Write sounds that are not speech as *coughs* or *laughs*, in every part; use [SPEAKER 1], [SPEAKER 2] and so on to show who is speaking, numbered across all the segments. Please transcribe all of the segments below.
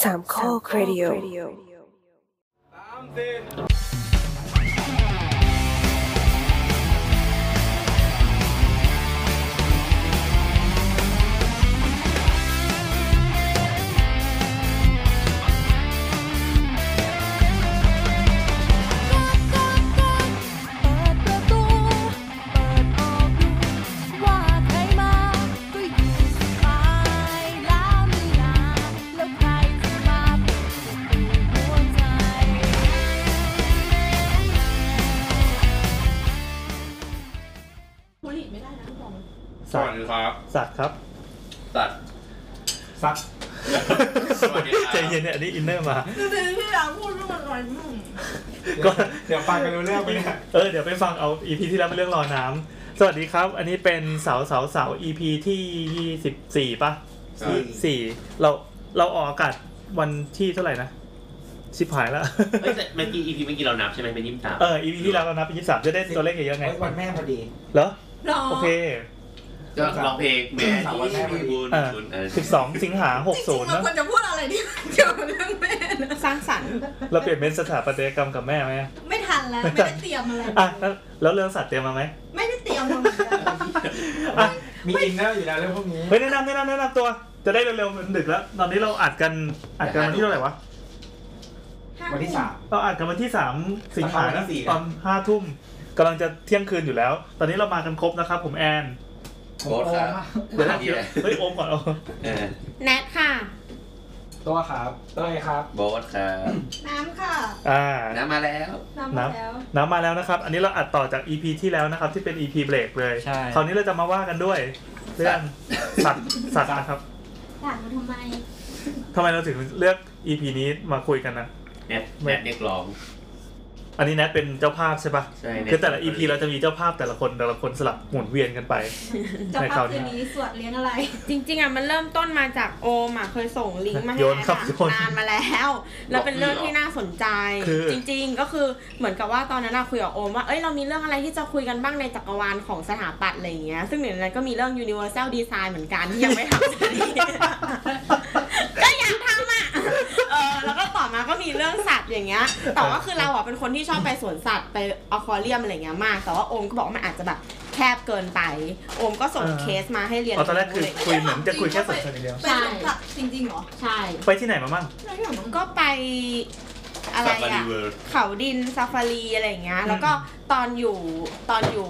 [SPEAKER 1] สามข้อครดิโอ
[SPEAKER 2] เปิดประตู เปิดออกดูว่าใครมาก็อยู่สบายแล้วไม่นานแล้วใครจะมาเปิดประตูหัวใจ
[SPEAKER 3] สั
[SPEAKER 4] สั
[SPEAKER 3] ก
[SPEAKER 4] กครับ
[SPEAKER 3] สักครับ
[SPEAKER 4] ตัด
[SPEAKER 3] สัก
[SPEAKER 4] สวัสดีครั
[SPEAKER 3] *laughs*
[SPEAKER 4] บ
[SPEAKER 3] ใจเย็นเนี่ยอันนี้อินเนอร์มา
[SPEAKER 5] คือที่เราพูดเรื่องอะไรมึง
[SPEAKER 3] ก็ *laughs*
[SPEAKER 6] เดี๋ยวฟังกันรู้เรื่องไปเนี่ย
[SPEAKER 3] เออเดี๋ยวไปฟังเอา EP ที่แล้วเป็นเรื่องรอน้ำสวัสดีครับ อันนี้เป็นเสาเสาเสา EP ที่24ป่ะ24เราเราออกอากาศวันที่เท่าไหร่นะ ชิบหายแล้ว
[SPEAKER 7] เอ้ยแต่เมื่อกี้ EP เมื่อกี้เรานับใช่ไหมเป็นยี่สิบสาม
[SPEAKER 3] *laughs* เออ EP ที่แล้วเรานับเป็น23จะได้ตัวเลขเยอะๆไง
[SPEAKER 6] เฮ้ยวันแม่พอดี
[SPEAKER 3] เหรอ
[SPEAKER 5] รอ
[SPEAKER 3] โอเค
[SPEAKER 7] ก็ร้องเพลงแม่
[SPEAKER 6] สามวั
[SPEAKER 7] ที่
[SPEAKER 6] นแรก
[SPEAKER 7] มีบุญ
[SPEAKER 3] อ่า
[SPEAKER 7] คุณเออ
[SPEAKER 3] 12 สิงหา
[SPEAKER 5] จริงๆ
[SPEAKER 3] 60
[SPEAKER 5] เรา
[SPEAKER 3] นะ
[SPEAKER 5] ควรจะพูดอะไรที่มันเกี่ยวกับเรื่องแม่นะสร้างสรรค์
[SPEAKER 3] เราเปลี่ยนเป็นสถาปัตยกรรมกับแม่ไหม
[SPEAKER 5] ไม่ทันแล้ว ไม่ได้เตรียมอะไร
[SPEAKER 3] อ่ะแล้วแล้วเรื่องสัตว์เตรียมมาไหม
[SPEAKER 5] ไม่ได้เตรียมมาเหมือนกัน
[SPEAKER 3] อ่ะ
[SPEAKER 6] มีอินเนอร์อยู่แล้วเรื่องพวกนี้
[SPEAKER 3] เฮ้ยแนะนำแนะนำแนะนำตัวจะได้เร็วๆมันดึกแล้ว ตอนนี้เราอัดกันอัดกันวันที่เท่าไหร่วะ
[SPEAKER 6] วันที่สาม
[SPEAKER 3] เราอัดกันวันที่สามสิงหา
[SPEAKER 6] วันที่สี่นะ
[SPEAKER 3] ตอนห้าทุ่มกำลังจะเที่ยงคืนอยู่แล้ว ตอนนี้เรามากันครบนะครับ ผมแอน
[SPEAKER 4] โบ๊ทครับ
[SPEAKER 3] เดี๋ยวนะเดี๋ยวเฮ้ยโอมก่อนเอา
[SPEAKER 7] เออ
[SPEAKER 5] แนทค่ะ
[SPEAKER 6] ตัวครับเต้ยครับ
[SPEAKER 4] โบ๊ทครับ
[SPEAKER 5] น้ำค่ะ
[SPEAKER 3] อ่า
[SPEAKER 4] น้ำมาแล้ว
[SPEAKER 5] น้ำมาแล้ว
[SPEAKER 3] น้ำมาแล้วนะครับ อันนี้เราอัดต่อจาก EP ที่แล้วนะครับ ที่เป็น EP เบรกเลย
[SPEAKER 6] ใช่
[SPEAKER 3] คราวนี้เราจะมาว่ากันด้วยเรื่องสัตว์สัตว์นะครับ
[SPEAKER 5] ด่ามาทำไม
[SPEAKER 3] ทำไมเราถึงเลือก EP นี้มาคุยกันนะ
[SPEAKER 7] แนทแนทเรียกร้อง
[SPEAKER 3] อันนี้แนทเป็นเจ้าภาพใช่ปะ
[SPEAKER 7] ใช่
[SPEAKER 3] คือแต่ละ EP เราจะมีเจ้าภาพแต่ละคนแต่ละคนสลับหมุนเวียนกันไป
[SPEAKER 5] จะ
[SPEAKER 3] ใน
[SPEAKER 5] พั
[SPEAKER 3] คราว
[SPEAKER 5] ก
[SPEAKER 3] นี้
[SPEAKER 5] คืนนี้สวดเลี้ยงอะไร
[SPEAKER 8] จริงๆอ่ะมันเริ่มต้นมาจากโอมอ่ะเคยส่งลิงก์มาให้
[SPEAKER 3] โยนครับ
[SPEAKER 8] อ่ะ
[SPEAKER 3] โยน
[SPEAKER 8] นานมาแล้ว แล้วเป็นเรื่องที่น่าสนใจ
[SPEAKER 3] คือ
[SPEAKER 8] จริงๆก็คือเหมือนกับว่าตอนนั้นอะคุยกับโอมว่าเอ้ยเรามีเรื่องอะไรที่จะคุยกันบ้างในจักรวาลของสถาปัตย์อะไรอย่างเงี้ยซึ่งหนึ่งในนั้นก็มีเรื่อง universal design เหมือนกันที่ยังไม่ทำสักที *laughs* ก็อยากทำอ่ะเออแล้วก็ต่อมาก็มีเรื่องสัตว์อย่างเงี้ย แต่ว่าคือเราอ่ะเป็นคนที่ชอบไปสวนสัตว์ไปอควาเรียมอะไรอย่างเงี้ยมาก แต่ว่าโอมก็บอกว่ามันอาจจะแบบแคบเกินไปโอมก็ส่งเคสมาให้เรียน
[SPEAKER 3] อ๋อตอนแรกคือ
[SPEAKER 8] รู้เลย
[SPEAKER 3] คุยเหมือนจะคุยแค่สนทนาเดียว
[SPEAKER 5] ไปสวนสัตว์จริงๆเหรอ
[SPEAKER 8] ใช่
[SPEAKER 3] ไปที่ไหนมามั่ง
[SPEAKER 5] แล้วอย่างมึงก็
[SPEAKER 8] ก็ไปอะไร
[SPEAKER 7] สัปดาห์
[SPEAKER 8] อะ
[SPEAKER 7] เวิร์
[SPEAKER 8] เขาดินซาฟารีอะไรอย่างเงี้ย
[SPEAKER 3] อืม
[SPEAKER 8] แล้วก็ตอนอยู่ตอนอยู่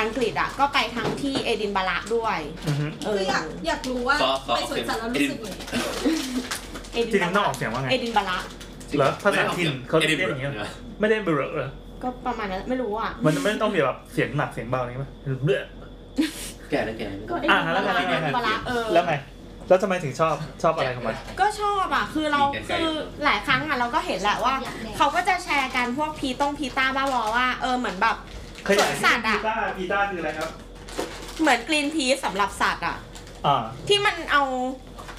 [SPEAKER 8] อังกฤษอะก็ไปทั้งที่เอดินบะระด้วย
[SPEAKER 3] อือฮึ
[SPEAKER 8] เอ
[SPEAKER 5] คือ
[SPEAKER 8] อ
[SPEAKER 5] อยากอยากรู้ว่า
[SPEAKER 7] ขอขอ
[SPEAKER 5] ไปสวนสัตว์แล้วรู้สึกไง
[SPEAKER 8] เอ
[SPEAKER 3] จ
[SPEAKER 8] ดิ
[SPEAKER 3] ริ
[SPEAKER 8] น
[SPEAKER 3] ง
[SPEAKER 8] บะ
[SPEAKER 3] ๆต้องอ
[SPEAKER 8] ระ
[SPEAKER 3] อกเสียงว่าไง
[SPEAKER 8] เอดินบะระ
[SPEAKER 3] เหรอภาษาถิ่นเขาเรียกอย่างเงี้ยไม่ได้เบลอเหรอ
[SPEAKER 8] ก็ประมาณนั้นไม่รู้อะ
[SPEAKER 3] มันไม่ต้องมีแบบเสียงหนักเสียงเบาอย่างงี้ป่ะเบ้อ
[SPEAKER 7] แก่แล้วแก่
[SPEAKER 8] ก็
[SPEAKER 7] ก็
[SPEAKER 8] เอ
[SPEAKER 3] อ่ะ
[SPEAKER 8] ดิน
[SPEAKER 3] แล้วไง
[SPEAKER 8] บะระเอดินบะระเออ
[SPEAKER 3] แล้วไง แล้วทำไมถึงชอบชอบอะไรของมัน
[SPEAKER 8] ก็ชอบอ่ะ คือเราคือหลายครั้งอ่ะเราก็เห็นแหละว่า เขาก็จะแชร์กันพวกพีต้องพีต้าบ้าบอว่าเออเหมือนแบบ
[SPEAKER 3] เคยอยาก
[SPEAKER 8] สัตว์อะ
[SPEAKER 3] กีตาร์กีตาร์คืออะไรครับ
[SPEAKER 8] เหมือนกรีนพีสสำหรับสัตว์อ่ะ
[SPEAKER 3] อ่า
[SPEAKER 8] ที่มันเอา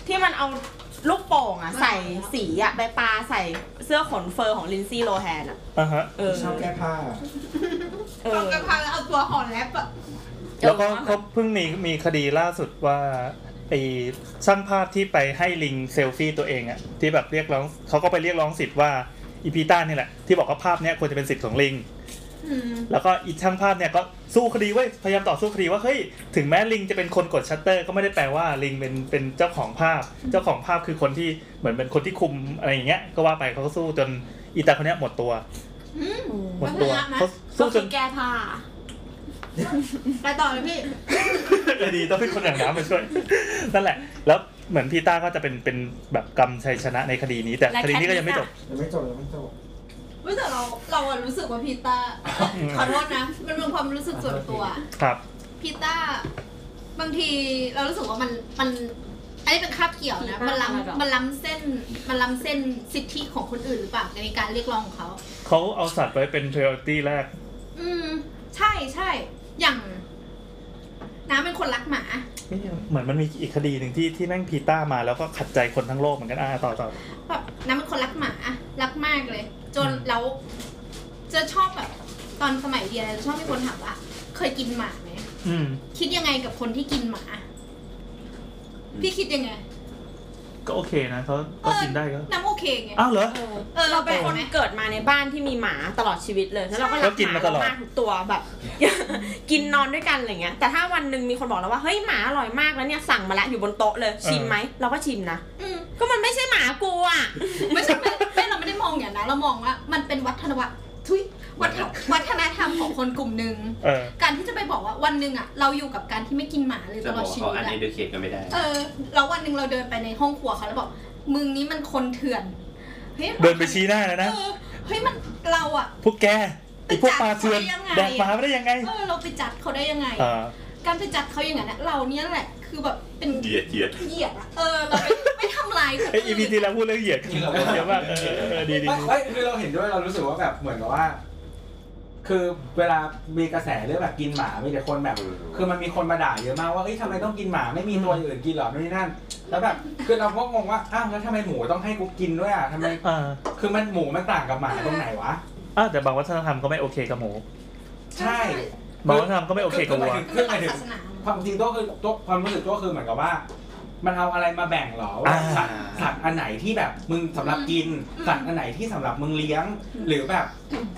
[SPEAKER 8] ที่มันเอาลูกโป่งอะใส่สีอะไปปาใส่เสื้อขนเฟอร์ของลินซี่โลแฮนอะ
[SPEAKER 3] อ่าฮะ
[SPEAKER 8] เออ
[SPEAKER 6] ชอบแก้ผ้า
[SPEAKER 8] เอ
[SPEAKER 5] ตอ
[SPEAKER 8] อน
[SPEAKER 5] กลางคืนแล้วเอาตัวห่อแลบอะ
[SPEAKER 3] แล้วก็เขาเพิ่งมีมีคดีล่าสุดว่าไอ้ช่างภาพที่ไปให้ลิงเซลฟี่ตัวเองอะที่แบบเรียกร้องเขาก็ไปเรียกร้องสิทธิ์ว่าอีพีต้านี่แหละที่บอกว่าภาพเนี้ยควรจะเป็นสิทธิ์ของลิง
[SPEAKER 5] อืม
[SPEAKER 3] แล้วก็อีกช่างภาพเนี่ยก็สู้คดีเว้ยพยายามต่อสู้คดีว่าเฮ้ยถึงแม้ลิงจะเป็นคนกดชัตเตอร์ ก็ไม่ได้แปลว่าลิงเป็นเป็นเจ้าของภาพ เจ้าของภาพคือคนที่เหมือนเป็นคนที่คุมอะไรอย่างเงี้ยก็ว่าไปเขาก็สู้จนอีตาคนเนี้ยหมดตัว หมดตัวเขา
[SPEAKER 8] ก็
[SPEAKER 3] สู้จ
[SPEAKER 8] คื
[SPEAKER 3] น
[SPEAKER 8] อแก้ผ้า
[SPEAKER 5] ไปต่อเลยพี่
[SPEAKER 3] เออดีต้องเป็นคนอย่างน้ำมาช่วย *laughs* นั่นแหละ แล้วเหมือนพีต้าก็จะเป็นเป็นแบบกรรมชัยชนะในคดีนี้ แต่คดีนี้ก็ยังไม่จบ
[SPEAKER 6] ยังไม่จบยังไม่จบ
[SPEAKER 5] เว้ยแต่เราเราอะรู้สึกว่าพีต้า
[SPEAKER 3] อืม
[SPEAKER 5] ขอโทษนะ มันเป็นความรู้สึกส่วนตัว
[SPEAKER 3] ครับ
[SPEAKER 5] พีต้าบางทีเรารู้สึกว่ามันมันอันนี้เป็นคาบเกี่ยวนะมันล้ำมันล้ำเส้นมันล้ำเส้นสิทธิของคนอื่นหรือเปล่าในการเรียกร้องของเขา
[SPEAKER 3] เขาเอาสัตว์ไว้เป็น p r i o r i t y แรก
[SPEAKER 5] อืม ใช่ใช่อย่างน้าเป็นคนรักหมา
[SPEAKER 3] เหมือนมันมีอีกคดีหนึ่งที่ที่แม่งพีต้ามาแล้วก็ขัดใจคนทั้งโลกเหมือนกันอ่าต่อต่อ
[SPEAKER 5] แบบน้ำเป็นคนรักหมารักมากเลย จน
[SPEAKER 3] อืม
[SPEAKER 5] แล้วจะชอบแบบตอนสมัยเรียนชอบมีคนถามว่า เคยกินหมาไหม
[SPEAKER 3] อืม
[SPEAKER 5] คิดยังไงกับคนที่กินหมา พี่คิดยังไง
[SPEAKER 3] ก็โอเคนะเขาก็กินได้ก็
[SPEAKER 5] น้ำโอเคไง
[SPEAKER 3] อ้าวเหรอ
[SPEAKER 5] เออ
[SPEAKER 8] เราเป็
[SPEAKER 5] แปล
[SPEAKER 8] น
[SPEAKER 5] ก
[SPEAKER 8] คน
[SPEAKER 5] ไหม
[SPEAKER 8] เกิดมาในบ้านที่มีหมาตลอดชีวิตเลยแล้วเราก็
[SPEAKER 3] แล้
[SPEAKER 8] รัก
[SPEAKER 3] วกิน
[SPEAKER 8] ห
[SPEAKER 3] มา
[SPEAKER 8] มา
[SPEAKER 3] ตลอด
[SPEAKER 8] มากทุกตัวแบบ *laughs* กินนอนด้วยกันอะไรเงี้ย แต่ถ้าวันหนึ่งมีคนบอกเราว่าเฮ้ยหมาอร่อยมากแล้วเนี่ยสั่งมาแล้วอยู่บนโต๊ะเลยชิมไหมเราก็ชิมนะ
[SPEAKER 5] อืม
[SPEAKER 8] ก็มันไม่ใช่หมากูอ่ะ
[SPEAKER 5] ไม่ใช่ไม่ไม่เราไม่ได้มองอย่างนั้นเรามองว่ามันเป็นวัฒนวัทุยวัฒนวัฒนธรรมของคนกลุ่มหนึ่ง
[SPEAKER 3] เออ
[SPEAKER 5] การที่จะไปบอกว่าวันหนึ่งอ่ะเราอยู่กับการที่ไม่กินหมาเลยต
[SPEAKER 7] จะ
[SPEAKER 5] ล
[SPEAKER 7] บอ
[SPEAKER 5] อด
[SPEAKER 7] ก
[SPEAKER 5] ชี
[SPEAKER 7] เขา
[SPEAKER 5] วิต
[SPEAKER 7] อัน
[SPEAKER 5] อ่ะ
[SPEAKER 7] เอ u ด a เคทกันไม่ได้
[SPEAKER 5] เออแล้ววันหนึ่งเราเดินไปในห้องครัวเขาแล้วบอกมึงนี้มันคนเถื่อนเฮ้ย
[SPEAKER 3] เดินไปชี้หน้าแล้วนะ
[SPEAKER 5] เออเฮ้ยมันเราอ่ะ
[SPEAKER 3] พวกแกไอ้พวกปลาเถื่อน
[SPEAKER 5] ไป
[SPEAKER 3] แด
[SPEAKER 5] จับ
[SPEAKER 3] ก
[SPEAKER 5] เขาได้ยังไง
[SPEAKER 3] ห
[SPEAKER 5] เอ
[SPEAKER 3] มาไม่ได้ยังไง
[SPEAKER 5] อเราไปจัดเขาได้ยังไง
[SPEAKER 3] อ่า
[SPEAKER 5] การไปจัดเขาอย่างนั้นอะเราเนี่ยแหละคือแบบเป็น
[SPEAKER 7] เหยียดเหยียด
[SPEAKER 5] เหยียดอะเออเราไป *laughs* ไม่ทำลายคน
[SPEAKER 3] ไออีพี
[SPEAKER 5] อื่น
[SPEAKER 3] ที่แล้วพูดเรื่องเหยียดกันเยอะมากเออเออเออดีดีดี
[SPEAKER 6] เอ้ยคือเราเห็นด้วยเรารู้สึกว่าแบบเหมือนกับว่า คือเวลามีกระแสเรื่องแบบกินหมามีแต่คนแบบ คือมันมีคนมาด่าเยอะมากว่าเอ้ยทำไมต้องกินหมาไม่มีตัวอื่นกินหรอนู่นนี่นั่นแล้วแบบคือเราก็งงว่าอ้าวแล้วทำไมหมูต้องให้กูกินด้วยอ่ะทำไม
[SPEAKER 3] อ่า
[SPEAKER 6] คือมันหมูมันต่างกับหมาตรงไหนวะ
[SPEAKER 3] อ่าแต่บางวัฒนธรรมก็ไม่โอเคกับหมู
[SPEAKER 6] ใช่
[SPEAKER 3] บางวัฒนธรรมก็ไม่โอเคกับวัว
[SPEAKER 5] คือหมายถึงศาสนา
[SPEAKER 6] ความจริงตัวคือตัวความรู้สึกตัวคือเหมือนกับว่า มันเอาอะไรมาแบ่งหรอว่า
[SPEAKER 3] อ่า
[SPEAKER 6] สัตว์สัตว์อันไหนที่แบบมึงสำหรับกิน
[SPEAKER 5] อืม
[SPEAKER 6] สัตว์อันไหนที่สำหรับมึงเลี้ยง หรือแบบ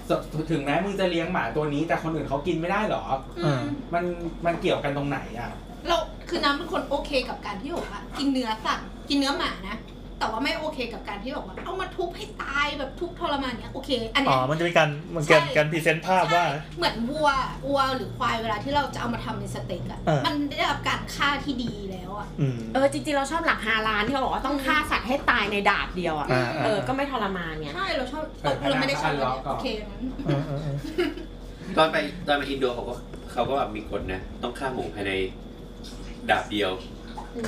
[SPEAKER 6] สถึงแม้มึงจะเลี้ยงหมาตัวนี้ แต่คนอื่นเขากินไม่ได้หรอ
[SPEAKER 5] อืม
[SPEAKER 6] มันมันเกี่ยวกันตรงไหนอ่ะ
[SPEAKER 5] เราคือน้ำเป็นคนโอเคกับการที่บอกว่ากินเนื้อสัตว์กินเนื้อหมานะ แต่ว่าไม่โอเคกับการที่บอกว่าเอามาทุบให้ตายแบบทุบทรมานเนี้ยโอเค อัน
[SPEAKER 3] อ๋
[SPEAKER 5] เนี้
[SPEAKER 3] อย มันจะมีการมันเกิด
[SPEAKER 5] ใช่
[SPEAKER 3] การพรีเซนต์ภาพว่า
[SPEAKER 5] เหมือนวัววัวหรือควายเวลาที่เราจะเอามาทำเป็นสเต็กอะ
[SPEAKER 3] เออ
[SPEAKER 5] มันได้รับการฆ่าที่ดีแล้วอะ
[SPEAKER 3] อืม
[SPEAKER 8] เออจริงๆเราชอบหลักฮาลานที่เขาบอกว่าต้องฆ่าสัตว์ให้ตายในดาบเดียวอ่ะ
[SPEAKER 3] อ่าอ่า
[SPEAKER 8] เออก็ไม่ทรมานไง
[SPEAKER 5] ใช่เราชอบเออ
[SPEAKER 6] เออ
[SPEAKER 5] เราไม่ได้ชอบ
[SPEAKER 6] อัน
[SPEAKER 5] อัน
[SPEAKER 6] ล็อก
[SPEAKER 5] เนี้ย
[SPEAKER 6] ก่อน
[SPEAKER 5] โอเคอย่างนั้น
[SPEAKER 3] เออเออเออ
[SPEAKER 7] ตอนไปตอนไปอินโดเขาก็เขาก็แบบมีกฎนะ ต้องฆ่าหมูภายในดาบเดียว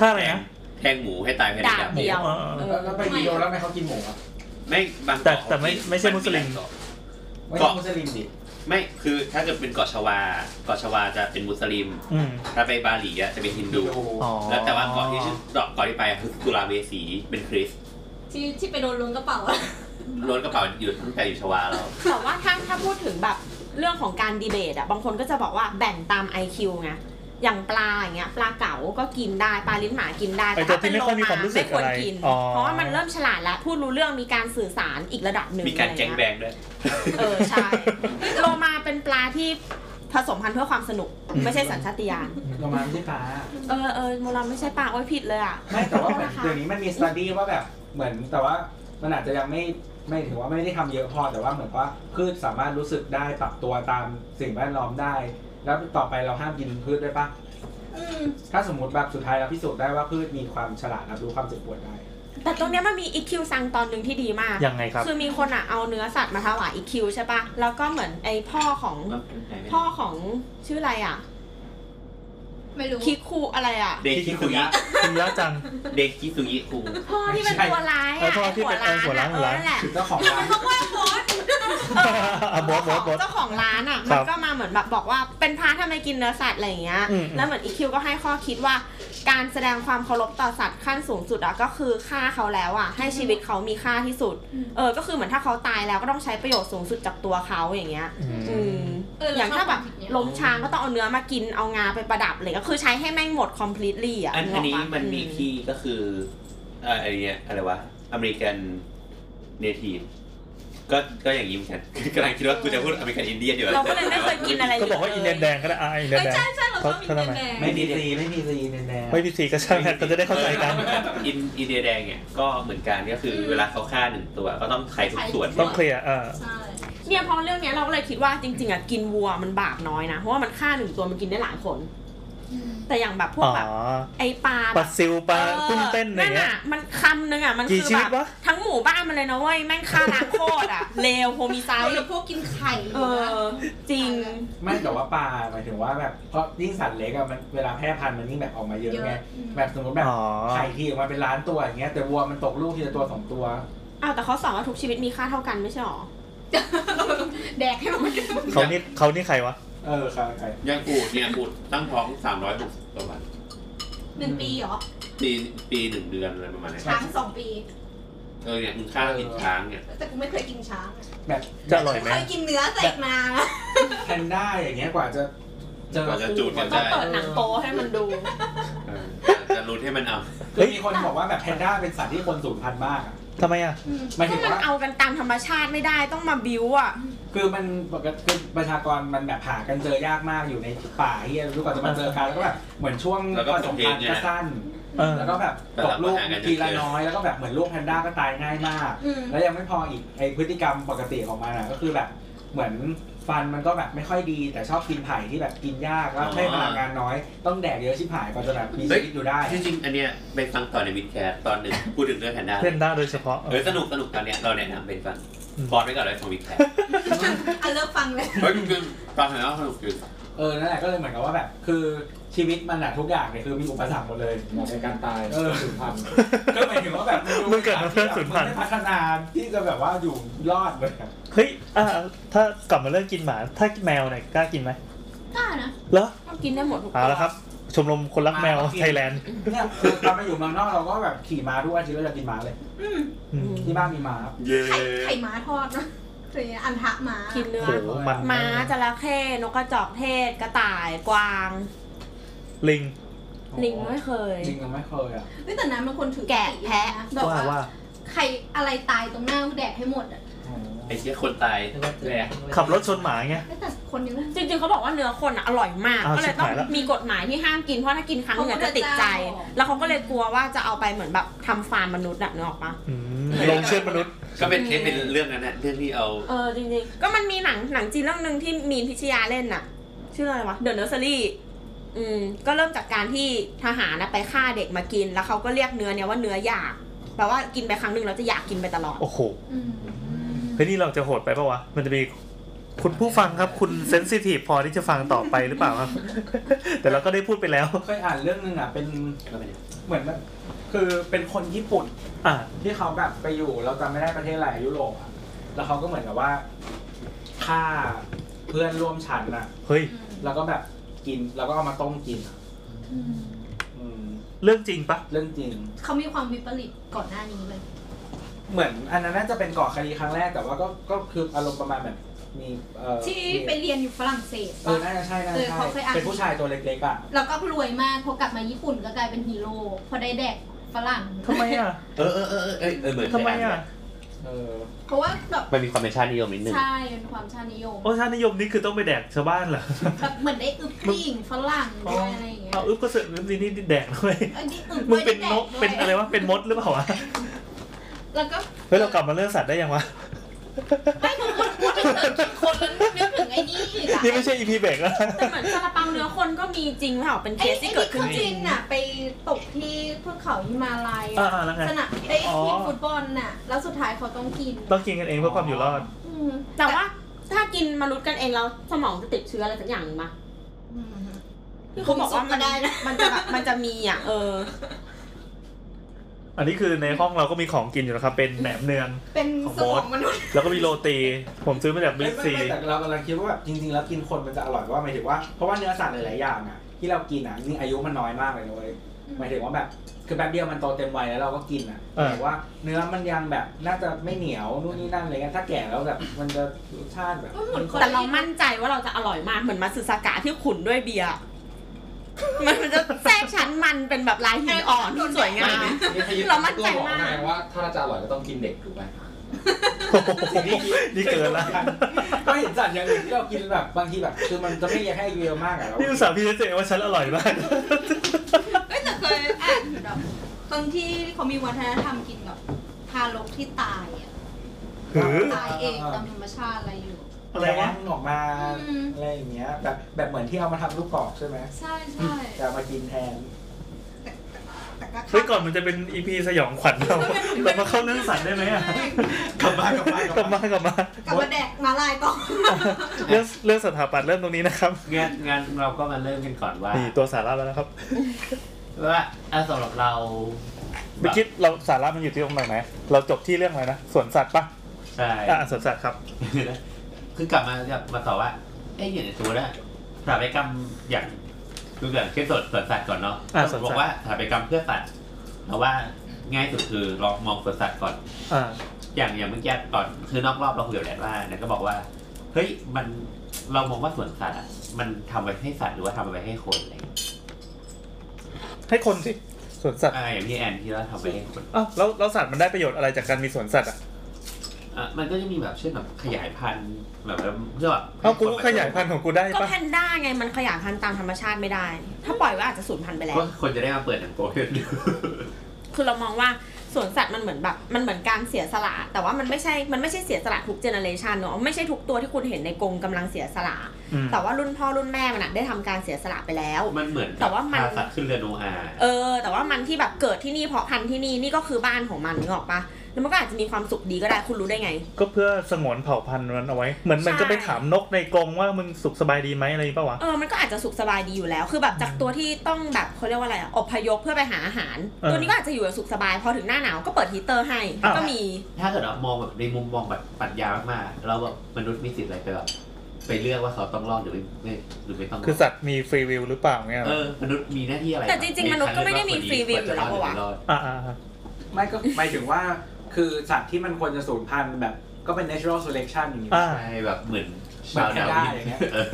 [SPEAKER 3] ค่าอะไรนะ
[SPEAKER 7] แทงหมูให้ตายภายในดา
[SPEAKER 8] ดา
[SPEAKER 7] บบ เดี
[SPEAKER 8] เดี
[SPEAKER 7] ย
[SPEAKER 8] ยว ว
[SPEAKER 3] เออเออ
[SPEAKER 8] เออ
[SPEAKER 6] แล้วไปกินโดแล้วไม่เขากินหมูอ่ะ
[SPEAKER 7] ไม่บาง
[SPEAKER 3] แต่
[SPEAKER 7] เกาะ
[SPEAKER 3] แต่ไม่ไม่ใช่มุสลิ
[SPEAKER 7] น
[SPEAKER 3] ม
[SPEAKER 7] หายเกาะ
[SPEAKER 6] ไม่
[SPEAKER 7] ก็
[SPEAKER 6] ใช่มุสลิมดิ
[SPEAKER 7] ไม่คือถ้าเกิดเป็นเกาะชวาเกาะชวาจะเป็นมุสลิม
[SPEAKER 3] อืม
[SPEAKER 7] ถ้าไปบาหลีอะจะเป็นฮินดู
[SPEAKER 3] อ๋อ
[SPEAKER 7] แล้วแต่ว่าเกาะที่ชื่อเกาะเกาะที่ไปอะคือตุลาเมสีเป็นคริสต์
[SPEAKER 5] ที่ที่ไปโดนล้วงกระเป๋าอะ
[SPEAKER 7] ล้นกระเป๋าอยู่ตั้งแต่อยู่ชวาแล้ว
[SPEAKER 8] แต่ว่าถ้าถ้าพูดถึงแบบเรื่องของการดีเบตอ่ะบางคนก็จะบอกว่าแบ่งตาม IQ ไงอย่างปลาอย่างเงี้ยปลาเก๋าก็กินได้ปลาลิ้นหมากินได้
[SPEAKER 3] ไอตั
[SPEAKER 8] ถ้าว
[SPEAKER 3] ที่ไม่ค่อยมีความรู้สึก
[SPEAKER 8] ไม่ค
[SPEAKER 3] อะ
[SPEAKER 8] วร
[SPEAKER 3] ไร
[SPEAKER 8] กิน
[SPEAKER 3] อ๋อ
[SPEAKER 8] เพราะว่ามันเริ่มฉลาดแล้วพูดรู้เรื่องมีการสื่อสารอีกระดับหนึ่ง
[SPEAKER 7] มีการแจ้งแบ
[SPEAKER 8] อะไเย
[SPEAKER 7] งด้วย
[SPEAKER 8] เออใช่โลมาเป็นปลาที่ผสมพันธุ์เพื่อความสนุกไม่ใช่สัญชาตญาณ
[SPEAKER 6] โรงงานไม่ใช่ปลา
[SPEAKER 8] เออเออโมเราไม่ใช่ปลาโอ้ยผิดเลยอ่ะ
[SPEAKER 6] ไม่แต่ว่าเหมือนเดี๋ยวนี้มันมีสต u d ดี้ว่าแบบเหมือนแต่ว่ามันอาจจะยังไม่ไม่ถือว่าไม่ได้ทำเยอะพอแต่ว่าเหมือนว่าพืชสามารถรู้สึกได้ปรับตัวตามสิ่งแวดล้อมได้ แล้วต่อไปเราห้ามกินพืชด้วยปะ
[SPEAKER 5] อืม
[SPEAKER 6] ถ้าสมมติแบบสุดท้ายเราพิสูจน์ได้ว่าพืชมีความฉลาดรับรู้ความเจ็บปวดได้
[SPEAKER 8] แต่ตรงเนี้ยมันมีอีคิวซังตอนหนึ่งที่ดีมาก
[SPEAKER 3] ยังไงครับ
[SPEAKER 8] คือมีคนอ่ะเอาเนื้อสัตว์มาถวายอีคิวใช่ปะแล้วก็เหมือนไอพ่อของ พ่อของชื่ออะไรอ่ะ
[SPEAKER 5] ไม่รู้
[SPEAKER 8] คิคูอะไรอ่ะ
[SPEAKER 7] เด็กคิสุยิ
[SPEAKER 3] คุณยะจัง
[SPEAKER 7] เด็กคิสุยิคุง
[SPEAKER 8] พ่อที่เป็น
[SPEAKER 6] ไม่ใช่
[SPEAKER 8] ตัวร้าย
[SPEAKER 3] เออ
[SPEAKER 8] อ่ะ
[SPEAKER 3] พ่อที่เป็น
[SPEAKER 8] ไอ้หัวร้าน
[SPEAKER 3] เออหั
[SPEAKER 8] อ่ะ
[SPEAKER 3] วร้าน
[SPEAKER 8] เออนั่นแหละ
[SPEAKER 6] เจ้าของร้าน
[SPEAKER 3] อ่ะบอสบอสบอส
[SPEAKER 8] เจ้าของร้านอ่ะ
[SPEAKER 3] ครั
[SPEAKER 8] มั
[SPEAKER 3] บ
[SPEAKER 8] นก็มาเหมือนแบบบอกว่าเป็นพระทำไมกินเนื้อสัตว์อะไรอย่างเงี้ย
[SPEAKER 3] อืมอืม
[SPEAKER 8] แล้วเหมือนอีคิวก็ให้ข้อคิดว่า การแสดงความเคารพต่อสัตว์ขั้นสูงสุดอ่ะก็คือฆ่าเขาแล้วอ่ะให้ชีวิตเขามีค่าที่สุด
[SPEAKER 5] อืม
[SPEAKER 8] เออก็คือเหมือนถ้าเขาตายแล้วก็ต้องใช้ประโยชน์สูงสุดจากตัวเขาอย่างเงี้ย
[SPEAKER 3] อืม
[SPEAKER 8] อืม
[SPEAKER 5] เออ
[SPEAKER 8] อ
[SPEAKER 5] เรา
[SPEAKER 8] ย่างถ้าแบบ
[SPEAKER 5] ชอบความคิดเนี้ย
[SPEAKER 8] ล้มช้างก็ต้องเอาเนื้อมากินเอางาไปประดับเลยก็คือใช้ให้แม่งหมด completely อ่ะ
[SPEAKER 7] อันอันนี้
[SPEAKER 8] กปะ
[SPEAKER 7] มันมี
[SPEAKER 8] อื
[SPEAKER 7] ที่ก็คือเอ่ออะไรเนี่ยอะไรวะ อเมริกันเนทีฟก็ก็อย่างนี้เหมือน *laughs* กันคือกำลังคิดว่ากูจะพูดอเมริกันอินเดียนอยู่
[SPEAKER 8] เราก็เลยไม่เคยกินอะไร
[SPEAKER 3] ก็บอกว่าอินเดียนแดงก็ได้อ่ะอินเดียนแดง
[SPEAKER 5] ใช่ใช่เราชอบมีเงินแดง
[SPEAKER 6] ไม่มีซีไม่มีซีแน่ๆ
[SPEAKER 3] ไม่พิธีก็ช่างนะก็จะได้เข้าใจกัน
[SPEAKER 7] อินอินเดียแดงเนี่ยก็เหมือนกันก็คือเวลาเขาฆ่าหนึ่งตัว ก็ต้องไขทุกส่วน
[SPEAKER 3] ต้องเคลียร์เออ
[SPEAKER 5] ใช่
[SPEAKER 8] เนี่ยพอเรื่องเนี้ยเราก็เลยคิดว่าจริงๆอ่ะกินวัวมันบาปน้อยนะ เพราะว่ามันฆ่าหนึ่งตัวมันกินได้หลายคน แต่อย่างแบบพว
[SPEAKER 3] อ๋
[SPEAKER 8] ก
[SPEAKER 3] อ
[SPEAKER 8] แบบไอปลา
[SPEAKER 3] ปลาซิวปลา
[SPEAKER 8] ออ
[SPEAKER 3] ตุ้งเต้นอะไร
[SPEAKER 8] นั่น
[SPEAKER 3] เงี้ย
[SPEAKER 8] อ่ะมันคำนึงอ่ะมัน
[SPEAKER 3] กี่
[SPEAKER 8] คือ
[SPEAKER 3] ชีวิ
[SPEAKER 8] แบ
[SPEAKER 3] ต
[SPEAKER 8] บ
[SPEAKER 3] วะ
[SPEAKER 8] ทั้งหมู่บ้านมันเลยนะเว้ยแม่งฆ่าล้างโคตรอ่ะ เลวโฮมิไซ
[SPEAKER 5] เอา
[SPEAKER 8] ด์
[SPEAKER 5] หรือพวกกินไข่
[SPEAKER 8] เออ จริง
[SPEAKER 6] ไม่แต่ว่าปลาหมายถึงว่าแบบเพราะยิ่งสัตว์เล็กอะมันเวลาแพร่พันธุ์มันยิ่งแบบออกมาเยอะ
[SPEAKER 5] เยอะ
[SPEAKER 6] ไง
[SPEAKER 5] อืม
[SPEAKER 6] แบบสมมติแบบ
[SPEAKER 3] อ๋อ
[SPEAKER 6] ไข่ที่ออกมาเป็นล้านตัวอย่างเงี้ยแต่วัวมันตกลูกทีละตัวสองตัว
[SPEAKER 8] อ้าวแต่เขาสอนว่าทุกชีวิตมีค่าเท่ากันไม่ใช่หรอ
[SPEAKER 5] แดกให้หมด
[SPEAKER 3] เขานี่เขานี่ใครวะ
[SPEAKER 6] เออครับไข่
[SPEAKER 7] ย่างกูดเนี่ยกูดตั้งท้องสามร้อยหกสิบกว่าวัน
[SPEAKER 5] หนึ่งปีเหรอ
[SPEAKER 7] ปีปีหนึ่งเดือนอะไรประมาณเนี้ย
[SPEAKER 5] ช้างสองปี
[SPEAKER 7] เออเนี่ยมึงฆ่ากินช้างเนี่ย
[SPEAKER 5] แต่กูไม่เคยกินช้างอะ
[SPEAKER 6] แบบ
[SPEAKER 3] จะอร่อยไหม
[SPEAKER 5] เคยกินเนื้อเสกนานะ
[SPEAKER 6] แพนด้าอย่างเงี้ยกว่าจะ
[SPEAKER 7] กว่าจะจูดกันได้
[SPEAKER 8] ต้องเปิดหนังโป๊ให้มันดู
[SPEAKER 7] เออจะรุนให้มันเอา
[SPEAKER 6] คือ คือมีคนบอกว่าแบบแพนด้าเป็นสัตว์ที่คนสูญพันธุ์มากอะ
[SPEAKER 3] ทำไมอ่ะ
[SPEAKER 6] หมาย
[SPEAKER 8] ก็
[SPEAKER 6] ถึง
[SPEAKER 8] มัน
[SPEAKER 6] ว่า
[SPEAKER 8] เอากันตามธรรมชาติไม่ได้ต้องมาบิวอ่ะ
[SPEAKER 6] คือมันปกติคือประชากรมันแบบหากันเจอยากมากอยู่ในป่าเฮียรู้ก่อนจะมาเจอกันแล้วก็แบบเหมือนช่วง
[SPEAKER 7] แล้วก็
[SPEAKER 6] ผสมพันธุ์ก็สั้น
[SPEAKER 3] เออ
[SPEAKER 6] แล้วก็แบบตกลูก
[SPEAKER 7] แต่ละปัญหากัน
[SPEAKER 6] ทีละน้อยแล้วก็แบบเหมือนลูกแพนด้าก็ตายง่ายมาก
[SPEAKER 5] อืม
[SPEAKER 6] แล้วยังไม่พออีกไอพฤติกรรมปกติของมันอ่ะก็คือแบบเหมือนฟันมันก็แบบไม่ค่อยดี แต่ชอบกินไผ่ที่แบบกินยากแล้วให้พลังงานน้อย ต้องแดกเยอะชิบหายกว่าจะแบบมีชีวิตอยู่ได้
[SPEAKER 7] ที่จริงอันเนี้ยไปฟังต่อในมิดแคสตอนหนึ่งพูดถึงเรื่องแพนด้า
[SPEAKER 3] เล่นได้โดยเฉพาะ
[SPEAKER 7] เออสนุกสนุกตอนเนี้ยเราแนะนำเป็นฟัง
[SPEAKER 3] อืม
[SPEAKER 7] บอลไว้ก่อนเลยฟังมิดแคส
[SPEAKER 5] อันเลิกฟังเลย
[SPEAKER 7] เฮ้ยจริงๆตอนแพนด้าสนุกจริง
[SPEAKER 6] เออนั่นแหละก็เลยเหมือนกับว่าแบบ คือชีวิตมันอะทุกอย่างเนี่ยคือมีอุปสรรคหมดเลย
[SPEAKER 1] หมดในการตาย
[SPEAKER 6] เออ
[SPEAKER 1] สูญพันธุ์
[SPEAKER 6] ก็หมายถึงว่าแบบ
[SPEAKER 3] มึงเกิดมาเพื่อสูญพันธุ์
[SPEAKER 6] มัไม่พัฒนาที่จะแบบว่าอยู่รอดเลยอะ
[SPEAKER 3] เฮ้ยอ่ะถ้ากลับมาเรื่องกินหมา ถ้าแมวเนี่ยกล้ากินไหม
[SPEAKER 5] กล้านะ
[SPEAKER 3] เหรอ
[SPEAKER 8] ต้องกินได้หมดทุก
[SPEAKER 3] เอา
[SPEAKER 8] ตัว
[SPEAKER 3] ละครับ ชมรมคนรักแมวไทยแลนด์
[SPEAKER 6] เนี่ยคือตอนไปอยู่เมืองนอกเราก็แบบขี่ม้าทุกอาทิตย์เราจะกินม้าเลย
[SPEAKER 5] อืม
[SPEAKER 3] อืม
[SPEAKER 6] ที่บ้านมีม้าครับ
[SPEAKER 7] เย้
[SPEAKER 5] ไข่ไข่หม้าทอดนะตัวเนี้ยอันทะหม้า
[SPEAKER 8] กินเนื้อ
[SPEAKER 3] โหมัน
[SPEAKER 8] ม้าจระเข้นกกระจอกเทศกระต่ายกวาง
[SPEAKER 3] ลิง
[SPEAKER 8] ลิงไม่เคย
[SPEAKER 6] จริงยังไม่เคยอ่ะ
[SPEAKER 5] เฮ้ยแต่นั้นมันคนถือ
[SPEAKER 8] แกะแพะ
[SPEAKER 5] แบบ
[SPEAKER 3] ว่า
[SPEAKER 5] ว่า
[SPEAKER 3] ว่า
[SPEAKER 5] ใครอะไรตายตรงหน้ากูแดกให้หมดอ่ะ
[SPEAKER 7] ไอ้เชี่ยคนตายแหละ
[SPEAKER 3] ขับรถชนหมาเงี้ย
[SPEAKER 5] เฮ้ยแต่คนนี้นะ
[SPEAKER 8] จริงๆเขาบอกว่าเนื้อคนอะอร่อยมาก
[SPEAKER 3] อ้าว
[SPEAKER 8] ก็เลย
[SPEAKER 3] ชิบ
[SPEAKER 8] ต้อง
[SPEAKER 3] หายละ
[SPEAKER 8] มีกฎหมายที่ห้ามกินเพราะถ้ากินครั้งหนึงอะ
[SPEAKER 5] เขาก็
[SPEAKER 8] จะติดใจ
[SPEAKER 5] จะเอาออก
[SPEAKER 8] แล้วเขาก็เลยกลัวว่าจะเอาไปเหมือนแบบทำฟาร์มมนุษย์อะนึกออกปะ
[SPEAKER 3] อืมลงเชื่อดมนุษย์
[SPEAKER 7] ก็เป็นเคสเป็นเรื่องนั้นน่ะเรื่องที่เอา
[SPEAKER 8] เออจริงๆ ก็มันมีหนังหนังจีนเรื่องหนึ่งที่มีนพิชยาเล่นน่ะ ชื่ออะไรวะ The Nursery อืมก็เริ่มจากการที่ทหารนะไปฆ่าเด็กมากิน แล้วเขาก็เรียกเนื้อเนี่ยว่าเนื้ออยากแปลว่ากินไปครั้งหนึ่งเราจะอยากกินไปตลอด
[SPEAKER 3] โอ้โห
[SPEAKER 5] อืม
[SPEAKER 3] เฮ้ยนี่เราจะโหดไปปะวะ มันจะมีคุณผู้ฟังครับ คุณเซนซิทีฟพอที่จะฟังต่อไปหรือเปล่าครับ แต่เราก็ได้พูดไปแล้ว
[SPEAKER 6] เคยอ่านเรื่องหนึงอ่ะ เป็น
[SPEAKER 7] ก็เป็นอย่าง
[SPEAKER 6] เหมือนแบบคือเป็นคนญี่ปุ่น
[SPEAKER 3] อ่ะ
[SPEAKER 6] ที่เขาแบบไปอยู่เราจำไม่ได้ประเทศอะไรยุโรปอะแล้วเขาก็เหมือนกับว่าฆ่าเพื่อนร่วมชั้นอ่ะ
[SPEAKER 3] เฮ้ย
[SPEAKER 6] แล้วก็แบบกินแล้วก็เอามาต้มกินอะ
[SPEAKER 5] อืม
[SPEAKER 6] อืม
[SPEAKER 3] เรื่องจริงปะ
[SPEAKER 6] เรื่องจริง
[SPEAKER 5] เขามีความวิปริตก่อนหน้านี้เลย
[SPEAKER 6] เหมือนอันนั้นน่าจะเป็นก่อคดีครั้งแรกแต่ว่าก็ก็คืออารมณ์ประมาณแบบมีเอ่อ
[SPEAKER 5] ที่
[SPEAKER 6] มี
[SPEAKER 5] ไปเรียนอยู่ฝรั่งเศส
[SPEAKER 6] เออ
[SPEAKER 5] ปะ
[SPEAKER 6] น่าจะใช่น่า
[SPEAKER 5] เอ
[SPEAKER 6] จะ
[SPEAKER 5] อ
[SPEAKER 6] ใช่
[SPEAKER 5] เขาเคยอ่าน
[SPEAKER 6] เป็นผู้ชายตัวเล็กๆอ่ะ
[SPEAKER 5] แล้วก็รวยมากพอกลับมาญี่ปุ่นก็กลายเป็นฮีโร่พอได้แดกฝรั่ง
[SPEAKER 3] ทำไมอ่ะ
[SPEAKER 7] เออเออเออเออเออเหมือน
[SPEAKER 3] ทำไมอ่ะ
[SPEAKER 6] เออ
[SPEAKER 5] เพราะว่าแบบ
[SPEAKER 7] มันมีความเป็นชาตินิยมนิดนึง
[SPEAKER 5] ใช่เป็นความชาตินิยม
[SPEAKER 3] โอ้ชาตินิยมนี่คือต้องไปแดกชาวบ้านเหรอ
[SPEAKER 5] แบบเหมือนได้อึบกลิ่งฝรั่งด้วยอะไรอย่างเงี้ย
[SPEAKER 3] เอาอึ๊บก็เสือกอึ๊บนี่นี่แดกด้วย
[SPEAKER 5] อันนี้อึบ
[SPEAKER 3] มึง
[SPEAKER 5] ด้วย
[SPEAKER 3] เป็น
[SPEAKER 5] ได้
[SPEAKER 3] นก
[SPEAKER 5] แดด้วย
[SPEAKER 3] เป็นอะไรวะ เป็นมดหรือเปล่าวะ
[SPEAKER 5] แล้วก็
[SPEAKER 3] เฮ้ยเรากลับมาเรื่องสัตว์ได้ยังวะ
[SPEAKER 5] ไม่หนูพูดพูดถึงเรื่องกินคนแล้วนึกถึงไอ้นี่อีกอะ
[SPEAKER 3] นี่ไม่ใช่อีพีเบรกแล้ว
[SPEAKER 8] แต่เหมือนซาลาเปาเนื้อคนก็มีจริงเปล่าเป็นเค
[SPEAKER 5] ไอ้
[SPEAKER 8] ส
[SPEAKER 5] ไอ้
[SPEAKER 8] ที่
[SPEAKER 5] ที่
[SPEAKER 8] เกิดขึ้น
[SPEAKER 5] เขา
[SPEAKER 8] จ
[SPEAKER 5] จ
[SPEAKER 8] ริ
[SPEAKER 5] ริ
[SPEAKER 8] ง
[SPEAKER 5] งน่ะ ไปตกที่เทือกเขาฮิมาลัย
[SPEAKER 3] อ่าๆแล้วไง
[SPEAKER 5] สนามไอ้
[SPEAKER 3] อ๋อ
[SPEAKER 5] ทีมฟุตบอลน่ะ แล้วสุดท้ายเขาต้องกิน
[SPEAKER 3] ต้องกินกันเองเพื่อความอยู่รอด
[SPEAKER 5] อืม
[SPEAKER 8] แต่ว่าถ้ากินมนุษย์กันเองแล้วสมองจะติดเชื้ออะไรสักอย่างหนึ่งปะ
[SPEAKER 5] อืม
[SPEAKER 8] ที่เขาบอกว่ามัน
[SPEAKER 5] ผมสู้ก็ได้นะ
[SPEAKER 8] มันจะแบบมันจะมีอ่ะ เออ
[SPEAKER 3] อันนี้คือในห้องเราก็มีของกินอยู่นะครับ เป็นแหนมเนือง
[SPEAKER 5] เป็น
[SPEAKER 3] ของ
[SPEAKER 5] ส
[SPEAKER 3] โบ๊
[SPEAKER 5] มอ
[SPEAKER 3] ท
[SPEAKER 5] งมนุษย์
[SPEAKER 3] แล้วก็มีโรตี ผมซื้อมาจากบิ๊
[SPEAKER 6] ไม่
[SPEAKER 3] ก
[SPEAKER 6] ไม่
[SPEAKER 3] ซี
[SPEAKER 6] ไม่แต่เรากำลังคิดว่าแบบจริงๆแล้วกินคนมันจะอร่อยเพราะว่าหมายถึงว่าเพราะว่าเนื้อสัตว์หลายๆอย่างอ่ะที่เรากินอ่ะนี่อายุมันน้อยมากเลยนะเว้ยหมายถึงว่าแบบคือแป๊บเดียวมันโตเต็มวัยแล้วเราก็กินอ่ะห
[SPEAKER 3] เออ
[SPEAKER 6] มายถึงว่าเนื้อมันยังแบบน่าจะไม่เหนียวนู่นนี่นั่นอะไรเงี้ยถ้าแก่แล้วแบบมันจะรสชาติแบบ
[SPEAKER 5] ก็เหมือนคน
[SPEAKER 8] แต่เรามั่นใจว่าเราจะอร่อยมากเหมือนมาสึสากะที่ขุนด้วยเบียร์มันมันจะแทรกชั้นมันเป็นแบบลายหินอ่อนที่สวยงาม เรามั่นใจมาก
[SPEAKER 1] แสดงว่าถ้าจะอร่อยก็ต้องกินเด็กถูกไหม
[SPEAKER 3] โอ้โห *laughs* นี่เกินละ
[SPEAKER 6] ก็เห็นสัตว์อย่างอื่นที่เรากินแบบบางทีแบบคือมันจะไม่อยากให้อายุเยอะมากอะเรา
[SPEAKER 3] นี่อุตส่าห์พิเศษว่าฉันอร่อยมาก
[SPEAKER 5] เอ้ยแต่เคยอ่านอยู่แบบบางที่เขามีวัฒนธรรมกินกับทารกที่ตายอะ
[SPEAKER 3] หือ
[SPEAKER 5] ตายเองตามธรรมชาติอะไรอยู่
[SPEAKER 3] อะไรวะ
[SPEAKER 6] แงออกมา
[SPEAKER 5] อืม
[SPEAKER 6] อะไรอย่างเงี้ยแบบแบบเหมือนที่เอามาทำลูกกรอกใช่ไหม
[SPEAKER 5] ใช่ใช่
[SPEAKER 6] แต่เอามากินแทน
[SPEAKER 5] แต่ก็
[SPEAKER 3] เฮ้ยก่อนมันจะเป็นอีพีสยองข *laughs* วัญเราเรามาเข้าเรื่องสัตว์ได้ไหมอะ
[SPEAKER 6] กลับมากลับมาก
[SPEAKER 3] ลับมากลับมา
[SPEAKER 5] กลับมาแดกมาลายต่อ
[SPEAKER 3] เรื่องเรื่องสถาปัตย์เริ่มตรงนี้นะครับ
[SPEAKER 7] งานงานเราก็มาเริ่มกันก่อนว่า
[SPEAKER 3] นี่ตัวสาระแล้วนะครับ
[SPEAKER 7] ว่าอ่ะสำหรับเรา
[SPEAKER 3] เมื่อกี้เราสาระมันอยู่ที่ตรงไหนไหมเราจบที่เรื่องอะไรนะสวนสัตว์ปะ
[SPEAKER 7] ใช่
[SPEAKER 3] อ่ะสวนสัตว์ครับ
[SPEAKER 7] คือกลับมาจะมาต่อว่าเอ้ยอย่างสมมติว่าสถาปัตยกรรมอย่างดูอย่างเช่นสวนสวนสัตว์ก่อนเนาะ
[SPEAKER 3] อ่ะสวนสัตว์
[SPEAKER 7] บอกว่าสถาปัตยกรรมเพื่อสัตว์เราว่าง่ายสุดคือลองมองสวนสัตว์ก่อน
[SPEAKER 3] อ่า
[SPEAKER 7] อย่างอย่างเมื่อกี้ก่อนคือนอกรอบเราคุยกับแดดว่าแดดก็บอกว่าเฮ้ยมันเรามองว่าสวนสัตว์อะมันทำไว้ให้สัตว์หรือว่าทำไว้ให้คนอะไรอย่างเงี้ย
[SPEAKER 3] ให้คนสิ สวนสัตว์
[SPEAKER 9] อ่าอย่างที่แอนที่เราทำไปให้คน
[SPEAKER 3] อ้าวแล้วแล้วสัตว์มันได้ประโยชน์อะไรจากการมีสวนสัตว์อ่ะ
[SPEAKER 9] อ่ะมันก็จะมีแบบเช่นแบบขยายพันธุ์แบบแบบเช่แบบ
[SPEAKER 3] เอ้ากูก็ขยายพันธุ์ของกูได้
[SPEAKER 8] ก็
[SPEAKER 3] ปะ
[SPEAKER 8] แพนด้าไงมันขยายพันธุ์ตามธรรมชาติไม่ได้ ถ้าปล่อยไว้อาจจะสูญพันธุ์ไปแล้ว
[SPEAKER 9] ก็คนจะได้มาเปิดหนังโป๊กันดู *laughs*
[SPEAKER 8] คือเรามองว่าสวนสัตว์มันเหมือนแบบมันเหมือนการเสียสละ แต่ว่ามันไม่ใช่มันไม่ใช่เสียสละทุกเจเนอเรชันเนาะไม่ใช่ทุกตัวที่คุณเห็นในกรงกำลังเสียสละ
[SPEAKER 3] อืม
[SPEAKER 8] แต่ว่ารุ่นพ่อรุ่นแม่มันอะได้ทำการเสียสละไปแล้ว
[SPEAKER 9] มันเหมือนกับ
[SPEAKER 8] แต่ว่ามัน
[SPEAKER 9] พสัตว์ขึ้นเรือโนอาห์
[SPEAKER 8] เออ แต่ว่ามันที่แบบเกิดที่นี่เพาะพันธุ์ที่นี่นี่ก็คือบ้านของมันนึกออกปะแล้วมันก็อาจจะมีความสุขดีก็ได้คุณรู้ได้ไง
[SPEAKER 3] ก็เพื่อสงวนเผ่าพันธุ์มันเอาไว้ เหมือนมัน
[SPEAKER 8] ใช่
[SPEAKER 3] ก็ไปถามนกในกรงว่ามึงสุขสบายดีไหมอะไรปะวะ
[SPEAKER 8] เออมันก็อาจจะสุขสบายดีอยู่แล้ว คือแบบจากตัวที่ต้องแบบเขาเรียกว่าอะไรอะอพยพเพื่อไปหาอาหาร
[SPEAKER 3] เออ
[SPEAKER 8] ตัวนี้ก็อาจจะอยู่แบบสุขสบายพอถึงหน้าหนาวก็เปิดฮีตเตอร์ให้
[SPEAKER 3] อ้าว
[SPEAKER 8] ก็มี
[SPEAKER 9] ถ้าเกิดเรามองแบบในมุมมองแบบปรัชญามากๆเราแบบมนุษย์มีสิทธิ์อะไรไปแบบไปเลือกว่าเขาต้องรอดหรือไม่หรือไม่ต้องรด
[SPEAKER 3] คือสัตว์มีฟรีวิลหรือเปล่าเนี่ย
[SPEAKER 9] เออมนุษย์มีหน้าที่อะไร
[SPEAKER 8] แต่จริงๆมนุษย์ก็ไม่ได้มีฟรีวิวอยู่แล้วปะวะ
[SPEAKER 3] อ่าๆ
[SPEAKER 10] ไม่ก็หมายถึงว่าคือสัตว์ที่มันควรจะสูญพันธุ์แบบก็เป็น natural selection อย่างนี้
[SPEAKER 3] ๆอ่า
[SPEAKER 9] ใช่แบบเหมือนชาวดาว
[SPEAKER 10] แบบแพนด้าอย่างเงี้ย
[SPEAKER 9] เออ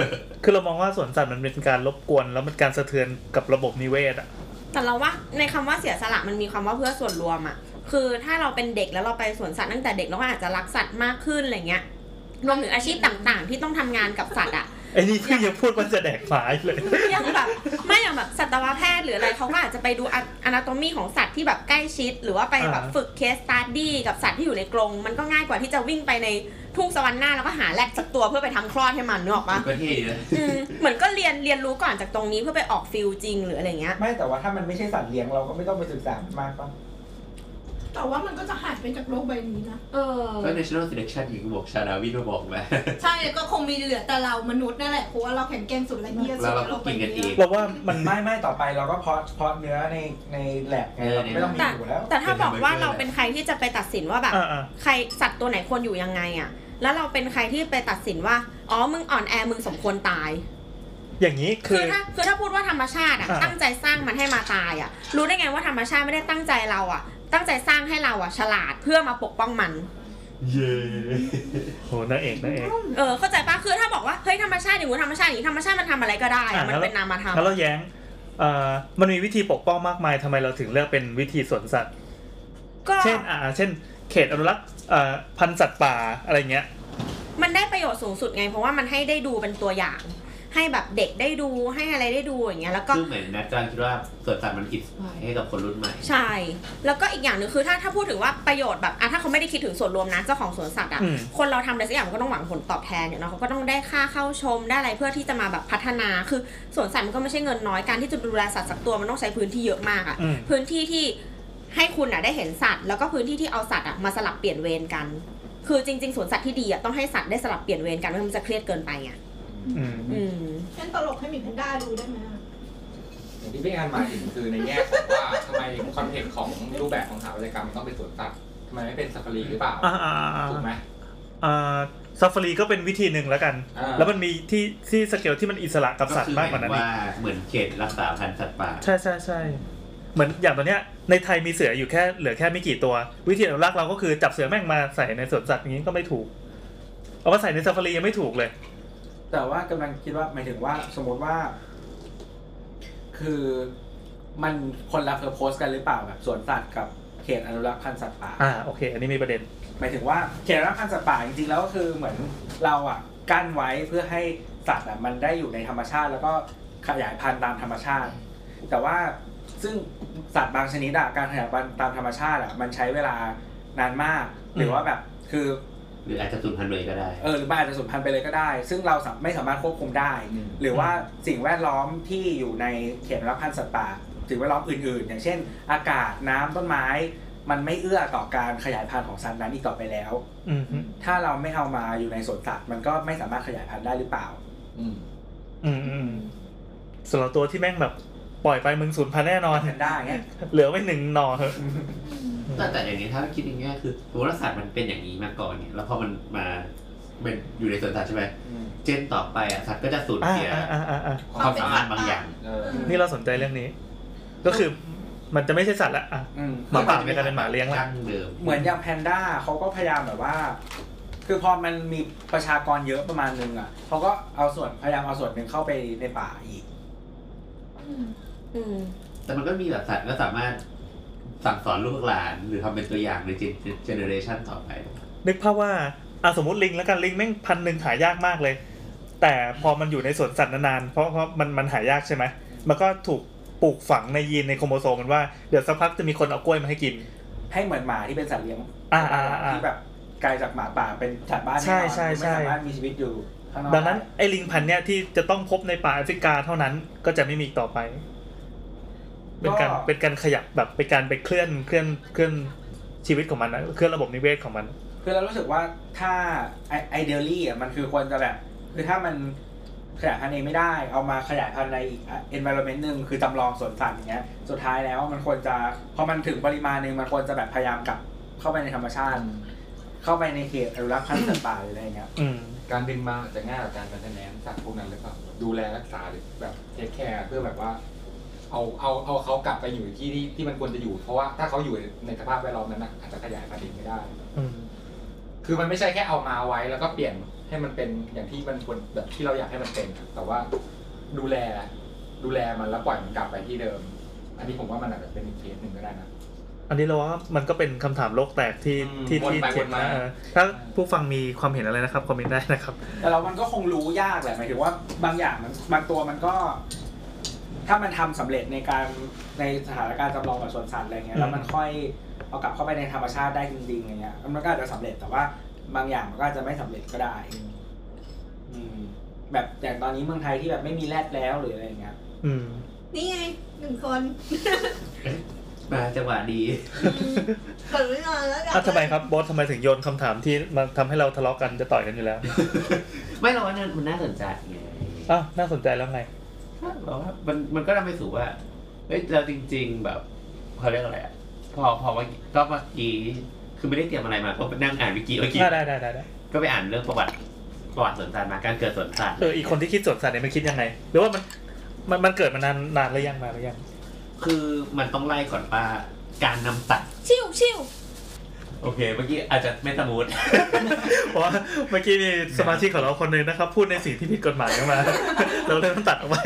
[SPEAKER 3] คือเรามองว่าสวนสัตว์มันเป็นการรบกวนแล้วมันการสะเทือนกับระบบนิเวศอ่ะ
[SPEAKER 8] แต่เราว่าในคำว่าเสียสละมันมีคำว่าเพื่อส่วนรวมอะคือถ้าเราเป็นเด็กแล้วเราไปสวนสัตว์ตั้งแต่เด็กเราก็อาจจะรักสัตว์มากขึ้นอะไรเงี้ยรวมถึงอาชีพต่างๆ ที่ต้องทำงานกับสัตว์อะ
[SPEAKER 3] ไอ้นี่คือยังพูดว่าจะแดกฝาย
[SPEAKER 9] *laughs*
[SPEAKER 3] เลย
[SPEAKER 8] อย่างแบบไม่อย่างแบบสัตวแพทย์หรืออะไรเขาก็อาจจะไปดูอนาโตมีของสัตว์ที่แบบใกล้ชิด หรือว่าไปแบบ
[SPEAKER 3] อ่า
[SPEAKER 8] ฝึกเคสตัดดี้กับสัตว์ที่อยู่ในกรง มันก็ง่ายกว่าที่จะวิ่งไปในทุ่งสวรรค์หน้าแล้วก็หาแรดสักตัวเพื่อไปทำคลอดให้มันนึกออกปะ
[SPEAKER 9] ก็เท่นะ
[SPEAKER 8] อืมเหมือนก็เรียนเรียนรู้ก่อนจากตรงนี้เพื่อไปออกฟิลจริงหรืออะไรเงี้ย
[SPEAKER 10] ไม่แต่ว่าถ้ามันไม่ใช่สัตว์เลี้ยงเราก็ไม่ต้องไปศึกษามากป่ะ
[SPEAKER 5] แต่ว่ามันก็จะหายไปจากโลกใบนี้นะ
[SPEAKER 8] เออ
[SPEAKER 9] ก็ national selection อีกก็บอกชาดาวิทมาบอกมา *laughs*
[SPEAKER 5] ใช่ ก็คงมีเหลือแต่เรามนุษย์นั่นแหละเพราะว่าเราแข็งแกร่งสุดและเหี้ยสุ
[SPEAKER 9] แล้
[SPEAKER 5] ด
[SPEAKER 9] วเรา
[SPEAKER 5] ในโล
[SPEAKER 9] ก็
[SPEAKER 5] กใบ
[SPEAKER 9] กินกันเอ
[SPEAKER 5] นี้
[SPEAKER 9] ง
[SPEAKER 3] เราว่ามั
[SPEAKER 10] มัน นไม่ไม่ต่อไปเราก็เพาะเพาะเนื้อในในแลบไง
[SPEAKER 9] เออ
[SPEAKER 10] เรา
[SPEAKER 9] เนี่ย
[SPEAKER 10] ไม่ต้องมีอยู่แล้ว
[SPEAKER 8] แต่ถ้าบอกว่าเราเป็นใครที่จะไปตัดสินว่าแบบ
[SPEAKER 3] อ่า
[SPEAKER 8] ใครสัตว์ตัวไหนควรอยู่ยังไงอะแล้วเราเป็นใครที่ไปตัดสินว่าอ๋อมึงอ่อนแอมึงสมควรตาย
[SPEAKER 3] ๆอย่างนี้
[SPEAKER 8] คื
[SPEAKER 3] คือ อ
[SPEAKER 8] ถ้าคือถ้าพูดว่าธรรมชาติอ่ะ
[SPEAKER 3] อ่า
[SPEAKER 8] ตั้งใจสร้างมันให้มาตายอ่ะ รู้ได้ไงว่าธรรมชาติไม่ได้ตั้งใจเราอ่ะ ตั้งใจสร้างให้เราอ่ะฉลาดเพื่อมาปกป้องมัน
[SPEAKER 9] เย้
[SPEAKER 3] โหนางเอกนางเอก
[SPEAKER 8] เออเข้าใจปะคือถ้าบอกว่าเฮ้ยธรรมชาติอย่างงูธรรมชาติอย่างนี้ธรรมชาติมันทำอะไรก็ได้อะ
[SPEAKER 3] อ่ามั
[SPEAKER 8] มันเป็นนามธรรม
[SPEAKER 3] แล้วเราแย้งเอ่อมันมีวิธีปกป้องมากมายทำไมเราถึงเลือกเป็นวิธีสวนสัตว์
[SPEAKER 8] ก็
[SPEAKER 3] เช่นอ่าเช่น เขตอนุรักษ์เอ่อพันธุ์สัตว์ป่าอะไรเงี้ย
[SPEAKER 8] มันได้ประโยชน์สูงสุดไง เพราะว่ามันให้ได้ดูเป็นตัวอย่าง ให้แบบเด็กได้ดูให้อะไรได้ดูอย่างเงี้ยแล้วก็
[SPEAKER 9] ซึ่งเหมือนนัดจางคิดว่าสวนสัตว์มันอินสปายให้กับคนรุ่นใหม่
[SPEAKER 8] ใช่ แล้วก็อีกอย่างหนึ่งคือถ้าถ้าพูดถึงว่าประโยชน์แบบอ่ะถ้าเขาไม่ได้คิดถึงส่วนรวมนะเจ้าของสวนสัตว์อ่ะ
[SPEAKER 3] อืม
[SPEAKER 8] คนเราทำอะไรสักอย่างมันก็ต้องหวังผลตอบแทนเนี่ยเนาะเขาก็ต้องได้ค่าเข้าชมได้อะไรเพื่อที่จะมาแบบพัฒนาคือสวนสัตว์มันก็ไม่ใช่เงินน้อยการที่จะดูแลสัตว์สักตัวมันต้องใช้พื้นที่เยอะมากอ่ะ
[SPEAKER 3] อืม
[SPEAKER 8] พื้นที่ที่ให้คุณอ่ะได้เห็นสัตว์ แล้วก็พื้นที่ที่เอาสัตว์อ่ะมาสลับเปลี่ยนเวรกัน คือจริงๆสวนสัตว์ที่ดีอ่ะต้องให้สัตว์ได้สลับเปลี่ยนเวรกันไม่งั้นมันจะเครียดเกินไปอ่ะ
[SPEAKER 3] อืม
[SPEAKER 8] อืม
[SPEAKER 5] งั้นตลกให้หมีแพนด้าดูได้ไหมอะ
[SPEAKER 6] อย่างที่พี่แอนหมายถึงคือในแง่ของว่าทำไมคอนเทนต์ของรูปแบบของสถาปัตยกรรมมันต้องเป็นสวนสัตว์ทำไมไม่เป็นซาฟารีหรือเปล่า
[SPEAKER 3] อ่าอ่าอ่า
[SPEAKER 6] ถูกไหม
[SPEAKER 3] อ่าซาฟารีก็เป็นวิธีหนึ่งแล้วกัน
[SPEAKER 6] อ่า
[SPEAKER 3] แล้วมันมีที่ที่สเกลที่มันอิสระกับ
[SPEAKER 9] ก็
[SPEAKER 3] สัต
[SPEAKER 9] คื
[SPEAKER 3] ว์
[SPEAKER 9] อ
[SPEAKER 3] มากกว่านั้น
[SPEAKER 9] หมยถึง
[SPEAKER 3] อีก
[SPEAKER 9] ว่าเหมือนเขตรักษาพันธุ์สัตว์ป่า
[SPEAKER 3] ใช่ใช่ใช่เหมือนอย่างตอนเนี้ยในไทยมีเสืออยู่แค่เหลือแค่ไม่กี่ตัว วิธีอนุรักษ์เราก็คือจับเสือแม่งมาใส่ในสวนสัตว์อย่างนี้ก็ไม่ถูก เอามาใส่ในซาฟารียังไม่ถูกเลย
[SPEAKER 10] แต่ว่ากำลังคิดว่าหมายถึงว่าสมมติว่า คือมันคนละเพอร์โพสกันหรือเปล่าแบบสวนสัตว์กับเขตอนุรักษ์พันธุ์สัตว์ป่า
[SPEAKER 3] อ่าโอเค อันนี้มีประเด็น
[SPEAKER 10] หมายถึงว่าเขตอนุรักษ์พันธุ์สัตว์ป่าจริงๆแล้วก็คือเหมือนเราอ่ะกั้นไว้เพื่อให้สัตว์อ่ะมันได้อยู่ในธรรมชาติ แล้วก็ขยายพันธุ์ตามธรรมชาติ แต่ว่าซึ่งสัตว์บางชนิดอะการขยายพันธุ์ตามธรรมชาติอ่ะมันใช้เวลานานมาก หรือว่าแบบคือ
[SPEAKER 9] หรืออาจจะสูญพันธุ์เลยก็ได้
[SPEAKER 10] เออหรือมันอาจจะสูญพันธุ์ไปเลยก็ได้ ซึ่งเราสามไม่สามารถควบคุมได้
[SPEAKER 6] อืม
[SPEAKER 10] หรือว่าสิ่งแวดล้อมที่อยู่ในเขตอนุรักษ์พันธุ์สัตว์ป่าสิ่งแวดล้อมอื่นๆ อย่างเช่น อากาศน้ำต้นไม้ มันไม่เอื้อต่อการขยายพันธุ์ของสัตว์นั้นอีกต่อไปแล้ว
[SPEAKER 3] อืมอืม
[SPEAKER 10] ถ้าเราไม่เอามาอยู่ในสวนสัตว์มันก็ไม่สามารถขยายพันธุ์ได้หรือเปล่า
[SPEAKER 6] อืม
[SPEAKER 3] อืมอืมสำหรับตัวที่แม่งแบบปล่อยไปมึงสูญพันธุ์แน่นอน *laughs*
[SPEAKER 10] แพนด้าอย่างเงี้ย
[SPEAKER 3] เหลือไว้หนึ่งหนอเถอะ
[SPEAKER 9] แต่แต่อย่างนี้ถ้าคิดอย่างนี้คือสมมติว่าสัตว์มันเป็นอย่างนี้มาก่อนเนี่ยแล้วพอมันมาเป็นอยู่ในสวนสัตว์ใช่ไหม
[SPEAKER 10] อืม
[SPEAKER 9] เจนต่อไปอ่ะสัตว์ก็จะสูญ
[SPEAKER 3] อ่า
[SPEAKER 9] เสีย
[SPEAKER 3] อ่าอ่าอ่า
[SPEAKER 9] ความสามารถบางอย่าง
[SPEAKER 6] เออ
[SPEAKER 3] นี่เราสนใจเรื่องนี้ ก็คือมันจะไม่ใช่สัตว์ละอ่ะ
[SPEAKER 10] อืม
[SPEAKER 3] หมาป่าไม่กลายเป็นหมาเลี้ยงละ
[SPEAKER 9] งเดิม
[SPEAKER 10] เหมือนอย่างแพนด้าเขาก็พยายามแบบว่า คือพอมันมีประชากรเยอะประมาณนึงอ่ะเขาก็เอาส่วนพยายามเอาส่วนหนึ่งเข้าไปในป่าอีก
[SPEAKER 8] อืม
[SPEAKER 9] แต่มันก็มีแบบสัตว์ก็สามารถสั่งสอนลูกหลาน หรือทำเป็นตัวอย่างในเจเนอเรชันต่อไป
[SPEAKER 3] นึกภาพว่าอ่ะสมมติลิงแล้วกันลิงแม่งพันหนึ่งหายากมากเลย แต่พอมันอยู่ในสวนสัตว์นานๆเพราะเพราะมันมันหายากใช่ไหมมันก็ถูกปลูกฝังในยีนในโครโมโซมมันว่าเดี๋ยวสักพักจะมีคนเอากล้วยมาให้กิน
[SPEAKER 6] ให้เหมือนหมาที่เป็นสัตว์เลี้ยง
[SPEAKER 3] อ่าอ่าอ่า
[SPEAKER 6] ที่แบบกลายจากหมาป่าเป็นสัตว์บ้าน
[SPEAKER 3] ใช่ใช่ใช่
[SPEAKER 6] ไม่สามารถมีชีวิตอยู่ข้างนอก
[SPEAKER 3] ดังนั้นไอ้ลิงพันธุ์เนี่ยที่จะต้องพบในป่าแอฟริกาเท่านั้นก็จะไม่มีอีกต่อไป เป็นการเป็นการขยับแบบเป็นการไปเคลื่อนเคลื่อนเคลื่อนชีวิตของมันนะเคลื่อนระบบนิเวศของมัน
[SPEAKER 6] คือเรารู้สึกว่าถ้าไอเดลลี่อ่ะมันคือควรจะแบบ คือถ้ามันขยายพันธุ์เองไม่ได้เอามาขยายพันธุ์ในอีก environment หนึ่งคือจำลองสวนสัตว์อย่างเงี้ยสุดท้ายแล้วมันควรจะพอมันถึงปริมาณหนึ่งมันควรจะแบบพยายามกลับเข้าไปในธรรมชาติ เข้าไปในเขตอนุรักษ์พันธุ์สัตว์ป่าหรืออะไรเงี้ย
[SPEAKER 3] อืม
[SPEAKER 1] การดึงมาอาจจะง่ายกว่าการเป็นแนนสัตว์พวกนั้นหรือเปล่าดูแลรักษาหรือแบบเทคแคร์เพื่อแบบว่า เอาเอาเอาเขากลับไปอยู่ที่ที่ที่มันควรจะอยู่ เพราะว่าถ้าเขาอยู่ในสภาพแวดล้อมนั้นน่ะอาจจะขยายพันธุ์เองไม่ได้
[SPEAKER 3] อืม
[SPEAKER 1] คือมันไม่ใช่แค่เอามาไว้แล้วก็เปลี่ยนให้มันเป็นอย่างที่มันควรแบบที่เราอยากให้มันเป็นอะแต่ว่าดูแลดูแลมันแล้วปล่อยมันกลับไปที่เดิม อันนี้ผมว่ามันอาจจะเป็นอีกเคสหนึ่งก็ได้นะ
[SPEAKER 3] อันนี้เราว่ามันก็เป็นคำถามโลกแตกที่
[SPEAKER 1] อืม
[SPEAKER 3] ที่ที่
[SPEAKER 1] วนไป
[SPEAKER 3] เขียน
[SPEAKER 1] วน
[SPEAKER 3] มา
[SPEAKER 1] มา
[SPEAKER 3] เออถ้าผู้ฟังมีความเห็นอะไรนะครับคอมเมนต์ได้นะครับ
[SPEAKER 6] แต่เรามันก็คงรู้ยากแหละหมายถึงว่าบางอย่างมันบางตัวมันก็ ถ้ามันทำสำเร็จในการในสถานการณ์จำลองแบบสวนสัตว์อะไรเงี้ยแล้วมันค่อยเอากลับเข้าไปในธรรมชาติได้จริงๆอะไรเงี้ยมันก็อาจจะสำเร็จแต่ว่าบางอย่างมันก็อาจจะไม่สำเร็จก็ได้ อืม แบบอย่างตอนนี้เมืองไทยที่แบบไม่มีแรดแล้วหรืออะไรเงี้ย
[SPEAKER 3] อืม
[SPEAKER 5] นี่ไงหนึ่งคน
[SPEAKER 9] มาจังหวะดี
[SPEAKER 5] เปิดไว้ก่อนแล้วกัน
[SPEAKER 3] อ่ะทำไมครับโบอสทำไมถึงโยนคำถามที่มันทำให้เราทะเลาะกันจะต่อยกันอยู่แล้ว
[SPEAKER 9] ไม่เราว่านั่นมันน่าสนใจไง
[SPEAKER 3] อ้าวน่าสนใจแล้วไง
[SPEAKER 9] เราว่ามันมันก็ทำให้สู่ว่าเฮ้ยเราจริง ๆ แบบเขาเรียกอะไรอะพอพอเมื่อกี้ก็เมื่อกี้คือไม่ได้เตรียมอะไรมาก็นั่งอ่านวิกิเมื่อกี้
[SPEAKER 3] ได้ได้ได้ได้
[SPEAKER 9] ก็ไปอ่านเรื่องประวัติประวัติสวนสัตว์มาการเกิดสวนสัตว์
[SPEAKER 3] เอออีกคนที่คิดสวนสัตว์เนี่ยมันคิดยังไง หรือว่ามันมันมันเกิดมานานนานหรือยังมาหรือยัง
[SPEAKER 9] คือมันต้องไล่ก่อนว่าการนำสัตว์
[SPEAKER 5] ชิวชิว
[SPEAKER 9] โอเค เมื่อกี้อาจจะไม่สมูท
[SPEAKER 3] เพราะว่า *laughs* เมื่อกี้มีสมาชิกของเราคนหนึ่งนะครับ พูดในสิ่งที่ผิดกฎหมายออกมา *laughs* เราเลยต้องตัดออกไป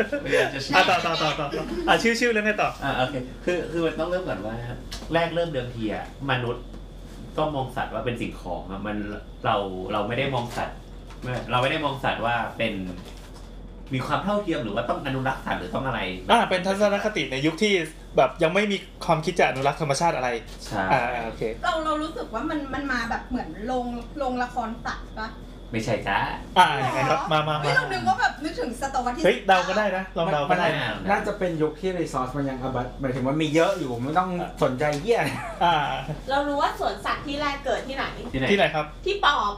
[SPEAKER 3] *laughs* อ่ะต่อต่อต่อต่อต่ออ่ะชื่อชื่อแล้วไงต่อ
[SPEAKER 9] อ่าโอเคคือคือมันต้องเริ่มก่อนว่า แรกเริ่มเดิมทีอะมนุษย์ก็มองสัตว์ว่าเป็นสิ่งของอะมันเราเราไม่ได้มองสัตว์ไม่เราไม่ได้มองสัตว์ว่าเป็นมีความเท่าเทียมหรือว่าต้องอนุรักษ์สัตว์หรือต้องอะไร
[SPEAKER 3] อ่าเป็นทัศนคติในยุคที่แบบยังไม่มีความคิดจะอนุรักษ์ธรรมชาติอะไร
[SPEAKER 9] ใช่
[SPEAKER 3] อ่าโอเค
[SPEAKER 5] เราเรารู้สึกว่ามันมันมาแบบเหมือนลงลงละครตัดปะ
[SPEAKER 9] ไม่ใช่จ้า
[SPEAKER 3] อ่าอย่างไรครับมามา
[SPEAKER 5] ไม่
[SPEAKER 3] มา
[SPEAKER 5] เรานึกว่าแบบนึกถึงสตวรรษที่
[SPEAKER 3] เฮ้ยเดาก็ได้นะลองเดาก็ได้นะ
[SPEAKER 6] น่าจะเป็นยุคที่รีซอสมันยังอบัตหมายถึงว่ามีเยอะอยู่ไม่ต้องสนใจเยี่ย
[SPEAKER 3] *laughs* อ่า
[SPEAKER 8] เรารู้ว่าสวนสัตว์ที่แรกเกิดที่ไหน
[SPEAKER 9] ที่ไหน
[SPEAKER 3] ที่ไหนครับ
[SPEAKER 8] ที่ปอบ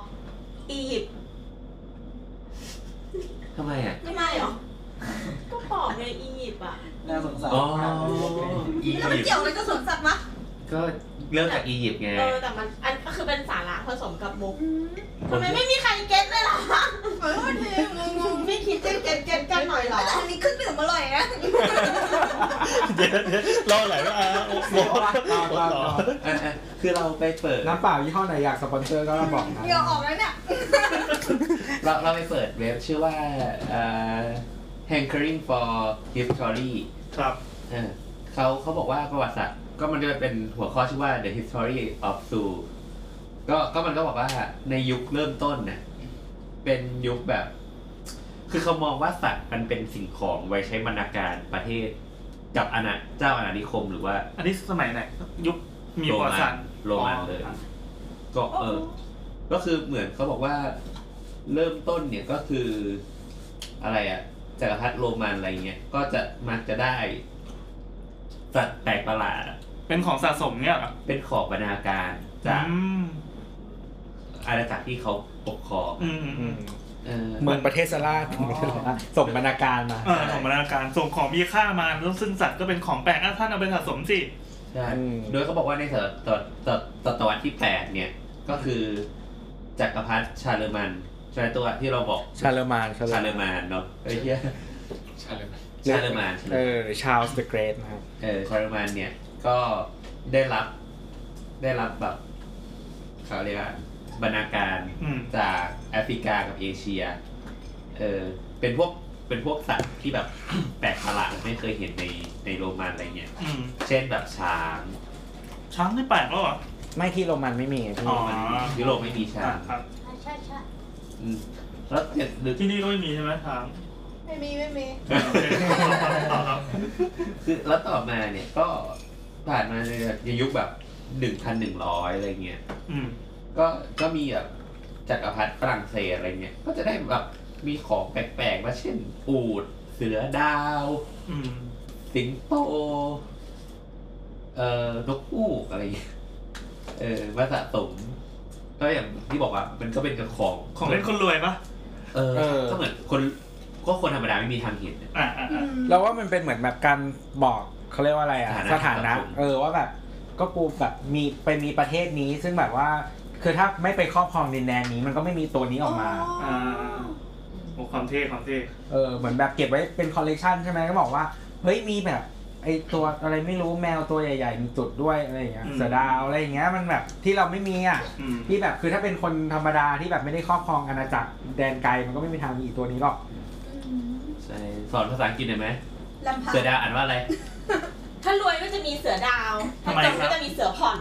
[SPEAKER 8] อียิปต์
[SPEAKER 9] ทำไมอ่ะ
[SPEAKER 8] ไม่ไม่หรอ ก็ปอบในอียิปต์อ่ะ
[SPEAKER 6] น่าสงสาร
[SPEAKER 9] อ๋ออี
[SPEAKER 5] แล้วมัน
[SPEAKER 9] ยิป
[SPEAKER 5] เกี่ยว
[SPEAKER 9] ต์
[SPEAKER 5] อะไรกับสวนสัตว์ปะ
[SPEAKER 9] ก็เริ่มจากอียิปต์ไง
[SPEAKER 8] เออแต่มันอันก็คือเป็นสาระผสมกับมุกทำไมไม่มีใครเก็ตเลยล่ะ
[SPEAKER 5] เออทีงง
[SPEAKER 8] ไม่คิดจะเก็ตเก็ตกันหน่อยเหรอ
[SPEAKER 5] ๆอันนี้ขึ้นดื่มอร่อยนะ
[SPEAKER 3] เดี๋ยวเดี๋ยวรอหลายว่าอ่าโอ้โห
[SPEAKER 6] ต่อต่อต่อ
[SPEAKER 9] อ่ะอ่ะคือเราไปเปิด
[SPEAKER 6] น้ำเปล่ายี่ห้อไหนอยากสปอนเซอร์ก็บอกนะ
[SPEAKER 5] เหงื่อออกแล้วเนี่ย
[SPEAKER 9] เราเราไปเปิดเว็บชื่อว่าเอ่อ hankering for history
[SPEAKER 3] ครับ
[SPEAKER 9] เออเขาเขาบอกว่าประวัติศาสตร์ก็มันจะเป็นหัวข้อชื่อว่า the history of zoo ก็ก็มันก็บอกว่าในยุคเริ่มต้นนะเป็นยุคแบบ คือเขามองว่าสัตว์มันเป็นสิ่งของไว้ใช้บรรณาการประเทศกับอาณาเจ้าอาณานิคมหรือว่า
[SPEAKER 3] อันนี้สมัยไหน ยุคมีประวัติศาสตร์
[SPEAKER 9] โรมันเลย ก็เออ ก็คือเหมือนเขาบอกว่าเริ่มต้นเนี่ยก็คืออะไรอะจักรพรรดิโรมันอะไรเงี้ย ก็จะมักจะได้สัตว์แปลกประหลาดอะ
[SPEAKER 3] เป็นของสะสมเนี่ยเหรอ
[SPEAKER 9] เป็นขอบบรรณาการจาก
[SPEAKER 3] อืม
[SPEAKER 9] อาณาจักรที่เขาปกครอง
[SPEAKER 3] อืมอืมอืม
[SPEAKER 9] เออ
[SPEAKER 6] เมืองประเทศสลาด *laughs* ส่งบรรณาการมา
[SPEAKER 3] เออของบรรณาการส่งของมีค่ามาแล้วซึ่งสัตว์ก็เป็นของแปลกอ่ะท่านเอาไปสะสมสิ
[SPEAKER 9] ใช่
[SPEAKER 6] อืม
[SPEAKER 9] โดยเขาบอกว่าในศตวรรษศตวรรษที่แปดเนี่ย ก็คือจักรพรรดิชาเลอร์มันใช่ตัวที่เราบอก
[SPEAKER 6] ชาเลอร์มาน
[SPEAKER 9] ชาเลอร์มันเนาะไอ้ยเหี้ย
[SPEAKER 1] ใช่เลยไหม
[SPEAKER 9] ชาเลอร์มันใช่ไหม
[SPEAKER 6] เออชาลส์เดอะเกรทนะครับ
[SPEAKER 9] เออชาร์มานเนี่ยก็ได้รับได้รับแบบเขาเรียกว่าบรรณาการ
[SPEAKER 3] อืม
[SPEAKER 9] จากแอฟริกากับเอเชียเออเป็นพวก เป็นพวกสัตว์ที่แบบ *coughs* แปลกประหลาดไม่เคยเห็นในในโรมันอะไรเงี้ย
[SPEAKER 3] อืม
[SPEAKER 9] เช่นแบบช้าง
[SPEAKER 3] ช้างไม่แปลกแล้วเหรอ
[SPEAKER 10] ไม่ที่โรมันไม่มีไงพี่
[SPEAKER 3] อ๋อ
[SPEAKER 9] ยุโรปไม่มีช้า
[SPEAKER 3] อ่ะ
[SPEAKER 9] ง
[SPEAKER 3] ครับ
[SPEAKER 5] ใช่ใช่
[SPEAKER 9] อืมแล้วเจ็ดลึก
[SPEAKER 3] ที่นี่ก็ไม่มีใช่ไหมช้าง
[SPEAKER 5] ไม่มีไม่มี
[SPEAKER 3] โอเคต่อครับ
[SPEAKER 9] คือแล้วต่อมาเนี่ยก็ผ่านมาในยุคแบบหนึ่งพันหนึ่งร้อยอะไรเงี้ย
[SPEAKER 3] อืม
[SPEAKER 9] ก็ก็มีแบบจักรพรรดิฝรั่งเศสอะไรเงี้ย ก็จะได้แบบมีของแปลกๆมาเช่น อูด เสือดาว
[SPEAKER 3] อืม
[SPEAKER 9] สิงโต เอ่อนกอูกอะไรเงี้ย เออมาสะสม ก็อย่างที่บอกว่ามันก็เป็นกับของ
[SPEAKER 3] ของเล่นคนรวยปะ
[SPEAKER 9] เออ ก็เหมือนคนก็คนธรรมดาไม่มีทางเห็นนะ
[SPEAKER 3] อ่าอ่าอ่า
[SPEAKER 6] เราว่ามันเป็นเหมือนแบบการบอกเขาเรียกว่าอะไรอะ
[SPEAKER 9] ส
[SPEAKER 6] ส
[SPEAKER 9] ถา
[SPEAKER 6] ถา
[SPEAKER 9] นะ
[SPEAKER 6] นะ เออว่าแบบก็กูแบบมีไปมีประเทศนี้ ซึ่งแบบว่า คือถ้าไม่ไปครอบครองดินแดนนี้มันก็ไม่มีตัวนี้ออกมา
[SPEAKER 3] อ่าโอ้ความเท่ความเท่
[SPEAKER 6] เออเหมือนแบบเก็บไว้เป็นคอลเลกชันใช่ไหมก็บอกว่า เฮ้ยมีแบบไอตัวอะไรไม่รู้แมวตัวใหญ่ๆมีจุดด้วยอะไรอย่างเงี้ย
[SPEAKER 3] อืม
[SPEAKER 6] เสือดาวอะไรอย่างเงี้ยมันแบบที่เราไม่มีอ่ะ
[SPEAKER 3] อืม
[SPEAKER 6] ที่แบบคือถ้าเป็นคนธรรมดาที่แบบไม่ได้ครอบครองอาณาจักรแดนไกลมันก็ไม่มีทางมีอีกตัวนี้หรอก
[SPEAKER 9] ใช่สอนภาษาอังกฤษได้ไหม
[SPEAKER 5] ลำพัง
[SPEAKER 9] เสือดาวอ่านว่าอะไร
[SPEAKER 8] ถ้ารวยก็จะมีเสือดาวถ้าจน
[SPEAKER 3] ทำไมครั
[SPEAKER 8] ก็
[SPEAKER 3] บ
[SPEAKER 8] จะมีเสือผ่อน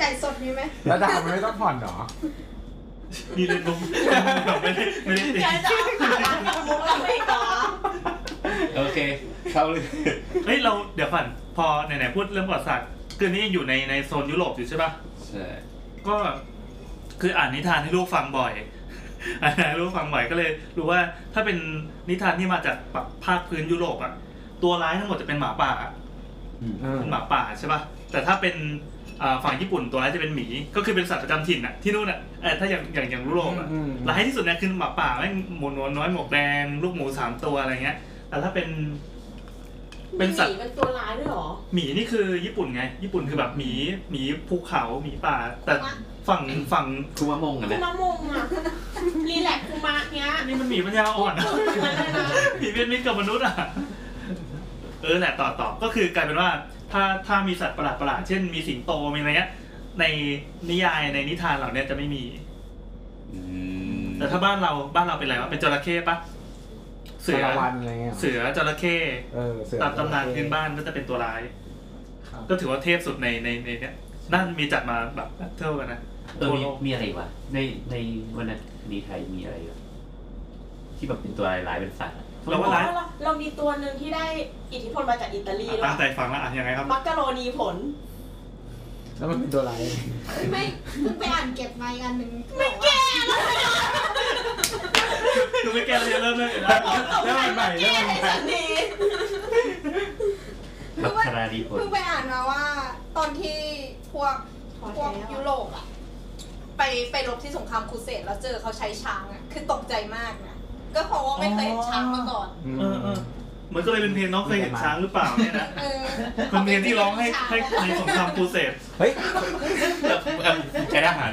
[SPEAKER 5] จ่ายสดมีไหม
[SPEAKER 6] แล้วดาวมันไม่ต้องผ่อนหรอ
[SPEAKER 3] นี่เล่นมุกแบบไม่ได้ไม่ได้ติด
[SPEAKER 8] เดี๋ยวจะเอาขาล้างกับมุกเราไปต่อ
[SPEAKER 9] โอเค เข้าเลย
[SPEAKER 3] เฮ้ยเราเดี๋ยวก่อนพอไหนๆพูดเรื่องประวัติศาสตร์คือนี่ยังอยู่ในในโซนยุโรปอยู่ใช่ปะ
[SPEAKER 9] ใช่
[SPEAKER 3] ก็คืออ่านนิทานให้ลูกฟังบ่อย อ่านให้ลูกฟังบ่อยก็เลยรู้ว่าถ้าเป็นนิทานที่มาจากภาคพื้นยุโรปอะตัวร้ายทั้งหมดจะเป็นหมาป่า
[SPEAKER 9] อืม
[SPEAKER 3] เป็นหมาป่าใช่ป่ะแต่ถ้าเป็นอ่าฝั่งญี่ปุ่นตัวร้ายจะเป็นหมี ก็คือเป็นสัตว์ประจำถิ่นอะที่นู่นอะเอ่อถ้าอย่างอย่างอย่างยุโรปอะ
[SPEAKER 6] อืมอืม
[SPEAKER 3] ร้ายที่สุดเนี่ยคือหมาป่าแม่งหมูหนวดน้อยหมวกแดงลูกหมูสามตัวอะไรเงี้ย แต่ถ้าเป็น เป็นสัตว์
[SPEAKER 8] หมีเป็นตัวร้ายด้วยเหรอ
[SPEAKER 3] หมีนี่คือญี่ปุ่นไง ญี่ปุ่นคือแบบหมีหมีภูเขาหมีป่า แต่ฝั่งฝั่ง
[SPEAKER 9] คุมะมงกัน
[SPEAKER 8] คุ
[SPEAKER 9] นะ
[SPEAKER 8] มะมงอ่ะ รีแลกซ์คุมะเนี้ย
[SPEAKER 3] นี่มันหมีปัญญาอ่อนอะ *laughs* ผีเป็นมิตรกับมนุษย์อ่ะ เออแหละต่อต่อก็คือกลายเป็นว่า ถ้าถ้ามีสัตว์ประหลาดประหลาดๆเช่นมีสิงโตมีอะไรเงี้ยในนิยายในนิทานเหล่าเนี้ยจะไม่มี
[SPEAKER 9] อืม
[SPEAKER 3] แต่ถ้าบ้านเราบ้านเราเป็นอะไรวะเป็นจระเข้ปะเสือ
[SPEAKER 6] สารวันอะไรเงี้ย
[SPEAKER 3] เสือจระเข้
[SPEAKER 6] เออเสือ
[SPEAKER 3] ตามตำนานพื้นบ้านก็จะเป็นตัวร้าย
[SPEAKER 6] ครับ
[SPEAKER 3] ก็ถือว่าเทพสุดในในในเนี้ยนั่นมีจัดมาแบบเท่ากันนะ
[SPEAKER 9] เออ
[SPEAKER 3] ทั่ว
[SPEAKER 9] มี
[SPEAKER 3] โลก
[SPEAKER 9] มีอะไรอีกวะ ในในวันนั้นคดีไทยมีอะไรอีกวะที่แบบเป็นตัวร้ายๆเป็นสัตว์อะ
[SPEAKER 3] เราว่าร้าย
[SPEAKER 8] เรามีตัวหนึ่งที่ได้อิทธิพลมาจากอิตาลีด้ว
[SPEAKER 3] ตั้งใจ
[SPEAKER 8] ย
[SPEAKER 3] ฟังแล้วอ่ะยังไง
[SPEAKER 8] *laughs*
[SPEAKER 3] ครับ
[SPEAKER 8] มักกะโรนีผล
[SPEAKER 6] แล้วมันเป็นตัวอะไร
[SPEAKER 5] ไม่เพิ่งไปอ่านเก็บมาอีกอันหนึ่ง
[SPEAKER 8] ไม่แก่แล้ว
[SPEAKER 3] คือไม่แก้เลยเริ่มเลย
[SPEAKER 8] ผมสงสัยว่าแก่ในสันนี
[SPEAKER 9] มักคาราดีผล
[SPEAKER 5] เพิ่งไปอ่านมาว่า ตอนที่พวกพวกยุโรปอะไปไปรบที่สงครามครูเสดแล้วเจอเขาใช้ช้างอะคือตกใจมากนะ ก็เพราะว่าไม่เคยเห็นช้างมาก่อน
[SPEAKER 3] เออเออเหมือนก็เลยเป็นเพลงน้องเคยเห็นช้างหรือเปล่าเนี่ย
[SPEAKER 5] *laughs*
[SPEAKER 3] นะ
[SPEAKER 5] เออ
[SPEAKER 3] เป็นเพลงที่ร้องให้ให้ในสงครามครูเสด
[SPEAKER 6] เฮ้ย
[SPEAKER 9] ใช้ท
[SPEAKER 3] *laughs*
[SPEAKER 9] หาร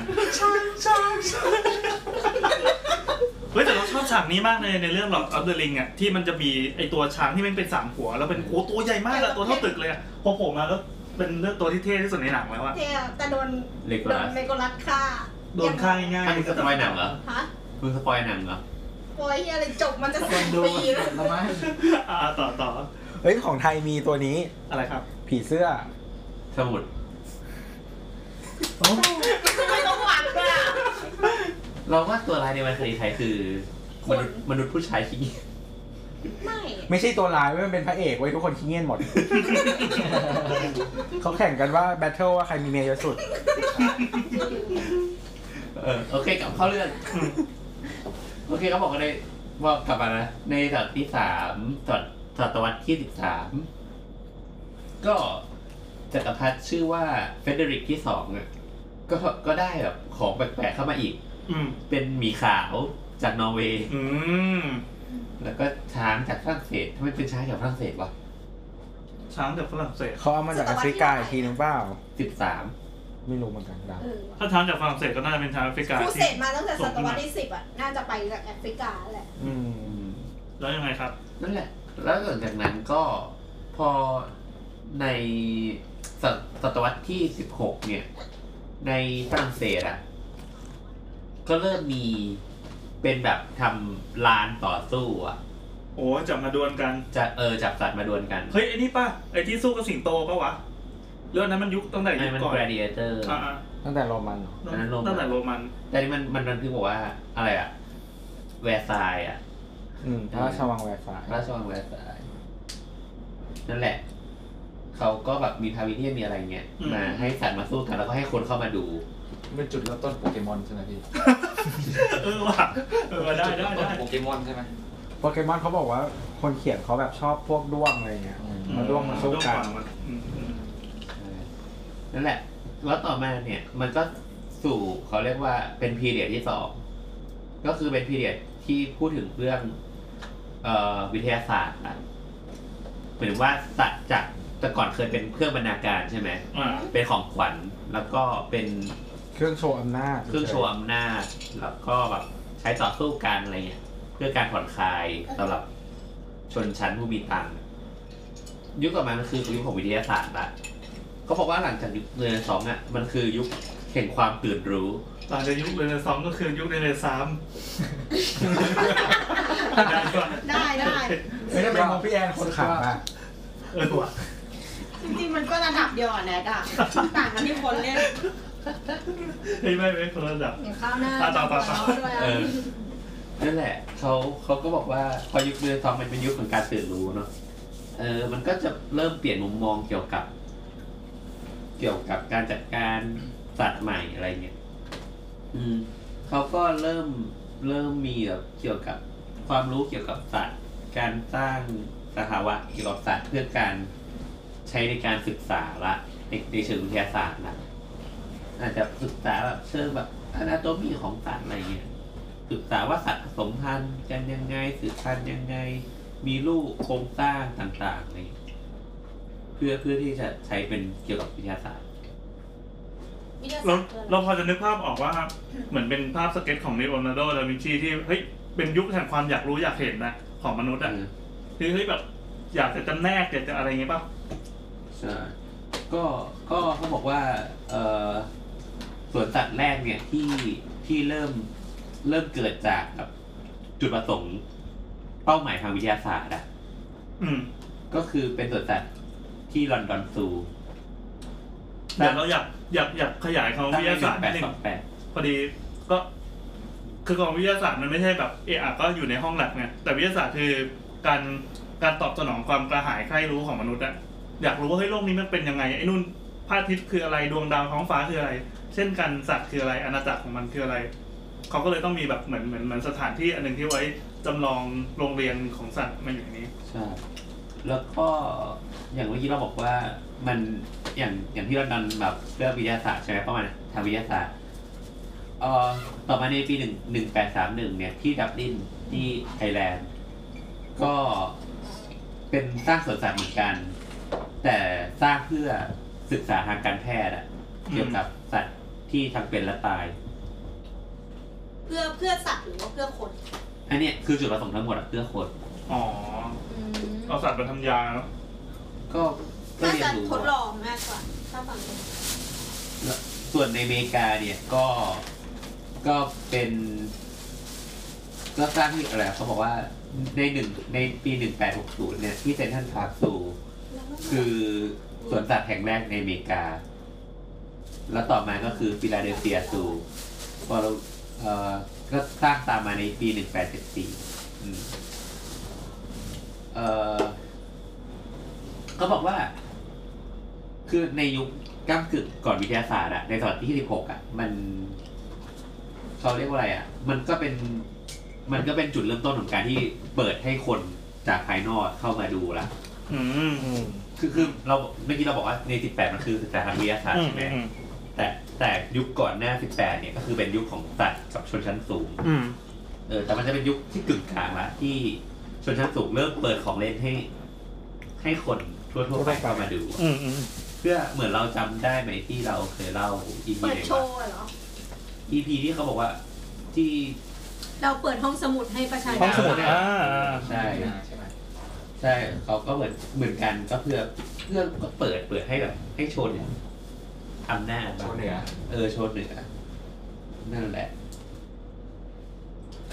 [SPEAKER 3] เฮ้ยแต่เราชอบฉากนี้มากในในเรื่องหลอดออฟเดอะลิงอ่ะที่มันจะมีไอตัวช้างที่แมันเป็นสามหัว แล้วเป็นโอ้ตัวใหญ่มากอะตัวเท่าตึกเลยอะพอโผล่มาแล้วเป็นเรื่องตัวที่เท่ที่สุดในหนังแล้วอะ
[SPEAKER 5] เท่อะแต่โดน
[SPEAKER 9] เลโก
[SPEAKER 5] โด
[SPEAKER 9] รั
[SPEAKER 5] น
[SPEAKER 9] ส
[SPEAKER 5] เมโกรัสฆ่า
[SPEAKER 3] โดนฆ่าง่าย
[SPEAKER 9] ถ้ามึงสปอยหนังเหรอ
[SPEAKER 5] ฮะ
[SPEAKER 9] มึงสปอยหนังเหรอ
[SPEAKER 5] โอ้ยเหี้ยอะไรจบมันจะสิบปีแล้ว
[SPEAKER 3] อ่าต่อต่อ
[SPEAKER 6] เฮ้ยของไทยมีตัวนี้
[SPEAKER 3] อะไรครับ
[SPEAKER 6] ผีเสื้อ
[SPEAKER 9] สมุด
[SPEAKER 8] ้ไม่ต้องหวังอ่ะ
[SPEAKER 9] เราว่าตัวร้ายในวันคดีไทยคือ
[SPEAKER 5] ค
[SPEAKER 9] ม
[SPEAKER 5] น
[SPEAKER 9] นุษ *laughs* ย์มนุษย์ผู้ชายขี้เกียจ
[SPEAKER 5] ไม่
[SPEAKER 6] ไม่ใช่ตัวร้ายเว้ยมันเป็นพระเอกไว้ยทุกคนขี้เงียจหมด *laughs* เขาแข่งกันว่าแบทเทิลว่าใครมีเมียเยอะสุด
[SPEAKER 9] เออโอเคกลับเข้าเรื่อง *laughs* โอเคเขาบอกว่าในว่ากลับมานะ ในศตวรรษที่สามศตวรรษศตวรรษที่สิบสามก็จักรพรรดิชื่อว่าเฟเดริกที่สองอ่ะก็ก็ได้แบบของแปลกๆเข้ามาอีก
[SPEAKER 3] อืม
[SPEAKER 9] เป็นหมีขาวจากนอร์เวย์
[SPEAKER 3] อืม
[SPEAKER 9] แล้วก็ช้างจากฝรั่งเศสทำไมเป็นช้างจากฝรั่งเศสวะ
[SPEAKER 3] ช้างจากฝรั่งเศส
[SPEAKER 6] เขาเอามาจากแอฟริกาอีกทีนึงเปล่า
[SPEAKER 9] สิบสาม
[SPEAKER 6] ไม่รู้เหมือนกันเดา
[SPEAKER 5] เออว่ะ
[SPEAKER 3] ถ้าช้างจากฝรั่งเศสก็น่าจะเป็นช้างแอฟริกา
[SPEAKER 5] ครูเส
[SPEAKER 3] ที่
[SPEAKER 5] ดมาตั้งแต่ศตวรรษที่สิบอะน่าจะไปจากแอฟริกาแหละ
[SPEAKER 6] อืม
[SPEAKER 3] แล้วยังไงครับ
[SPEAKER 9] นั่นแหละ แล้วหลังจากนั้นก็พอในศตศตวรรษที่สิบหกเนี่ย ในฝรั่งเศสอ่ะ ก็เริ่มมี เป็นแบบทำลานต่อสู้อ่ะ
[SPEAKER 3] โอ้จับมาดวลกัน
[SPEAKER 9] จะเออจับสัตว์มาดวลกัน
[SPEAKER 3] เฮ้ยไอ้นี่ป่ะไอ้ที่สู้กับสิงโตป่ะวะเรื่องนั้นมันยุคตั้งแต่
[SPEAKER 9] อัน
[SPEAKER 3] ยุคน
[SPEAKER 9] นั้มัน
[SPEAKER 3] ก่อน
[SPEAKER 9] กราดิเอเตอร์
[SPEAKER 3] อ่า
[SPEAKER 6] ตั้งแต่โรมันเหรอ
[SPEAKER 3] ๆ
[SPEAKER 9] อันนั้นโรมัน
[SPEAKER 3] ตั้งแต่โรมัน
[SPEAKER 9] แต่นี่มันมันมันคือบอกว่าอะไรอ่ะ แวร์ซายอ่ะ
[SPEAKER 6] อืมพระราชวังแวร์ซายน์
[SPEAKER 9] ราชวังแวร์ซายน์นั่นแหละ เขาก็แบบมีพาวิเนียมมีอะไรเงี้ย
[SPEAKER 3] อืม
[SPEAKER 9] มาให้สัตว์มาสู้กันแล้วก็ให้คนเข้ามาดู
[SPEAKER 1] เป็นจุดเริ่มต้นโปเกมอนใช่ไหมพี่
[SPEAKER 3] เออว่ะเออได้ได้ได้
[SPEAKER 1] โปเกมอนใช่ไหม
[SPEAKER 6] โปเกมอนเขาบอกว่าคนเขียนเขาแบบชอบพวกด้วงอะไรเงี้ย
[SPEAKER 1] อืม
[SPEAKER 6] มาด้วงมาสู้กัน
[SPEAKER 3] อืมอืม
[SPEAKER 9] นั่นแหละ แล้วต่อมาเนี่ย มันก็สู่เขาเรียกว่าเป็นพีเรียดที่สอง ก็คือเป็นพีเรียดที่พูดถึงเรื่องเอ่อวิทยาศาสตร์อะหมายถึงว่าสัตว์จากแต่ก่อนเคยเป็นเครื่องบรรณาการใช่ไหม
[SPEAKER 3] อ่า
[SPEAKER 9] เป็นของขวัญ แล้วก็เป็น
[SPEAKER 6] เครื่องโชว์อำนาจ
[SPEAKER 9] เครื่องโชว์อำนาจ แล้วก็แบบใช้ต่อสู้กันอะไรเงี้ย เพื่อการผ่อนคลายสำหรับชนชั้นผู้มีตังค์ ยุคต่อมามันคือยุคของวิทยาศาสตร์ละเขาบอกว่าหลังจากยุคเรเนซองส์อ่ะ มันคือยุคแห่งความตื่นรู้
[SPEAKER 3] หลังจากยุคเรเนซองส์ก็คือยุคเรเนซามได้ป่ะ
[SPEAKER 8] ได้ได้
[SPEAKER 6] ไม่ได้เป็นของพี่แอนคนขับอะ
[SPEAKER 3] เออว่ะ
[SPEAKER 8] จริงๆมันก็ระดับเดียวอะแนทอะต่างกันที่คนเล่น
[SPEAKER 3] เฮ้ยไม่ไม่คนละระดับ
[SPEAKER 5] อย่างข้าวหน้า
[SPEAKER 3] อ่ะต่อต่อต่อ
[SPEAKER 5] ด้วย
[SPEAKER 9] เออ นั่นแหละ เขาเขาก็บอกว่า พอยุคเรเนซองส์มันเป็นยุคของการตื่นรู้เนาะ เออ มันก็จะเริ่มเปลี่ยนมุมมองเกี่ยวกับ เกี่ยวกับการจัดการสัตว์ใหม่อะไรเงี้ย อืม เขาก็เริ่มเริ่มมีแบบเกี่ยวกับความรู้เกี่ยวกับสัตว์ การสร้างสภาวะเกี่ยวกับสัตว์เพื่อการใช้ในการศึกษาละในในเชิงวิทยาศาสตร์ละอาจจะศึกษาแบบเชิงแบบอนาโตมีของสัตว์อะไรเงี้ย ศึกษาว่าสัตว์ผสมพันธุ์กันยังไงสืบพันธุ์ยังไง มีลูกโครงสร้างต่างๆอะไรเงี้ยเพื่อเพื่อที่จะใช้เป็นเกี่ยวกับวิทยาศาสตร์
[SPEAKER 3] เราเราพอจะนึกภาพออกว่า เหมือนเป็นภาพสเก็ตของเลโอนาร์โดดาวินชีที่เฮ้ยเป็นยุคแห่งความอยากรู้อยากเห็นนะของมนุษย์อ่ะคือเฮ้ยแบบ อยากจะจำแนกอยากจะอะไรเงี้ยป่ะ
[SPEAKER 9] ใช่ก็ก็เขาบอกว่าเออสวนสัตว์แรกเนี่ยที่ที่เริ่มเริ่มเกิดจากแบบจุดประสงค์เป้าหมายทางวิทยาศาสตร์อะ
[SPEAKER 3] อืม
[SPEAKER 9] ก็คือเป็นสวนสัตว์ที่ลอนดอนซู
[SPEAKER 3] เดี๋ยวเราอยากอยากอยากขยายคำว่าวิทยาศาสตร์
[SPEAKER 9] แป
[SPEAKER 3] นิดนึ
[SPEAKER 9] ดสอง งแปด
[SPEAKER 3] พอดีก็คือของวิทยาศาสตร์มันไม่ใช่แบบเออก็อยู่ในห้องแลบไงแต่วิทยาศาสตร์คือการการตอบสนองความกระหายใคร่รู้ของมนุษย์อะอยากรู้ว่าเฮ้ยโลกนี้มันเป็นยังไงไอ้นู่นพระอาทิตย์คืออะไรดวงดาวท้องฟ้าคืออะไร เช่นกันสัตว์คืออะไรอาณาจักรของมันคืออะไรเขาก็เลยต้องมีแบบเหมือนเหมือนเหมือนสถานที่อันหนึงที่ไว้จำลองโรงเรียนของสัตว์มาอยู่ในนี้
[SPEAKER 9] ใช่แล้วก็อย่างเมื่อกี้เราบอกว่ามันอย่างอย่างที่ลอนดอนแบบเรื่องวิทยาศาสตร์ใช่ไหมเป้าหมายทางวิทยาศาสตร์เอ่อต่อมาในปีหนึ่งหนึ่งแปดสามหนึ่งเนี่ยที่ดับลินที่ไอร์แลนด์ ก็เป็นสร้างสวนสัตว์เหมือนกัน แต่สร้างเพื่อศึกษาทางการแพทย์อะ
[SPEAKER 3] อืม
[SPEAKER 9] เกี่ยวกับสัตว์ที่ทั้งเป็นและตาย
[SPEAKER 5] เพื่อเพื่อสัตว์หรือว่าเพื่อคน
[SPEAKER 9] อันเนี้ยคือจุดประสงค์ทั้งหมดอะเพื่อคน
[SPEAKER 3] อ๋อเอาสัตว์มาทำยาเนอะ
[SPEAKER 9] ก็ก็
[SPEAKER 5] น่า
[SPEAKER 9] เรีย
[SPEAKER 5] จะ
[SPEAKER 9] นรู้
[SPEAKER 5] ทด
[SPEAKER 9] อะ
[SPEAKER 5] ลองมากกว่า ถ้าฟังดู
[SPEAKER 9] ส่วนในอเมริกาเนี่ยก็ก็เป็น ก็สร้างที่อะไรเขาบอกว่าในหนึ่งในปีหนึ่งแปดหกศูนย์เนี่ยที่เซนทรัลพาร์คซูคือสวนสัตว์แห่งแรกในอเมริกา แล้วต่อมาก็คือฟิลาเดลเฟียซูพอเราเอ่อก็สร้างตามมาในปีหนึ่งแปดเจ็ดสี่เอ่อเขาบอกว่า คือในยุคก้ามกึ่งก่อนวิทยาศาสตร์อะในศตวรรษที่ 16อะมันเขาเรียกว่าอะไรอะมันก็เป็นมันก็เป็นจุดเริ่มต้นของการที่เปิดให้คนจากภายนอกเข้ามาดูละ
[SPEAKER 3] อืม
[SPEAKER 6] อืม
[SPEAKER 9] คือคือเราเมื่อกี้เราบอกว่าใน 18 มันคือศึกษาทางวิทยาศาสตร์ใช่ไหม
[SPEAKER 3] อืม
[SPEAKER 9] แต่แต่ยุคก่อนหน้า 18 เนี่ยก็คือเป็นยุคของสัตว์กับชนชั้นสูง
[SPEAKER 3] อืม
[SPEAKER 9] เออแต่มันจะเป็นยุคที่กึ่งกลางละที่ชนชั้นสูงเริ่มเปิดของเล่นให้ ให้คนทั่วทั่วๆไปเข้ามาดู
[SPEAKER 3] อืมอืม
[SPEAKER 9] เพื่อเหมือนเราจำได้ไหมที่เราเคยเล่า EP ไห
[SPEAKER 5] เปิด
[SPEAKER 9] น
[SPEAKER 5] โช
[SPEAKER 9] วะ
[SPEAKER 5] ว์เหรอ
[SPEAKER 9] EP ที่เขาบอกว่าที่
[SPEAKER 8] เราเปิดห้องสมุดให้ประชาช
[SPEAKER 3] ห้อง
[SPEAKER 8] น
[SPEAKER 3] สมุดอ่าอ่า
[SPEAKER 9] ใช่
[SPEAKER 1] ใช่ไหม
[SPEAKER 9] ใช่เขาก็เหมือนเหมือนกันก็เพื่อเพื่อก็เปิดเปิดให้แบบให้โชว์เนี่ยอำนาจบ้าง
[SPEAKER 1] โชว์เหนือ
[SPEAKER 9] เออโชว์เหนือนั่นแหละ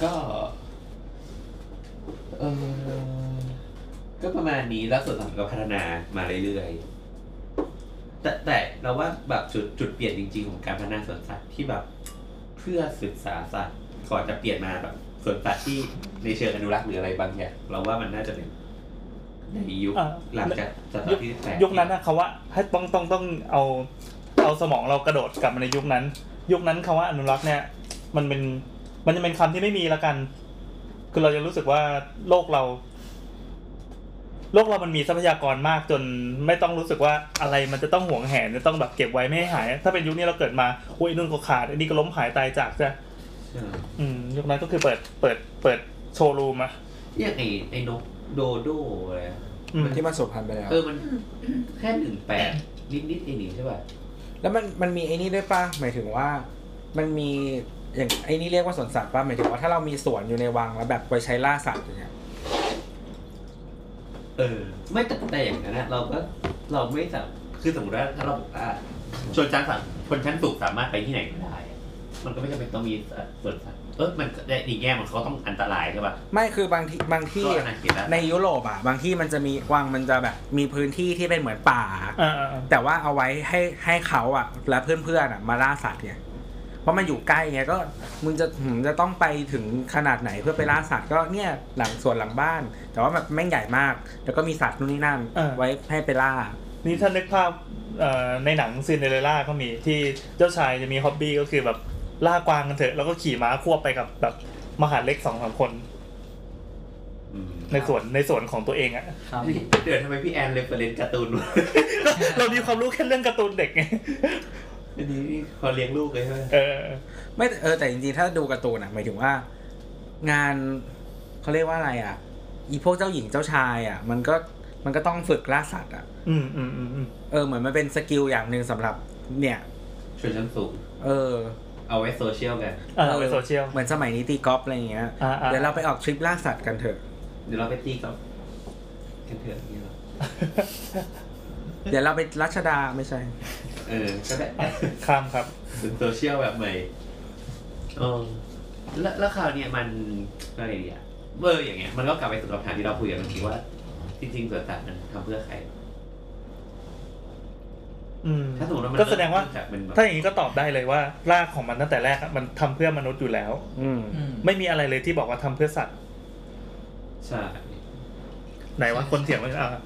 [SPEAKER 9] ก็เออก็ประมาณนี้แล้วส่วนสัตว์ก็พัฒนามาเรื่อยๆแต่แต่เราว่าแบบจุดจุดเปลี่ยนจริง ๆ ของการพัฒนาสวนสัตว์ที่แบบ เพื่อศึกษาสัตว์ก่อนจะเปลี่ยนมาแบบสวนสัตว์ที่ในเชิงอนุรักษ์หรืออะไรบางอย่างเราว่ามันน่าจะเป็นในยุค
[SPEAKER 3] อ่ะ
[SPEAKER 9] หลังจากศตวรรษที่แปด
[SPEAKER 3] ยุคนั้นนะคำว่าให้ต้องต้องต้องเอาเอาสมองเรากระโดดกลับมาในยุคนั้น ยุคนั้นคำว่าอนุรักษ์เนี่ย มันเป็นมันจะเป็นคำที่ไม่มีละกัน คือเราจะรู้สึกว่าโลกเรา โลกเรามันมีทรัพยากรมากจนไม่ต้องรู้สึกว่าอะไรมันจะต้องหวงแหนจะต้องแบบเก็บไว้ไม่ให้หาย ถ้าเป็นยุคนี้เราเกิดมาโอ้ยนู่นก็ขาดอันนี้ก็ล้มหายตายจากจะอืมยุคนั้นก็คือเปิดเปิดเปิดโชว์รูมอะ
[SPEAKER 9] อย่างไอ้ไอ้นกโดโดอะไรอะ
[SPEAKER 3] อืม
[SPEAKER 10] ที่มันสูญพันธุ์ไปแล้ว
[SPEAKER 9] เออมัน *coughs* แค่หนึ่งแปดนิดนิดๆเองนี่ใช่ป่ะ
[SPEAKER 10] แล้วมันมันมีไอ้นี่ด้วยป่ะหมายถึงว่า มันมีอย่างไอ้นี่เรียกว่าสวนสัตว์ป่ะหมายถึงว่าถ้าเรามีสวนอยู่ในวังแล้วแบบไปใช้ล่าสัตว์อย่างเงี้ย
[SPEAKER 9] เออ ไม่แต่แต่อย่างนั้นอะเราก็เราไม่สามคือสมมติว่าถ้าเราบอกว่าชนชั้นสังชนชั้นสูงสามารถไปที่ไหนก็ได้อะมันก็ไม่จำเป็นต้องมีสัตว์สวนสัตว์เออมันก็ในอีกแง่มันเขาต้องอันตรายใช่ป่ะ
[SPEAKER 10] ไม่คือบางที่บางที่
[SPEAKER 9] ก็อนาเขตแล้ว
[SPEAKER 10] ในยุโรปอ่ะ บางที่มันจะมีวังมันจะแบบมีพื้นที่ที่เป็นเหมือนป่า
[SPEAKER 3] อ่าอ่าอ่า
[SPEAKER 10] แต่ว่าเอาไว้ให้ให้เขาอ่ะ และเพื่อนๆอ่ะมาล่าสัตว์ไงเพราะมันอยู่ใกล้ไงก็มึงจะหืมจะต้องไปถึงขนาดไหนเพื่อไปล่าสัตว์ก็เนี่ยหลังสวนหลังบ้าน แต่ว่ามันแม่งใหญ่มาก แล้วก็มีสัตว์นู่นนี่นั่น ไว้ให้ไปล่า
[SPEAKER 3] นี่ถ้านึกภาพเอ่อในหนังซินเดอเรลล่าก็มีที่เจ้าชายจะมีฮ็อบบี้ก็คือแบบล่ากวางกันเถอะ แล้วก็ขี่ม้าควบไปกับแบบมหาดเล็กสองสามคน
[SPEAKER 9] อืม
[SPEAKER 3] ในส่วนในส่วนของตัวเองอะ
[SPEAKER 9] เดี๋ยวทำไมพี่แอนเรฟเฟรนซ์การ์ตูนวะ
[SPEAKER 3] เรามีความรู้แค่เรื่องการ์ตูนเด็กไง
[SPEAKER 9] อันนี้พอเลี้ยงลูกเลยใช่ไหม
[SPEAKER 3] เออ
[SPEAKER 10] ไม่แต่เออแต่จริงๆ ถ้าดูการ์ตูนอ่ะหมายถึงว่า งานเขาเรียกว่าอะไรอ่ะ อีพวกเจ้าหญิงเจ้าชายอ่ะ มันก็มันก็ต้องฝึกล่าสัตว์อ่ะ
[SPEAKER 3] อืมอืมอืมอืม
[SPEAKER 10] เออเหมือนมันเป็นสกิลอย่างหนึ่งสำหรับเนี่ย
[SPEAKER 9] ชนชั้นสูง
[SPEAKER 10] เออ
[SPEAKER 9] เอาไว้โซเชียลกัน
[SPEAKER 3] อ่าเอาไปโซเชียล
[SPEAKER 10] เหมือนสมัยนี้ตีกอล์ฟอะไรอย่างเงี้ย
[SPEAKER 3] อ่าๆ
[SPEAKER 10] เดี๋ยวเราไปออกทริปล่าสัตว์กันเถอะ
[SPEAKER 9] เดี๋ยวเราไปตีกับกันเถอะอย่างเงี้ยเหรอ
[SPEAKER 10] เดี๋ยวเราไปรัชดาไม่ใช่
[SPEAKER 9] เออก็ได้
[SPEAKER 3] ข้ามครับ
[SPEAKER 9] เป็นโซเชียลแบบใหม่เออแล้วแล้วข่าวเนี่ยมันอะไรดีอะเบอร์อย่างเงี้ย มันก็กลับไปสู่คำถามที่เราคุยกันเมื่อกี้ว่า จริงๆสวนสัตว์มันทำเพื่อใคร
[SPEAKER 3] อืม
[SPEAKER 9] ถ้าสมมติว่ามัน
[SPEAKER 3] ก็แสดงว่า
[SPEAKER 9] เริ่มจากเป็นแบบ
[SPEAKER 3] ถ้าอย่างนี้ก็ตอบได้เลยว่ารากของมันตั้งแต่แรกอะมันทำเพื่อมนุษย์อยู่แล้ว
[SPEAKER 10] อืม
[SPEAKER 3] ไม่มีอะไรเลยที่บอกว่าทำเพื่อสัตว์
[SPEAKER 9] ใช่
[SPEAKER 3] ไหนว่าคนเถียงไม่เอา
[SPEAKER 9] แน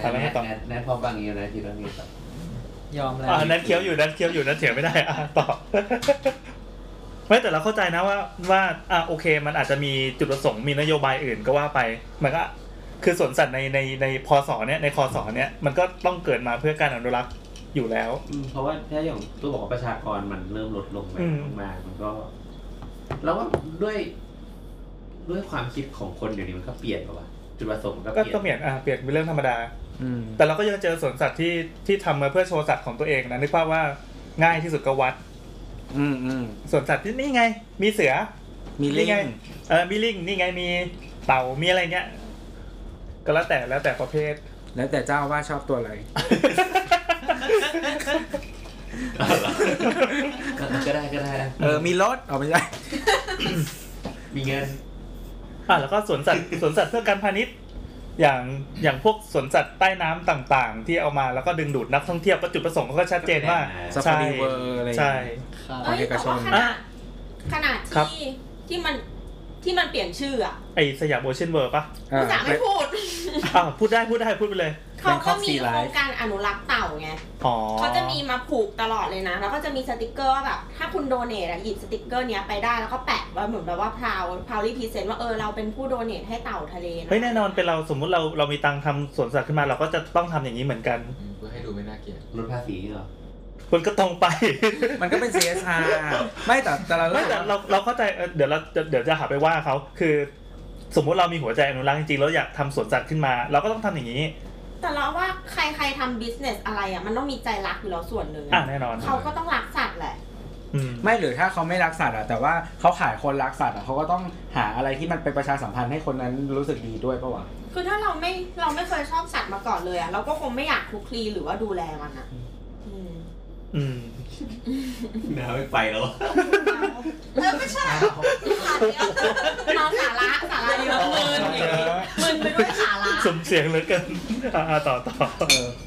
[SPEAKER 3] เอา
[SPEAKER 9] ท
[SPEAKER 3] แล้วไงต่อ
[SPEAKER 9] แนทแนทพอบางอย่างนะทีละนิด
[SPEAKER 11] ยอมแล้ว
[SPEAKER 3] อ่านั้นเคี้ยวอยู่นั้นเคี้ยวอยู่นั้นเถียงไม่ได้อ่ะต่อ *laughs* ไม่แต่เราเข้าใจนะว่าว่าอ่ะโอเค มันอาจจะมีจุดประสงค์มีนโยบายอื่นก็ว่าไป มันก็คือสวนสัตว์ในในในพศเนี่ยในคศเนี่ยมันก็ต้องเกิดมาเพื่อการอนุรักษ์อยู่แล้ว
[SPEAKER 9] อืมเพราะว่าถ้าอย่างตัวบอกว่าประชากรมันเริ่มลดลงไป
[SPEAKER 3] อืม
[SPEAKER 9] มากๆมันก็ แล้วว่าด้วย ด้วยความคิดของคนเดี๋ยวนี้มันก็เปลี่ยนไปว่ะจุดประสงค์มันก็เป
[SPEAKER 3] ก็
[SPEAKER 9] ลี่ยน
[SPEAKER 3] ก็เปลี่ยนอ่ะเปลี่ยนเป็นเรื่องธรรมดา
[SPEAKER 10] อืม
[SPEAKER 3] แต่เราก็ยังเจอสวนสัตว์ที่ที่ทำมาเพื่อโชว์สัตว์ของตัวเองนะนึกภาพว่าง่ายที่สุดก็วัด
[SPEAKER 10] อืมอืม
[SPEAKER 3] สวนสัตว์ที่นี่ไง มีเสือ
[SPEAKER 10] มีลิ
[SPEAKER 3] นี่ไง
[SPEAKER 10] ง
[SPEAKER 3] เออมีลิงนี่ไงมีเต่ามีอะไรเงี้ยก็แล้วแต่แล้วแต่ประเภท
[SPEAKER 10] แล้วแต่เจ้าว่าชอบตัวอะไร
[SPEAKER 9] ก็ได้ก็ได้
[SPEAKER 10] เออมีรถอ๋อไม่ใช่
[SPEAKER 9] มีเงิน
[SPEAKER 3] *laughs* อ่ะแล้วก็สวนสัตว์ *coughs* สวนสัตว์เพื่อการพาณิชย์อย่างอย่างพวกสวนสัตว์ใต้น้ำต่างๆ ที่เอามาแล้วก็ดึงดูดนักท่องเที่ยวก็จุดประสงค์เขาก็ชัดเจนว่า
[SPEAKER 10] สปารีเวอร์อะไรอย่าง
[SPEAKER 3] ใช่
[SPEAKER 11] ค
[SPEAKER 10] เงี้ย
[SPEAKER 11] รับ
[SPEAKER 8] เอ้ยแต่ว่าข
[SPEAKER 10] อ่ะ
[SPEAKER 8] นาดขนาด
[SPEAKER 3] ครับ
[SPEAKER 8] ที่ที่มันที่มันเปลี่ยนชื่ออ่ะ
[SPEAKER 3] ไอสยามโอเชียนเวิ
[SPEAKER 10] *laughs*
[SPEAKER 3] ร์ปะ
[SPEAKER 10] อ่า
[SPEAKER 8] ภาษาไม่พูด
[SPEAKER 3] อ้าวพูดได้พูดได้พูดไปเลย
[SPEAKER 8] เขาก็
[SPEAKER 10] Bangkok
[SPEAKER 8] มี
[SPEAKER 10] Sea
[SPEAKER 8] โครง
[SPEAKER 10] Life
[SPEAKER 8] การอนุรักษ์เต่าไง
[SPEAKER 3] อ๋อ
[SPEAKER 8] เขาจะมีมาผูกตลอดเลยนะ แล้วก็จะมีสติกเกอร์ว่าแบบ ถ้าคุณโดเนทอะหยิบสติกเกอร์เนี้ยไปได้แล้วก็แปะว่าเหมือนแบบว่าพราวพราวรีพีเซนต์ว่าเออเราเป็นผู้โดเนทให้เต่าทะเลนะ
[SPEAKER 3] เฮ้ยแน่นอนเป็นเราสมมุติเราเรามีตังค์ทำสวนสัตว์ขึ้นมาเราก็จะต้องทำอย่างนี้เหมือนกัน
[SPEAKER 6] เพื่อให้ดูไม่น่าเกลียด
[SPEAKER 9] ลดภาษีเหร *laughs* อ
[SPEAKER 3] คนก็ตรง
[SPEAKER 10] *laughs*
[SPEAKER 3] ไป
[SPEAKER 10] มันก็เป็น CSR ไม่แต่แต่เรารู้
[SPEAKER 3] ไม่
[SPEAKER 10] สึก
[SPEAKER 3] แต่
[SPEAKER 10] ว่า
[SPEAKER 3] เราเราเข้าใจเออเดี๋ยวเราจะเดี๋ยวจะหาไปว่าเขาคือ สมมุติเรามีหัวใจอนุรักษ์จริงๆแล้วอยากทำสวนสัตว์ขึ้นมา เราก็ต้องทำอย่างนี้
[SPEAKER 8] แต่เราว่าใครใครทำบิสเนสอะไรอ่ะมันต้องมีใจรักอยู่แล้วส่วนหนึ่ง
[SPEAKER 3] อ่ะแน่นอน
[SPEAKER 8] เขาก็ต้องรักสัตว์แหละ
[SPEAKER 3] อืม
[SPEAKER 10] ไม่หรือถ้าเขาไม่รักสัตว์อะแต่ว่าเขาขายคนรักสัตว์อะเขาก็ต้องหาอะไรที่มันเป็นประชาสัมพันธ์ให้คนนั้นรู้สึกดีด้วยปะวะ
[SPEAKER 8] คือถ้าเราไม่เราไม่เคยชอบสัตว์มาก่อนเลยอะเราก็คงไม่อยากคลุกคลีหรือว่าดูแลมันอะอืม
[SPEAKER 3] อืม
[SPEAKER 7] หนาวไม่ไปแล้วอะ
[SPEAKER 5] เออไม่ใช่ขาดแล้ว
[SPEAKER 8] เมาสาระสาระเยอะมึนอย่างงี้มึนไปด้วยสาระ
[SPEAKER 3] สมเสียงเหลือเกิน *laughs* อ่าต่อต่อ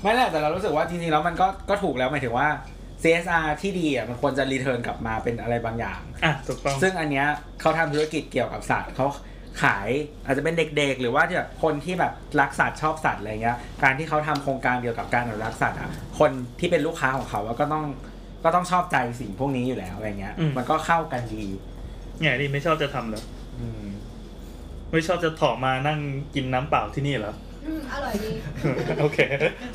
[SPEAKER 6] ไม่แหละแต่เรารู้สึกว่าจริงๆแล้วมันก็ก็ถูกแล้วหมายถึงว่า CSR ที่ดีอ่ะมันควรจะรีเทิร์นกลับมาเป็นอะไรบางอย่าง
[SPEAKER 3] อ่ะถูกต้อง
[SPEAKER 6] ซึ่งอันเนี้ยเขาทำธุรกิจเกี่ยวกับสัตว์เขาขายอาจจะเป็นเด็กๆ หรือว่าที่แบบคนที่แบบรักสัตว์ชอบสัตว์อะไรเงี้ยการที่เขาทำโครงการเกี่ยวกับการอนุรักษ์สัตว์อ่ะคนที่เป็นลูกค้าของเขาอะก็ต้องก็ต้องชอบใจสิ่งพวกนี้อยู่แล้วอะไรเงี้ย มันก็เข้ากันดี
[SPEAKER 3] เนี่ยนี่ไม่ชอบจะทำแล้ว
[SPEAKER 6] อืม
[SPEAKER 3] ไม่ชอบจะถอมานั่งกินน้ำเปล่าที่นี่เหรอ *laughs*
[SPEAKER 5] อืมอร่อยดี
[SPEAKER 3] โอเค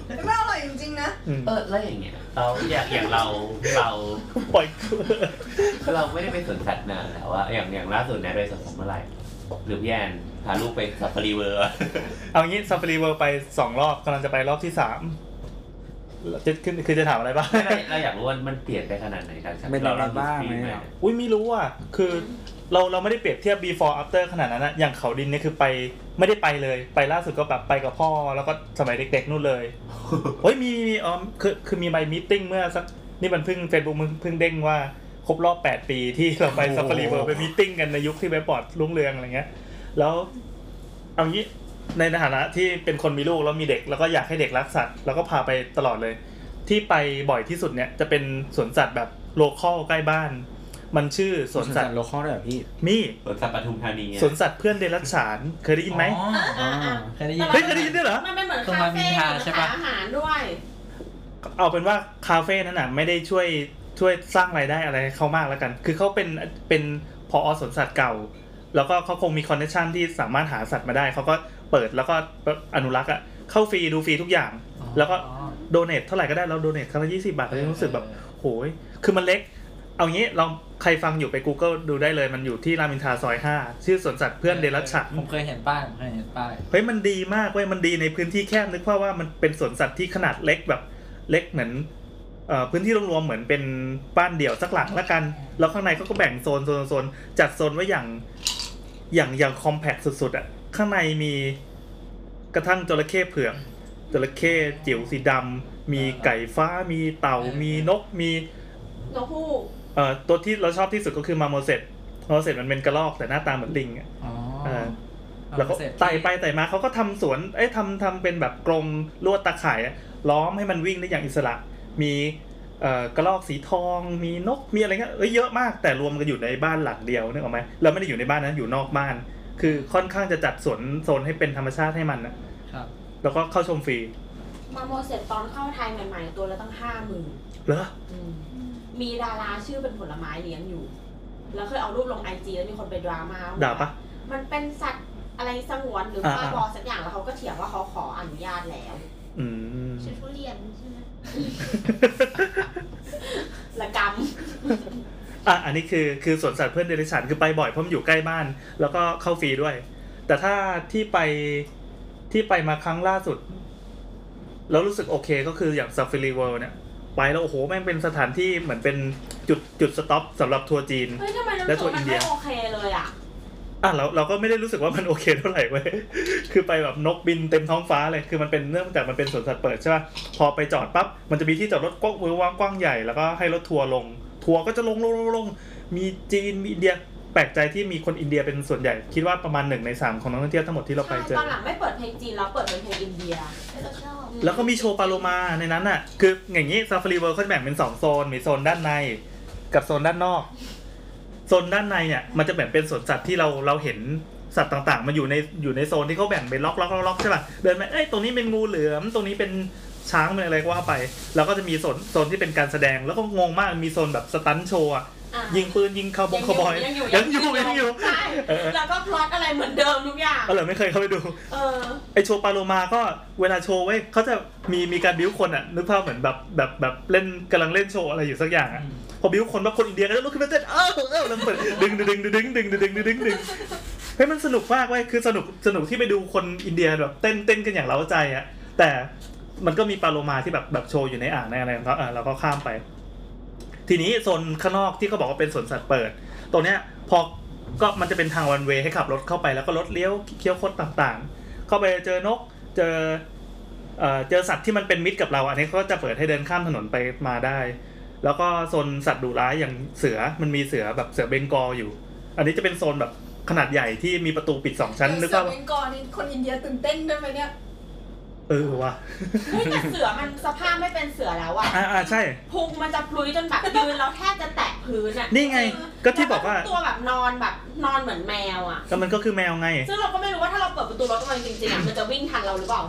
[SPEAKER 5] แต่ไม่อร่อยจริงๆนะ
[SPEAKER 3] อืม
[SPEAKER 9] เออแล้วอย่างเงี้ยเราอย่างอย่างเราเรา
[SPEAKER 3] ปล่อย
[SPEAKER 9] เราไม่ได้ไปสวนสัตว์นานแล้วอะอย่างอย่างล่าสุดเนี่ยไปสวนสัตว์เมื่อไหร่ หรือพี่แอนพาลูกไปสัปปะรีเวอร์อะ
[SPEAKER 3] *laughs* เอางี้ซั f ฟ r รีเวิร์ไปสองรอบกำลังจะไปรอบที่สามแล้วจะขึ้นคือจะถามอะไรบ้าง
[SPEAKER 9] ไม่ได้ *laughs* เราอยากรู้ว่ามันเปลี่ยนไปขนาดไหนจาก
[SPEAKER 6] เป็น
[SPEAKER 9] เรา
[SPEAKER 6] อะไรบ้างไหม
[SPEAKER 9] เร
[SPEAKER 6] อะ
[SPEAKER 3] อุ้ยไม่รู้อ่ะ คือเราเราไม่ได้เปรียบเทียบ before after ขนาดนั้นนะอย่างเขาดินเนี่ยคือไปไม่ได้ไปเลย ไปล่าสุดก็แบบไปกับพ่อ แล้วก็สมัยเด็กๆนู่นเลย เฮ้ยมีมีอ๋อคือคือมีใบมิทติ้งเมื่อสักนี่มันเพิ่งเฟซบุ๊กมึงเพิ่งเด้งว่าครบรอบ 8 ปีที่เราไป
[SPEAKER 6] โอ้โห
[SPEAKER 3] ซัฟฟารีเวิร์ไปมิทติ้งกันในยุคที่เว็บบอร์ดรุ่งเรืองอะไรเงี้ย แล้วเอางี้ในฐานะที่เป็นคนมีลูกแล้วมีเด็ก แล้วก็อยากให้เด็กรักสัตว์แล้วก็พาไปตลอดเลย ที่ไปบ่อยที่สุดเนี่ยจะเป็นสวนสัตว์แบบโลคอลใกล้บ้าน มันชื่อสวนสัตว์
[SPEAKER 6] โลคอลด้วยเหรอพี่
[SPEAKER 3] มี
[SPEAKER 9] สวนสัตว์ปทุมธานีอะ
[SPEAKER 3] สวนสัตว์เพื่อนเดรัจฉานเคยได้ยินไหม
[SPEAKER 8] อ่าอ่า
[SPEAKER 4] เคยได้ยิน
[SPEAKER 3] เฮ้ยเคยได้ยินด้วยเหรอ
[SPEAKER 8] มันเป็นเหมือน
[SPEAKER 4] ตรง
[SPEAKER 8] คา
[SPEAKER 4] รามอิ
[SPEAKER 8] เฟ่
[SPEAKER 4] นทราใช่ปะ
[SPEAKER 8] ขายอาหารด้วย
[SPEAKER 3] เอาเป็นว่าคาเฟ่นั้นน่ะไม่ได้ช่วยช่วยสร้างรายได้อะไรให้เขามากแล้วกัน คือเขาเป็นเป็นพออสวนสัตว์เก่า แล้วก็เขาคงมีคอนเนคชันที่สามารถหาสัตว์มาได้ เขาก็เปิดแล้วก็อนุรักษ์อะเข้าฟรีดูฟรีทุกอย่าง แล้วก็โดเนทเท่าไหร่ก็ได้เราโดเนทครั้งละยี่สิบาทเรายังรู้สึกแบบโหยคือมันเล็ก เอางี้เราใครฟังอยู่ไป Google ดูได้เลยมันอยู่ที่รามอินทราซอยห้าชื่อสวนสัตว์เพื่อนเดรัจฉาน
[SPEAKER 4] ผมเคยเห็นป้ายผมเคยเห็นป้าย
[SPEAKER 3] เฮ้ยมันดีมากเว้ยมันดีในพื้นที่แคบนึกภาพว่ามันเป็นสวนสัตว์ที่ขนาดเล็กแบบเล็กเหมือนเอ่อพื้นที่รวมๆเหมือนเป็นบ้านเดี่ยวสักหลังละกัน แล้วข้างในเขาก็แบ่งโซนโซนโซนจัดโซนไว้อย่างอย่างอย่างคอมแพคสุดๆอ่ะข้างในมีกระทั่งจระเข้เผือกจระเข้จิ๋วสีดำมีไก่ฟ้ามีเต่ามีนกมี
[SPEAKER 8] นกฮูก
[SPEAKER 3] เอ่อตัวที่เราชอบที่สุดก็คือมาโมเสสมาโมเสสมันเป็นกระรอกแต่หน้าตาเหมือนลิงอ่ะ
[SPEAKER 4] อ๋อ
[SPEAKER 3] เออ แล้วก็ไต่ไปไต่มาเขาก็ทำสวน เอ้ยทำทำเป็นแบบกรงลวดตาข่ายอะล้อมให้มันวิ่งได้อย่างอิสระ มีเอ่อกระรอกสีทอง มีนก มีอะไรเงี้ย เอ้ยเยอะมาก แต่รวมกันอยู่ในบ้านหลังเดียวนึกออกไหมเราไม่ได้อยู่ในบ้านนั้นอยู่นอกบ้าน คือค่อนข้างจะจัดสวนโซนให้เป็นธรรมชาติให้มันนะครับ แล้วก็เข้าชมฟรี
[SPEAKER 8] มาโมเสสตอนเข้าไทยใหม่ๆ ตัวละตั้งห้าหมื่น
[SPEAKER 3] เหรอ
[SPEAKER 8] มีดาราชื่อเป็นผลไม้เลี้ยงอยู่ แล้วเคยเอารูปลงไอจีแล้วมีคนไปดราม่าว่
[SPEAKER 3] ด่าปะ
[SPEAKER 8] มันเป็นสัตว์อะไรสงวนหรืออา บ้าบอสักอย่างแล้วเขาก็เถียงว่าเขาขออนุญาตแล้ว
[SPEAKER 3] อืม
[SPEAKER 5] ชื่อทุเรียนใช่ไหม
[SPEAKER 8] ละกรรม
[SPEAKER 3] อ่ะอันนี้คือคือสวนสัตว์เพื่อนเดรัจฉานคือไปบ่อยเพราะมันอยู่ใกล้บ้าน แล้วก็เข้าฟรีด้วย แต่ถ้าที่ไปที่ไปมาครั้งล่าสุด แล้วรู้สึกโอเคก็คืออย่างซัฟฟ r รีเวิลด์เนี่ย ไปแล้วโอ้โห แม่งเป็นสถานที่เหมือนเป็นจุดจุดสต็อปสำหรับทัวร์จีน
[SPEAKER 8] เฮ้ยทำไมเรา
[SPEAKER 3] และตั
[SPEAKER 8] รู้สึ
[SPEAKER 3] ว
[SPEAKER 8] กมัน
[SPEAKER 3] อินเดีย
[SPEAKER 8] ไม่โอเคเลยอ่ะ
[SPEAKER 3] อ่ะเราเราก็ไม่ได้รู้สึกว่ามันโอเคเท่าไหร่เว้ย *laughs* คือไปแบบนกบินเต็มท้องฟ้าเลย คือมันเป็นเนื่องจากมันเป็นสวนสัตว์เปิดใช่ป่ะ พอไปจอดปั๊บ มันจะมีที่จอดรถกว้างเวอร์ว่างกว้างใหญ่ แล้วก็ให้รถทัวร์ลง ทัวร์ก็จะลงลงลงลง มีจีน มีอินเดีย แปลกใจที่มีคนอินเดียเป็นส่วนใหญ่ คิดว่าประมาณหนึ่งในสามของนักท่องเที่ยวทั้งหมดที่เราไป
[SPEAKER 8] ใช่
[SPEAKER 3] เจอ
[SPEAKER 8] ตอนหลังไม่เปิดเพลงจีนแล้วเปิดเป็นเพลงอินเดีย
[SPEAKER 3] แล้วก็มีโชว์ปลาโลมาในนั้นอ่ะ คืออย่างนี้ซาฟารีเวิร์เขาจะแบ่งเป็นสองโซน มีโซนด้านใน กับโซนด้านนอก โซนด้านในเนี่ยมันจะแบ่งเป็นสวนสัตว์ที่เราเราเห็นสัตว์ต่างๆ มันอยู่ในอยู่ในโซนที่เขาแบ่งเป็นล็อกล็อกล็อกล็อกใช่ป่ะ เดินไปเอ้ยตรงนี้เป็นงูเหลือม ตรงนี้เป็นช้างเป็นอะไรก็ว่าไป แล้วก็จะมีโซนโซนที่เป็นการแสดง แล้วก็งงมาก มีโซนแบบสตันท์โชว์อะ
[SPEAKER 8] อ่ะ
[SPEAKER 3] ยิงปืนยิงคาวบงคาวบอย
[SPEAKER 8] ยังอยู่
[SPEAKER 3] ยังอยู่ยังอยู่
[SPEAKER 8] ใช่
[SPEAKER 3] เออ
[SPEAKER 8] แล้วก็พล็อตอะไรเหมือนเดิมทุกอย่าง
[SPEAKER 3] เออเหรอไม่เคยเข้าไปดู
[SPEAKER 8] เออ
[SPEAKER 3] ไอโชว์ปลาโลมาก็เวลาโชว์เว้ยเขาจะมีมีการบิ้วคนอ่ะนึกภาพเหมือนแบบแบบแบบเล่นกำลังเล่นโชว์อะไรอยู่สักอย่างอ่ะพอบิ้วคนว่าคนอินเดียก็จะลุกขึ้นมาเต้นเออเออแล้วเปิดดึงดึงดึงดึงดึงดึงดึงดึงดึงดึงเฮ้ยมันสนุกมากเว้ยคือสนุกสนุกที่ไปดูคนอินเดียแบบเต้นเต้นกันอย่างเร้าใจอ่ะแต่มันก็มีปลาโลมาที่แบบแบบโชว์อยู่ในอ่างในอะไรของเขาอ่ะเราก็ข้ามไป ทีนี้โซนข้างนอกที่เขาบอกว่าเป็นสวนสัตว์เปิด ตรงเนี้ยพอก็มันจะเป็นทางวันเวย์ให้ขับรถเข้าไปแล้วก็รถเลี้ยวเคี้ยวคดต่างๆ เข้าไปเจอนกเจอเอ่อเจอสัตว์ที่มันเป็นมิตรกับเรา อันนี้เขาก็จะเปิดให้เดินข้ามถนนไปมาได้ แล้วก็โซนสัตว์ดุร้ายอย่างเสือมันมีเสือแบบเสือเบงกอลอยู่ อันนี้จะเป็นโซนแบบขนาดใหญ่ที่มีประตูปิดสองชั้นนึกว่า
[SPEAKER 5] เสือเบงกอลนี่คนอินเดียตื่นเต้นด้วยไหมเนี่ย
[SPEAKER 3] เออว่ะ *laughs*
[SPEAKER 8] เฮ้ยแต่เสือมันสภาพไม่เป็นเสือแล้วอะ
[SPEAKER 3] อ่าอ่าใช่
[SPEAKER 8] พุงมันจะพลุยจนแบบยืนเราแทบจะแตะพื้นอะ
[SPEAKER 3] นี่ไงก็ที่บอกว่า
[SPEAKER 8] แล้ตัวแบบนอนแบบนอนเหมือนแมวอะ
[SPEAKER 3] ก็มันก็คือแมวไง
[SPEAKER 8] ซึ่งเราก็ไม่รู้ว่าถ้าเราเปิดประตูรถมันจริงๆอะมันจะวิ่งทันเราหรือเปล่า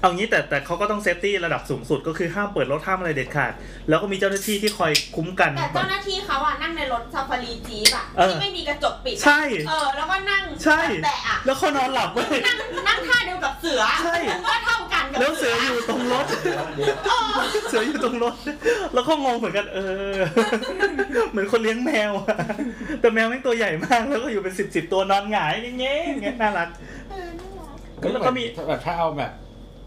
[SPEAKER 3] เอางี้แต่แต่เขาก็ต้องเซฟตี้ระดับสูงสุดก็คือห้ามเปิดรถห้ามอะไรเด็ดขาด แล้วก็มีเจ้าหน้าที่ที่คอยคุ้มกัน
[SPEAKER 8] แต่เจ้าหน้าที่เขาอะนั่งในรถซาฟารีจี๊ปอะ
[SPEAKER 3] เออ
[SPEAKER 8] ที่ไม่มีกระจกปิดอะ
[SPEAKER 3] ใช่
[SPEAKER 8] เออ แล้วก็นั่ง
[SPEAKER 3] ใช่
[SPEAKER 8] แตะอะ
[SPEAKER 3] แล้วเขานอนหลับเว้ย
[SPEAKER 8] นั่งนั่งท่าเดียวกับเสือ
[SPEAKER 3] ใช่
[SPEAKER 8] ก็เท่ากันกับ
[SPEAKER 3] แล้วเสืออยู่ตรงรถ เสืออยู่ตรงรถ แล้วก็งงเหมือนกัน เออ เหมือนคนเลี้ยงแมวอะแต่แมวแม่งตัวใหญ่มาก แล้วก็อยู่เป็นสิบสิบตัวนอนหงายอย่างเงี้ยอย่างเงี้ยน่ารัก แล้วก็มี
[SPEAKER 6] แบบถ้าเอาแบบ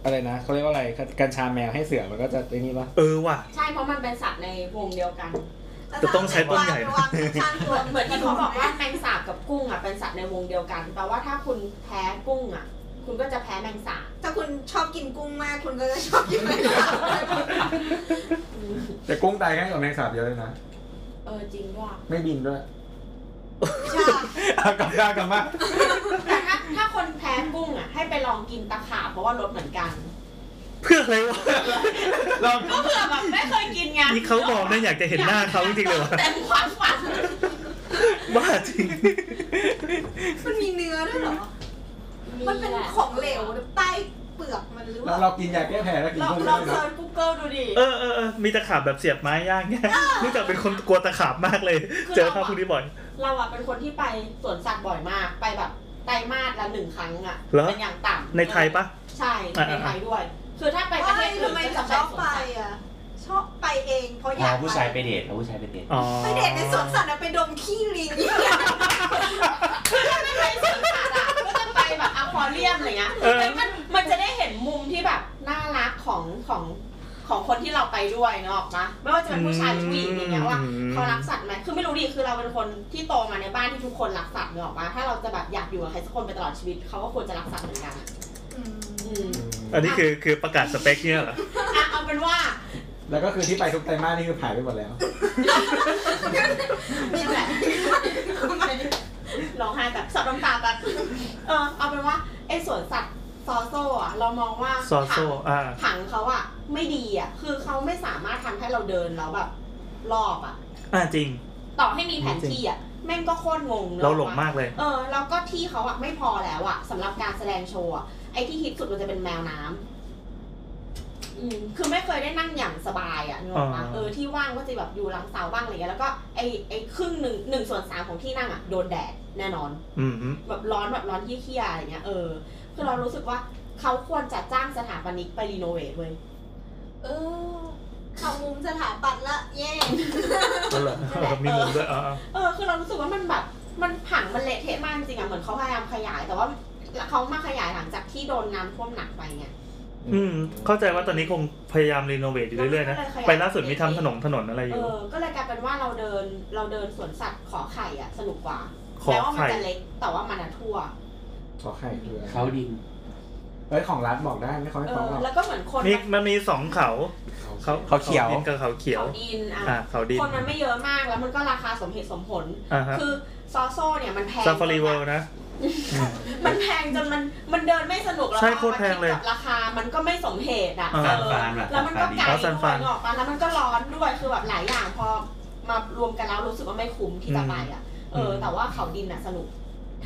[SPEAKER 6] อะไรนะเขาเรียกว่าอะไรกัญชาแมวให้เสือมันก็จะไอ้นี่ปะ
[SPEAKER 3] เออว่ะ
[SPEAKER 8] ใช่เพราะมันเป็นสัตว์ในวงเดียวกัน
[SPEAKER 3] แต่ต้องใช้ต้นใหญ่นะ
[SPEAKER 5] วางข้างๆตัว
[SPEAKER 8] เหมือนที่เขาบอกว่าแมงสาบกับกุ้งอ่ะเป็นสัตว์ในวงเดียวกันแปลว่าถ้าคุณแพ้กุ้งอ่ะ คุณก็จะแพ้แมงสาบ
[SPEAKER 5] ถ้าคุณชอบกินกุ้งมากคุณก็จะชอบกินแมงสาบ
[SPEAKER 6] แต่กุ้งตายง่ายกว่าแมงสาบเยอะเลยนะ
[SPEAKER 8] เออจริงว่ะ
[SPEAKER 6] ไม่บินด้วย
[SPEAKER 5] *laughs* ใช่
[SPEAKER 6] เอากลับด้านกลับมา
[SPEAKER 8] แต่ถ้าถ้าคนแพ้กุ้งอ่ะให้ไปลองกินตะขาบเพราะว่ารสเหมือนกัน
[SPEAKER 3] เพื่ออะไรวะลอง
[SPEAKER 8] ก็เผื่อแบบไม่เคยกินไง
[SPEAKER 3] นี่เขาบอกนะอยากจะเห็นหน้าเขาจริงๆเลยวะ
[SPEAKER 8] เต็มความฝัน
[SPEAKER 3] *laughs* บ้าจริง
[SPEAKER 5] มันมีเนื้อด้วยเหรอ มันเป็นของเหลวหรือใต้เปลือกมันหรื
[SPEAKER 6] แล้ว
[SPEAKER 5] อ่าว
[SPEAKER 6] เรากินยาแก้แพ้แล้วกิน
[SPEAKER 8] ลอง
[SPEAKER 6] กุ้ง
[SPEAKER 8] ล
[SPEAKER 6] ด้
[SPEAKER 8] อ
[SPEAKER 6] ว
[SPEAKER 8] ง
[SPEAKER 6] ย
[SPEAKER 8] เซิร์ชกูเกิลดูดิ
[SPEAKER 3] เออเออเออมีตะขาบแบบเสียบไม้ย่างเนี่ยนี่แต่เป็นคนกลัวตะขาบมากเลย เจอภาพพวกนี้บ่อย
[SPEAKER 8] เราอ่ะเป็นคนที่ไปสวนสัตว์บ่อยมาก ไปแบบไตรมาสละหนึ่งครั้งอ่ะ
[SPEAKER 3] เหรอ
[SPEAKER 8] เป็นอย่างต่ำ
[SPEAKER 3] ในไทยปะ
[SPEAKER 8] ใช่
[SPEAKER 3] อ่า
[SPEAKER 8] ในไทยด้วย คือถ้าไป
[SPEAKER 5] ไป
[SPEAKER 8] ประเทศอื่
[SPEAKER 5] ทำ
[SPEAKER 8] น
[SPEAKER 5] ไม
[SPEAKER 8] ก็
[SPEAKER 5] ถึ
[SPEAKER 8] จะ
[SPEAKER 5] งชอบไป
[SPEAKER 8] ไปสวนสัตว์
[SPEAKER 5] อ่ะ ชอบไปเองเพราะอยาก
[SPEAKER 7] ผู้ชายไปเดทเอาผู้ชายไปเดท
[SPEAKER 3] อ๋อ
[SPEAKER 5] ไปเดทในสวนสัตว์อะไปดมขี้ลิง
[SPEAKER 8] ถ้าไม่ไปสวนสัตว์อะก็จะไปแบบอควาเรียมอะไรเงี้ยแล้วมันมันจะได้เห็นมุมที่แบบน่ารักของของของคนที่เราไปด้วยเนาะออกปะไม่ว่าจะเป็นผู้ชายหรือผู้หญิงอย่างเงี้ยว่าเขารักสัตว์ไหมคือไม่รู้ดิคือเราเป็นคนที่โตมาในบ้านที่ทุกคนรักสัตว์เนาะออกปะถ้าเราจะแบบอยากอยู่กับใครสักคนไปตลอดชีวิตเขาก็ควรจะรักสัตว์เหมือนกัน
[SPEAKER 5] อืม
[SPEAKER 8] อืม
[SPEAKER 3] อันนี้คือคือประกาศสเปคเนี่ยเหรอ
[SPEAKER 8] อ่ะเอาเป็นว่า
[SPEAKER 6] แล้วก็คือที่ไปทุกไตรมาสนี่คือผ่านไปหมดแล้ว
[SPEAKER 8] นี่แหละร้องไห้แบบสับน้ำตาแบบเออเอาเป็นว่าไอ้สวนสัตว์ซอโซ่อะเรามองว่า
[SPEAKER 3] ซอโซอ่า
[SPEAKER 8] ถังเขาอะไม่ดีอะคือเขาไม่สามารถทำให้เราเดินแล้วแบบรอบอะ
[SPEAKER 3] อ่าจริง
[SPEAKER 8] ต่อให้มีแผนที่อะแม่งก็โคตรงงนอะ
[SPEAKER 3] เราหลงมากเลย
[SPEAKER 8] เออแล้วก็ที่เขาอะไม่พอแล้วอะสำหรับการแสดงโชว์อะไอ้ที่ฮิตสุดมันจะเป็นแมวน้ำอืมคือไม่เคยได้นั่งอย่างสบายอะนึกออกปะ
[SPEAKER 3] อ๋อ
[SPEAKER 8] เออที่ว่างก็จะแบบอยู่หลังเสาบ้างอะไรเงี้ยแล้วก็ไอ้ไอ้ครึ่งหนึ่งหนึ่งส่วนสามของที่นั่งอะโดนแดดแน่นอน
[SPEAKER 3] อืม
[SPEAKER 8] แบบร้อนแบบร้อนเฮี้ยๆอะไรเงี้ยเออคือเรารู้สึกว่าเขาควรจะจ้างสถาปนิกไปรีโนเวทเว้ย
[SPEAKER 5] *laughs* เออเขามุมสถาปัตย์ละเย่
[SPEAKER 3] ก็เหรอมีมุมด้วยอ่า
[SPEAKER 8] เออคือเรารู้สึกว่ามันแบบมันผังมันเละเทะมากจริงอะเหมือนเขาพยายามขยาย แต่ว่าเขามาขยายหลังจากที่โดนน้ำท่วมหนักไปไง
[SPEAKER 3] อืม เข้าใจว่าตอนนี้คงพยายามรีโนเวทอยู่เรื่อยๆนะ ไปล่าสุดมีทำถนนถนนอะไรอ
[SPEAKER 8] เอยู่ อ ก็เลยกลายเป็นว่าเราเดินเราเดินสวนสัตว์ขอไข่อะสนุกกว่า
[SPEAKER 3] ขอ
[SPEAKER 8] แม้ว่ามัน
[SPEAKER 3] ไข่
[SPEAKER 8] จะเล็กแต่ว่ามันอะทั่ว
[SPEAKER 6] ขอไข่เกลือ
[SPEAKER 7] เขาดิน
[SPEAKER 6] เอ้ยของร้านบอกได้ไม่ขอให้
[SPEAKER 8] เอ
[SPEAKER 6] ของ
[SPEAKER 8] อ
[SPEAKER 6] เรา
[SPEAKER 8] แล้วก็เหมือนคน
[SPEAKER 3] นี่
[SPEAKER 8] มัน
[SPEAKER 3] มันมีสองเขา เขา
[SPEAKER 6] เขาเขียว
[SPEAKER 3] ดินกับเขาเขียว
[SPEAKER 8] เขาดินอ่ะ
[SPEAKER 3] อ่าเขาดิน
[SPEAKER 8] คนมันไม่เยอะมากแล้วมันก็ราคาสมเหตุสมผล
[SPEAKER 3] อ่าฮะ
[SPEAKER 8] คือซอโซ่เนี่ยมันแพง
[SPEAKER 3] ซาฟารีเวิลนะ
[SPEAKER 8] มันแพงจนมันมันเดินไม่สนุกแล้ว
[SPEAKER 3] ใช่
[SPEAKER 8] พอ
[SPEAKER 3] โคตรแพงเลย
[SPEAKER 8] มาคิดกับราคามันก็ไม่สมเหตุอ่ะ
[SPEAKER 3] อ่า
[SPEAKER 8] เออ
[SPEAKER 7] ซานฟรานอะ
[SPEAKER 8] แล้วมันก็ไกล
[SPEAKER 3] อ๋อ
[SPEAKER 8] ด้
[SPEAKER 3] ซา
[SPEAKER 8] วน ย
[SPEAKER 3] ฟราน
[SPEAKER 8] ออกปะแล้วมันก็ร้อนด้วยคือแบบหลายอย่างพอมารวมกันแล้วรู้สึกว่าไม่คุ้มที่จะไปอ่ะเออ แต่ว่าเขาดินอ่ะสนุก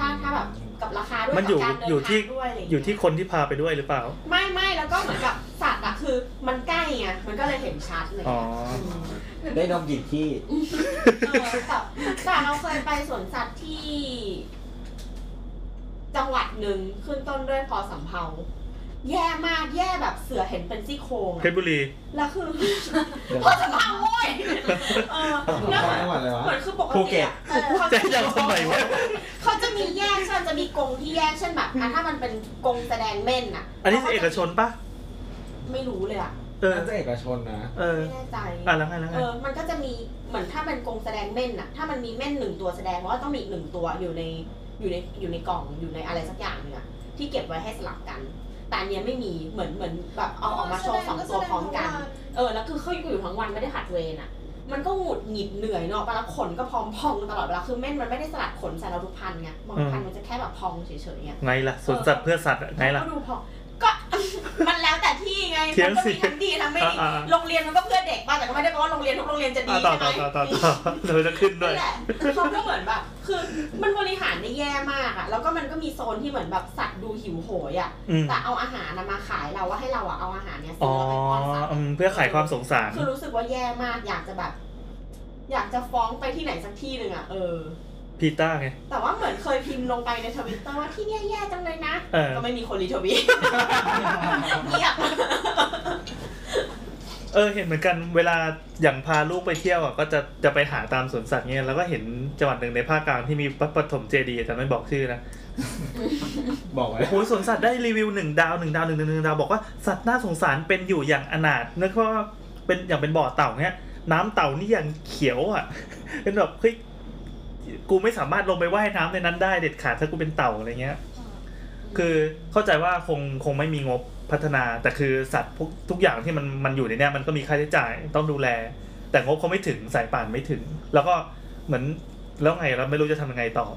[SPEAKER 8] ถ้าถ้าแบบกับราคาด้วย
[SPEAKER 3] มันอยู่
[SPEAKER 8] กับการเดิน
[SPEAKER 3] อยู่ที่
[SPEAKER 8] ทางด้วยะไรางเงี้
[SPEAKER 3] อยู่ที่คนที่พาไปด้วยหรือเปล่า
[SPEAKER 8] ไม่ไม่แล้วก็เหมือนกับสัตว์อ่ะคือ มันใกล้ไงมันก็เลยเห็นชัดเลย
[SPEAKER 3] อ๋อ
[SPEAKER 8] ม
[SPEAKER 6] ได้นมหยิบที่
[SPEAKER 8] เออแต่แต่เราเคยไปสวนสัตว์ที่ จังหวัดหนึ่งขึ้นต้นด้วยพอสำเภาแย่มากแย่แบบเสือเห็นเป็นซี่โครง
[SPEAKER 3] เพช
[SPEAKER 8] อะ
[SPEAKER 3] รบุรี
[SPEAKER 8] แล้ว
[SPEAKER 6] *laughs*
[SPEAKER 8] คือ พอสำเภาโว้ยเออแล้ว
[SPEAKER 6] ของจังหวัดอะไรวะ
[SPEAKER 8] เหมือนคือปก
[SPEAKER 3] ภูเก็ต
[SPEAKER 8] ติอะเออเขา
[SPEAKER 3] ใจยังสมัยว่า
[SPEAKER 8] เขาจะมีแยกใช่ไหมจะมีกรงที่แยกเช่นแบบอ่ะถ้ามันเป็นกรงแสดงเม่นอ่ะ
[SPEAKER 3] อันนี้เอกชนปะ
[SPEAKER 8] ไม่รู้เลยอ่ะ
[SPEAKER 3] เออ
[SPEAKER 6] น่าจะเอกชนนะ
[SPEAKER 3] เออ
[SPEAKER 8] ไม่แน่ใจ
[SPEAKER 3] อ่ะแล้วไงแล้วไง
[SPEAKER 8] เออ มันก็จะมีเหมือนถ้าเป็นกรงแสดงเม่นอะถ้ามันมีเม่นหนึ่งตัวแสดงว่าต้องมีอีกหนึ่งตัวอยู่ในอยู่ในอยู่ในกล่องอยู่ในอะไรสักอย่างหนึงอะที่เก็บไว้ให้สลับกัน แต่อันเนี้ยไม่มีเหมือนเหมือนแบบเอาออกมาโชว์สองตัวพร้อมกัน เออแล้วคือเขาอยู่ทั้งวันไม่ได้ขัดเวรอะ มันก็หงุดหงิดเหนื่อยเนาะปะแล้วขนก็พองพองตลอดเวลาคือเม่นมันไม่ได้สลัดขนใส่เราทุกพันไงบางพันมันจะแค่แบบพองเฉยๆไง
[SPEAKER 3] ไงล่ะสวนสัตว์เพื่อสัตว์อะไงล่ะ
[SPEAKER 8] ก็ดูพอก็ *laughs* มันแล้วแต่ที่ไง
[SPEAKER 3] เถียง
[SPEAKER 8] มันก็
[SPEAKER 3] สิ
[SPEAKER 8] มีทั้งดีทั้งไม่ดี
[SPEAKER 3] อ่าๆ
[SPEAKER 8] โรงเรียนมันก็เพื่อเด็กบ้างแต่ก็ไม่ได้แปลว่าโรงเรียนทุกโรงเรียนจะดี
[SPEAKER 3] อ่ะต่อ
[SPEAKER 8] ใช่ไห
[SPEAKER 3] ต่อ
[SPEAKER 8] ม
[SPEAKER 3] ต่อต่อต่อเดี๋ยวจะขึ้นด้วย
[SPEAKER 8] นั่นแหละเขาก็เหมือนแบบ คือมันบริหารได้แย่มากอะแล้วก็มันก็มีโซนที่เหมือนแบบสัตว์ดูหิวโหยอะ
[SPEAKER 3] อืม
[SPEAKER 8] แต่เอาอาหารน่ะมาขายเราว่าให้เราอะเอาอาหารเนี้ยซื้
[SPEAKER 3] อ๋
[SPEAKER 8] อ
[SPEAKER 3] อ
[SPEAKER 8] เราไปป้อนสัตว์
[SPEAKER 3] อืมเพื่อขายความสงสาร
[SPEAKER 8] คือรู้สึกว่าแย่มากอยากจะแบบ อยากจะฟ้องไปที่ไหนสักที่หนึ่งอะเออ
[SPEAKER 3] พีต้าไง
[SPEAKER 8] แต่ว่าเหมือนเคยพิมพ์ลงไปในทวิตเตอร์ว่าที่เนี่ยแย่จังเลยนะ
[SPEAKER 3] เออ
[SPEAKER 8] ก็ไม่มีคนรีทวีตเงียบ
[SPEAKER 3] เออ เห็นเหมือนกันเวลาอย่างพาลูกไปเที่ยวอ่ะก็จะจะไปหาตามสวนสัตว์เนี่ยแล้วก็เห็นจังหวัดหนึ่งในภาคกลางที่มีพระปฐมเจดีย์แต่ไม่บอกชื่อนะ
[SPEAKER 6] บอกไว้
[SPEAKER 3] โอ้ยสวนสัตว์ได้รีวิวหนึ่งดาวหนึ่งดาวหนึ่งดาวหนึ่งดาวบอกว่าสัตว์น่าสงสารเป็นอยู่อย่างอนาถนึกว่าเป็นอย่างเป็นบ่อเต่าเนี่ยน้ำเต่านี่อย่างเขียวอ่ะ *laughs* เป็นแบบเฮ้ยกูไม่สามารถลงไปว่ายน้ำในนั้นได้เด็ดขาดถ้ากูเป็นเต่าอะไรเงี้ย คือเข้าใจว่าคงคงไม่มีงบพัฒนา แต่คือสัตว์พวกทุกอย่างที่มันมันอยู่ในเนี้ยมันก็มีค่าใช้จ่ายต้องดูแล แต่งบเขาไม่ถึงสายป่านไม่ถึง แล้วก็เหมือนแล้วไงเราไม่รู้จะทำยังไงต่อ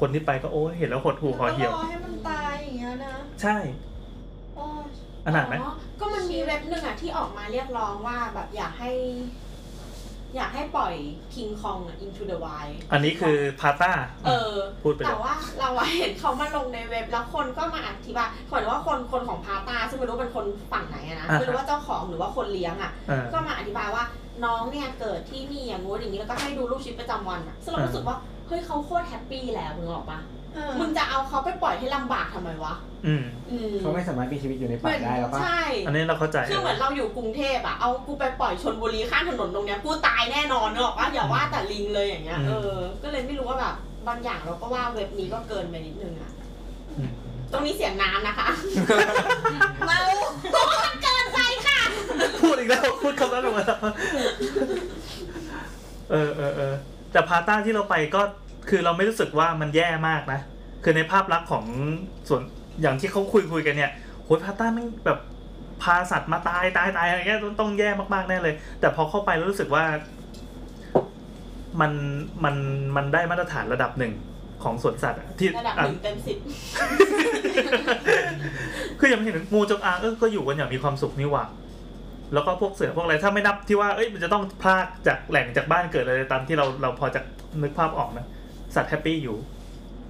[SPEAKER 3] คนที่ไปก็โอ้ยเห็นแล้วหดหูคอเหี่ยว
[SPEAKER 5] รอให้มันตายอย่างเงี้ยนะ
[SPEAKER 3] ใช่
[SPEAKER 5] โอ้ย
[SPEAKER 3] อนาถไหม
[SPEAKER 8] ก็มันมีเว็บหนึ่งอะที่ออกมาเรียกร้องว่าแบบอยากให้ อยากให้ปล่อยคิงคองอะ into the wild
[SPEAKER 3] อันนี้คือพาต้า
[SPEAKER 8] เออ
[SPEAKER 3] พูดไปเลย
[SPEAKER 8] แต่ว่าเราอะเห็นเขามาลงในเว็บแล้วคนก็มาอธิบายเหมือนว่าคนคนของพาตาซึ่งไม่รู้เป็นคนฝั่งไหนอะนะไม่รู้ว่าเจ้าของหรือว่าคนเลี้ยงอะ
[SPEAKER 3] อ่า
[SPEAKER 8] ก็มาอธิบายว่าน้องเนี่ยเกิดที่นี่อย่างงู้นอย่างนี้แล้วก็ให้ดูรูปชีวิตประจำวันอะซึ่งเรารู้สึกว่าเฮ้ยเขาโคตรแฮปปี้แล้วมึงออกปะมึงจะเอาเขาไปปล่อยให้ลำบากทำไมวะ
[SPEAKER 3] อืม
[SPEAKER 8] อืม
[SPEAKER 6] เขาไม่สามารถมีชีวิตอยู่ในป่าได้แล้วป่ะ
[SPEAKER 8] ใช่
[SPEAKER 3] อันนี้เราเข้าใจ
[SPEAKER 8] คือเหมือนเราอยู่กรุงเทพอะเอากูไปปล่อยชนบุรีข้างถนนตรงเนี้ยกูตายแน่นอนเนกอะว่าอย่าว่าแต่ลิงเลยอย่างเงี้ย
[SPEAKER 3] อืม
[SPEAKER 8] เออ ก็เลยไม่รู้ว่าแบบบางอย่างเราก็ว่าเว็บนี้ก็เกินไปนิดนึงอะ
[SPEAKER 3] อืม
[SPEAKER 8] ตรงนี้เสียงน้ำนะคะ เมามันเกินไปค่ะ
[SPEAKER 3] พูดอีกแล้ว พูดคำนั้นออกมาแล้วเออเออเออแต่พาต้าที่เราไปก็คือเราไม่รู้สึกว่ามันแย่มากนะ คือในภาพลักษณ์ของส่วนอย่างที่เขาคุยคุยกันเนี่ยโหยพาต้าไม่งแบบพาสัตว์มาตายตายตายอะไรเงี้ยต้องต้องแย่มากๆแน่เลย แต่พอเข้าไปแล้วรู้สึกว่า มันมันมันได้มาตรฐานระดับหนึ่งของสวนสัตว์อะที่
[SPEAKER 8] ระดับห
[SPEAKER 3] อ่ะ
[SPEAKER 8] นึ่งเต็มสิบ
[SPEAKER 3] คืออย่างเห็นงูจงอางเออก็อยู่กันอย่างมีความสุขนี่หว่า แล้วก็พวกเสือพวกอะไรถ้าไม่นับที่ว่าเอ้ยมันจะต้องพลากจากแหล่งจากบ้านเกิดอะไรตามที่เราเราพอจะนึกภาพออกนะ สัตว์แฮปปี้อยู่ *laughs*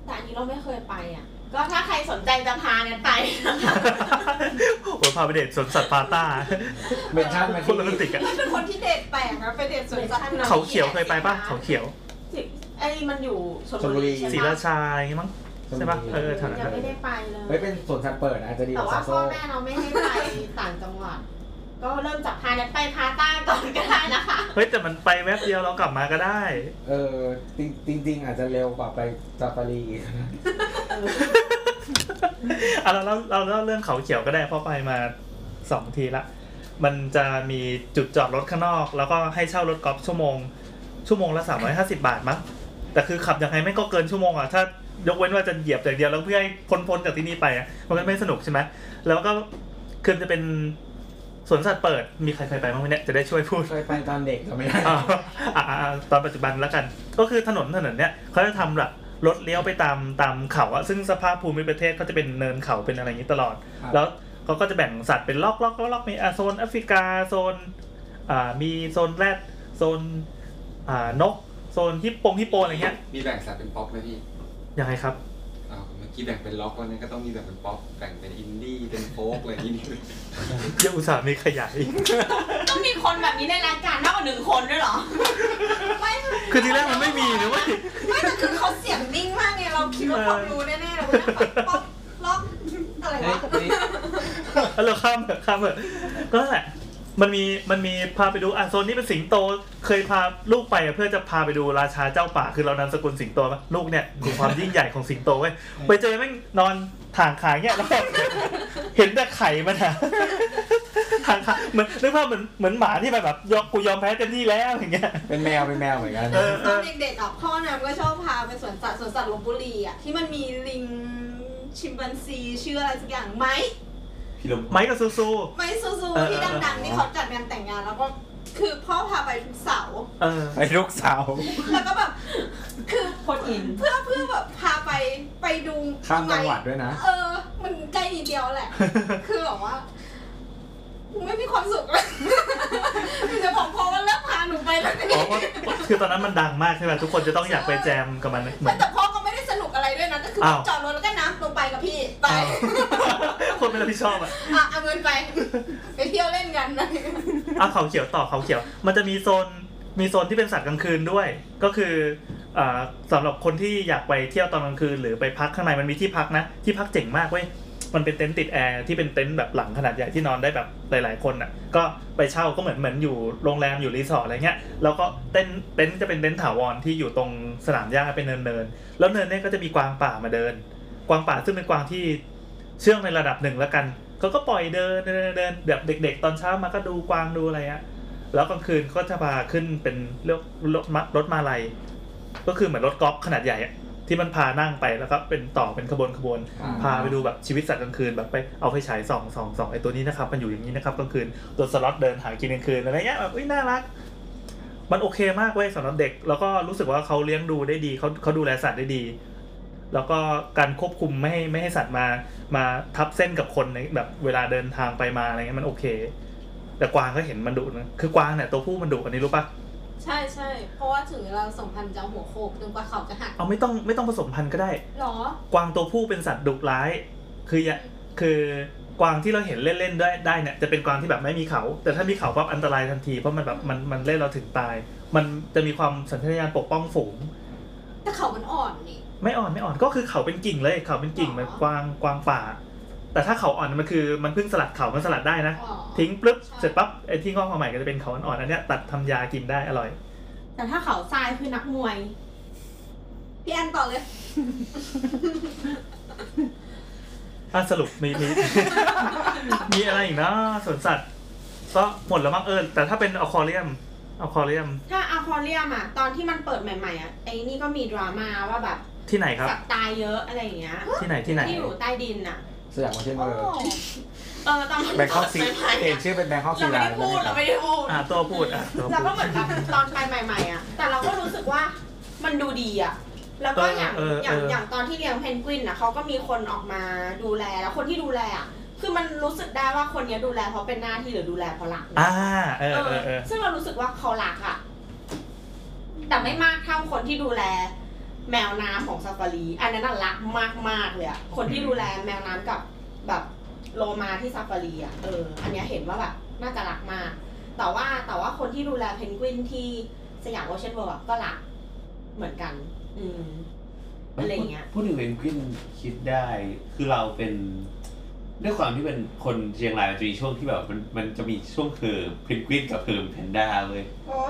[SPEAKER 8] แต่อันนี้เราไม่เคยไปอ่ะ ก็ถ้าใครสนใจจะพากันไปนะคะ
[SPEAKER 3] โอ้ยพาไปเดทสวนสัตว์ปาต้า
[SPEAKER 6] เมนชั่นมา
[SPEAKER 3] คน
[SPEAKER 6] ที่
[SPEAKER 3] โรแมนติกอะ
[SPEAKER 5] เป็นคนที่เดทแปลกนะไปเดทสวนสัตว์
[SPEAKER 3] เขาเขียวเคยไปปะเขาเขียว
[SPEAKER 8] สิไอ้มันอยู่ชลบุรีใช่
[SPEAKER 3] ศรี
[SPEAKER 8] ปะ
[SPEAKER 3] ราชาอย่างงี้มั้ง ใช่ปะเออแถวนั้น
[SPEAKER 8] ยังไม่ได้ไปเล
[SPEAKER 6] เฮ้ย
[SPEAKER 8] ย
[SPEAKER 6] เป็นสวนสัตว์เปิดนะจะดีก
[SPEAKER 8] แต่
[SPEAKER 6] ว่า
[SPEAKER 8] ว่า
[SPEAKER 6] ซาโซ
[SPEAKER 8] พ่อแม่เราไม่ให้ไปต่างจังหวัด ก็เริ่มจากพานันไปพาต้าก่อนก็ได้นะคะ
[SPEAKER 3] เฮ้ยแต่มันไปแวบเดียวเรากลับมาก็ได้
[SPEAKER 6] เออจริงจริง ๆ อาจจะเร็วกว่าไปซาฟารีอีกนะ
[SPEAKER 3] อ่ะเราเล่าเราเล่าเรื่องเขาเขียวก็ได้เพราะไปมาสองทีละ มันจะมีจุดจอดรถข้างนอก แล้วก็ให้เช่ารถกอล์ฟชั่วโมง ชั่วโมงละ 350 บาทมั้งแต่คือขับยังไงไม่ก็เกินชั่วโมงอ่ะถ้ายกเว้นว่าจะเหยียบอย่างเดียวแล้วเพื่อให้พ้นพ้นจากที่นี่ไปอ่ะมันก็ไม่สนุกใช่ไหมแล้วก็คือมันจะเป็นสวนสัตว์เปิดมีใครเคยไปบ้างไหมเนี่ยจะได้ช่วยพูด
[SPEAKER 6] เคยไปตอนเด็กก็ไม่
[SPEAKER 8] *laughs*
[SPEAKER 6] ได้
[SPEAKER 3] อ่าอ่าอ่า *laughs* ตอนปัจจุบันแล้วกัน ก็คือถนนถนนเนี้ยเขาจะทำแบบรถเลี้ยวไปตามตามเขาอะซึ่งสภาพภูมิประเทศก็จะเป็นเนินเขาเป็นอะไรอย่างนี้ตลอด แล้วเขาก็จะแบ่งสัตว์เป็นล็อกล็อกล็อกล็อกมีอ่ะโซนแอฟริกาโซนอ่ามีโซนแรดโซนอ่านกโซนฮิปโปงฮิปโปอะไรเงี้ย
[SPEAKER 1] มีแบ่งสัตว์เป็นป๊อปไหมพี่
[SPEAKER 3] ยังไงครับ
[SPEAKER 1] อ้าวเมื่อกี้แบ่งเป็นล็อกวันนี้ก็ต้องมีแบ่งเป็นป๊อปแบ่งเป็นอินดี้เป็นโฟล์กอะไรอย่างนี้
[SPEAKER 3] ยังอุตส่าห์มีขยาย *laughs*
[SPEAKER 8] ต้องมีคนแบบนี้ในรายการมากกว่าหนึ่งคนด้วยเหรอ
[SPEAKER 5] *laughs* ไม่
[SPEAKER 3] คือทีแรกมันไม่มีนะเว้ย
[SPEAKER 5] ไม่แต่คือเขาเสียงนิ่งมากไงเราคิดว่าความรู้แน่ๆเราก็นั่งแบบป๊อกล็อกอะไรวะ
[SPEAKER 3] เอาเราข้ามเถอะข้ามเถอะก็นั่นแหละ มันมีมันมีพาไปดูอ่ะโซนนี้เป็นสิงโต เคยพาลูกไปอ่ะเพื่อจะพาไปดูราชาเจ้าป่าคือเรานำสกุลสิงโตมาลูกเนี่ยคือความยิ่งใหญ่ของสิงโต *laughs* เว้ยไปเจอแม่งนอนถางขายเนี่ยแล้วก็ เห็นแต่ไข่มันอะ *laughs* ถางขาเหมือนนึกภาพเหมือนเหมือนหมาที่แบบยอมกูยอมแพ้เต็มที่แล้วอย่างเงี้ย
[SPEAKER 6] เป็นแมวเป็นแมวเหมือนกัน
[SPEAKER 3] เออ
[SPEAKER 5] ต
[SPEAKER 3] เอ
[SPEAKER 5] อน
[SPEAKER 3] อ
[SPEAKER 5] เด็กๆอ่ะพ่อน้ำก็ชอบพาไปสวนสัตว์สวนสัตว์ลบบุรีอ่ะที่มันมีลิงชิมแปันซีชื่ออะไรสักอย่างไหม
[SPEAKER 7] พี่ลม
[SPEAKER 3] ไม้กับซูซู
[SPEAKER 5] ไหมซูซู
[SPEAKER 3] เออ
[SPEAKER 5] ที่ดังๆที่เขาจัดงานแต่งงานแล้วก็ คือพ่อพาไปทุกเสาร์
[SPEAKER 3] เออ
[SPEAKER 10] ไอ้ลูกสาว
[SPEAKER 5] แล้วก็แบบคือ
[SPEAKER 12] โคตรอิน
[SPEAKER 5] เพื่อเพื่อแบบพาไปไปดู
[SPEAKER 6] ข้ามจังหวัดด้วยนะ
[SPEAKER 5] เออ มันใกล้นิดเดียวแหละ
[SPEAKER 3] *laughs*
[SPEAKER 5] คือแบบว่ากูไม่มีความสุขเลย *laughs* หนูจะบอกพ่อว่าเลิกพาหนูไปแล้วนะ
[SPEAKER 3] เพราะว่า *laughs* คือตอนนั้นมันดังมากใช่ไหมทุกคนจะต้องอยากไปแจมกับมันเหมือน
[SPEAKER 5] แต่พ่อก็ไม่ได้สนุกอะไรด้วยนะก็คือ
[SPEAKER 3] อ้าว
[SPEAKER 5] จอดรถแล้วก็น้ำลงไปกับพี่ไป
[SPEAKER 3] อ้าว *laughs* คนไม่รับผิดชอบอ่ะ
[SPEAKER 5] อ่ะเอาเงิน
[SPEAKER 3] *laughs*
[SPEAKER 5] ไป ไปเที่ยวเล่นกันนะ
[SPEAKER 3] อ้าวเขาเขียวต่อเขาเขียว มันจะมีโซนมีโซนที่เป็นสัตว์กลางคืนด้วย ก็คือเอ่อสำหรับคนที่อยากไปเที่ยวตอนกลางคืน หรือไปพักข้างในมันมีที่พักนะ ที่พักเจ๋งมากเว้ยมันเป็นเต็นท์ติดแอร์ที่เป็นเต็นท์แบบหลังขนาดใหญ่ที่นอนได้แบบหลาย ๆ คนอ่ะก็ไปเช่าก็เหมือนเหมือนอยู่โรงแรมอยู่รีสอร์ทอะไรเงี้ยแล้วก็เต็นท์เต็นท์จะเป็นเต็นท์ถาวรที่อยู่ตรงสนามหญ้าเป็นเนินเนินๆแล้วเนินเนี่ยก็จะมีกวางป่ามาเดิน กวางป่าซึ่งเป็นกวางที่ เชื่องในระดับหนึ่งแล้วกันเขาก็ปล่อยเดินเดินเดินเดินแบบเด็ก ๆ ตอนเช้ามาก็ดูกวางดูอะไรอะแล้วกลางคืนก็จะพาขึ้นเป็นเรียกรถมารถมาลัยก็คือเหมือนรถกอล์ฟขนาดใหญ่อะที่มันพานั่งไปแล้วก็เป็นต่อเป็นขบวนขบวน
[SPEAKER 1] อ่า
[SPEAKER 3] พาไปดูแบบชีวิตสัตว์กลางคืนแบบไปเอาไปฉายส่องส่องส่องไอตัวนี้นะครับมันอยู่อย่างนี้นะครับกลางคืนตัวสล็อตเดินหากินกลางคืนอะไรเงี้ยแบบอุ้ยน่ารัก มันโอเคมากเว้ยสำหรับเด็ก แล้วก็รู้สึกว่าเขาเลี้ยงดูได้ดีเขาเขาดูแลสัตว์ได้ดี แล้วก็การควบคุมไม่ให้ไม่ให้สัตว์มามาทับเส้นกับคนในแบบเวลาเดินทางไปมาอะไรเงี้ยมันโอเค แต่กวางก็เห็นมันดุนะคือกวางเนี่ยตัวผู้มันดุอันนี้รู้ปะ
[SPEAKER 5] ใช่ใช่เพราะว่าถึงเวลาสมพันธ์จะหัวโคกจนกว่าเขาจะหัก
[SPEAKER 3] เอาไม่ต้องไม่ต้องผสมพันธุ์ก็ได้
[SPEAKER 5] หรอ
[SPEAKER 3] กวางตัวผู้เป็นสัตว์ดุร้าย คืออย่าคือกวางที่เราเห็นเล่นๆได้ได้เนี่ยจะเป็นกวางที่แบบไม่มีเขา แต่ถ้ามีเขาปั๊บอันตรายทันทีเพราะมันแบบมันมันเล่นเราถึงตาย มันจะมีความสัญชาตญาณปกป้องฝูง
[SPEAKER 5] แต่เขามันอ่อนนี่
[SPEAKER 3] ไม่อ่อนไม่อ่อนก็คือเขาเป็นกิ่งเลยเขาเป็นกิ่ง
[SPEAKER 5] อ๋อ
[SPEAKER 3] มันกวางกวางป่า แต่ถ้าเขาอ่อนมันคือมันเพิ่งสลัดเขามันสลัดได้นะ
[SPEAKER 5] อ๋อ
[SPEAKER 3] ทิ้งปุ๊บ
[SPEAKER 5] ใช่
[SPEAKER 3] เสร็จปั๊บไอ้ที่งอกมาใหม่ก็จะเป็นเขาอ่อนๆอันเนี้ยตัดทำยากินได้อร่อย
[SPEAKER 8] *laughs* แต่ถ้าเขาทรายคือนักมวย
[SPEAKER 5] พี่แอนต่อเลย
[SPEAKER 3] ถ้าสรุปมีมี *laughs* มีอะไรอีกนะสวนสัตว์ ก็หมดแล้วมั้งเออแต่ถ้าเป็นอควาเรียมอควาเรียม
[SPEAKER 8] ถ้าอะควาเรียมอ่ะ ตอนที่มันเปิดใหม่ๆอ่ะไอ้นี่ก็มีดราม่าว่าแบบ
[SPEAKER 3] ที่ไหนครับ
[SPEAKER 8] สัตว์ตายเยอะอะไรอย่างเงี้ย
[SPEAKER 3] ที่ไหนที่ไหน
[SPEAKER 8] ที่อยู่ใต้ดินอ่ะ
[SPEAKER 6] สยามวอชิงตันเออ
[SPEAKER 8] เออตอนมัน
[SPEAKER 6] แบงคอกซี
[SPEAKER 8] เปิดใหม่ๆ
[SPEAKER 6] เปลี่ยน
[SPEAKER 8] อะ
[SPEAKER 6] ชื่อเป็นแบงคอกซี
[SPEAKER 8] เราไม่
[SPEAKER 6] ลา
[SPEAKER 8] ได้พูดเราไม่ได้พูด
[SPEAKER 3] อ่าตัวพูดอ่ะตัว
[SPEAKER 8] เรา
[SPEAKER 3] พู
[SPEAKER 8] ก็
[SPEAKER 3] ด
[SPEAKER 8] เหมือนแบบตอนไปใหม่ๆอ่ะ แต่เราก็รู้สึกว่ามันดูดีอ่ะ แล้วก็อย่าง
[SPEAKER 3] เออเออ
[SPEAKER 8] อย่าง
[SPEAKER 3] เอออ
[SPEAKER 8] อย่างตอนที่เลี้ยงเพนกวินอ่ะเขาก็มีคนออกมาดูแล แล้วคนที่ดูแลอ่ะ คือมันรู้สึกได้ว่าคนเนี้ยดูแลเพราะเป็นหน้าที่หรือดูแลเพราะรักนะ
[SPEAKER 3] อ่าเออเออเออ
[SPEAKER 8] ซึ่งเรารู้สึกว่าเขารักอ่ะ แต่ไม่มากเท่าคนที่ดูแล แมวน้ำของซาฟารี อันนั้นน่ะรักมากๆเลยอ่ะ คนที่ดูแลแมวน้ำกับแบบโลมาที่ซาฟารีอ่ะ เออ อันเนี้ยเห็นว่าแบบน่าจะรักมาก แต่ว่าแต่ว่าคนที่ดูแลเพนกวินที่สยามโอเชียนเวิลด์อะก็รักเหมือนกัน อืมอะไรอย่างเงี้ย
[SPEAKER 9] พูดถึงเพนกวินคิดได้ คือเราเป็นด้วยความที่เป็นคนเชียงรายมันจะมีช่วงที่แบบมันมันจะมีช่วงเทอมเพนกวินกับเทอมแพนด้าเว้ย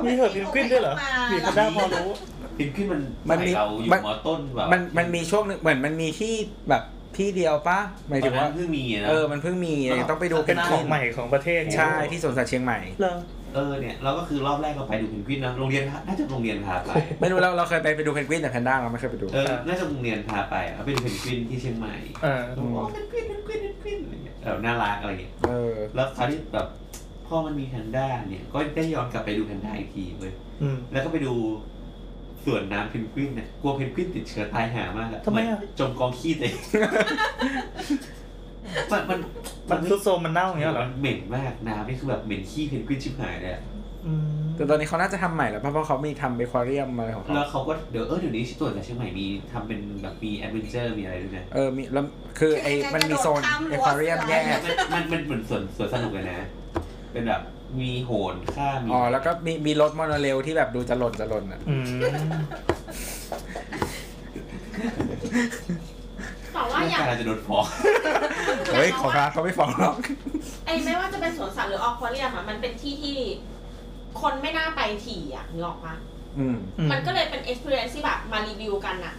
[SPEAKER 3] มีเหอะพินกวินด้วยเหรอมีกระด้าพอรู้
[SPEAKER 9] เพนกวินมัน
[SPEAKER 10] มัน
[SPEAKER 9] ใส่
[SPEAKER 10] มี
[SPEAKER 9] เราอยู่
[SPEAKER 10] มัน
[SPEAKER 9] มอต้นแบบ
[SPEAKER 10] มันมันมีช่วงหนึงเหมือนมันมีที่แบบที่เดียวปะหมาย
[SPEAKER 9] ต
[SPEAKER 10] ถึ
[SPEAKER 9] อน
[SPEAKER 10] ง
[SPEAKER 9] นั้
[SPEAKER 10] ว่าน
[SPEAKER 9] เพิ่งมีนะ
[SPEAKER 10] เออมันเพิ่งมี
[SPEAKER 9] อ๋อ
[SPEAKER 10] ต้องไปดู
[SPEAKER 3] เป็นของใหม่ของประเทศ
[SPEAKER 10] ใช่ที่สวนสัตว์เชียงใหม่
[SPEAKER 3] เหรอ
[SPEAKER 9] เออเนี่ยเราก็คือรอบแรกเราไปดูเพนกวินนะโรงเรียนน่าจะโรงเรียนพาไป
[SPEAKER 10] ไม่รู้เราเราเคยไปไปดูเพนกวินแต่แพนด้าเราไม่เคยไปดู
[SPEAKER 9] เออ น่าจะโรงเรียนพาไปเขาเป็นเพนกวินที่เชียงใหม่
[SPEAKER 3] เออ
[SPEAKER 9] แล้วบอกว่าเพนกวินเพนกวินเพนกวินอะไรเงี้ยแบบน่ารักอะไรเงี้ย
[SPEAKER 10] เออ
[SPEAKER 9] แล้วคราวที่แบบพ่อมันมีแพนด้าเนี่ย ก็ได้ย้อนกลับไปดูแพนด้าอีกทีเว้ย
[SPEAKER 3] อืม
[SPEAKER 9] แล้วก็ไปดูสวนน้ำเพนกวินเนี่ย กลัวเพนกวินติดเชื้อตายหามากอะ
[SPEAKER 3] ทำไมอะ
[SPEAKER 9] เหนจมกองขี้ตัวเอง *laughs* มันมัน
[SPEAKER 3] มันซุดโซมมันเน่าอย่างเงี้ยเหรอ
[SPEAKER 9] มันเหม็นมากน้ำนี่คือแบบเหม็นขี้เพนกวินชิบหายเลยอะ
[SPEAKER 3] อืม
[SPEAKER 10] แต่ตอนนี้เขาน่าจะทำใหม่แล้วป่ะเพราะเขามีทำเบควาเรียมอะไรของเขา
[SPEAKER 9] แล้วเขาก็เดี๋ยวเออเดี๋ยวนี้ส่วนจากเชียงใหม่มีทำเป็นแบบมีแอดเวนเจอร์มีอะไรด้วยนะ
[SPEAKER 10] เออ มีแล้วคือไอ้
[SPEAKER 5] คือ
[SPEAKER 10] มันมีโซน
[SPEAKER 5] กระโดดข้ามรั้ว
[SPEAKER 10] เอควาเรียม
[SPEAKER 5] สไลด์
[SPEAKER 10] แยก
[SPEAKER 9] มันมันมันเหมือนสวนสวนสนุกเลยนะ เป็นแบบมีโหนข้ามมี
[SPEAKER 10] อ๋อ แล้วก็มีมีรถมอนเรลที่แบบดูจะหล่นจะหล่นอ่ะ
[SPEAKER 3] อืม
[SPEAKER 8] แต่ว่าอ
[SPEAKER 9] ร่าง
[SPEAKER 8] ย่าง
[SPEAKER 9] กายเราจะโดนฟ้อง
[SPEAKER 10] เฮ้ย ของร้านเขาไม่ฟ้องหรอก
[SPEAKER 8] ไอ้ไม่ว่าจะเป็นสวนสัตว์หรืออควาเรียมอะมันเป็นที่ที่คนไม่น่าไปถี่อ่ะนึกออกปะ
[SPEAKER 10] อืม
[SPEAKER 3] อืม
[SPEAKER 8] มันก็เลยเป็น experience ที่แบบมารีวิวกันอะ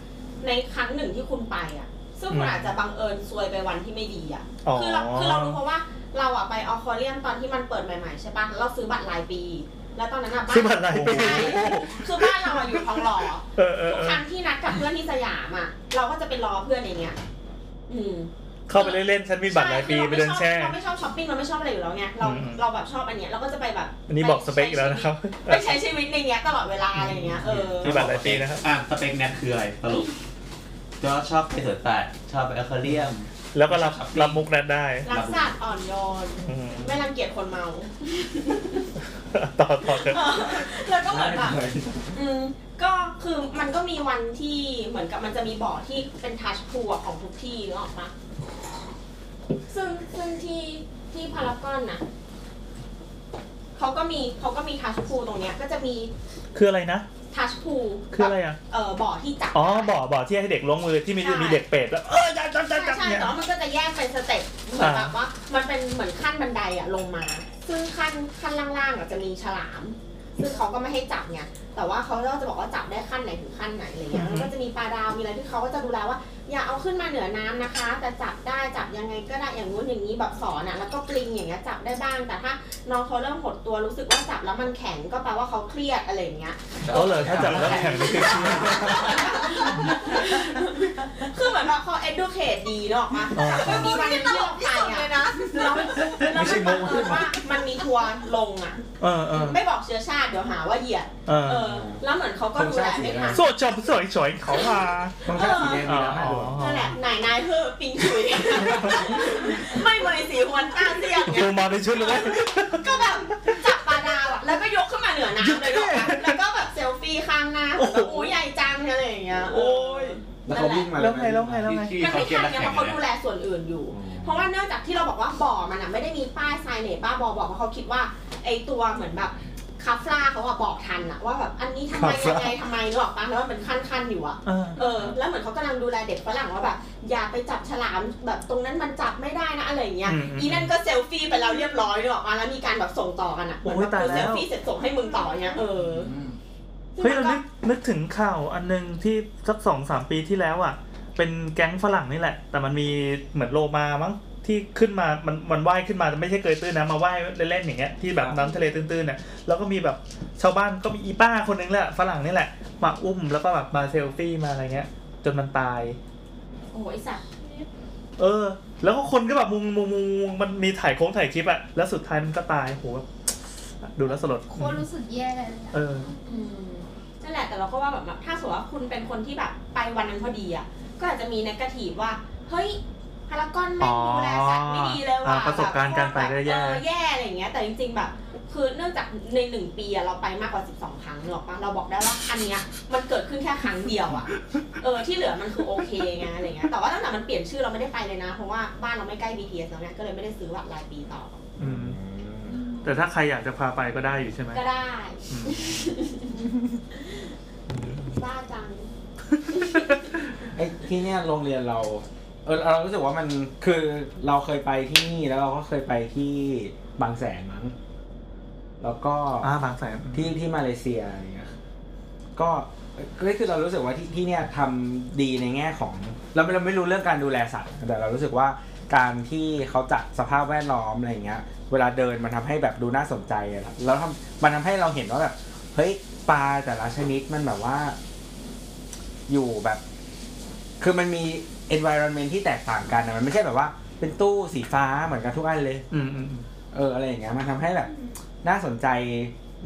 [SPEAKER 8] ในครั้งหนึ่งที่คุณไปอะซึ่งคุณ
[SPEAKER 3] อืม
[SPEAKER 8] อาจจะบังเอิญซวยไปวันที่ไม่ดีอะ
[SPEAKER 3] อ๋อ
[SPEAKER 8] คือเราคือเรารู้เพราะว่าเราอะไปอควาเรียมตอนที่มันเปิดใหม่ๆใช่ปะเราซื้อบัตรรายปี แล้วตอนนั้นอะบ้าน
[SPEAKER 3] ซื้อบัตรรายปี
[SPEAKER 8] ใช่คือบ้านเราอะอยู่ทองหล่อ
[SPEAKER 3] เออเออ
[SPEAKER 8] ทุ
[SPEAKER 3] เอ
[SPEAKER 8] กค
[SPEAKER 3] อ
[SPEAKER 8] รั้งที่นัดกับเพื่อนที่สยามอ่ะ เราก็จะไปรอเพื่อนอย่างเงี้ย อืม
[SPEAKER 3] เข้าไปเล่นๆฉันมีบัตรหลายปีไปเดินแช่
[SPEAKER 8] เราไม่ชอบช้อปปิ้งเราไม่ชอบอะไรอยู่แล้วไงเรา
[SPEAKER 3] อืมอืม
[SPEAKER 8] เราแบบชอบอันเนี้ยเราก็จะไปแบบ
[SPEAKER 3] อันนี้บอกสเปคอีกแล้วนะครับ
[SPEAKER 8] ไปใช้ชีวิตในเนี้ยตลอดเวลาอะไรอย่างเงี้ยเออ
[SPEAKER 3] มีบัตรหลายปีนะครับ
[SPEAKER 9] อ่ะสเปคแนทคืออะไรสรุปก็ชอบไปสวนสัตว์ชอบไปแอคาเรียม
[SPEAKER 3] แล้วก็รับรับมุกนั้นได้
[SPEAKER 8] รักษาอ่อนโยน
[SPEAKER 3] อืม
[SPEAKER 8] ไม่รังเกียจคนเมา
[SPEAKER 3] ต่อต่อเถอะ
[SPEAKER 8] แล้วก็เหมือนแบบอืมก็คือมันก็มีวันที่เหมือนกับมันจะมีบ่อร์ดที่เป็นทัชพูของทุกที่นึกออกปะซึ่งซึ่งที่ที่พารากอนนะเขาก็มีเขาก็มีทัชพูตรงเนี้ย ก็จะมี
[SPEAKER 3] คืออะไรนะ
[SPEAKER 8] ทัชพู
[SPEAKER 3] คืออะไรอ่ะ
[SPEAKER 8] เออบ่อร์ดที่จับ
[SPEAKER 3] อ๋อบ่อบ่อที่ให้เด็กลงมือที่มี
[SPEAKER 8] ใช่
[SPEAKER 3] มีเด็กเป็ดแล้วเออจับจับจับจับ
[SPEAKER 8] ใช่
[SPEAKER 3] เนี่ย
[SPEAKER 8] แต่ว่ามันก็จะแยกเป็นสเต็ปเหมือนแบบว่า มันเป็นเหมือนขั้นบันไดอะลงมา ซึ่งขั้นขั้นล่างๆอะจะมีฉลาม ซึ่งเขาก็ไม่ให้จับไงแต่ว่าเขาก็จะบอกว่าจับได้ขั้นไหนถึงขั้นไหนอะไรเงี้ย
[SPEAKER 3] อือฮึ
[SPEAKER 8] แล้วก็จะมีปลาดาวมีอะไรที่เขาก็จะดูแลว่า อย่าเอาขึ้นมาเหนือน้ำนะคะ แต่จับได้จับยังไงก็ได้อย่างงู้นอย่างนี้แบบสอนอะแล้วก็ปลิงอย่างเงี้ยจับได้บ้างแต่ถ้าน้องเขาเริ่มหดตัวรู้สึกว่าจับแล้วมันแข็งก็แปลว่าเขาเครียดอะไรอย่างเงี้ย
[SPEAKER 3] เขาเลยถ้าจับแล้วแข่งนี่คือ
[SPEAKER 8] คือเหมือนแบบเขา educate ดีเนอะออกมาแต่มีวันหนึงที่เราไปอะ แล้วมันแล้วมันบังเอิญว่ามันมีทัวร์ลงอ่ะ
[SPEAKER 3] เออเออ
[SPEAKER 8] ไม่บอกเชื้อชาติเดี๋ยวหาว่าเหยียด
[SPEAKER 3] เออ
[SPEAKER 8] เออ แล้วเหมือนเขาก็ดูแลไม่ทัน
[SPEAKER 3] โซจบสวยสวยเขาพา
[SPEAKER 10] ตรงชาติสีแดง
[SPEAKER 3] อ๋
[SPEAKER 10] มี
[SPEAKER 3] อ
[SPEAKER 10] น้ำมาดู
[SPEAKER 8] นั่นแหละนายนายเพื่อปิงชุย ไม่เหมยสีหวนต้าเสียง
[SPEAKER 3] ครู
[SPEAKER 8] ไง
[SPEAKER 3] มาเป็นชุดเลย
[SPEAKER 8] ก็แบบจับปลาดาวอ่ะ แล้วก็ยกขึ้นมาเหนือน้ำเลยหรอกปะแล้วก็แบบเซลฟี่ข้างหน้าแบบอู้ใหญ่จังอะไรอย่างเงี้ยเ
[SPEAKER 3] โอ้ย
[SPEAKER 10] แล้วเขาวิ่งมาเย
[SPEAKER 3] แล้วไงแล้วไงแล้วไง
[SPEAKER 13] ที่เขา
[SPEAKER 8] มันไม่
[SPEAKER 13] เก็บ
[SPEAKER 8] ทัน
[SPEAKER 13] น้ำ
[SPEAKER 8] ไง
[SPEAKER 13] แข็ง
[SPEAKER 8] เพราะเขา
[SPEAKER 13] นะ
[SPEAKER 8] ดูแลส่วนอื่นอยู่ เพราะว่าเนื่องจากที่เราบอกว่าบ่อมันอ่ะไม่ได้มีป้ายไซเนตป้าบอบอกเพราะเขาคิดว่าไอตัวเหมือนแบบคาฟลาเขาอะบอกทันอะว่าแบบอันนี้ทำไม
[SPEAKER 3] คาฟ
[SPEAKER 8] ยั
[SPEAKER 3] ลา
[SPEAKER 8] งไงทำไมหรออกปะแล้วมันเป็นขั้นขั้นๆอยู่อะ
[SPEAKER 3] เออ
[SPEAKER 8] เออแล้วเหมือนเขากำลังดูแลเด็กฝรั่งว่าแบบอย่าไปจับฉลามแบบตรงนั้นมันจับไม่ได้นะอะไรอย่างเงี้ย
[SPEAKER 3] อืมอืม
[SPEAKER 8] อีนั่นก็เซลฟี่ไปแล้วเรียบร้อยเนกออกมาแล้วมีการแบบส่งต่อกันอะเหมือน
[SPEAKER 3] โอ้ย
[SPEAKER 8] แบบ
[SPEAKER 3] ตาย
[SPEAKER 8] กู
[SPEAKER 3] แล้ว
[SPEAKER 8] เซลฟี่เสร็จส่งให้มึงต่อเนี้ยเออ
[SPEAKER 3] เฮ้ยเรานึกนึกถึงข่าวอันหนึงที่สักสองสามปีที่แล้วอ่ะ เป็นแก๊งฝรั่งนี่แหละ แต่มันมีเหมือนโลมามั้งที่ขึ้นมา มันมันว่ายขึ้นมาแต่ไม่ใช่เกยตื้นนะมาว่ายเล่นๆอย่างเงี้ยที่แบบน้ำทะเลตื้นๆเนี่ยแล้วก็มีแบบชาวบ้านก็มีอีป้าคนนึงแหละฝรั่งนี่แหละ มาอุ้มแล้วก็แบบมาเซลฟี่มาอะไรเงี้ย จนมันตาย
[SPEAKER 8] โอ้ยไอสัตว์
[SPEAKER 3] เออ แล้วก็คนก็แบบมุงมุงมุงมุงมันมีถ่ายโค้งถ่ายคลิปอะแล้วสุดท้ายมันก็ตายโหแบบดูแล้วสลด
[SPEAKER 14] โคตรรู้สึกแย่เลยอะ
[SPEAKER 3] เออ
[SPEAKER 8] อืมนั่นแหละแต่เราก็ว่าแบบถ้าสมมติว่าคุณเป็นคนที่แบบไปวันนั้นพอดีอะก็อาจจะมีนกาทีฟว่าเฮ้ยพารากอนแม่งดูแลสัตว์ไม่ดีเลย
[SPEAKER 3] อ๋อ
[SPEAKER 8] ว่ะ
[SPEAKER 3] อ่าประสบการณ์การไปก็แย่
[SPEAKER 8] เออแย่อะไรอย่างเงี้ย แต่จริงๆแบบ คือเนื่องจากในหนึ่งปีอะเราไปมากกว่า 12 ครั้งหรอกปะเราบอกได้ว่าอันเนี้ยมันเกิดขึ้นแค่ครั้งเดียวอะเออที่เหลือมันคือโอเคไงอะไรเงี้ยแต่ว่าตั้งแต่มันเปลี่ยนชื่อเราไม่ได้ไปเลยนะเพราะว่าบ้านเราไม่ใกล้ BTS แล้วไงก็เลยไม่ได้ซื้อบัตรรายปีต่อ
[SPEAKER 3] อืมแต่ถ้าใครอยากจะพาไปก็ได้อยู่ใช่ไหม
[SPEAKER 8] ก็ได้
[SPEAKER 3] อืม
[SPEAKER 8] บ้าจัง
[SPEAKER 10] ไอ้ที่เนี่ยโรงเรียนเรา เออเรารู้สึกว่ามันคือเราเคยไปที่นี่แล้วเราก็เคยไปที่บางแสนมั้งแล้วก็
[SPEAKER 3] อ่าบางแสน
[SPEAKER 10] ที่ที่มาเลเซียอะไรเงี้ยก็ก็คือเรารู้สึกว่าที่ที่เนี่ยทำดีในแง่ของ เราไม่เราไม่รู้เรื่องการดูแลสัตว์ แต่เรารู้สึกว่าการที่เขาจัดสภาพแวดล้อมอะไรเงี้ย เวลาเดินมันทำให้แบบดูน่าสนใจอะแล้วทำมันทำให้เราเห็นว่าแบบเฮ้ยปลาแต่ละชนิดมันแบบว่า อยู่แบบ คือมันมี environment ที่แตกต่างกันนะมันไม่ใช่แบบว่า เป็นตู้สีฟ้าเหมือนกันทุกอันเลย
[SPEAKER 3] อืมอืมอืม
[SPEAKER 10] เอออะไรอย่างเงี้ยมันทำให้แบบน่าสนใจ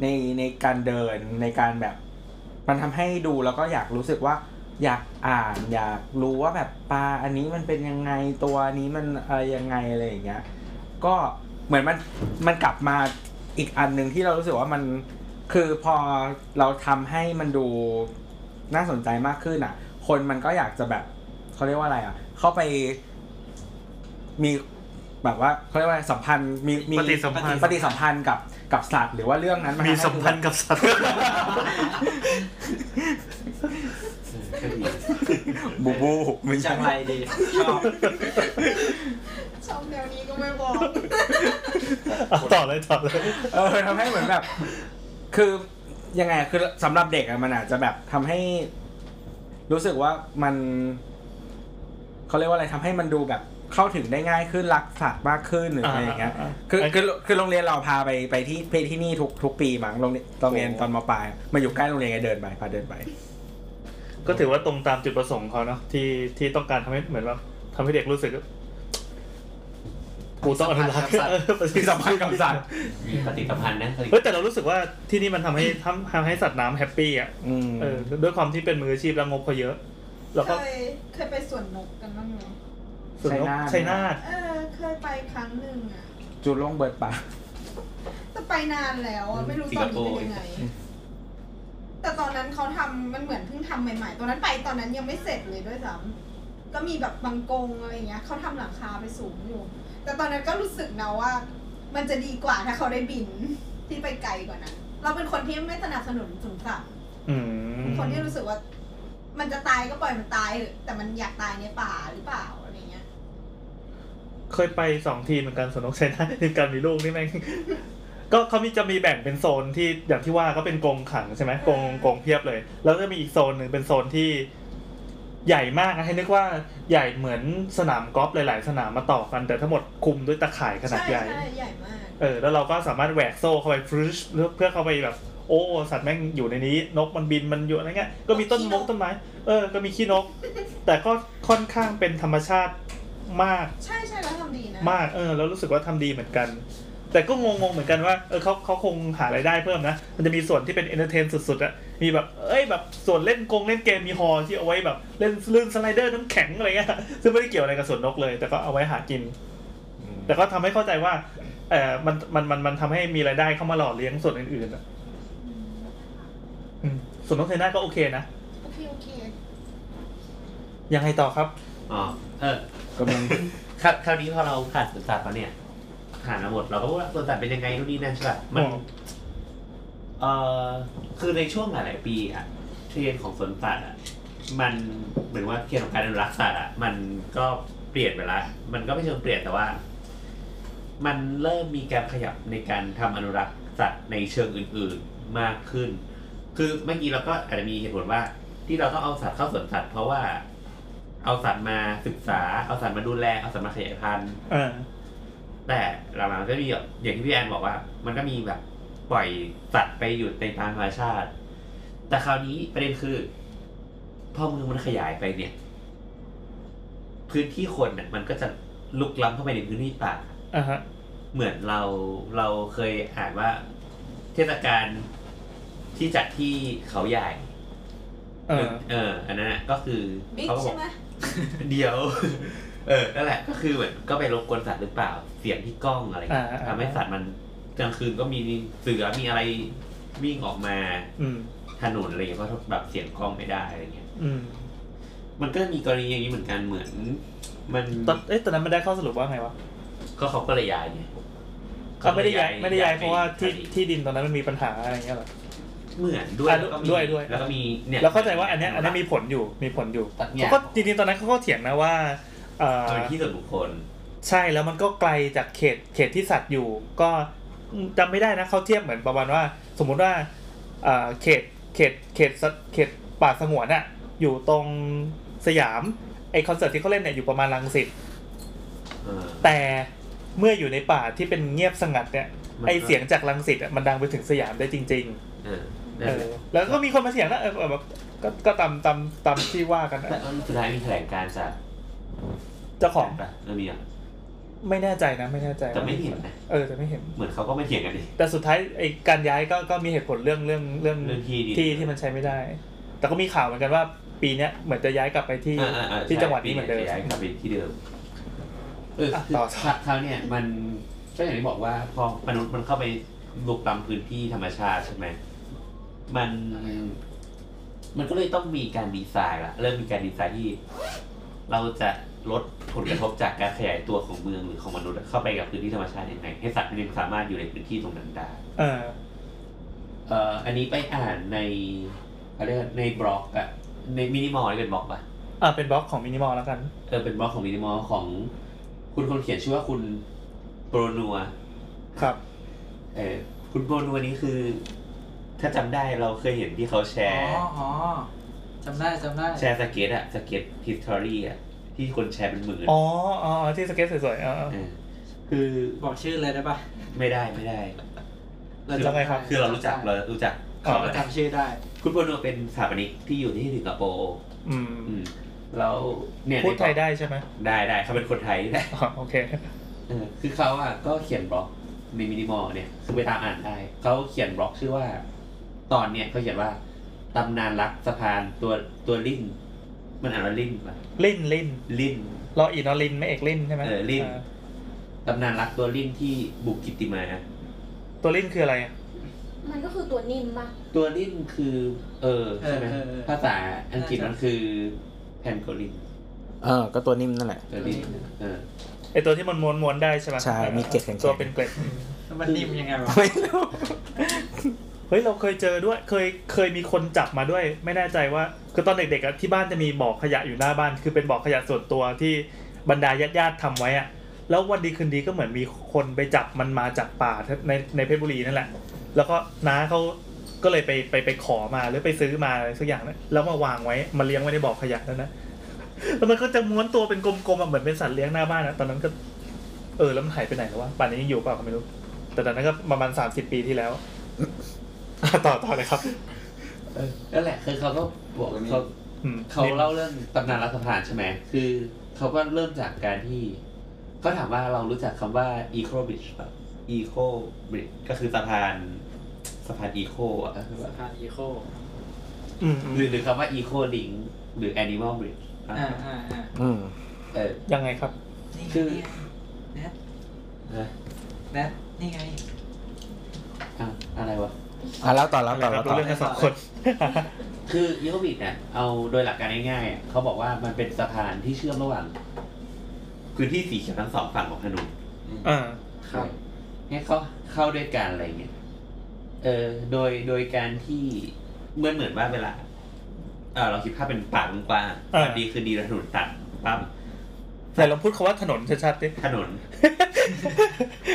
[SPEAKER 10] ในในการเดินในการแบบ มันทำให้ดูแล้วก็อยากรู้สึกว่า อยากอ่าน อยากรู้ว่าแบบปลาอันนี้มันเป็นยังไงตัวนี้มันอะไรยังไงอะไรอย่างเงี้ย ก็เหมือนมันมันกลับมาอีกอันหนึ่งที่เรารู้สึกว่ามันคือพอเราทำให้มันดูน่าสนใจมากขึ้นอ่ะ คนมันก็อยากจะแบบเขาเรียกว่าอะไรอ่ะ เข้าไปมีแบบว่าเขาเรียกว่าอะไรสัมพันธ์มีมี
[SPEAKER 3] ปฏิสัมพันธ์
[SPEAKER 10] ปฏิสัมพันธ์กับกับสัตว์หรือว่าเรื่องนั้นน
[SPEAKER 3] มี
[SPEAKER 10] ทำให้
[SPEAKER 3] สัมพันธ์กับสัตว์
[SPEAKER 10] บูบูไม่
[SPEAKER 15] จั
[SPEAKER 10] ใช่
[SPEAKER 15] งไรดีชอบ
[SPEAKER 5] ชอบแนวนี้ก็ไม่บอก
[SPEAKER 3] อ่ะ *laughs* ต่อเลยต่อเลย
[SPEAKER 10] เออทำให้เหมือนแบบ คือยังไงคือสำหรับเด็กอะมันอาจจะแบบทำให้ รู้สึกว่ามันเขาเรียกว่าอะไรทำให้มันดูแบบเข้าถึงได้ง่ายขึ้นรักสัตว์มากขึ้นหรืออะไรอย่างเงี้ย
[SPEAKER 3] อ่าอ่าอ่า
[SPEAKER 10] คือคือคือโรงเรียนเราพาไปไปที่ไปที่นี่ทุกทุกปีมั้งโรงเรียนโรงเรียนตอนมปลายมาอยู่ใกล้โรงเรียนไงเดินไปพาเดินไป
[SPEAKER 3] ก็ถือว่าตรงตามจุดประสงค์เขาเนาะที่ที่ต้องการทำให้เหมือนว่าทำให้เด็กรู้สึก กูต้องอนุรักษ์
[SPEAKER 10] สัตว์
[SPEAKER 3] เออปฏิ
[SPEAKER 10] ที่สัมพันธ์กับสัตว์
[SPEAKER 9] ปฏิสัมพันธ์นะปฏิ
[SPEAKER 3] เฮ้ยแต่เรารู้สึกว่าที่นี่มันทำให้ทำทำให้สัตว์น้ำแฮปปี้อ่ะ
[SPEAKER 10] อืม
[SPEAKER 3] เออด้วยความที่เป็นมืออาชีพและงบเขา *laughs* เยอะ แล้วก็
[SPEAKER 5] เคยเคยไปสวนนกกันบ้างไหม
[SPEAKER 3] สุนนก
[SPEAKER 6] ชั
[SPEAKER 3] ชัย
[SPEAKER 6] ย
[SPEAKER 3] นา
[SPEAKER 6] นา
[SPEAKER 3] ท
[SPEAKER 6] ท
[SPEAKER 5] เออเคยไปครั้งหนึ่งอะ
[SPEAKER 10] จูดลงเบิดป่า
[SPEAKER 5] แต่ไปนานแล้วอะไม่รู้ตอนนี้เป็นยังไง แต่ตอนนั้นเขาทำมันเหมือนเพิ่งทำใหม่ๆ ตอนนั้นไปตอนนั้นยังไม่เสร็จเลยด้วยซ้ำก็มีแบบบังกงอะไรอย่างเงี้ยเขาทำหลังคาไปสูงอยู่ แต่ตอนนั้นก็รู้สึกนะว่า มันจะดีกว่าถ้าเขาได้บินที่ไปไกลกว่านั้น เราเป็นคนที่ไม่สนับสนุนสวนสัตว์
[SPEAKER 3] อืม
[SPEAKER 5] คนที่รู้สึกว่า มันจะตายก็ปล่อยมันตายเถอะแต่มันอยากตายในป่าหรือเปล่าอะไรเงี้ย
[SPEAKER 3] เคยไปสองทีเหมือนกันสุนนกชัยนาทในการมีลูกนี่แม่ง *laughs* ก็เขามีจะมีแบ่งเป็นโซนที่อย่างที่ว่าก็เป็นกรงขังใช่ไหมกรงกรงเพียบเลย แล้วก็มีอีกโซนหนึ่งเป็นโซนที่ใหญ่มากนะให้นึกว่าใหญ่เหมือนสนามกอล์ฟหลาย ๆ สนามมาต่อกันแต่ทั้งหมดคุมด้วยตะข่ายขนาด
[SPEAKER 5] ใช่
[SPEAKER 3] ใหญ่
[SPEAKER 5] ใช่ใหญ่มาก
[SPEAKER 3] เออแล้วเราก็สามารถแหวกโซ่เข้าไปฟรึชเพื่อเพื่อเข้าไปแบบ โอ้ สัตว์แม่งอยู่ในนี้ นกมันบินมันอยู่อะไรเงี้ยก็มีต้น
[SPEAKER 5] ขี้
[SPEAKER 3] ม
[SPEAKER 5] น
[SPEAKER 3] ก
[SPEAKER 5] ก
[SPEAKER 3] ต้นไม้เออ ก็มีขี้นก แต่ก็ค่อนข้างเป็นธรรมชาติมาก
[SPEAKER 5] ใช่ใช่แล้วทำดีนะ
[SPEAKER 3] มากเออ แล้วรู้สึกว่าทำดีเหมือนกัน แต่ก็งงๆเหมือนกันว่าเออเขาเขาคงหารายได้เพิ่มนะ มันจะมีส่วนที่เป็นเอนเตอร์เทนสุดๆอะมีแบบเอ้ยแบบส่วนเล่นกงเล่นเกมมีฮอลล์ที่เอาไว้แบบเล่นลื่นสไลเดอร์น้ำแข็งอะไรเงี้ยซึ่งไม่ได้เกี่ยวอะไรกับสวนนกเลย แต่ก็เอาไว้หากิน แต่ก็ทำให้เข้าใจว่า เออมัน มัน มัน มันทำให้มีรายได้เข้ามาหล่อเลี้ยงส่วนอื่นๆอะอืมส่วนน้องเทน่าก็โอเคนะ
[SPEAKER 5] โอเคโอเค
[SPEAKER 3] ยังไงต่อครับ
[SPEAKER 9] อ๋อเออ
[SPEAKER 10] ก็มัน
[SPEAKER 9] คราวคราวนี้พอเราผ่านสวนสัตว์มาเนี่ยผ่านมาหมดเราก็รู้ว่าสวนสัตว์เป็นยังไงนู่นนี่นั่นใช่ป่ะมัน
[SPEAKER 3] อ๋อ
[SPEAKER 9] เออคือในช่วงหลายๆปีอะเทรนด์ของสวนสัตว์อะมันเหมือนว่าเทรนด์ของการอนุรักษ์สัตว์อะมันก็เปลี่ยนไปละมันก็ไม่เชิงเปลี่ยนแต่ว่า มันเริ่มมีการขยับในการทำอนุรักษ์สัตว์ในเชิงอื่นๆมากขึ้น คือเมื่อกี้เราก็อาจจะมีเหตุผลว่า ที่เราต้องเอาสัตว์เข้าสวนสัตว์เพราะว่า เอาสัตว์มาศึกษา เอาสัตว์มาดูแล เอาสัตว์มาขยายพันธุ์
[SPEAKER 3] เออ
[SPEAKER 9] แต่หลังๆมันก็มีแบบอย่างที่พี่แอนบอกว่า มันก็มีแบบปล่อยสัตว์ไปอยู่ในตามธรรมชาติ แต่คราวนี้ประเด็นคือพอเมืองมันขยายไปเนี่ย พื้นที่คนน่ะมันก็จะลุกล้ำเข้าไปในพื้นที่ป่า
[SPEAKER 3] อ่ะฮะ
[SPEAKER 9] เหมือนเราเราเคยอ่านว่า เทศกาลที่จัดที่เขาใหญ่
[SPEAKER 3] เออ
[SPEAKER 9] เออ อันนั้นน่ะก็คือ
[SPEAKER 5] บิ๊ก
[SPEAKER 9] เขาก็บ
[SPEAKER 5] ใช่
[SPEAKER 9] อก
[SPEAKER 5] ไหม
[SPEAKER 9] เดียว *laughs* เออ นั่นแหละ ก็คือเหมือนก็ไปรบกวนสัตว์หรือเปล่า เสียงที่กล้องอะไรเงี้ย
[SPEAKER 3] อ่าอ่า
[SPEAKER 9] ทำให้สัตว์มันกลางคืนก็มีเสือมีอะไรวิ่งออกมา
[SPEAKER 3] อืม
[SPEAKER 9] ถนนอะไรเงี้ยเพราะแบบเสียงกล้องไม่ได้อะไรเงี้ย
[SPEAKER 3] อืม
[SPEAKER 9] มันก็มีกรณีอย่างนี้เหมือนกันเหมือน มัน
[SPEAKER 3] ตอนเอ๊ะตอนนั้นมันได้ข้อสรุปว่าไงวะ
[SPEAKER 9] ก็เขาก็เลยย้ายไง
[SPEAKER 3] ก็ไม่ได้ย้ายไม่ได้ย้ายเพราะว่าที่
[SPEAKER 9] ไป
[SPEAKER 3] ที่ดินตอนนั้นมันมีปัญหาอะไรอย่างเงี้ยเหรอ
[SPEAKER 9] เหมือนด้วย
[SPEAKER 3] อ่ะ
[SPEAKER 9] แล้วก็มี
[SPEAKER 3] ด้วยด้วย
[SPEAKER 9] แล้วก็มีเนี่ย
[SPEAKER 3] แล้วเข้าใจว่าอันเนี้ยอันเนี้ยมีผลอยู่ มีผลอยู่
[SPEAKER 9] ตัดเนี่
[SPEAKER 3] เขา
[SPEAKER 9] ย
[SPEAKER 3] ก็จริงๆตอนนั้นเขาก็เถียงนะว่าเออ
[SPEAKER 9] เป็นที่ส่วนบุคคล
[SPEAKER 3] ใช่แล้วมันก็ไกลจากเขตเขตที่สัตว์อยู่ ก็อืมจำไม่ได้นะเขาเทียบเหมือนประมาณว่า สมมุติว่าเอ่อเขตเขตเขตสัตว์เขตป่าสงวนอะอยู่ตรงสยามไอคอนเสิร์ตที่เขาเล่นเนี่ยอยู่ประมาณรังสิต
[SPEAKER 9] เออ
[SPEAKER 3] แต่เมื่ออยู่ในป่าที่เป็นเงียบสงัดเนี่ย
[SPEAKER 9] มันก็
[SPEAKER 3] ไอเสียงจากรังสิตอะมันดังไปถึงสยามได้จริง
[SPEAKER 9] เอ
[SPEAKER 3] ๆเอ
[SPEAKER 9] อนั่
[SPEAKER 3] นอ
[SPEAKER 9] แหละ
[SPEAKER 3] แล้วก็มีคนมาเถียงนะเออแบบก็ก็ตามตามตามที่ว่ากันอะ
[SPEAKER 9] แต่สุดท้ายมีแถลงการณ์จาก
[SPEAKER 3] เจ้าของ
[SPEAKER 9] ป่ะเออมีอ่ะ
[SPEAKER 3] ไม่แน่ใจนะไม่แน่ใจ
[SPEAKER 9] แต่ไม่เห็นนะ
[SPEAKER 3] เออแต่ไม่เห็น
[SPEAKER 9] เหมือนเขาก็ไม่เถียงกันดิ
[SPEAKER 3] แต่สุดท้ายไอ้การย้ายก็ก็มีเหตุผลเรื่องเรื่องเรื่อง
[SPEAKER 9] เรื่องที่ดิน
[SPEAKER 3] ที่ที่มันใช้ไม่ได้ แต่ก็มีข่าวเหมือนกันว่าปีเนี้ยเหมือนจะย้ายกลับไปที่
[SPEAKER 9] อ่าอ่า
[SPEAKER 3] ที่
[SPEAKER 9] ใช่
[SPEAKER 3] จังหวัดนี้เหมือนเดิม
[SPEAKER 9] ปีย้ายกลับไปที่เดิมเออ
[SPEAKER 3] อ่ะ
[SPEAKER 9] คือ
[SPEAKER 3] ต่อ
[SPEAKER 9] คราวคราวเนี่ยมันก็อย่างที่บอกว่าพอมนุษย์มันเข้าไปบุกตามพื้นที่ธรรมชาติใช่ไหมมัน มันก็เลยต้องมีการดีไซน์ละเริ่มมีการดีไซน์ที่ เราจะลดผลกระทบจากการขยายตัวของเมืองหรือของมนุษย์เข้าไปกับพื้นที่ธรรมชาติยังไงให้สัตว์มันยังสามารถอยู่ในพื้นที่ตรงนั้นได้
[SPEAKER 3] เออ
[SPEAKER 9] เอ่ออันนี้ไปอ่านในอะไรยกว่าในบล็อกอะในมินิมอลนี่เป็นบล็อกปะ
[SPEAKER 3] อ่ะเป็นบล็อกของมินิมอลแล้วกัน
[SPEAKER 9] เออเป็นบล็อกของมินิมอลของคุณคนเขียนชื่อว่าคุณโปรนัว
[SPEAKER 3] ครับ
[SPEAKER 9] เออคุณโปรนัวนี้คือ ถ้าจำได้เราเคยเห็นที่เขาแช
[SPEAKER 4] อ๋อ
[SPEAKER 9] ร์
[SPEAKER 4] อ๋อจำได้จำได้
[SPEAKER 9] แชร์สเก็ตอะสเก็ตฮิสตอรี่อะที่คนแชร์เป็นหมื่น
[SPEAKER 3] อ๋ออ๋อที่สเก็ตสวยๆเออเออ
[SPEAKER 9] เออคือ
[SPEAKER 4] บอกชื่อเลยได้ปะ
[SPEAKER 9] ไม่ได้ไม่ได้
[SPEAKER 4] เรา
[SPEAKER 3] แล้วไงครับ
[SPEAKER 9] คือเรารู้จักเรารู้จัก
[SPEAKER 3] อ๋อ
[SPEAKER 9] เขาแห
[SPEAKER 4] เรา
[SPEAKER 9] ละ
[SPEAKER 4] จำชื่อได้
[SPEAKER 9] คุณโปรนัวเป็นสถาปนิกที่อยู่ที่สิงคโปร์
[SPEAKER 3] อืม
[SPEAKER 9] อืมแล้วเนี่ย
[SPEAKER 3] พูดไทยได้ใช่ไหม
[SPEAKER 9] ได้ได้เขาเป็นคนไทยนี่แหละ
[SPEAKER 3] *laughs* อ๋อโอเค
[SPEAKER 9] เ ออคือเขาอ่ะก็เขียนบล็อกในมินิมอลเนี่ยคือไปตามอ่านได้เขาเขียนบล็อกชื่อว่า ตอนเนี่ยเขาเขียนว่าตำนานรักสะพานตัวตัวลิ้น มันอ่านว่าลิ้นปะ
[SPEAKER 3] ลิ้นลิ้น
[SPEAKER 9] ลิ้น
[SPEAKER 3] รออีนอลินไม่เอกลิ้นใช่ไหม
[SPEAKER 9] เออลิ้น
[SPEAKER 3] า
[SPEAKER 9] ตำนานรักตัวลิ้นที่บุกกิตติมา
[SPEAKER 3] ตัวลิ้นคืออะไรอะ
[SPEAKER 12] มันก็คือตัวนิ่มปะ
[SPEAKER 9] ตัวลิ้นคือ เออใช่ไหม
[SPEAKER 4] เออเออเออ
[SPEAKER 9] ภาษาอังกฤษมันคือแพนโกลิน
[SPEAKER 10] เออ ก็ตัวนิ่มนั่นแหละ
[SPEAKER 9] ตัวลิ้นเออ
[SPEAKER 3] ไอตัวที่มันม้วนม้วนๆได้ใช่ไหม
[SPEAKER 10] ใช่มีเกล็ดแข็งๆ
[SPEAKER 3] ตัวเป็นเกล็ด
[SPEAKER 4] แล้วมันนิ่มยังไงวะ
[SPEAKER 10] ไม่รู้
[SPEAKER 3] เฮ้ยเราเคยเจอด้วยเคยเคยมีคนจับมาด้วย ไม่แน่ใจว่าคือตอนเด็กๆอะที่บ้านจะมีบ่อขยะอยู่หน้าบ้าน คือเป็นบ่อขยะส่วนตัวที่บรรดาญาติๆทำไว้อะแล้ววันดีคืนดีก็เหมือนมีคนไปจับมันมาจากป่าในในเพชรบุรีนั่นแหละ แล้วก็น้าเขาก็เลยไปไปไปขอมาหรือไปซื้อมาอะไรสักอย่างนะแล้วมาวางไว้มาเลี้ยงไว้ในบ่อขยะนั่นนะแล้วมันก็จะม้วนตัวเป็นกลมๆอะเหมือนเป็นสัตว์เลี้ยงหน้าบ้านนะตอนนั้นก็ เออแล้วมันหายไปไหนแล้ววะป่านนี้ยังอยู่เปล่าก็ไม่รู้ แต่ตอนนั้นก็ประมาณสามสิบปีที่แล้ว อ่ะต่อต่อเลยครับ
[SPEAKER 9] เออนั่นแหละคือเขาก็บอกเขา
[SPEAKER 3] อืม
[SPEAKER 9] เขาเล่าเรื่องตำนานรัฐประหารใช่ไหม คือเขาก็เริ่มจากการที่เขาถามว่าเรารู้จักคำว่า eco bridge ป่ะ eco bridge ก็คือสะพานสะพาน eco อ่ะ
[SPEAKER 4] สะพานอีโค
[SPEAKER 3] อืมอืม
[SPEAKER 9] หรือหรือคำว่า eco link หรือ animal bridge อ่ะ
[SPEAKER 4] อ่าอ่าอ่า
[SPEAKER 10] อืม
[SPEAKER 9] เออ
[SPEAKER 3] ยังไงครับ
[SPEAKER 4] นี่
[SPEAKER 9] คือ
[SPEAKER 4] ไงแนท
[SPEAKER 9] นะ
[SPEAKER 4] แนทนี่ไง
[SPEAKER 9] อ่ะอะไรวะ
[SPEAKER 10] อ่ะแล้วต่อแล้วต่อแล้วต่อ
[SPEAKER 3] เรื่องกันสองคน
[SPEAKER 9] คือ eco bridge เนี่ยเอาโดยหลักการง่ายๆอ่ะเขาบอกว่ามันเป็นสะพานที่เชื่อมระหว่างพื้นที่สีเขียวทั้งสองฝั่งของถนน
[SPEAKER 3] อ่า
[SPEAKER 9] ครับให้เขาเข้าด้วยกันอะไรเงี้ย เออ โดย โดยการที่เหมือนเหมือนว่าเวลา เออเราคิดภาพเป็นป่ากว้างๆ
[SPEAKER 3] เออ
[SPEAKER 9] วันดีคือดีถนนตัดปั๊บ
[SPEAKER 3] ไหนลองพูดคำว่าถนนชัดๆดิ
[SPEAKER 9] ถนน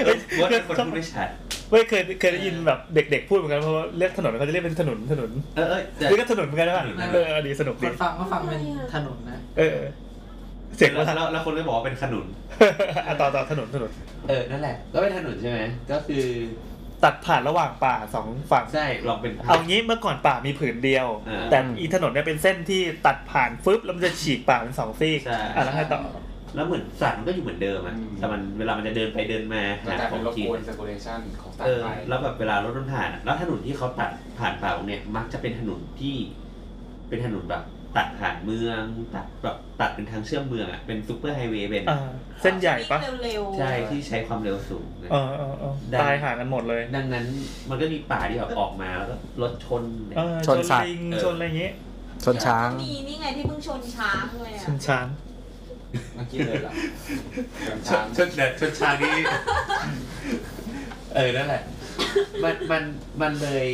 [SPEAKER 9] เออว่าเป็นคนพูดไม่ชัด
[SPEAKER 3] ไม่เคยเคยได้ยินแบบเด็กๆพูดเหมือนกันเพราะว่าเรียกถนนเขาจะเรียกเป็นถนนถนน
[SPEAKER 9] เออเออแต่
[SPEAKER 3] เรียกก็ถนนเหมือนกันนะ
[SPEAKER 9] ถนน
[SPEAKER 3] เอออันนี้สนุก
[SPEAKER 4] ค
[SPEAKER 3] ดี
[SPEAKER 4] นฟังก็ฟังเป็นถนนนะ
[SPEAKER 3] เออ เสียง
[SPEAKER 9] แล้
[SPEAKER 3] ว่าว ถนน
[SPEAKER 9] แล้วแล้วคนก็บอกว่าเป็นขนุน
[SPEAKER 3] อ่ะต่อต่อถนนถนน
[SPEAKER 9] เออ นั่นแหละ ก็เป็นถนนใช่ไหม ก็คือ
[SPEAKER 3] ตัดผ่านระหว่างป่าสองฝั่ง
[SPEAKER 9] ใช่ ลองเป็น
[SPEAKER 3] เอางี้เมื่อก่อนป่ามีผืนเดียว
[SPEAKER 9] อ่า
[SPEAKER 3] แต่อีถนนเนี่ยเป็นเส้นที่ตัดผ่านฟึบแล้วมันจะฉีกป่าเป็นสองซีก
[SPEAKER 9] ใช่
[SPEAKER 3] อ่ะแล้วให้ต่อ
[SPEAKER 9] แล้วเหมือนสัตว์มันก็อยู่เหมือนเดิมอะ
[SPEAKER 1] อืม
[SPEAKER 9] แต่มันเวลามันจะเดินไปเดินมา
[SPEAKER 1] ก็
[SPEAKER 9] หาก
[SPEAKER 1] ลาย
[SPEAKER 9] ขอ
[SPEAKER 1] เป็น
[SPEAKER 9] ง
[SPEAKER 1] รบ
[SPEAKER 9] กิน
[SPEAKER 1] กวนเซอร์คูลเลชันของสาร
[SPEAKER 9] เออ
[SPEAKER 1] ไป
[SPEAKER 9] แล้วแบบเวลารถมันผ่านอะแล้วถนนที่เขาตัดผ่านป่าเนี่ย มักจะเป็นถนนที่ เป็นถนนแบบ ตัดผ่านเมือง ตัดแบบตัดเป็นทางเชื่อมเมืองอ่ะเป็นซูเปอร์ไฮเวย์เป็น
[SPEAKER 3] อ่า เส้นใหญ่ปะ
[SPEAKER 8] วิ่งเร็วๆ
[SPEAKER 9] ใช่ที่ใช้ความเร็วสูงนะ
[SPEAKER 3] เออเออเออตายห่างกันหมดเลย
[SPEAKER 9] ดังนั้นมันก็มีป่าที่แบบออกมาแล้วก็รถชนเนี่ย
[SPEAKER 3] เออ
[SPEAKER 10] ชนสัตว์
[SPEAKER 3] ลิง
[SPEAKER 9] เออ
[SPEAKER 3] ชนอะไรอย่างงี้
[SPEAKER 10] ชนช้าง
[SPEAKER 12] มีนี่ไงที่เพิ่งชนช้างเลย
[SPEAKER 3] ช
[SPEAKER 12] อะ
[SPEAKER 3] นช้าง
[SPEAKER 1] เมื่อกี้เลยเหรอชาง
[SPEAKER 9] ชนเนี่ยชนชางนี่ *laughs* เออนั่นแหละ มันมันมันเลย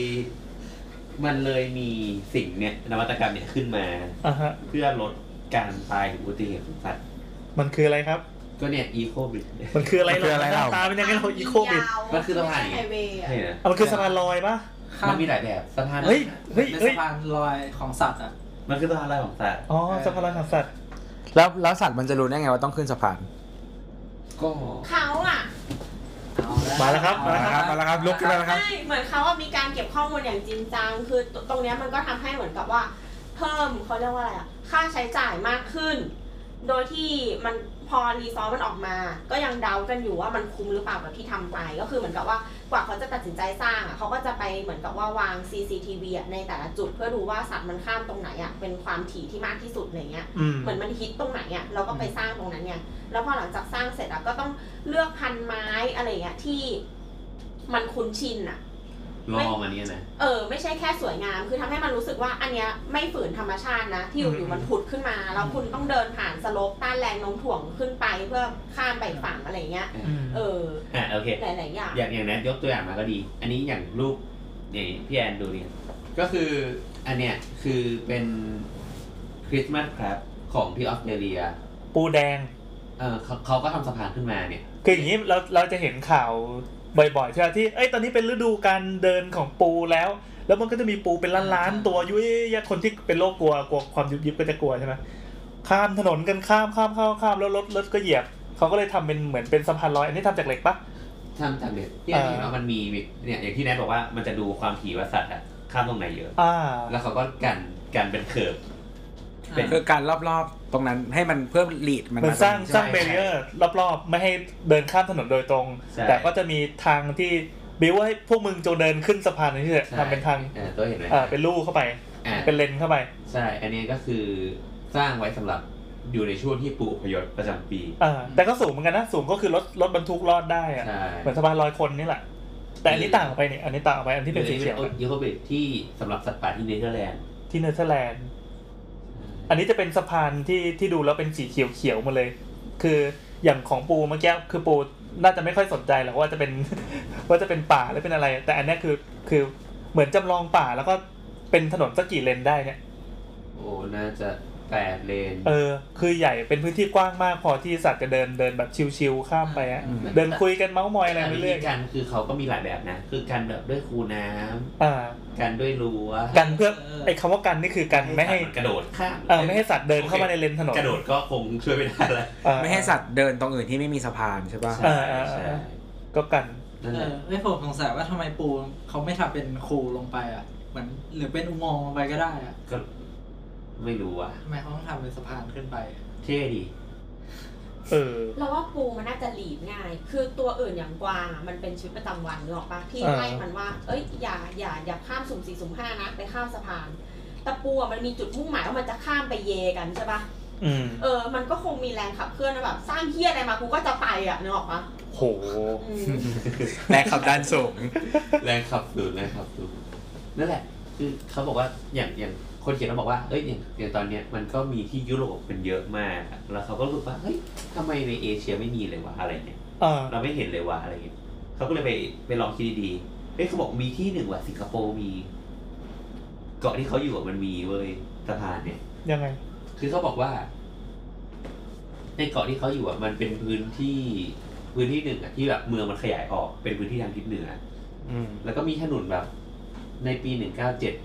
[SPEAKER 9] มันเลยมีสิ่งเนี่ยนวัตกรรมเนี่ยขึ้นมา
[SPEAKER 3] อ่ะฮะ
[SPEAKER 9] เพื่อลดการตายหรืออุบัติเหตุของสัตว์
[SPEAKER 3] มันคืออะไรครับ
[SPEAKER 9] ก็เนี่ยอีโคบิดเนี่ย
[SPEAKER 3] มันคืออะไร
[SPEAKER 10] มันคืออะไร
[SPEAKER 3] ห
[SPEAKER 10] เรา
[SPEAKER 3] ตาเป็นยังไงเราอีโคบิด
[SPEAKER 9] มันคือสะพานอย่าง
[SPEAKER 12] ไฮ
[SPEAKER 9] เงี้ย
[SPEAKER 12] เวย์อะ
[SPEAKER 9] ใช่นะ
[SPEAKER 3] เอามันคือสะพานลอยปะ
[SPEAKER 4] ข้าม
[SPEAKER 9] มันมีหลายแบบสะพาน
[SPEAKER 3] เฮ้ย
[SPEAKER 4] เป็น
[SPEAKER 3] เฮ้ย
[SPEAKER 4] สะพานลอยของสัตว์อ่ะ
[SPEAKER 9] มันคือสะพานลอยของสัตว์
[SPEAKER 3] อ๋อสะพานลอยของสัตว์
[SPEAKER 10] แล้วแล้วสัตว์มันจะรู้ได้ไงว่าต้องขึ้นสะพาน
[SPEAKER 9] ก็
[SPEAKER 8] เขาอ่ะ
[SPEAKER 3] มาแล้วครับมาแล้ว
[SPEAKER 10] ครับมาแล้วครับลุกขึ้นมาแล้วครับ
[SPEAKER 8] ใช่เหมือนเขาอะมีการเก็บข้อมูลอย่างจริงจัง คือตรงเนี้ยมันก็ทำให้เหมือนกับว่า เพิ่มเขาเรียกว่าอะไรอ่ะ ค่าใช้จ่ายมากขึ้น โดยที่มันพอรีซอสมันออกมา ก็ยังเดากันอยู่ว่ามันคุ้มหรือเปล่ากับที่ทำไป ก็คือเหมือนกับว่ากว่าเขาจะตัดสินใจสร้างอ่ะเขาก็จะไปเหมือนกับว่าวาง CCTV อ่ะในแต่ละจุด เพื่อดูว่าสัตว์มันข้ามตรงไหนอ่ะเป็นความถี่ที่มากที่สุดอะไรเงี้ย
[SPEAKER 3] อืม
[SPEAKER 8] เหมือนมันฮิตตรงไหนอ่ะเราก็ไปสร้างตรงนั้นไงแล้วพอหลังจากสร้างเสร็จอ่ะก็ต้องเลือกพันไม้อะไรอย่างเงี้ยที่มันคุ้นชินอ่ะ
[SPEAKER 9] ลองอันเนี้ยนะ
[SPEAKER 8] เออ ไม่ใช่แค่สวยงาม คือทำให้มันรู้สึกว่าอันเนี้ยไม่ฝืนธรรมชาตินะ ที่อยู่อยู่ๆมันผุดขึ้นมา แล้วคุณต้องเดินผ่านสโลปต้านแรงโน้มถ่วงขึ้นไปเพื่อข้ามไปอีกฝั่งอะไรอย่างเงี้ย
[SPEAKER 3] อืม
[SPEAKER 8] เออ
[SPEAKER 9] อ่ะโอเค
[SPEAKER 8] หลายๆอย่าง
[SPEAKER 9] อย่างอย่างนั้นยกตัวอย่างมาก็ดี อันนี้อย่างรูปนี่พี่แอนดูเนี่ยก็คืออันเนี้ยคือเป็นคริสต์มาสครับของที่ออสเตรเลีย
[SPEAKER 3] ปูแดง
[SPEAKER 9] เออเขาเขาก็ทำสะพานขึ้นมาเนี่ย
[SPEAKER 3] คืออย่างนี้เราเราจะเห็นข่าวบ่อยๆใช่ไหมที่เอ้ยตอนนี้เป็นฤดูการเดินของปูแล้ว แล้วมันก็จะมีปูเป็นล้านๆตัวยุ่ยยะคนที่เป็นโรคกลัวกลัวความยุบยิบก็จะกลัวใช่ไหมข้ามถนนกันข้ามข้ามข้ามข้ามแล้วรถรถก็เหยียบเขาก็เลยทำเป็นเหมือนเป็นสะพานลอยอันนี้ทำจากเหล็กปะ
[SPEAKER 9] ทำจากเด็ดเนี่ยเห็นว่ามันมีเนี่ยอย่างที่แนทบอกว่ามันจะดูความถี่ว่าสัตว์อะข้ามตรงไหนเยอะ
[SPEAKER 3] อ่า
[SPEAKER 9] แล้วเขาก็กันกันเป็นเคิร์ฟ
[SPEAKER 10] เป็นคือการรอบๆ ตรงนั้นให้มันเพิ่มลีดมัน
[SPEAKER 3] มันสร้าง
[SPEAKER 10] มต
[SPEAKER 3] สร้างเบ
[SPEAKER 10] ใช่
[SPEAKER 3] รียร์รอบๆ ไม่ให้เดินข้ามถนนโดยตรง
[SPEAKER 9] ใช่
[SPEAKER 3] แต่ก็จะมีทางที่บิวว่าให้พวกมึงจงเดินขึ้นสะพานนี่แหละ
[SPEAKER 9] ใช่
[SPEAKER 3] ทำเป็นทาง
[SPEAKER 9] อ่ตัวเห็นไหม
[SPEAKER 3] อ่าเป็นลู่เข้าไป
[SPEAKER 9] อ่า
[SPEAKER 3] เป็นเลนเข้าไป
[SPEAKER 9] ใช่ อันนี้ก็คือสร้างไว้สำหรับอยู่ในช่วงที่ปูอพยพประจำปี
[SPEAKER 3] อ่าแต่ก็สูงเหมือนกันนะ สูงก็คือรถรถบรรทุกรอดได้อะ
[SPEAKER 9] ใช่
[SPEAKER 3] เหมือนสะพานลอยคนนี่แหละ แต่อันนี้ต่างออกไปนี่อันนี้ต่างออกไปอันที่เป็นสีเขียว
[SPEAKER 9] หรือยูโคบิทที่สำหรับสัตว์ป่าที่เนเธอร์แลนด์
[SPEAKER 3] ที่เนเธอร์แลนด์อันนี้จะเป็นสะพานที่ที่ดูแล้วเป็นสีเขียวเขียวๆหมาเลย คืออย่างของปูเมื่อกี้คือปูน่าจะไม่ค่อยสนใจหรอกว่าจะเป็น *laughs* ว่าจะเป็นป่าหรือเป็นอะไร แต่อันเนี้ยคือคือเหมือนจำลองป่าแล้วก็เป็นถนนสักกี่เลนได้เนี่ย
[SPEAKER 9] โอ้น่าจะแปดเลน
[SPEAKER 3] เออ คือใหญ่เป็นพื้นที่กว้างมากพอที่สัตว์จะเดินเดินแบบชิวๆข้ามไปอะเดินคุยกันเมาส์มอยอะไรไปเรื่อย
[SPEAKER 9] นนี้กันคือเขาก็มีหลายแบบนะ คือกันแบบด้วยคูน้ำ
[SPEAKER 3] อ่า
[SPEAKER 9] กันด้วยรั้ว
[SPEAKER 3] กันเพื่อไอ้คำว่ากันนี่คือกันไม่ให้
[SPEAKER 9] กระโดดข้าม
[SPEAKER 3] เออไม่ให้สัตว์เดินเข้ามาในเลนถนน
[SPEAKER 9] กระโดดก็คงช่วยไม่ได้ละ
[SPEAKER 3] เออ
[SPEAKER 10] ไม่ให้สัตว์เดินตรงอื่นที่ไม่มีสะพานใช่ป่ะ
[SPEAKER 9] ใช่ใช่
[SPEAKER 3] ก็กัน
[SPEAKER 9] นั่น
[SPEAKER 4] เอ
[SPEAKER 9] แหละ
[SPEAKER 4] อเอ้ยผมสงสัยว่าทำไมปูเขาไม่ทำเป็นคูลงไปอ่ะ เหมือนหรือเป็นอุโมงค์ลงไปก็ได้อ่ะ
[SPEAKER 9] ก็ไม่รู้ว่ะ
[SPEAKER 4] ทำไมเขาต้องทำเป็นสะพานขึ้นไปอะ
[SPEAKER 9] เท่ดี
[SPEAKER 3] *laughs* เออ
[SPEAKER 8] เราว่าปูมันน่าจะหลีดง่าย คือตัวอื่นอย่างกวางอ่ะมันเป็นชีวิตประจำวันเนกอะปะที่
[SPEAKER 3] อ่า
[SPEAKER 8] ให้มันว่า เอ้ยอย่าอย่าอย่าข้ามสุ่มสี่สุ่มห้านะไปข้ามสะพานแต่ปูอ่ะมันมีจุดมุ่งหมายว่ามันจะข้ามไปเยกันใช่ปะ
[SPEAKER 3] อืม
[SPEAKER 8] เออมันก็คงมีแรงขับเคลื่อนนะแบบสร้างเฮี้ยอะไรมากูก็จะไปอ่ะเนกอะปะ
[SPEAKER 3] โห
[SPEAKER 8] อืม
[SPEAKER 10] แรงขับดันสูง
[SPEAKER 9] แรงขับดูดแรงขับดูดนั่นแหละ คือเขาบอกว่าอย่างอย่างคนเขียนเขาบอกว่าเอ้ยอย่างอย่างตอนเนี้ยมันก็มีที่ยุโรปเป็นเยอะมาก แล้วเขาก็รู้สึกว่าเฮ้ยทำไมในเอเชียไม่มีเลยวะอะไรเนี่ย
[SPEAKER 3] เออ
[SPEAKER 9] เราไม่เห็นเลยว่าอะไรเงี้ยเขาก็เลยไปไปลองคิดดีๆเฮ้ยเขาบอกมีที่หนึ่งว่ะสิงคโปร์มี เกาะที่เขาอยู่อะมันมีเว้ยสะพานเนี่ย
[SPEAKER 3] ยังไง
[SPEAKER 9] คือเขาบอกว่า ในเกาะที่เขาอยู่อ่ะมันเป็นพื้นที่พื้นที่หนึ่งอ่ะที่แบบเมืองมันขยายออกเป็นพื้นที่ทางทิศเหนือ
[SPEAKER 10] อืม
[SPEAKER 9] แล้วก็มีถนนแบบ ในปีหนึ่งเก้าเจ็ด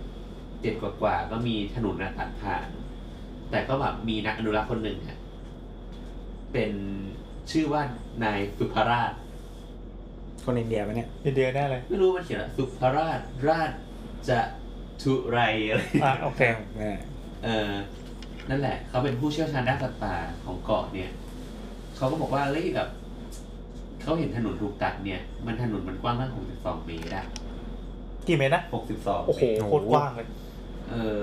[SPEAKER 9] เจ็ดกว่าๆก็มีถนนนะตัดผ่าน แต่ก็แบบมีนักอนุรักษ์คนหนึ่งอ่ะเป็นชื่อว่านายสุภราช
[SPEAKER 10] คนอินเดียปะเนี่ย
[SPEAKER 3] อินเดียแน่เลย
[SPEAKER 9] ไม่รู้มันเขียนว่าสุภราชราชจะทุไรอะไร
[SPEAKER 3] อ่ะโอเค
[SPEAKER 9] เออนั่นแหละ เขาเป็นผู้เชี่ยวชาญด้านสัตว์ป่าของเกาะเนี่ย เขาก็บอกว่าเฮ้ยแบบเขาเห็นถนนถูกตัดเนี่ย มันถนนมันกว้างตั้งหกสิบสองเมตรอะ
[SPEAKER 3] กี่เมตรนะ
[SPEAKER 9] หกสิบสอง
[SPEAKER 3] โอ้โห โคตรกว้างเลย
[SPEAKER 9] เออ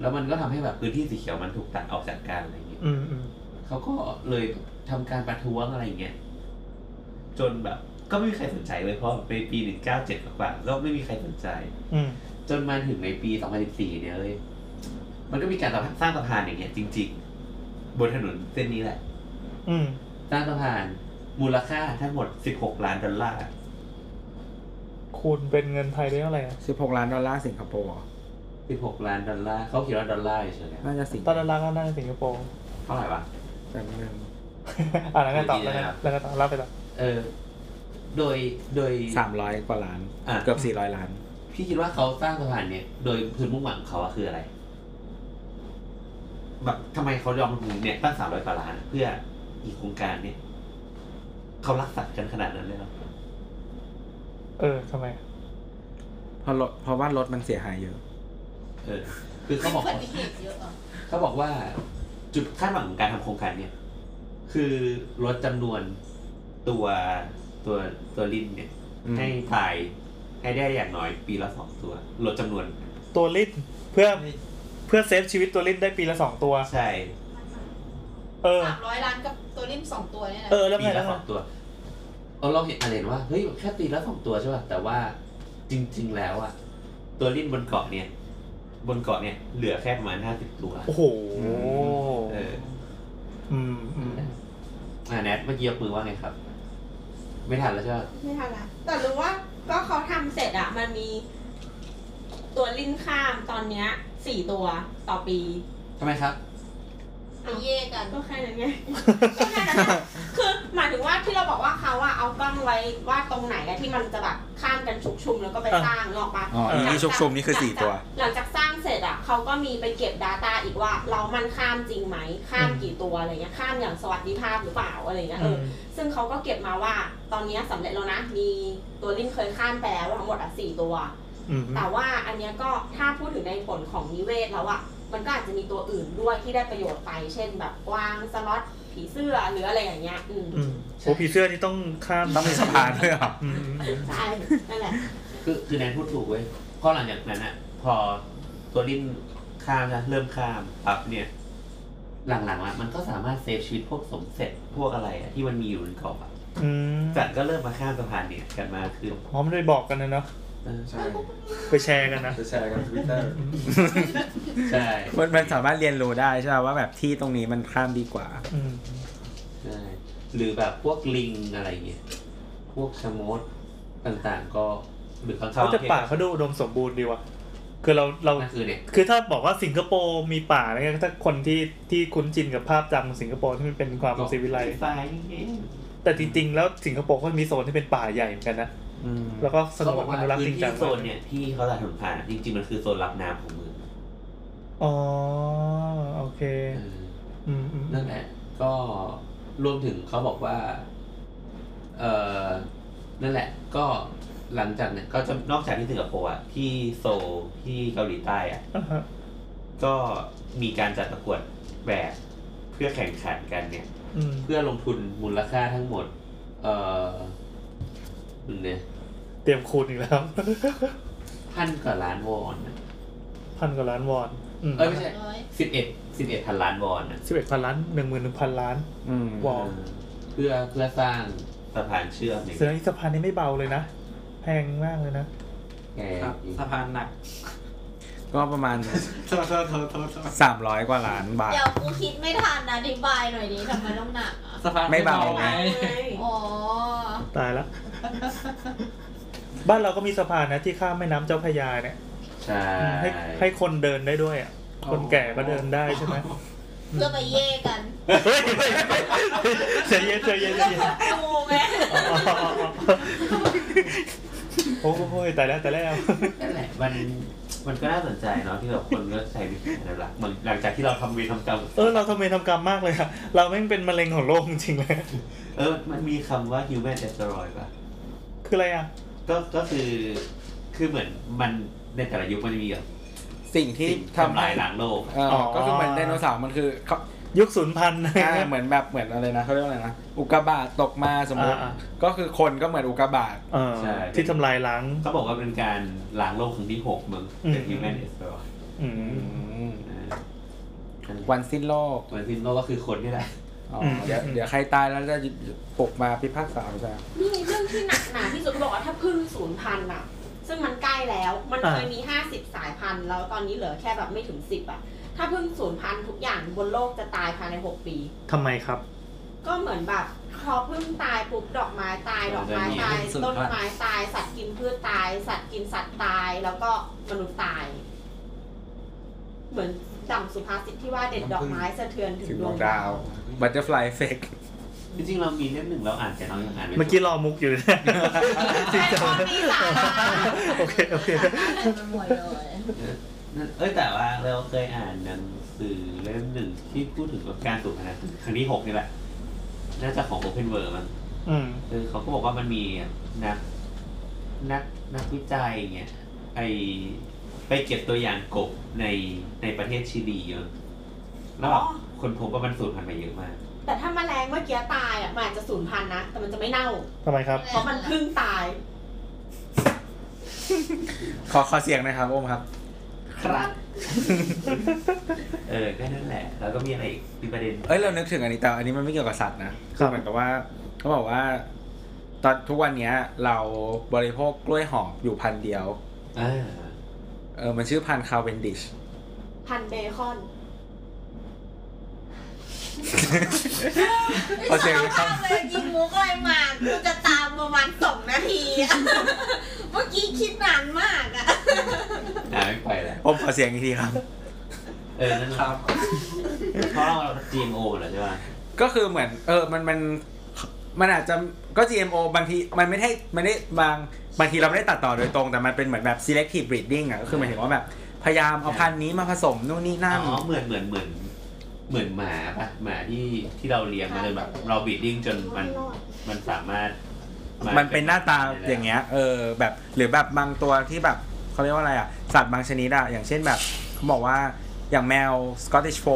[SPEAKER 9] แล้วมันก็ทำให้แบบพื้นที่สีเขียวมันถูกตัดออกจากกันอะไรอย่างเงี้ย
[SPEAKER 3] อืมอืม
[SPEAKER 9] เขาก็เลยทำการประท้วงอะไรอย่างเงี้ย จนแบบ ก็ไม่มีใครสนใจเลยเพราะในปีหนึ่งเก้าเจ็ดกว่าๆก็ไม่มีใครสนใจ
[SPEAKER 3] อืม
[SPEAKER 9] จนมาถึงในปี 2014 เนี่ยเลย มันก็มีการสร้างสะพานอย่างเงี้ยจริง ๆ บนถนนเส้นนี้แหละ
[SPEAKER 3] อืม
[SPEAKER 9] สร้างสะพานมูลค่าทั้งหมด 16 ล้านดอลลาร์
[SPEAKER 3] คูณเป็นเงินไทยได้เท่าไหร่อะ
[SPEAKER 10] 16 ล้านดอลลาร์สิงคโปร์
[SPEAKER 9] 16 ล้านดอลลาร์เขาเขียนว่าดอลลาร์เฉยๆนะ
[SPEAKER 10] น่าจะสิง
[SPEAKER 3] ตอนนั้นร้านก็น่าจะสิงคโปร์
[SPEAKER 9] เท่าไหร่วะ
[SPEAKER 10] แป๊บนึง
[SPEAKER 3] อ่ะแล้วไงต่อ
[SPEAKER 9] ดี
[SPEAKER 3] แล้วไง
[SPEAKER 9] นะครับ
[SPEAKER 3] แล้วไงต่อเล่าไปต่อ
[SPEAKER 9] เออ โดยโดย
[SPEAKER 10] สามร้อยกว่าล้าน
[SPEAKER 9] อ่ะ
[SPEAKER 10] เกือบสี่ร้อยล้าน
[SPEAKER 9] พี่คิดว่าเขาสร้างสะพานเนี่ย โดยพื้นมุ่งหวังของเขาอะคืออะไร แบบทำไมเขายอมลงทุนเนี่ยตั้ง 300กว่าล้านเพื่ออีกโครงการเนี่ย เขารักสัตว์กันขนาดนั้นเลยเหรอ
[SPEAKER 3] เออทำไม
[SPEAKER 10] เพราะรถเพราะว่ารถมันเสียหายเยอะ
[SPEAKER 9] เออคือเขาบอกว่าเขาบอกว่าจุดคาดหวังของการทำโครงการเนี่ย คือลดจำนวนตัวตัวตัวลิ้นเนี่ย
[SPEAKER 10] อืม
[SPEAKER 9] ให้ตายให้ได้อย่างน้อยปีละสองตัว ลดจำนวน
[SPEAKER 3] ตัวลิ้นเพื่อเพื่อเซฟชีวิตตัวลิ้นได้ปีละสองตัว
[SPEAKER 9] ใช่
[SPEAKER 3] เออ
[SPEAKER 8] สามร้อยล้านกับตัวริมสองตัวเนี่ยนะ
[SPEAKER 3] เออแล้ว
[SPEAKER 9] ปี
[SPEAKER 3] ไงแล้
[SPEAKER 9] ละ
[SPEAKER 3] ว
[SPEAKER 9] ส
[SPEAKER 3] ไง
[SPEAKER 9] องตัวเอาเราเห็นอะไรว่าเฮ้ยแค่ปีละสองตัวใช่ป่ะแต่ว่าจริง ๆ แล้วอะตัวลิ้นบนเกาะเนี่ย บนเกาะเนี่ยเหลือแค่ประมาณห้าสิบตัว
[SPEAKER 3] โอ้โห
[SPEAKER 9] เออ
[SPEAKER 3] อืมอืม
[SPEAKER 9] อ่าแนทเมื่อกี้ยกมือว่าไงครับ ไม่ทันแล้วใช่ไหม
[SPEAKER 8] ไม่ทันละแต่รู้ว่าก็เขาทำเสร็จอะมันมีตัวลิ้นข้ามตอนเนี้ยสี่ตัวต่อปี
[SPEAKER 9] ทำไมครับ
[SPEAKER 8] ไปเย่กันก็แค่ *laughs* นั้นไง ก็แค่นั้นอะคือหมายถึงว่าที่เราบอกว่าเขาอะเอากล้องไว้ว่าตรงไหนอะที่มันจะแบบข้ามกันชุกชุมแล้วก็ไปสร้างหรอกปะ
[SPEAKER 10] อ๋ออีนี่ชุกชุมนี่คือสี่ตัว
[SPEAKER 8] หลังจากสร้างเสร็จอะเขาก็มีไปเก็บ Data อีกว่า เรามันข้ามจริงไหมข้ามกี่ตัวอะไรเงี้ยข้ามอย่างสวัสดิภาพหรือเปล่าอะไรเงี้ยเอ
[SPEAKER 3] อื
[SPEAKER 8] อ
[SPEAKER 3] ม
[SPEAKER 8] ซึ่งเขาก็เก็บมาว่าตอนเนี้ยสำเร็จแล้วนะ มีตัวลิ้นเคยข้ามไปแล้วทั้งหมดอ่ะสี่ตัว
[SPEAKER 3] อืม
[SPEAKER 8] แต่ว่าอันเนี้ยก็ถ้าพูดถึงในผลของนิเวศแล้วอ่ะ มันก็อาจจะมีตัวอื่นด้วยที่ได้ประโยชน์ไป เช่นแบบกวางสล็อตผีเสื้อหรืออะไรอย่างเงี้ยอืม
[SPEAKER 3] อืมโอ้ผีเสื้อนี่ต้องข้าม
[SPEAKER 10] ต้องมีสะพานด้วยเหรอ
[SPEAKER 3] อืมอืมอืม
[SPEAKER 8] ใช่นั่นแหละ
[SPEAKER 9] คือคือแนนพูดถูกเว้ยเพราะหลังจากนั้นอะพอตัวลิ้นข้ามนะเริ่มข้ามปั๊บเนี่ย หลังๆอะมันก็สามารถเซฟชีวิตพวกสมเสร็จพวกอะไรอะที่มันมีอยู่บนเกาะอะ
[SPEAKER 3] อืม
[SPEAKER 9] จัดก็เริ่มมาข้ามสะพานเนี่ยกันมากขึ้น
[SPEAKER 3] พร้อมได้บอกกันนะเนาะ
[SPEAKER 9] เออ
[SPEAKER 16] ใช่
[SPEAKER 3] ไปแชร์กันนะ
[SPEAKER 16] จะแชร์กันทวิตเตอร์
[SPEAKER 9] ใช่
[SPEAKER 10] มันมันสามารถเรียนรู้ได้ใช่ไหมว่าแบบที่ตรงนี้มันข้ามดีกว่า
[SPEAKER 3] อืม
[SPEAKER 9] ใช่หรือแบบพวกลิงอะไรเงี้ยพวกชะมดต่างๆ ก็หรือข้าง
[SPEAKER 3] เขา
[SPEAKER 9] ๆ
[SPEAKER 3] จะป่าเขาดูอุดมสมบูรณ์ดีว่ะคือเราเรา
[SPEAKER 9] นั่นคือเนี่ย
[SPEAKER 3] คือถ้าบอกว่าสิงคโปร์มีป่าอะไรเงี้ยถ้าคนที่ที่คุ้นจินกับภาพจำของสิงคโปร์ที่มันเป็นความศิวิไลซ์
[SPEAKER 9] ซ้ายนี่เอง
[SPEAKER 3] แต่จริงๆ แล้วสิงคโปร์ก็มีโซนที่เป็นป่าใหญ่เหมือนกันนะ
[SPEAKER 10] อืม
[SPEAKER 3] แล้วก็ส
[SPEAKER 9] เขา
[SPEAKER 3] งว
[SPEAKER 9] บอน ก
[SPEAKER 3] อ
[SPEAKER 9] ว่า
[SPEAKER 3] นุรักษ์จ
[SPEAKER 9] พื้
[SPEAKER 3] ริ
[SPEAKER 9] น
[SPEAKER 3] งจัง
[SPEAKER 9] ที่โซนเนี่ยที่เขาตัดถนนผ่านอะจริงๆมันคือโซนรับน้ำของเมือง
[SPEAKER 3] อ๋อโอเคอืมอืม
[SPEAKER 9] นั่นแหละ ก็รวมถึงเขาบอกว่า เออนั่นแหละ ก็หลังจากเนี่ยก็จะนอกจากที่สิงคโปร์อะที่โซลที่เกาหลีใต้อะ
[SPEAKER 3] อ่าฮะ
[SPEAKER 9] ก็มีการจัดประกวดแบบเพื่อแข่งขันกันเนี่ย
[SPEAKER 3] อืม
[SPEAKER 9] เพื่อลงทุนมูลค่าทั้งหมด เออเนี่ย
[SPEAKER 3] เตรียมคูณอีกแล้ว *laughs*
[SPEAKER 9] พันกว่าล้านวอนอะ
[SPEAKER 3] พันกว่าล้านวอน
[SPEAKER 9] เอ้ยไม่ใช่สิบเอ็ดสิบเอ็ดพันล้านวอนอะ
[SPEAKER 3] สิบเอ็ดพันล้านหนึ่งหมื่นหนึ่งพันล้าน
[SPEAKER 10] อืม
[SPEAKER 3] วอน
[SPEAKER 9] เพื่อเพื่อสร้างสะพานเชื่อมเนี่ย
[SPEAKER 3] เสือที่สะพานนี้ไม่เบาเลยนะแพงมากเลยนะ
[SPEAKER 9] แก
[SPEAKER 4] ครับสะพานหนัก
[SPEAKER 10] ก็ประมาณ
[SPEAKER 4] โทษโทษโทษโทษโทษ
[SPEAKER 10] 300 กว่าล้านบาท
[SPEAKER 5] เดี๋ยวกูคิดไม่ทันนะอธิบายหน่อยดิทำไมต้องหนักอ่ะ
[SPEAKER 4] สะพาน
[SPEAKER 10] ไม่เบา
[SPEAKER 4] ไง
[SPEAKER 5] อ๋อ
[SPEAKER 3] ตายละบ้านเราก็มีสะพานนะที่ข้ามแม่น้ำเจ้าพระยาเนี่ย
[SPEAKER 9] ใช่
[SPEAKER 3] ให้ให้คนเดินได้ด้วยอ่ะ คนแก่ก็เดินได้ใช่ไหม
[SPEAKER 5] เพื่อไปเย่กัน
[SPEAKER 3] เฮ้ยใจเย็นใจเย็นใจเย็น
[SPEAKER 5] งูไง
[SPEAKER 3] อ๋อโอ้โหตายแล้วตายแล้ว
[SPEAKER 9] นั่นแหละมันมันก็น่าสนใจเนาะที่แบบคนก็ใช้วิธีการหลักเหมือนหลังจากที่เราทำเวรทำกรรม
[SPEAKER 3] เออ เราทำเวรทำกรรมมากเลยอะเราแม่งเป็นมะเร็งของโลกจริงๆเลย
[SPEAKER 9] เออ มันมีคำว่า human asteroid ป่ะ
[SPEAKER 3] คืออะไรอ่ะ
[SPEAKER 9] ก็ก็คือคือเหมือนมันในแต่ละยุคมันจะมีแบบ
[SPEAKER 10] สิ่งที่
[SPEAKER 9] สิ่ง
[SPEAKER 10] ทำ
[SPEAKER 9] ทำลายล้างโลก
[SPEAKER 10] เอ่ออ
[SPEAKER 3] อ
[SPEAKER 10] ก็คือเหมือนไดโนเสาร์มันคือเขา
[SPEAKER 3] ยุคศูนย์พัน
[SPEAKER 10] อ่าเหมือนแบบเหมือนอะไรนะเขาเรียกว่าอะไรนะอุกกาบาตตกมาสมมติ
[SPEAKER 3] อ่า
[SPEAKER 10] ก็คือคนก็เหมือนอุกกาบาต
[SPEAKER 3] เออที่ทำลายล้าง
[SPEAKER 9] เขาบอกว่าเป็นการล้างโลกครั้งที่หกมั้งเป็น human asteroid
[SPEAKER 3] อืม
[SPEAKER 9] อ่า
[SPEAKER 10] วันสิ้นโลก
[SPEAKER 9] วันสิ้นโลกก็คือคนนี่แหละ
[SPEAKER 10] อ๋อ
[SPEAKER 3] ม
[SPEAKER 10] เดี๋ยวเดี๋ยวใครตายแล้วจะปลุกมาพิพากษาใช่ไหม
[SPEAKER 8] นี่เรื่องที่หนักหนาที่สุดเขาบอกว่าถ้าพึ่งศูนย์พันธุ์อะซึ่งมันใกล้แล้ว มันเคยมีห้าสิบสายพันธุ์แล้วตอนนี้เหลือแค่แบบไม่ถึงสิบอะถ้าพึ่งศูนย์พันธุ์ทุกอย่างบนโลกจะตายภายในหกปี
[SPEAKER 3] ทำไมครับ
[SPEAKER 8] ก็เหมือนแบบพอพึ่งตายปุ๊บดอกไม้ตายดอกไม้ตายต้นไม้ตาย สัตว์กินพืชตาย สัตว์กินสัตว์ตายแล้วก็มนุษย์ตาย เหมือนดังสุภาษิตที่ว่าเด็ดดอกไม้สะเทือนถึ
[SPEAKER 10] ถึ
[SPEAKER 8] งด
[SPEAKER 10] ง
[SPEAKER 8] ว
[SPEAKER 10] ดว
[SPEAKER 8] ง
[SPEAKER 10] ง
[SPEAKER 8] ดา
[SPEAKER 10] ดาว วบัตเตอร์ฟลายเฟก
[SPEAKER 9] จริงๆเรามีเล่มหนึ่งเราอ่านแต่เรายังอ่านไจบ
[SPEAKER 3] เมื่อกี้รอมุกอยู่เนี่ยจริงจัง
[SPEAKER 8] ไอ้คนมีสาระ
[SPEAKER 3] โอเคโอเค
[SPEAKER 5] ไปหมดเลย
[SPEAKER 9] นั่นเอ้ยแต่ว่าเราเคยอ่านหนังสือเล่มหนึ่งที่พูดถึงการสูญพันธุ์ครั้งที่หกนี่แหละ น่าจะของ Open w o r l d มั้ง
[SPEAKER 3] อืม
[SPEAKER 9] คือเขาก็บอกว่ามันมีนักนักนักวิจัยเนี่ยไอไปเก็บตัวอย่างกบในในประเทศชิลีเยอะแล้วแบบคนพบว่ามันสูญพันธุ์ไปเยอะมาก
[SPEAKER 8] แต่ถ้าแมลงเมื่อกี้ตายอะมันอาจจะสูญพันธุ์นะ แต่มันจะไม่เน่า
[SPEAKER 3] ทำไมครับ
[SPEAKER 8] เพราะมันเพึ่งตาย
[SPEAKER 10] ขอขอเสียงหนะครับโอมครับ
[SPEAKER 9] ครับ เออก็นั่นแหละ แล้วก็มีอะไรอีกมีประเด็น
[SPEAKER 10] เอ้ยเรานึกถึงอันนี้แต่อันนี้มันไม่เกี่ยวกับสัตว์นะ
[SPEAKER 3] ครั
[SPEAKER 10] คื
[SPEAKER 3] บ
[SPEAKER 10] อเหมือนกับว่าเขาบอกว่า ตอนทุกวันเนี้ย เราบริโภคกล้วยหอมอยู่พันเดียว
[SPEAKER 9] อ่า
[SPEAKER 10] เออมันชื่อพันธุ์คาเวนดิช *laughs*
[SPEAKER 8] พันเบคอน
[SPEAKER 10] ขอเสียงหน่อยครับ
[SPEAKER 5] มากเลยกินมุกอะไรมากูจะตามประมาณสองนาที *laughs* อะเมื่อกี้คิดนานมากอะ
[SPEAKER 9] อ่าไม่ไปแล้ว
[SPEAKER 10] โอมขอเสียงอีกทีครับ
[SPEAKER 9] เออ นั่นแหละเพราะเรา GMO เหรอใช่ป่ะ
[SPEAKER 10] ก็คือเหมือน เออมันมันมันอาจจะก็ GMO บางทีมันไม่ได้มันได้บางบางทีเราไม่ได้ตัดต่อโดยตรง แต่มันเป็นเหมือนแบบ selective breeding อ่ะก็คือหมายถึงว่าแบบ พยายามเอาพันธุ์นี้มาผสมนู่นนี่นั่น
[SPEAKER 9] อ๋อ เหมือนเหมือนเหมือน เหมือนหมาป่ะ หมาที่ที่เราเลี้ยงมาจนแบบ เราบีดดิ้งจนมันมันสามารถา
[SPEAKER 10] มันเป็นหน้าตาอย่างเงี้ย เออ แบบหรือแบบบางตัวที่แบบเขาเรียกว่าอะไรอ่ะ สัตว์บางชนิดอ่ะ อย่างเช่นแบบเขาบอกว่า อย่างแมวสกอตติชโฟ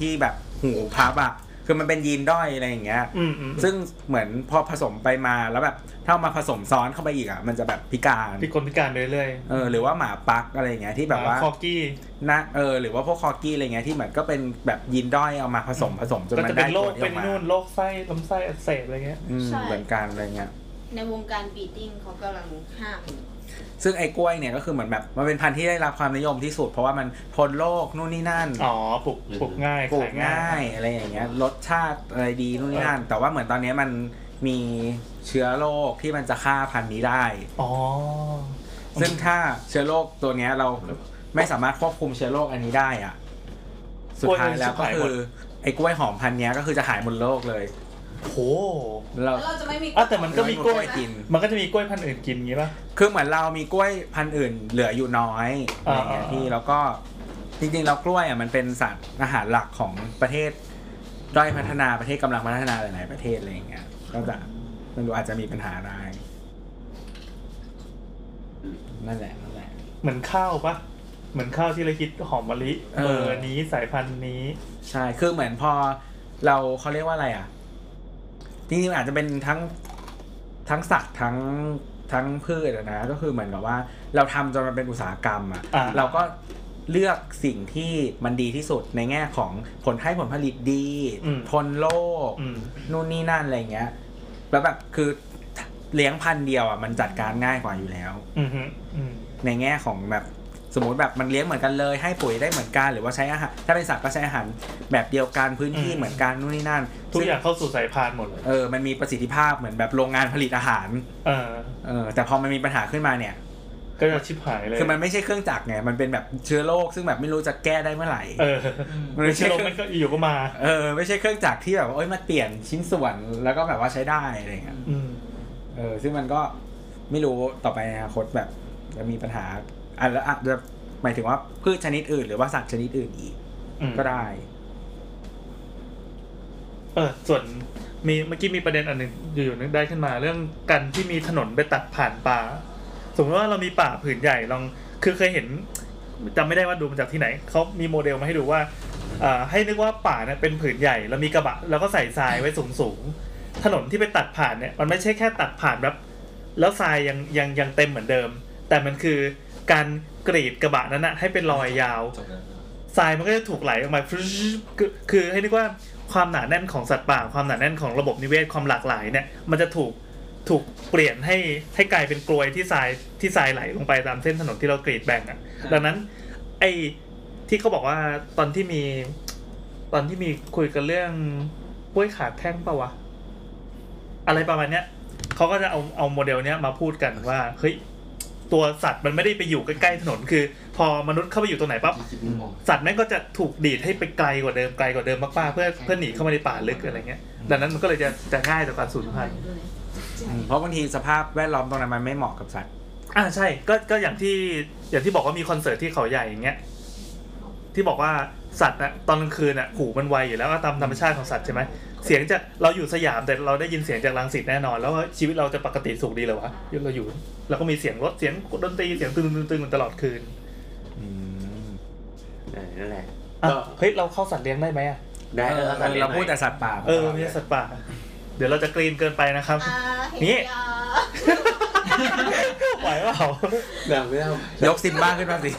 [SPEAKER 10] ที่แบบหูพับอ่ะ คือมันเป็นยีนด้อยอะไรอย่างเงี้ย
[SPEAKER 3] อืมอืม
[SPEAKER 10] ซึ่งเหมือนพอผสมไปมาแล้วแบบถ้าเอามาผสมซ้อนเข้าไปอีกอ่ะ มันจะแบบพิการ
[SPEAKER 3] พิกลพิการไปเรื่อย
[SPEAKER 10] เออหรือว่าหมาปักอะไรอย่างเงี้ยที่แบบว่า
[SPEAKER 3] คอกี้
[SPEAKER 10] นะเออหรือว่าพวกคอกี้อะไรเงี้ยที่เหมือนก็เป็นแบบยีนด้อยเอามาผสมผสมจน
[SPEAKER 3] ก็
[SPEAKER 10] มั
[SPEAKER 3] จะ
[SPEAKER 10] น
[SPEAKER 3] เป็
[SPEAKER 10] ได้
[SPEAKER 3] นโร
[SPEAKER 10] ตัว
[SPEAKER 3] ค
[SPEAKER 10] ที่อ
[SPEAKER 3] เป็
[SPEAKER 10] อน กมา
[SPEAKER 3] นู่นโรคไส้ลำไส้อักเสบอะไรเงี้ย
[SPEAKER 10] อืม
[SPEAKER 12] ใช่
[SPEAKER 10] เหมือนกันอะไรเงี้ย
[SPEAKER 12] ในวงการบีดดิ้งเขากำลังห้าม
[SPEAKER 10] ซึ่งไอ้กล้วยเนี่ยก็คือเหมือนแบบมันเป็นพันธุ์ที่ได้รับความนิยมที่สุด เพราะว่ามันทนโรคนู่นนี่นั่น
[SPEAKER 3] อ๋อปลูกปลูกง่าย
[SPEAKER 10] ปลู
[SPEAKER 3] ขาก ยง่า
[SPEAKER 10] ง่าย ยอะไรอย่างเงี้ยรสชาติอะไรดีนู่นนี่นั่น แต่ว่าเหมือนตอนเนี้ยมันมีเชื้อโรคที่มันจะฆ่าพันธุ์นี้ได้
[SPEAKER 3] อ๋อ
[SPEAKER 10] ซึ่งถ้าเชื้อโรคตัวเนี้ยเราไม่สามารถควบคุมเชื้อโรคอันนี้ได้อ่ะ สุดท้ายแล้วก็
[SPEAKER 3] กล้วยมันจะหายหม
[SPEAKER 10] คื
[SPEAKER 3] ด
[SPEAKER 10] อ ไอ้กล้วยหอมพันธุ์เนี้ยก็คือจะหายหมดโลกเลย
[SPEAKER 3] โห
[SPEAKER 10] เรา
[SPEAKER 5] แล้วเราจะไม่มี
[SPEAKER 3] อ่ะแต่มันก็มีกล้วย
[SPEAKER 10] กิน
[SPEAKER 3] มันก็จะมีกล้วยพันธุ์อื่นกินอย่างงี้ป่ะ
[SPEAKER 10] คือเหมือนเรามีกล้วยพันธุ์อื่น เหลืออยู่น้อยอะ
[SPEAKER 3] อ่า
[SPEAKER 10] ไรเงี้ย
[SPEAKER 3] อ่า
[SPEAKER 10] พี่แล้วก็จริงๆแล้วกล้วยอ่ะมันเป็นสัตว์อาหารหลักของประเทศด้อยพัฒนาประเทศกำลังพัฒนาหลายๆประเทศอะไรอย่างเงี้ยก็จะมันดูอาจจะมีปัญหาได้นั่นแหละนั่นแหละ
[SPEAKER 3] เหมือนข้าวป่ะ เหมือนข้าวที่เราคิดหอมมะลิ
[SPEAKER 10] เออ
[SPEAKER 3] เบอร์นี้สายพันธุ์นี้
[SPEAKER 10] ใช่ คือเหมือนพอเราเขาเรียกว่าอะไรอ่ะ จริงๆอาจจะเป็นทั้งทั้งสัตว์ทั้งทั้งพืชอะนะ ก็คือเหมือนกับว่า เราทำจนมันเป็นอุตสาหกรรมอ่ะ
[SPEAKER 3] อ่า
[SPEAKER 10] เราก็เลือกสิ่งที่มันดีที่สุดในแง่ของผลให้ผลผลิตดี ทนโรค
[SPEAKER 3] อืม
[SPEAKER 10] นู่นนี่นั่นอะไรเงี้ย แล้วแบบคือเลี้ยงพันธุ์เดียวอ่ะมันจัดการง่ายกว่าอยู่แล้ว
[SPEAKER 3] อืมฮึอืม
[SPEAKER 10] ในแง่ของแบบสมมติแบบมันเลี้ยงเหมือนกันเลยให้ปุ๋ยได้เหมือนกันหรือว่าใช้อาหารถ้าเป็นสัตว์ก็ใช้อาหารแบบเดียวกันพื้นที่
[SPEAKER 3] อืม
[SPEAKER 10] เหมือนกันนู่นนี่นั่น
[SPEAKER 3] ทุกอย่างเข้าสู่สายพานหมดเลย
[SPEAKER 10] เออมันมีประสิทธิภาพเหมือนแบบโรงงานผลิตอาหาร
[SPEAKER 3] เออ
[SPEAKER 10] เออแต่พอมันมีปัญหาขึ้นมาเนี่ย
[SPEAKER 3] ก็จะชิบหายเลย
[SPEAKER 10] คือมันไม่ใช่เครื่องจักรไงมันเป็นแบบเชื้อโรคซึ่งแบบไม่รู้จะแก้ได้เมื่อไหร่
[SPEAKER 3] เออ
[SPEAKER 10] มันไม่
[SPEAKER 3] ไม่
[SPEAKER 10] ใช่
[SPEAKER 3] ใช่ลมมันก็อยู่ก็มา
[SPEAKER 10] เออไม่ใช่เครื่องจักรที่แบบว่าเอ้ยมาเปลี่ยนชิ้นส่วนแล้วก็แบบว่าใช้ได้อะไรเงี้ย
[SPEAKER 3] อืม
[SPEAKER 10] เออซึ่งมันก็ไม่รู้ต่อไปในอนาคตแบบจะมีปัญหาอ่ะแล้วอาจจะหมายถึงว่าพืชชนิดอื่น หรือว่าสัตว์ชนิดอื่นอีก
[SPEAKER 3] อืม
[SPEAKER 10] ก็ได้
[SPEAKER 3] เออส่วนมีเมื่อกี้มีประเด็นอันหนึ่งอยู่ๆนึกได้ขึ้นมา เรื่องการที่มีถนนไปตัดผ่านป่า สมมติว่าเรามีป่าผืนใหญ่ลองคือเคยเห็นจำไม่ได้ว่าดูมาจากที่ไหนเขามีโมเดลมาให้ดูว่าอ่าให้นึกว่าป่าเนี่ยเป็นผืนใหญ่แล้วมีกระบะ แล้วก็ใส่ทรายไว้สูงๆถนนที่ไปตัดผ่านเนี่ยมันไม่ใช่แค่ตัดผ่านแบบ แล้วทรายยังยังยังเต็มเหมือนเดิม แต่มันคือการกรีดกระบะนั้นอะให้เป็นรอยยาว
[SPEAKER 1] จบแล้ว
[SPEAKER 3] ทรายมันก็จะถูกไหลออกมาฟรึ๊ดคือคือให้นึกว่าความหนาแน่นของสัตว์ป่า ความหนาแน่นของระบบนิเวศความหลากหลายเนี่ย มันจะถูกถูกเปลี่ยนให้ให้กลายเป็นกลวยที่ทรายที่ทรายไหลลงไปตามเส้นถนนที่เรากรีดแบ่งอ่ะ ดังนั้น ไอ้ที่เขาบอกว่าตอนที่มี ตอนที่มีคุยกันเรื่องกล้วยขาดแท่งปะวะ อะไรประมาณเนี้ยเขาก็จะเอาเอาโมเดลเนี้ยมาพูดกันว่าเฮ้ยตัวสัตว์มันไม่ได้ไปอยู่ใกล้ๆถนน คือ พอมนุษย์เข้าไปอยู่ตรงไหนปั๊บ สัตว์แม่งก็จะถูกดีดให้ไปไกลกว่าเดิมไกลกว่าเดิมมากๆเพื่อเพื่อหนีเข้ามาในป่าลึกอะไรเงี้ย ดังนั้นมันก็เลยจะจะง่ายต่อการสูญพันธุ์
[SPEAKER 10] เพราะบางทีสภาพแวดล้อมตรงนั้นมันไม่เหมาะกับสัตว์
[SPEAKER 3] อ่าใช่ก็ก็อย่างที่อย่างที่บอกว่ามีคอนเสิร์ตที่เขาใหญ่อย่างเงี้ยที่บอกว่าสัตว์อะตอนกลางคืนอะหูมันไวอยู่แล้วก็ตามธรรมชาติของสัตว์ใช่ไหมเสียงจะเราอยู่สยามแต่เราได้ยินเสียงจากรังสิตแน่นอน แล้วว่าชีวิตเราจะปกติสุขดีเลยวะเราอยู่เราก็มีเสียงรถเสียงดนตรีเสียงตึงตึงตึงตลอดคืน
[SPEAKER 7] เออนั่นแหละ
[SPEAKER 3] อ่ะ
[SPEAKER 7] ก็
[SPEAKER 3] เฮ้ยเราเข้าสัตว์เลี้ยงได้ไหมอะ
[SPEAKER 7] ได้เออสัตว์ลี้ยง
[SPEAKER 10] เรา
[SPEAKER 7] ไหม
[SPEAKER 10] พูดแต่สัตว์ป่า
[SPEAKER 3] เออมีสัตว์ป่า เดี๋ยวเราจะกรีนเกินไปนะครับ
[SPEAKER 5] อ่าเห็
[SPEAKER 3] นี่
[SPEAKER 5] นี่
[SPEAKER 3] ไหวเปล่า
[SPEAKER 10] ยกซิมบ้าขึ้นมาสิ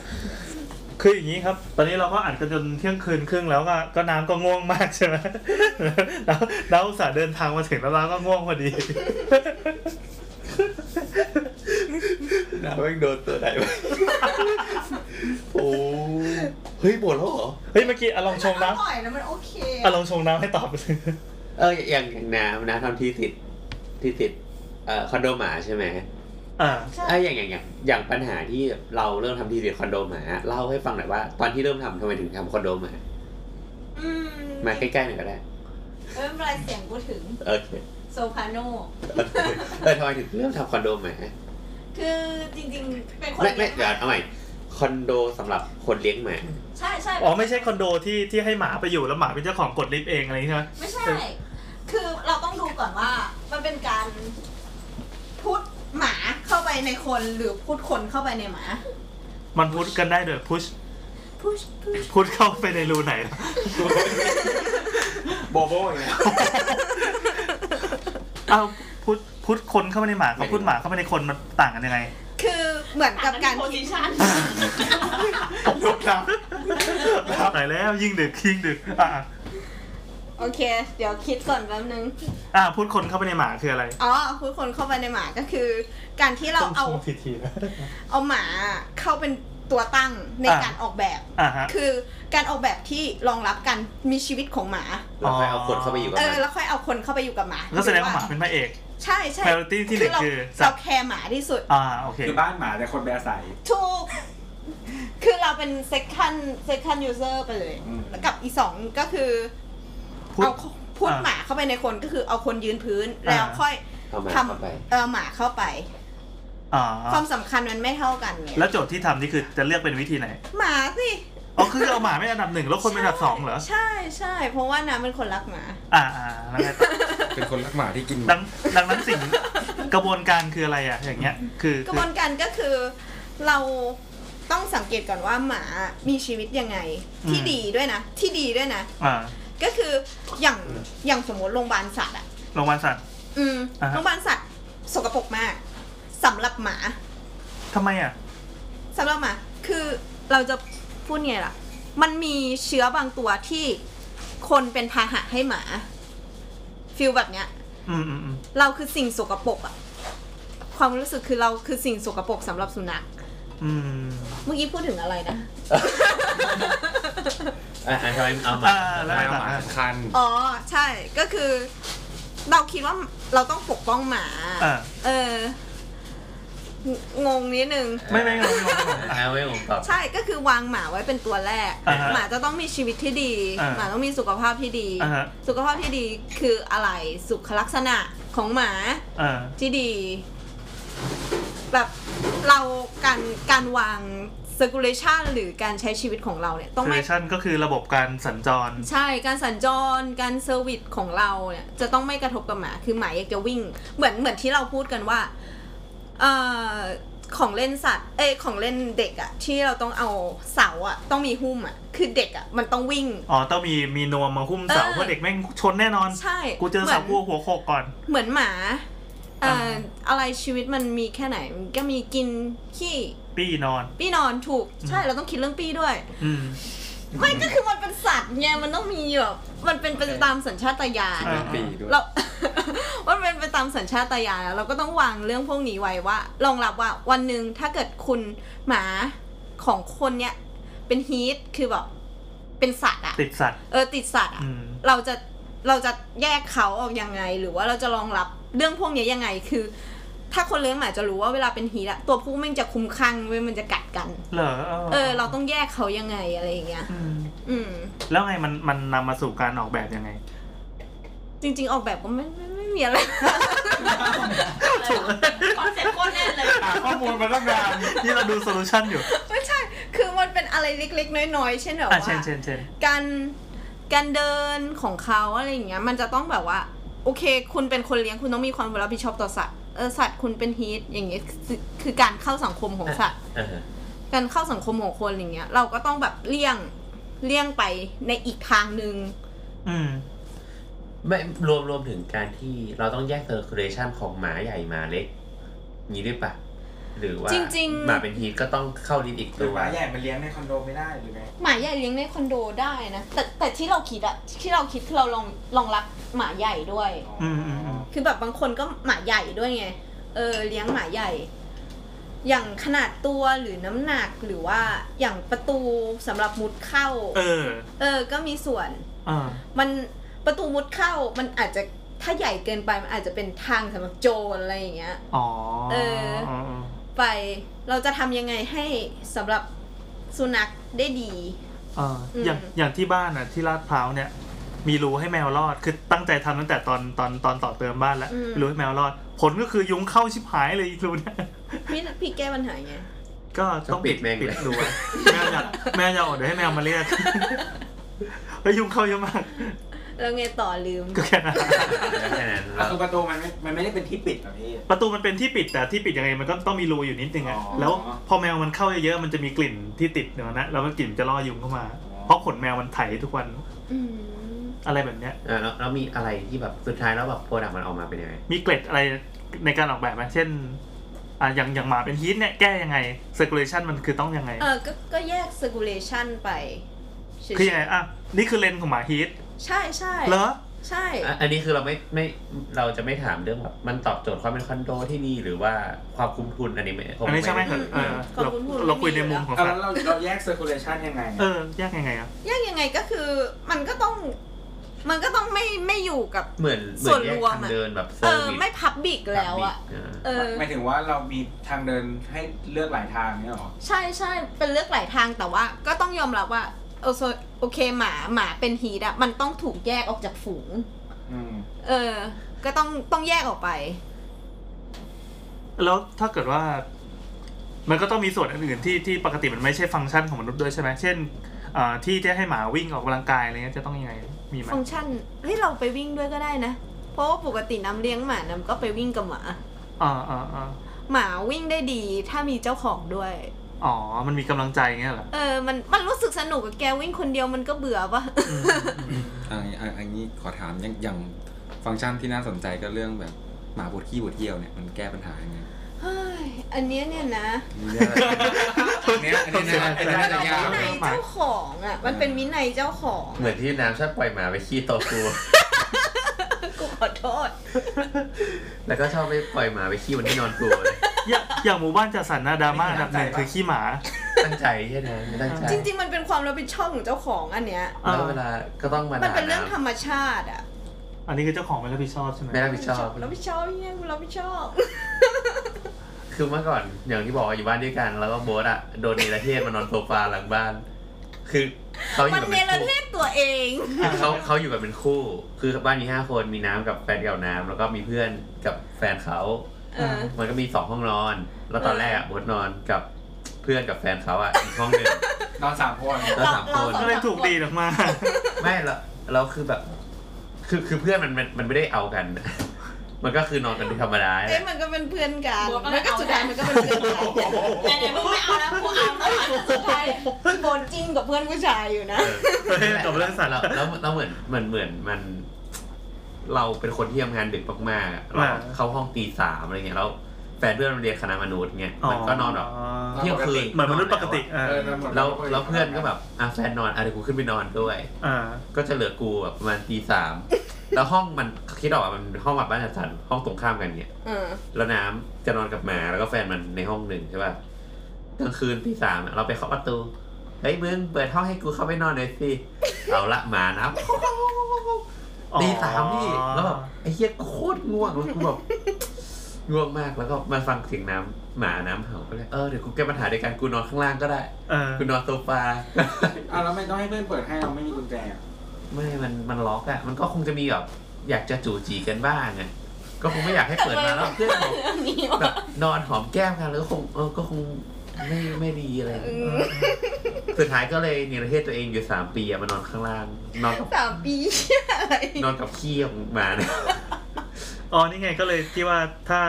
[SPEAKER 3] คืออย่างนี้ครับ ตอนนี้เราก็อัดกันจนเที่ยงคืนครึ่งแล้วก็ก็น้ำก็ง่วงมากใช่ไหม *laughs* แล้วเราอุตสาห์เดินทางมาถึงแล้วเราก็ง่วงพอดี
[SPEAKER 7] *laughs* น้ำแม่งโดนตัวไหน
[SPEAKER 3] *laughs*
[SPEAKER 7] วะโอ้เฮ้ยปวดแล้วเหรอ
[SPEAKER 3] เฮ้ยเมื่อกี้อะลองชงน้
[SPEAKER 5] อร่อยแล้วมันโอเค
[SPEAKER 3] ำอะลองชงน้ำให้ตอบเลย
[SPEAKER 7] เอออย่างอย่างน้ำนะทำที่ติดที่ติดเอ่อคอนโดหมาใช่ไหม
[SPEAKER 3] *laughs* อ่า
[SPEAKER 7] เอออย่างอย่างอย่างอย่างปัญหาที่เราเริ่มทำที่ติดคอนโดหมาเล่าให้ฟังหน่อยว่า ตอนที่เริ่มทำทำไมถึงทำคอนโดหมา
[SPEAKER 5] อืม
[SPEAKER 7] มาใกล้ๆหน่อยก็ได้
[SPEAKER 5] เริ่มรายเสียงกูถึง
[SPEAKER 7] โอเค
[SPEAKER 5] โซพาโน
[SPEAKER 7] โอเคเออทำไมถึงเริ่มทำคอนโดหมา
[SPEAKER 5] คือจริงๆ เป็นคน
[SPEAKER 7] ไม่ไม่เดี๋ยวเอาใหม่คอนโดสำหรับคนเลี้ยงหมา
[SPEAKER 5] ใช่ใช่
[SPEAKER 3] อ๋อไม่ใช่คอนโดที่ที่ให้หมาไปอยู่แล้วหมาเป็นเจ้าของกดลิฟต์เองอะไรอย่างงี้ใช่ไหม
[SPEAKER 5] ไม่ใช่ คือเราต้องดูก่อนว่า มันเป็นการพุทหมาเข้าไปในคนหรือพุทคนเข้าไปในหมา
[SPEAKER 3] มันพุชกันได้โดยพุช
[SPEAKER 12] พุชพุช
[SPEAKER 3] พุทธเข้าไปในรูไหนนะ
[SPEAKER 6] โบโบอย่างเงี้ย
[SPEAKER 3] เอาพุทธพุทธคนเข้าไปในหมากับพุทธหมาเข้าไปในคนมันต่างกันยังไง
[SPEAKER 5] คือเหมือนกับการ
[SPEAKER 12] โพซิชัน
[SPEAKER 6] ลุกนะ
[SPEAKER 3] ตายแล้วยิ่งดึกยิ่งดึกอ่ะอ่ะ
[SPEAKER 5] โอเค เดี๋ยวคิดก่อนแป๊บนึง
[SPEAKER 3] อ่ะพุทธคนเข้าไปในหมาคืออะไร
[SPEAKER 5] อ๋อคือคนเข้าไปในหมาก็คือ การที่เราเอา
[SPEAKER 3] ทีทีนะ
[SPEAKER 5] เอาหมาเข้าเป็นตัวตั้งใน
[SPEAKER 3] อ่ะ
[SPEAKER 5] การออกแบบ
[SPEAKER 3] อ่ะฮะ
[SPEAKER 5] คือการออกแบบที่รองรับการมีชีวิตของหมา
[SPEAKER 7] เราค่อยเอาคนเข้าไปอยู่กับ
[SPEAKER 5] เอ
[SPEAKER 7] มั
[SPEAKER 5] อน แล้วค่อยเอาคนเข้าไปอยู่กับหมา
[SPEAKER 3] แล้วแสดงว่าหมาเป็นพระเอก
[SPEAKER 5] ใช่ใช่
[SPEAKER 3] priority ที่หนึ่ง
[SPEAKER 5] เรา
[SPEAKER 3] คือสัต
[SPEAKER 5] เรา
[SPEAKER 3] ว์
[SPEAKER 5] แคร์หมาที่สุด
[SPEAKER 3] อ่าโอเค
[SPEAKER 6] คือบ้านหมาแต่คนไปอาศัย
[SPEAKER 5] ถูก คือเราเป็น second second user ไปเลย
[SPEAKER 6] อืม
[SPEAKER 5] แล้วกับอีสองก็คือ
[SPEAKER 3] พุทธ
[SPEAKER 5] เอาพูด
[SPEAKER 3] อ่า
[SPEAKER 5] หมาเข้าไปในคนก็คือเอาคนยืนพื้นแล้ว
[SPEAKER 3] อ่า
[SPEAKER 5] ค่อย
[SPEAKER 7] เอาหมาเข้าไป
[SPEAKER 5] ทำเอาหมาเข้าไป
[SPEAKER 3] อ่า
[SPEAKER 5] ความสำคัญมันไม่เท่ากันไง
[SPEAKER 3] แล้วโจทย์ที่ทำนี่คือจะเลือกเป็นวิธีไหน
[SPEAKER 5] หมาสิ
[SPEAKER 3] อ๋อคือเอาหมาไม่อันดับหนึ่งแล้วคนเป็นอันดับสองเหรอ
[SPEAKER 5] ใช่ใช่เพราะว่าน้ำเป็นคนรัก
[SPEAKER 3] *laughs*
[SPEAKER 5] หมา
[SPEAKER 3] อ่าอ่าแล้วไงต่อ
[SPEAKER 10] เป็นคนรักหมาที่กินหมา
[SPEAKER 3] ดังดังนั้นสิ่งกระบวนการคืออะไรอ่ะอย่างเงี้ย คือก
[SPEAKER 5] ระ
[SPEAKER 3] คื
[SPEAKER 5] บ
[SPEAKER 3] อ
[SPEAKER 5] วนการก็คือเราต้องสังเกตก่อนว่าหมามีชีวิตยังไง ที่ดีด้วยนะ ที่ดีด้วยนะ
[SPEAKER 3] อ่า
[SPEAKER 5] ก็คืออย่างอย่างสมมติโรงพยาบาลสัตว์อ่ะ
[SPEAKER 3] โรงพยาบาลสัตว์
[SPEAKER 5] อืม
[SPEAKER 3] อ่าฮะ
[SPEAKER 5] โรงพยาบาลสัตว์สกปรกมากสำหรับหมา
[SPEAKER 3] ทำไมอ่ะ
[SPEAKER 5] สำหรับหมา คือเราจะพูดไงล่ะ มันมีเชื้อบางตัวที่คนเป็นพาหะให้หมาฟิลแบบเนี้ย
[SPEAKER 3] อืมอืมอืม
[SPEAKER 5] เราคือสิ่งสกปรกอะความรู้สึกคือเราคือสิ่งสกปรกสำหรับสุนัข
[SPEAKER 3] อืม
[SPEAKER 5] เมื่อกี้พูดถึงอะไรนะ
[SPEAKER 3] *laughs*
[SPEAKER 7] อ่ะอ่ะทำไมเอาหมา
[SPEAKER 3] อ่าแล้วไงต่ออ่ะ
[SPEAKER 10] คัน
[SPEAKER 5] อ๋อใช่ก็คือ เราคิดว่าเราต้องปกป้องหมา
[SPEAKER 3] อ่า
[SPEAKER 5] เออ งงนิดนึง
[SPEAKER 3] ไม่ไม่ไม่ไม่ไม่ไม่
[SPEAKER 7] อ่ะไม่ผมตอบ
[SPEAKER 5] ใช่ก็คือวางหมาไว้เป็นตัวแรก
[SPEAKER 3] อ่าฮะ
[SPEAKER 5] หมาจะต้องมีชีวิตที่ดี
[SPEAKER 3] อ่า
[SPEAKER 5] หมาต้องมีสุขภาพที่ดี
[SPEAKER 3] อ่าฮะ
[SPEAKER 5] สุขภาพที่ดีคืออะไรสุขลักษณะของหมา
[SPEAKER 3] อ่า
[SPEAKER 5] ที่ดี แบบเราการการวาง circulation หรือการใช้ชีวิตของเราเนี่ย ต้อง
[SPEAKER 3] เซ
[SPEAKER 5] ไม่
[SPEAKER 3] ชันก็คือระบบการสัญจร
[SPEAKER 5] ใช่การสัญจรการเซอร์วิสของเราเนี่ยจะต้องไม่กระทบกับหมาคือหมาอยากจะวิ่ง เหมือนเหมือนที่เราพูดกันว่าเอ่อของเล่นสัตว์เอ้ยของเล่นเด็กอะที่เราต้องเอาเสาอะต้องมีหุ้มอะคือเด็กอะมันต้องวิ่ง
[SPEAKER 3] อ๋อต้องมีมีนวมมาหุ้มเสา
[SPEAKER 5] เออ
[SPEAKER 3] เพราะเด็กแม่งชนแน่นอน
[SPEAKER 5] ใช่
[SPEAKER 3] กูเจอ
[SPEAKER 5] หมื
[SPEAKER 3] เสาน วัวหัวโขกก่อน
[SPEAKER 5] เหมือนหมาเอ่อ
[SPEAKER 3] อ่า
[SPEAKER 5] อะไรชีวิตมันมีแค่ไหนมันก็มีกินขี้
[SPEAKER 3] ปี้นอน
[SPEAKER 5] ปี้นอนถูกใช่
[SPEAKER 3] อืม
[SPEAKER 5] เราต้องคิดเรื่องปี้ด้วย
[SPEAKER 3] อืม
[SPEAKER 5] ไม่ก็คือมันเป็นสัตว์ไงมันต้องมีแบบมันเป็นไปตามสัญชาตญาณ
[SPEAKER 3] อ่า
[SPEAKER 10] ปีด้วย
[SPEAKER 5] เรา *laughs* มันเป็นไปตามสัญชาตญาณแล้วเราก็ต้องวางเรื่องพวกนี้ไว้ว่ารองรับว่าวันหนึ่งถ้าเกิดคุณหมาของคนเนี้ยเป็นฮีทคือแบบเป็นสัตว์อะ
[SPEAKER 3] ติดสัตว์
[SPEAKER 5] เออติดสัตว์อะ
[SPEAKER 3] อืม
[SPEAKER 5] เราจะเราจะแยกเขาออกยังไง หรือว่าเราจะรองรับเรื่องพวกเนี้ยยังไงคือ ถ้าคนเลี้ยงหมาจะรู้ว่าเวลาเป็นฮีทอะตัวผู้แม่งจะคุ้มคลั่งเว้ยมันจะกัดกัน
[SPEAKER 3] เหรอ
[SPEAKER 5] เออ เราต้องแยกเขายังไงอะไรอย่างเงี้ย
[SPEAKER 3] อืม
[SPEAKER 5] อืม
[SPEAKER 3] แล้วไงมันมันนำมาสู่การออกแบบยังไง
[SPEAKER 5] จริง ๆ ออกแบบก็ไม่ไม่ไม่มีอะไร *laughs*
[SPEAKER 12] *laughs* คอนเซ็ปต์โคตรแน่นเลย
[SPEAKER 6] หาข้อมูลมาตั้งนาน
[SPEAKER 3] นี่เราดูโซลูชันอยู่
[SPEAKER 5] ไม่ใช่ คือมันเป็นอะไรเล็ก ๆ น้อย ๆ เช่นแบบ
[SPEAKER 3] อ่ะ
[SPEAKER 5] ว่า
[SPEAKER 3] เช่นเช่นเช่น
[SPEAKER 5] การการเดินของเขาอะไรอย่างเงี้ย มันจะต้องแบบว่า โอเค คุณเป็นคนเลี้ยงคุณต้องมีความรับผิดชอบต่อสัตว์เออสัตว์คุณเป็นฮีทอย่างเงี้ยคือคือการเข้าสังคมของสัตว์
[SPEAKER 7] อ่าฮะ
[SPEAKER 5] การเข้าสังคมของคนอย่างเงี้ย เราก็ต้องแบบเลี่ยงเลี่ยงไปในอีกทางหนึ่ง
[SPEAKER 3] อืม
[SPEAKER 7] ไม่รวมรวมถึงการที่เราต้องแยกเซอร์คูลเลชันของหมาใหญ่หมาเล็กนี้ด้วยปะหรือว่า
[SPEAKER 5] จริงๆ
[SPEAKER 7] หมาเป็นฮีทก็ต้องเข้าลิฟต์อีก
[SPEAKER 6] ห
[SPEAKER 7] ตั
[SPEAKER 6] รือ
[SPEAKER 7] ว
[SPEAKER 6] หมาใหญ่มันเลี้ยงในคอนโดไม่ได้หรือไง
[SPEAKER 5] หมาใหญ่เลี้ยงในคอนโดได้นะ แต่แต่ที่เราคิดอะที่เราคิดคือเราลองลองรับหมาใหญ่ด้วย
[SPEAKER 3] อืมอืมอืม
[SPEAKER 5] คือแบบบางคนก็หมาใหญ่ด้วยไง เออเลี้ยงหมาใหญ่ อย่างขนาดตัวหรือน้ำหนักหรือว่าอย่างประตูสำหรับมุดเข้า
[SPEAKER 3] เออ
[SPEAKER 5] เออ ก็มีส่วน
[SPEAKER 3] อ่า
[SPEAKER 5] มันประตูมุดเข้า มันอาจจะถ้าใหญ่เกินไปมันอาจจะเป็นทางสำหรับโจรอะไรอย่างเงี้ย
[SPEAKER 3] อ๋อ
[SPEAKER 5] เออ ไปเราจะทำยังไงให้สำหรับสุนัขได้ดี
[SPEAKER 3] อ่า
[SPEAKER 5] อืม
[SPEAKER 3] อย่างอย่างที่บ้านอ่ะที่ลาดพร้าวเนี่ย มีรูให้แมวรอด คือตั้งใจทำตั้งแต่ตอนตอนตอนต่อเติมบ้านแล้วรูให้แมวรอด ผลก็คือยุงเข้าชิบหายเลยรูเนี่ย
[SPEAKER 5] พี่พี่แก้ปัญหาไง
[SPEAKER 3] ก็ต้อง
[SPEAKER 7] ต้องปิ
[SPEAKER 3] ปิด
[SPEAKER 7] ดแม่ง
[SPEAKER 3] ปิด
[SPEAKER 7] เลย
[SPEAKER 3] ดูอะ *laughs* แมวอยากแมวอยากออกเดี๋ยวให้แมวมาเรียกแล้วยุงเข้าเยอะมาก
[SPEAKER 5] แล้วไงต่อลืม
[SPEAKER 3] ก็แค่นั้น
[SPEAKER 10] อ่ะคือประตูมันไม่มันไม่ได้เป็นที่ปิดแบบนี้
[SPEAKER 3] ประตูมันเป็นที่ปิดแต่ที่ปิดยังไงมันก็ต้องมีรูอยู่นิดนึงอะแล้วพอแมวมันเข้าเยอะๆมันจะมีกลิ่นที่ติดเนอะนะแล้วมันกลิ่นจะล่อยุงเข้ามา เพราะขนแมวมันไถทุกวันอะไรแบบเนี้ย
[SPEAKER 9] อ่าแล้วแล้วมีอะไรที่แบบสุดท้ายแล้วแบบโปรดักต์มันออกมาเป็นยังไง
[SPEAKER 3] มีเกร็ดอะไรในการออกแบบไหมเช่นอ่ะอย่างอย่างหมาเป็นฮีทเนี่ยแก้ยังไง circulation มันคือต้องยังไง
[SPEAKER 5] เออก็ก็แยก circulation ไปเฉยๆ
[SPEAKER 3] คือยังไงอ่ะนี่คือเลนส์ของหมาฮีท
[SPEAKER 5] ใช่ใช่
[SPEAKER 3] เหรอ
[SPEAKER 5] ใช่
[SPEAKER 9] อ่ะอันนี้คือเราไม่ไม่เราจะไม่ถามเรื่องแบบมันตอบโจทย์ความเป็นคอนโดที่ดีหรือว่าความคุ้มทุนอันนี้ไม่
[SPEAKER 3] อันนี้ใช่ไหมเออเออเราเราคุยในมุมของ
[SPEAKER 10] เอา
[SPEAKER 3] สัตว์
[SPEAKER 10] แล้วเราเราแยก circulation ยังไง
[SPEAKER 3] เออยากยังไงอ่ะ
[SPEAKER 5] แยกยังไงก็คือมันก็ต้อง มันก็ต้องไม่ไม่อยู่กับ
[SPEAKER 9] เหมือนเหมื
[SPEAKER 5] ส่ว
[SPEAKER 9] อ
[SPEAKER 5] น
[SPEAKER 9] นแย
[SPEAKER 5] ร
[SPEAKER 9] ก
[SPEAKER 5] วม
[SPEAKER 9] ทาง
[SPEAKER 5] อะ
[SPEAKER 9] เดินแบบเซ
[SPEAKER 5] เอ
[SPEAKER 9] อร์
[SPEAKER 5] อ
[SPEAKER 9] วิส
[SPEAKER 5] ไม่พับบิกแล้วอะเออ
[SPEAKER 10] หมายถึงว่าเรามีทางเดินให้เลือกหลายทางเนี่ยหรอ
[SPEAKER 5] ใช่ใช่เป็นเลือกหลายทางแต่ว่าก็ต้องยอมรับว่าเออโซโอเคหมาหมาเป็นฮีทอะมันต้องถูกแยกออกจากฝูง
[SPEAKER 10] อืม
[SPEAKER 5] เออ ก็ต้องต้องแยกออกไป
[SPEAKER 3] แล้วถ้าเกิดว่า มันก็ต้องมีส่วนอนอื่นที่ที่ปกติมันไม่ใช่ฟังก์ชันของมนุษย์ด้วยใช่ไหมเช่นอ่าที่จะให้หมาวิ่งออกกำลังกายอะไรเงี้ยจะต้องยังไงมีไหม
[SPEAKER 5] ฟังก์ชันเฮ้ยเราไปวิ่งด้วยก็ได้นะ เพราะว่าปกติน้ำเลี้ยงหมาน้ำก็ไปวิ่งกับหมา
[SPEAKER 3] อ่าอ่าอ่า
[SPEAKER 5] หมาวิ่งได้ดีถ้ามีเจ้าของด้วย
[SPEAKER 3] อ๋อมันมีกำลังใจเงี้ยเหรอ
[SPEAKER 5] เออ มันมันรู้สึกสนุกกับแกวิ่งคนเดียวมันก็เบื่อปะ
[SPEAKER 17] อ่ะอันอันนี้ขอถามอย่างอย่างฟังก์ชันที่น่าสนใจก็เรื่องแบบหมาปวดขี้ปวดเยี่ยวเนี่ยมันแก้ปัญหายังไง
[SPEAKER 5] เฮ้ยอันเนี้ยเนี่ยนะ
[SPEAKER 17] มีเรื่องอะไร
[SPEAKER 3] เนี่ย
[SPEAKER 17] อันนี้นะอันนี้น่าจะยาก
[SPEAKER 5] วินัยเจ้าของอ่ะ มันเป็นวินัยเจ้าของ
[SPEAKER 9] เหมือนที่น้ำชอบปล่อยหมาไปขี้โตฟู
[SPEAKER 5] *laughs* กูขอโทษ
[SPEAKER 9] แล้วก็ชอบไปปล่อยหมาไปขี้บนที่นอนกูเลย
[SPEAKER 3] อย่างอย่างหมู่บ้านจัดสรรนะดราม่าอันดับหนึ่งคือขี้หมา
[SPEAKER 9] ตั้งใจใช่ไหมไม่ตั้งใจ
[SPEAKER 5] จริง ๆ มันเป็นความรับผิดชอบของเจ้าของอันเนี้ย
[SPEAKER 9] แล้วเวลาก็ต้องมา
[SPEAKER 5] มัน
[SPEAKER 9] ด่า
[SPEAKER 5] เป็นเรื่องธรร
[SPEAKER 9] น้ำ
[SPEAKER 5] มชาติอ่ะ
[SPEAKER 3] อันนี้คือเจ้าของไม่รับผิดชอบใช่ไหม
[SPEAKER 9] ไม่รับผิดชอบ
[SPEAKER 5] รับผิดชอบเนี่ยกูรับผิดชอบ
[SPEAKER 9] คือเมื่อก่อนอย่างที่บอกว่าอยู่บ้านด้วยกันแล้วก็โบ๊ทอะโดนเนรเทศมานอนโซฟาหลังบ้าน คือเขาอ
[SPEAKER 5] มัน
[SPEAKER 9] ยู่กับ
[SPEAKER 5] เน
[SPEAKER 9] เป็น
[SPEAKER 5] ร
[SPEAKER 9] คู่
[SPEAKER 5] เทศตัวเอง
[SPEAKER 9] เขาเขาอยู่กับเป็นคู่ คือบ้านมีห้าคนมีน้ำกับแฟนเก่าน้ำแล้วก็มีเพื่อนกับแฟนเขา
[SPEAKER 5] เออ
[SPEAKER 9] มันก็มีสองห้องนอน แล้วตอนแรกอะโบ๊ทนอนกับเพื่อนกับแฟนเขาอะอีกห้องหนึ่ง
[SPEAKER 10] นอนสามคน
[SPEAKER 9] นอนสามคน
[SPEAKER 3] ก็เลยถูกดีดออกมา
[SPEAKER 9] ไม่แล้วเราคือแบบ คือคือเพื่อนมันมันมันไม่ได้เอากัน *laughs* มันก็คือนอนกันธรรมดา
[SPEAKER 5] เอ้
[SPEAKER 9] เนี่ย ย
[SPEAKER 5] มันก็เป็นเพื่อนกัน
[SPEAKER 8] บัวก็เล
[SPEAKER 5] มั
[SPEAKER 8] ย
[SPEAKER 5] นก็
[SPEAKER 8] เอา
[SPEAKER 5] สุดท้าย
[SPEAKER 8] นะ
[SPEAKER 5] มันก็เป็นเพื่อนกัน
[SPEAKER 8] แต่ไหนมึงไม่เอา
[SPEAKER 12] *laughs*
[SPEAKER 8] แล้วกูเอาแล้วสุดท้าย
[SPEAKER 5] โบนจิ้นกับเพื่อนผู้ชายอยู่นะ
[SPEAKER 9] จบเรื่องสัตว์แล้วแล้วแล้วเหมือนเหมือนเหมือนมัน เราเป็นคนที่ทำงานดึกมากๆเรา
[SPEAKER 3] อ่า
[SPEAKER 9] เข้าห้องตีสามอะไรเงี้ยแล้วแฟนเพื่อนมันเรียนคณะมนุษย์ไงมันก็นอนแบบ
[SPEAKER 3] อ๋อ
[SPEAKER 9] เที่ยงคืน
[SPEAKER 3] เหมือนมนุษย์ปกติอ่า
[SPEAKER 9] เออแล้วแล้วเพื่อนก็แบบอ่ะแฟนนอนอ่ะเดี๋ยวกูขึ้นไปนอนด้วย
[SPEAKER 3] อ่า
[SPEAKER 9] ก็จะเหลือกูแบบประมาณตีสามแล้วห้องมันคิดออกว่ามันเป็นห้องแบบบ้านอาจารย์ห้องตรงข้ามกันเนี่ย
[SPEAKER 5] เออ
[SPEAKER 9] แล้วน้ำจะนอนกับหมาแล้วก็แฟนมันในห้องหนึ่งใช่ป่ะกลางคืนตีสามอะเราไปเคาะประตู เฮ้ยมึงเปิดห้องให้กูเข้าไปนอนหน่อยสิ เอาละหมานะตีสามนี่แล้วแบบไอ้เหี้ยโคตรง่วงแล้วกูแบบ *laughs* ง่วงมากแล้วก็มาฟังเสียงน้ำหมาน้ำเห่าก็เลยเออเดี๋ยวกูแก้ปัญหาด้วยการกูนอนข้างล่างก็ได้
[SPEAKER 3] เออ
[SPEAKER 9] กูนอนโซฟา
[SPEAKER 10] อ่ะแล้วไม่ต้องให้เพื่อนเปิดให้เราไม่มีกุญแจอ่ะ
[SPEAKER 9] ไม่มัน มันล็อกอะมันก็คงจะมีแบบอยากจะจู่จีกันบ้างอะก็คงไม่อยากให้เปิดมาแล้วเพื่อนบอกแบบนอนหอมแก้มกันแล้วก็คงเออก็คงไม่ไม่ดีอะไรอย่างเงี้ยสุดท้ายก็เลยเนรเทศตัวเองอยู่สามปีอะมานอนข้างล่าง นอนกับ
[SPEAKER 5] สามปีเหี้ยอะไร
[SPEAKER 9] นอนกับขี้ของหมาเนี่ย
[SPEAKER 3] อ๋อนี่ไงก็เลยที่ว่าถ้า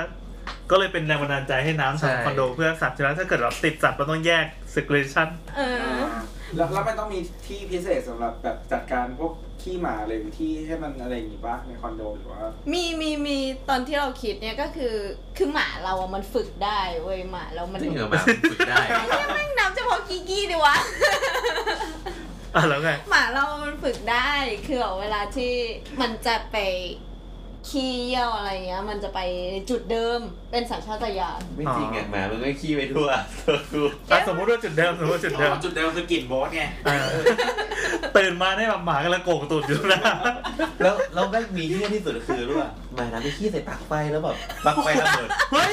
[SPEAKER 3] ก็เลยเป็นแรงบันดาลใจให้น้ำ
[SPEAKER 9] ใช่
[SPEAKER 3] ทำคอนโดเพื่อสัตว์ใช่ไหมถ้าเกิดเราติดสัตว์เราต้องแยก circulation
[SPEAKER 5] เออ
[SPEAKER 10] แล้วแล้วมันต้องมีที่พิเศษสำหรับแบบจัดการพวกขี้หมาหรือที่ให้มันอะไรอย่างงี้ปะในคอนโดหรือว่า
[SPEAKER 5] มีมีมีตอนที่เราคิดเนี่ยก็คือคือหมาเราอะมันฝึกได้เว้ยหมาเรามัน
[SPEAKER 9] จริงเหรอหมามันฝึกได้
[SPEAKER 5] แม่งน้ำเฉพาะกี้กี้ดิวะ
[SPEAKER 3] อ่ะแล้วไง
[SPEAKER 5] หมาเรามันฝึกได้คือแบบเวลาที่มันจะไปขี้เยี่ยวอะไรเงี้ย มันจะไปจุดเดิมเป็นสัญชาตญาณ
[SPEAKER 9] ไม่จริงอะหมามันก็ขี้ไปทั่วตัวกู
[SPEAKER 3] อ่ะสมมติว่าจุดเดิมสมมติว่าจุดเดิม
[SPEAKER 10] จุดเดิมคือกลิ่นโบสไง
[SPEAKER 3] เออตื่นมาได้แบบหมากำลังโกกตูดอยู่นะ
[SPEAKER 9] แล้วแล้วแม่งมีที่ที่สุดคือรู้ป่ะหมาน้ำไปขี้ใส่ปลักไฟแล้วแบบปลักไฟระเบิด
[SPEAKER 3] เฮ้ย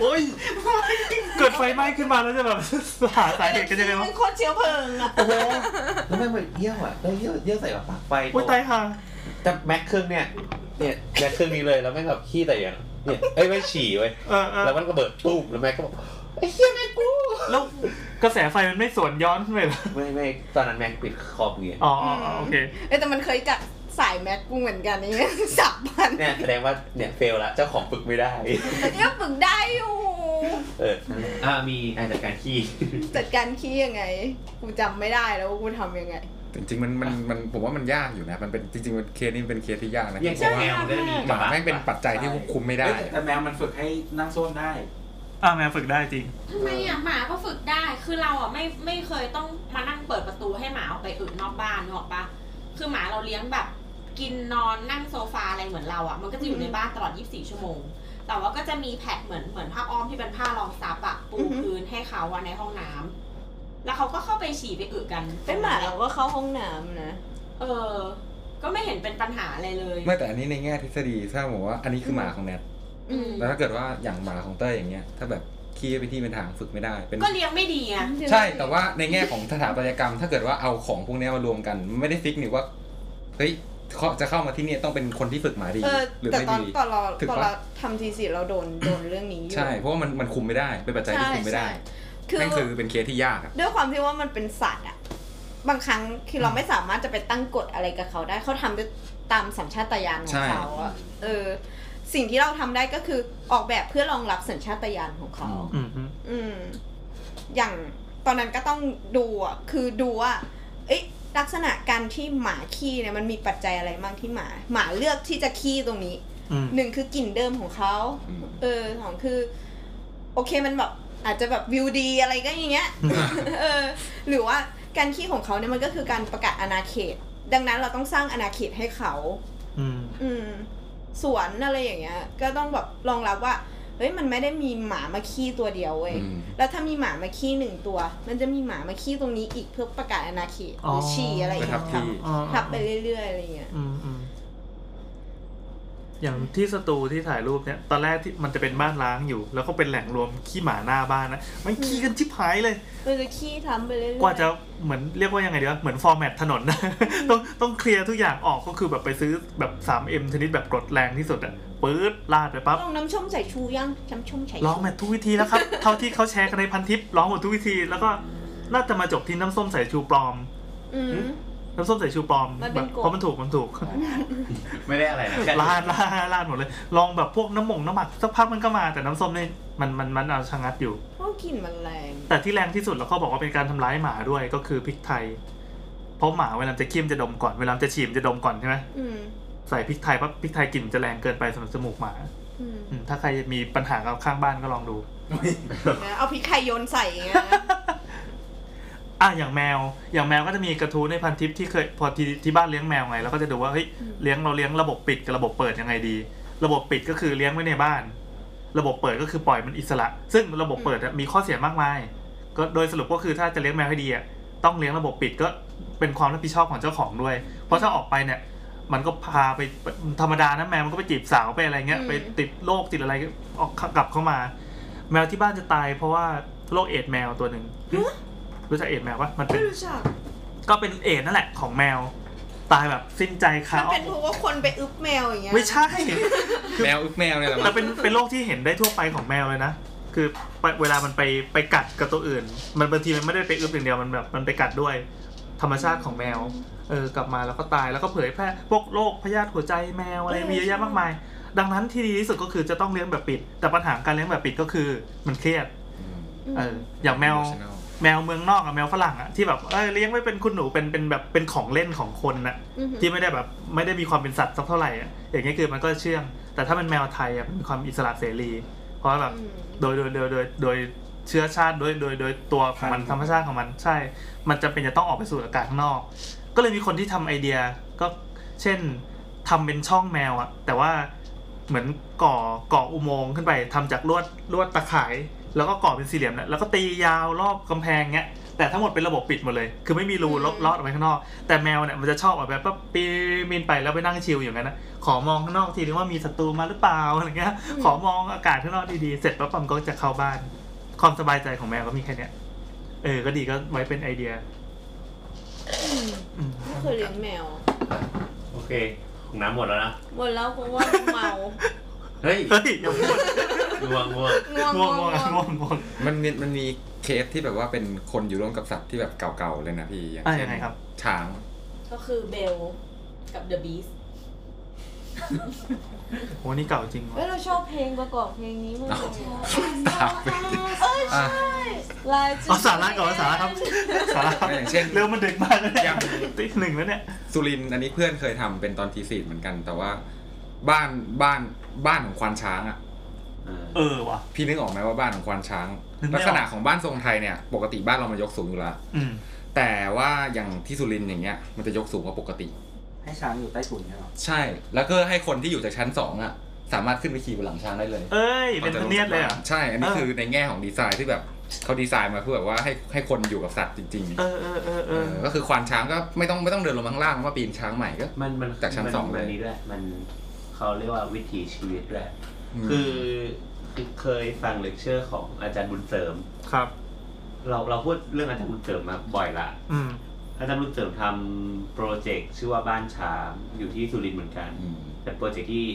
[SPEAKER 3] โอ้ยเกิดไฟไหม้ขึ้นมาแล้วจะแบบ หาสาเหตุกันยังไงวะ
[SPEAKER 5] มันโคตรเชื้อเพลิงอะ
[SPEAKER 9] โอ้โหแล้วแม่งไปเยี่ยวอ่ะแล้วเยี่ยวเยี่ยวใส่แบบปลักไฟ
[SPEAKER 3] โอ้ยตายห่า
[SPEAKER 9] แต่แม็กเครื่องเนี่ย เนี่ยแม็กเครื่องนี้เลยแล้วแม่งแบบขี้แต่อย่างเนี่ยเอ้ยไม่ฉี่เว้ย
[SPEAKER 3] เออเออ
[SPEAKER 9] แล้วมันก็เบิดตุ้มแล้วแม็กก็บอก
[SPEAKER 18] ไอ้เหี้ยแม่งกู
[SPEAKER 3] แล้วกระแสไฟมันไม่สวนย้อนขึ้นไปเหรอ
[SPEAKER 9] ไม่ไม่ตอนนั้นแม็กปิดคอมไง
[SPEAKER 3] อ๋ออ๋ออ๋อโอเค
[SPEAKER 5] เอ้ยแต่มันเคยกัดสายแมทกูเหมือนกันนี่ *laughs* สับพัน
[SPEAKER 9] เนี่ยแสดงว่าเนี่ยเฟลละเจ้าของฝึกไม่ได้
[SPEAKER 5] เนี่ยฝึกได้อยู่
[SPEAKER 9] เอออ่ามีอาจัดการขี้
[SPEAKER 5] จัดการขี้ยังไง กูจำไม่ได้แล้วว่ากูทำยังไง
[SPEAKER 10] จริงๆมันมันมันผมว่ามันยากอยู่นะ มันเป็นจริงๆมันเคสนี้เป็นเคสที่ยากนะ
[SPEAKER 5] ยัง
[SPEAKER 10] เพราะว่า
[SPEAKER 5] ใช่ยากมาก
[SPEAKER 10] หมาแม่งเป็นปัจจัยที่ควบคุมไม่ได้
[SPEAKER 6] เอ้ยแต่แมวมันฝึกให้นั่งโซนได้
[SPEAKER 3] อ่าแมวฝึกได้จริง
[SPEAKER 8] ทำไมอ่ะหมาก็ฝึกได้คือเราอ่ะไม่ไม่เคยต้องมานั่งเปิดประตูให้หมาออกไปอื่นนอกบ้านนึกออกปะคือหมาเราเลี้ยงแบบกินนอนนั่งโซฟาอะไรเหมือนเราอ่ะมันก็จะอยู่ในบ้านตลอด 24 ชั่วโมง แต่ว่าก็จะมีแพดเหมือนเหมือนผ้าอ้อมที่เป็นผ้ารองซับอ่ะปูพื้นให้เขาอ่ะในห้องน้ำแล้วเขาก็เข้าไปฉี่ไปอึกัน
[SPEAKER 5] เป็นหมาเราก็เข้าห้องน้ำนะ
[SPEAKER 8] เออ ก็ไม่เห็นเป็นปัญหาอะไรเลย
[SPEAKER 10] ไม่แต่อันนี้ในแง่ทฤษฎีถ้าบอกว่าอันนี้คือหมาของแนท
[SPEAKER 8] อืม
[SPEAKER 10] แล้วถ้าเกิดว่าอย่างหมาของเต้ยอย่างเงี้ยถ้าแบบขี้เป็นที่เป็นทางฝึกไม่ได้เป็น
[SPEAKER 8] ก็เลี้ยงไม่ดีอ่ะ
[SPEAKER 10] ใช่แต่ว่าในแง่ของสถาปัตยกรรม ถ้าเกิดว่าเอาของพวกเนี้ยมารวมกัน ไม่ได้ฟิกนี่ว่าเฮ้ยเขาจะเข้ามาที่เนี่ยต้องเป็นคนที่ฝึกหมาดี
[SPEAKER 5] เออ
[SPEAKER 10] หรือ
[SPEAKER 5] แต่ต
[SPEAKER 10] ไม่
[SPEAKER 5] อน
[SPEAKER 10] ดี
[SPEAKER 5] ตอนเรา
[SPEAKER 10] ถึง
[SPEAKER 5] ตอน
[SPEAKER 10] ปะ
[SPEAKER 5] เราทำทีสิเราโดนโดนเรื่องนี้อยู่
[SPEAKER 10] ใช่เพราะว่ามันมันคุมไม่ได้เป็นปัจจัยที่
[SPEAKER 5] ใช่
[SPEAKER 10] คุมไม่ได้
[SPEAKER 5] ใช่คือ
[SPEAKER 10] นั่นคือเป็นเคสที่ยากอะ
[SPEAKER 5] ด้วยความที่ว่ามันเป็นสัตว์อะบางครั้งคือเราไม่สามารถจะไปตั้งกฎอะไรกับเขาได้เขาทำด้วยตามสัญชาตญาณของเขาอะเออ สิ่งที่เราทำได้ก็คือออกแบบเพื่อรองรับสัญชาตญาณของเขา
[SPEAKER 3] อืมฮึ
[SPEAKER 5] อืม อย่างตอนนั้นก็ต้องดูอ่ะ คือดูว่า เอ๊ะลักษณะการที่หมาขี้เนี่ยมันมีปัจจัยอะไรบ้างที่หมา หมาเลือกที่จะขี้ตรงนี้
[SPEAKER 3] อืม
[SPEAKER 5] หนึ่งคือกลิ่นเดิมของเขา เออสองคือ โอเคมันแบบอาจจะแบบวิวดีอะไรก็อย่างเงี้ย เออ หรือว่าการขี้ของเขาเนี่ยมันก็คือการประกาศอาณาเขต ดังนั้นเราต้องสร้างอาณาเขตให้เขา
[SPEAKER 3] อืม
[SPEAKER 5] อืมสวนอะไรอย่างเงี้ย ก็ต้องแบบรองรับว่า เฮ้ยมันไม่ได้มีหมามาขี้ตัวเดียวเว้ย
[SPEAKER 3] อืม
[SPEAKER 5] แล้วถ้ามีหมามาขี้หนึ่งตัว มันจะมีหมามาขี้ตรงนี้อีกเพื่อประกาศอาณาเขตหรืออ
[SPEAKER 3] อ
[SPEAKER 5] ฉี่อะไรอย่าง
[SPEAKER 3] ไปทับที่
[SPEAKER 5] เงี้ย
[SPEAKER 3] อ๋อ
[SPEAKER 5] ทับไปเรื่อยๆอะไรอย่างเงี้ย
[SPEAKER 3] อืมอืมอย่างที่สตูที่ถ่ายรูปเนี่ย ตอนแรกที่มันจะเป็นบ้านร้างอยู่ แล้วก็เป็นแหล่งรวมขี้หมาหน้าบ้านนะมันขี้กันชิบหายเลย
[SPEAKER 5] มันจะขี้ทำไปเรื่อยๆ
[SPEAKER 3] กว่าจะเหมือนเรียกว่ายังไงดีวะเหมือนฟอร์แมตถนนนะ *laughs* ต้องต้องเคลียร์ทุกอย่างออกก็คือแบบไปซื้อแบบ 3M ชนิดแบบกดแรงที่สุดอะปื๊ดลาดไปปั๊บ
[SPEAKER 5] ลองน้ำชมใส่ชูยังน้ำชมใส่
[SPEAKER 3] ร้องแมททุกวิธีแล้วครับ *laughs* เท่าที่เขาแชร์กันในพันทิปร้องหมดทุกวิธี แล้วก็น่าจะมาจบที่น้ำส้มสายชูปลอม
[SPEAKER 5] อืม
[SPEAKER 3] น้ำส้มสายชูปลอม
[SPEAKER 5] มัน
[SPEAKER 3] แบ
[SPEAKER 5] เป็น
[SPEAKER 3] บ
[SPEAKER 5] กฎ
[SPEAKER 3] เพราะมันถูกมันถู
[SPEAKER 5] *laughs*
[SPEAKER 3] ก
[SPEAKER 9] ไม่ได้อะไรนะ
[SPEAKER 3] ลาด *laughs* ลาดลาดหมดเลย ลองแบบพวกน้ำหมงน้ำหมักสักพักมันก็มาแต่น้ำส้มเนี่ยมันมันมันเอาชะงัดอยู่
[SPEAKER 5] เพราะกลิ่นมันแรง
[SPEAKER 3] แต่ที่แรงที่สุดเราก็บอกว่าเป็นการทำร้ายหมาด้วยก็คือพริกไทย เพราะหมาเวลาจะเคี้ยมจะดมก่อนเวลาจะฉีมจะดมก่อนใช่ไหม
[SPEAKER 5] อืม
[SPEAKER 3] ใส่พริกไทยปั๊บพริกไทยกลิ่นจะแรงเกินไปสำหรับจมูกหมา
[SPEAKER 5] อืม
[SPEAKER 3] อืมถ้าใครมีปัญหากับข้างบ้านก็ลองดู
[SPEAKER 5] นะเอาพริกไทยโยนใส่อย่างเงี้
[SPEAKER 3] *laughs*
[SPEAKER 5] ย
[SPEAKER 3] อ่ะอย่างแมว อย่างแมวก็จะมีกระทู้ในพันทิปที่เคยพอที่ที่บ้านเลี้ยงแมวไงเราก็จะดูว่าเฮ้ย
[SPEAKER 5] อืม
[SPEAKER 3] เลี้ยงเราเลี้ยงระบบปิดกับระบบเปิดยังไงดี ระบบปิดก็คือเลี้ยงไว้ในบ้าน ระบบเปิดก็คือปล่อยมันอิสระ ซึ่งระบบเปิดอะมีข้อเสียมากมาย ก็โดยสรุปก็คือถ้าจะเลี้ยงแมวให้ดีอะต้องเลี้ยงระบบปิดก็เป็นความรับผิดชอบของเจ้าของด้วย เพราะถ้าออกไปเนี่ย มันก็พาไปธรรมดานะแมวมันก็ไปจีบสาวไปอะไรเงี้ยไปติดโรคติดอะไรออกกลับเข้ามา แมวที่บ้านจะตาย เพราะว่าโรคเอดส์แมวตัวหนึ่งรู้จักเอดส์แมวปะมันเป็น
[SPEAKER 5] รู้จัก
[SPEAKER 3] ก็เป็นเอดส์นั่นแหละของแมว ตายแบบสิ้นใจคา
[SPEAKER 5] มัน
[SPEAKER 3] อ้อ
[SPEAKER 5] เป็น
[SPEAKER 3] ม
[SPEAKER 5] เพราะว่าคนไปอึ๊บแมวอย่างเงี้ย
[SPEAKER 3] ไม่ใช่
[SPEAKER 10] แมวอึกแมวเนี่ยแหละมั้
[SPEAKER 3] แต่
[SPEAKER 10] ง
[SPEAKER 3] เป็นเป็นโรคที่เห็นได้ทั่วไปของแมวเลยนะ คือไปเวลามันไปไปกัดกับตัวอื่น มันบางทีมันไม่ได้ไปอึบอย่างเดียวมันแบบมันไปกัดด้วย ธรรมชาติของแมว เออกลับมาแล้วก็ตายแล้วก็เผยแพร่พวกโรคพยาธิหัวใจแมวอะไร
[SPEAKER 5] เออ
[SPEAKER 3] มีเยอะแยะ
[SPEAKER 5] ใช่
[SPEAKER 3] มากมาย ดังนั้นที่ดีที่สุดก็คือจะต้องเลี้ยงแบบปิด แต่ปัญหาการเลี้ยงแบบปิดก็คือมันเครียด เอออย่างแมว แมวเมืองนอกอะแมวฝรั่งอะที่แบบเอ้ยเลี้ยงไว้เป็นคุณหนูเป็นเป็นแบบเป็นของเล่นของคนนะ
[SPEAKER 5] อือหือ
[SPEAKER 3] ที่ไม่ได้แบบไม่ได้มีความเป็นสัตว์สักเท่าไหร่อะอย่างเงี้ยคือมันก็เชื่อง แต่ถ้าเป็นแมวไทยอะมันมีความอิสระเสรี เพราะว่าแบบโดยโดยโดยโดยโดยเชื้อชาติโดยโดยโดยตัวของมันธรรมชาติของมันใช่ มันจำเป็นจะต้องออกไปสู่อากาศข้างนอก ก็เลยมีคนที่ทำไอเดียก็เช่นทำเป็นช่องแมวอะแต่ว่า เหมือนก่อก่ออุโมงค์ขึ้นไปทำจากลวดลวดตะข่าย แล้วก็ก่อเป็นสี่เหลี่ยมเนี่ยแล้วก็ตียาวรอบกำแพงเงี้ยแต่ทั้งหมดเป็นระบบปิดหมดเลย คือไม่มีรูลบลอดออกไปข้างนอก แต่แมวเนี่ยมันจะชอบออกแบบปั๊บปีมินไปแล้วไปนั่งชิลอยู่งั้นนะขอมองข้างนอกทีนึงว่ามีศัตรูมาหรือเปล่าอะไรเงี้ยขอมองอากาศข้างนอกดีๆเสร็จปั๊บมันก็จะเข้าบ้าน ความสบายใจของแมวก็มีแค่เนี้ยเออก็ดีก็ไว้เป็นไอเดีย
[SPEAKER 5] อืมไม่เคยเลี้ยงแมว
[SPEAKER 18] โอเค ของน้ำหมดแล้วนะ
[SPEAKER 5] หมดแล้วกูว่าเมา
[SPEAKER 18] เฮ้ย
[SPEAKER 3] เฮ้ยอย่าพูด
[SPEAKER 19] ง่วงง่วง
[SPEAKER 6] ง่วงง่วงง่วงง่วงมันมีมันมีเคสที่แบบว่าเป็นคนอยู่ร่วมกับสัตว์ที่แบบเก่าๆเลยนะพี่อย่าง
[SPEAKER 3] อ่ะ
[SPEAKER 6] เช่
[SPEAKER 3] ยั
[SPEAKER 6] น
[SPEAKER 3] งไงครับ
[SPEAKER 6] ช้าง
[SPEAKER 8] ก็คือเบลกับเดอะบีส
[SPEAKER 3] โหนี่เก่าจริง
[SPEAKER 5] เอ้ยเราชอบเพลงประกอบเพลงนี้มากเลยอะ
[SPEAKER 6] ตามไป
[SPEAKER 5] เอ้ยใช่ลายจุด
[SPEAKER 3] เอาสาระก่อนเอาสาระครับสาระ
[SPEAKER 6] อย่างเช่น
[SPEAKER 3] เรื่องมันดึกมากแล้วเนี่ยตีหนึ่งแล้วเนี่ย
[SPEAKER 6] สุรินทร์อันนี้เพื่อนเคยทำเป็นตอนทีสี่เหมือนกัน แต่ว่า บ้านบ้านบ้านของควานช้างอ่ะ
[SPEAKER 3] เออว่ะ
[SPEAKER 6] พี่นึกออกไหมว่าบ้านของควานช้าง
[SPEAKER 3] นึกไม่ออก
[SPEAKER 6] ลักษณะของบ้านทรงไทยเนี่ย ปกติบ้านเรามันยกสูงอยู่แล้ว
[SPEAKER 3] อืม
[SPEAKER 6] แต่ว่าอย่างที่สุรินทร์อย่างเงี้ยมันจะยกสูงกว่าปกติ
[SPEAKER 4] ให้ช้างอยู่ใต้ถุนเนี่ยหรอ
[SPEAKER 6] ใช่ แล้วก็ให้คนที่อยู่จากชั้นสองอ่ะ สามารถขึ้นไปขี่บนหลังช้างได้เลย
[SPEAKER 3] เอ้ยเป็นพเนียดเลยเหรอ
[SPEAKER 6] ใช่ อันนี้
[SPEAKER 3] เออ
[SPEAKER 6] คือในแง่ของดีไซน์ที่แบบเขาดีไซน์มาเพื่อแบบว่าให้ให้คนอยู่กับสัตว์จริงๆ
[SPEAKER 3] เออเออเออเอ
[SPEAKER 6] เอ
[SPEAKER 3] อ
[SPEAKER 6] อก็คือควานช้างก็ไม่ต้องไม่ต้องเดินลงมาข้างล่างว่าปีนช้างใหม่ก็จากชั้นสองเล
[SPEAKER 9] มั
[SPEAKER 6] ย
[SPEAKER 9] นนี้ด้วยมันเขาเรียกว่าวิถีชีวิตด้วย
[SPEAKER 6] อืม
[SPEAKER 9] คือคือเคยฟังเลคเชอร์ของอาจารย์บุญเสริม
[SPEAKER 3] ครับ
[SPEAKER 9] เราเราพูดเรื่องอาจารย์บุญเสริมมาบ่อยละ
[SPEAKER 3] อืม
[SPEAKER 9] อาจารย์บุญเสริมทำโปรเจกต์ชื่อว่าบ้านช้างอยู่ที่สุรินทร์เหมือนกัน แต่โปรเจกต์ที่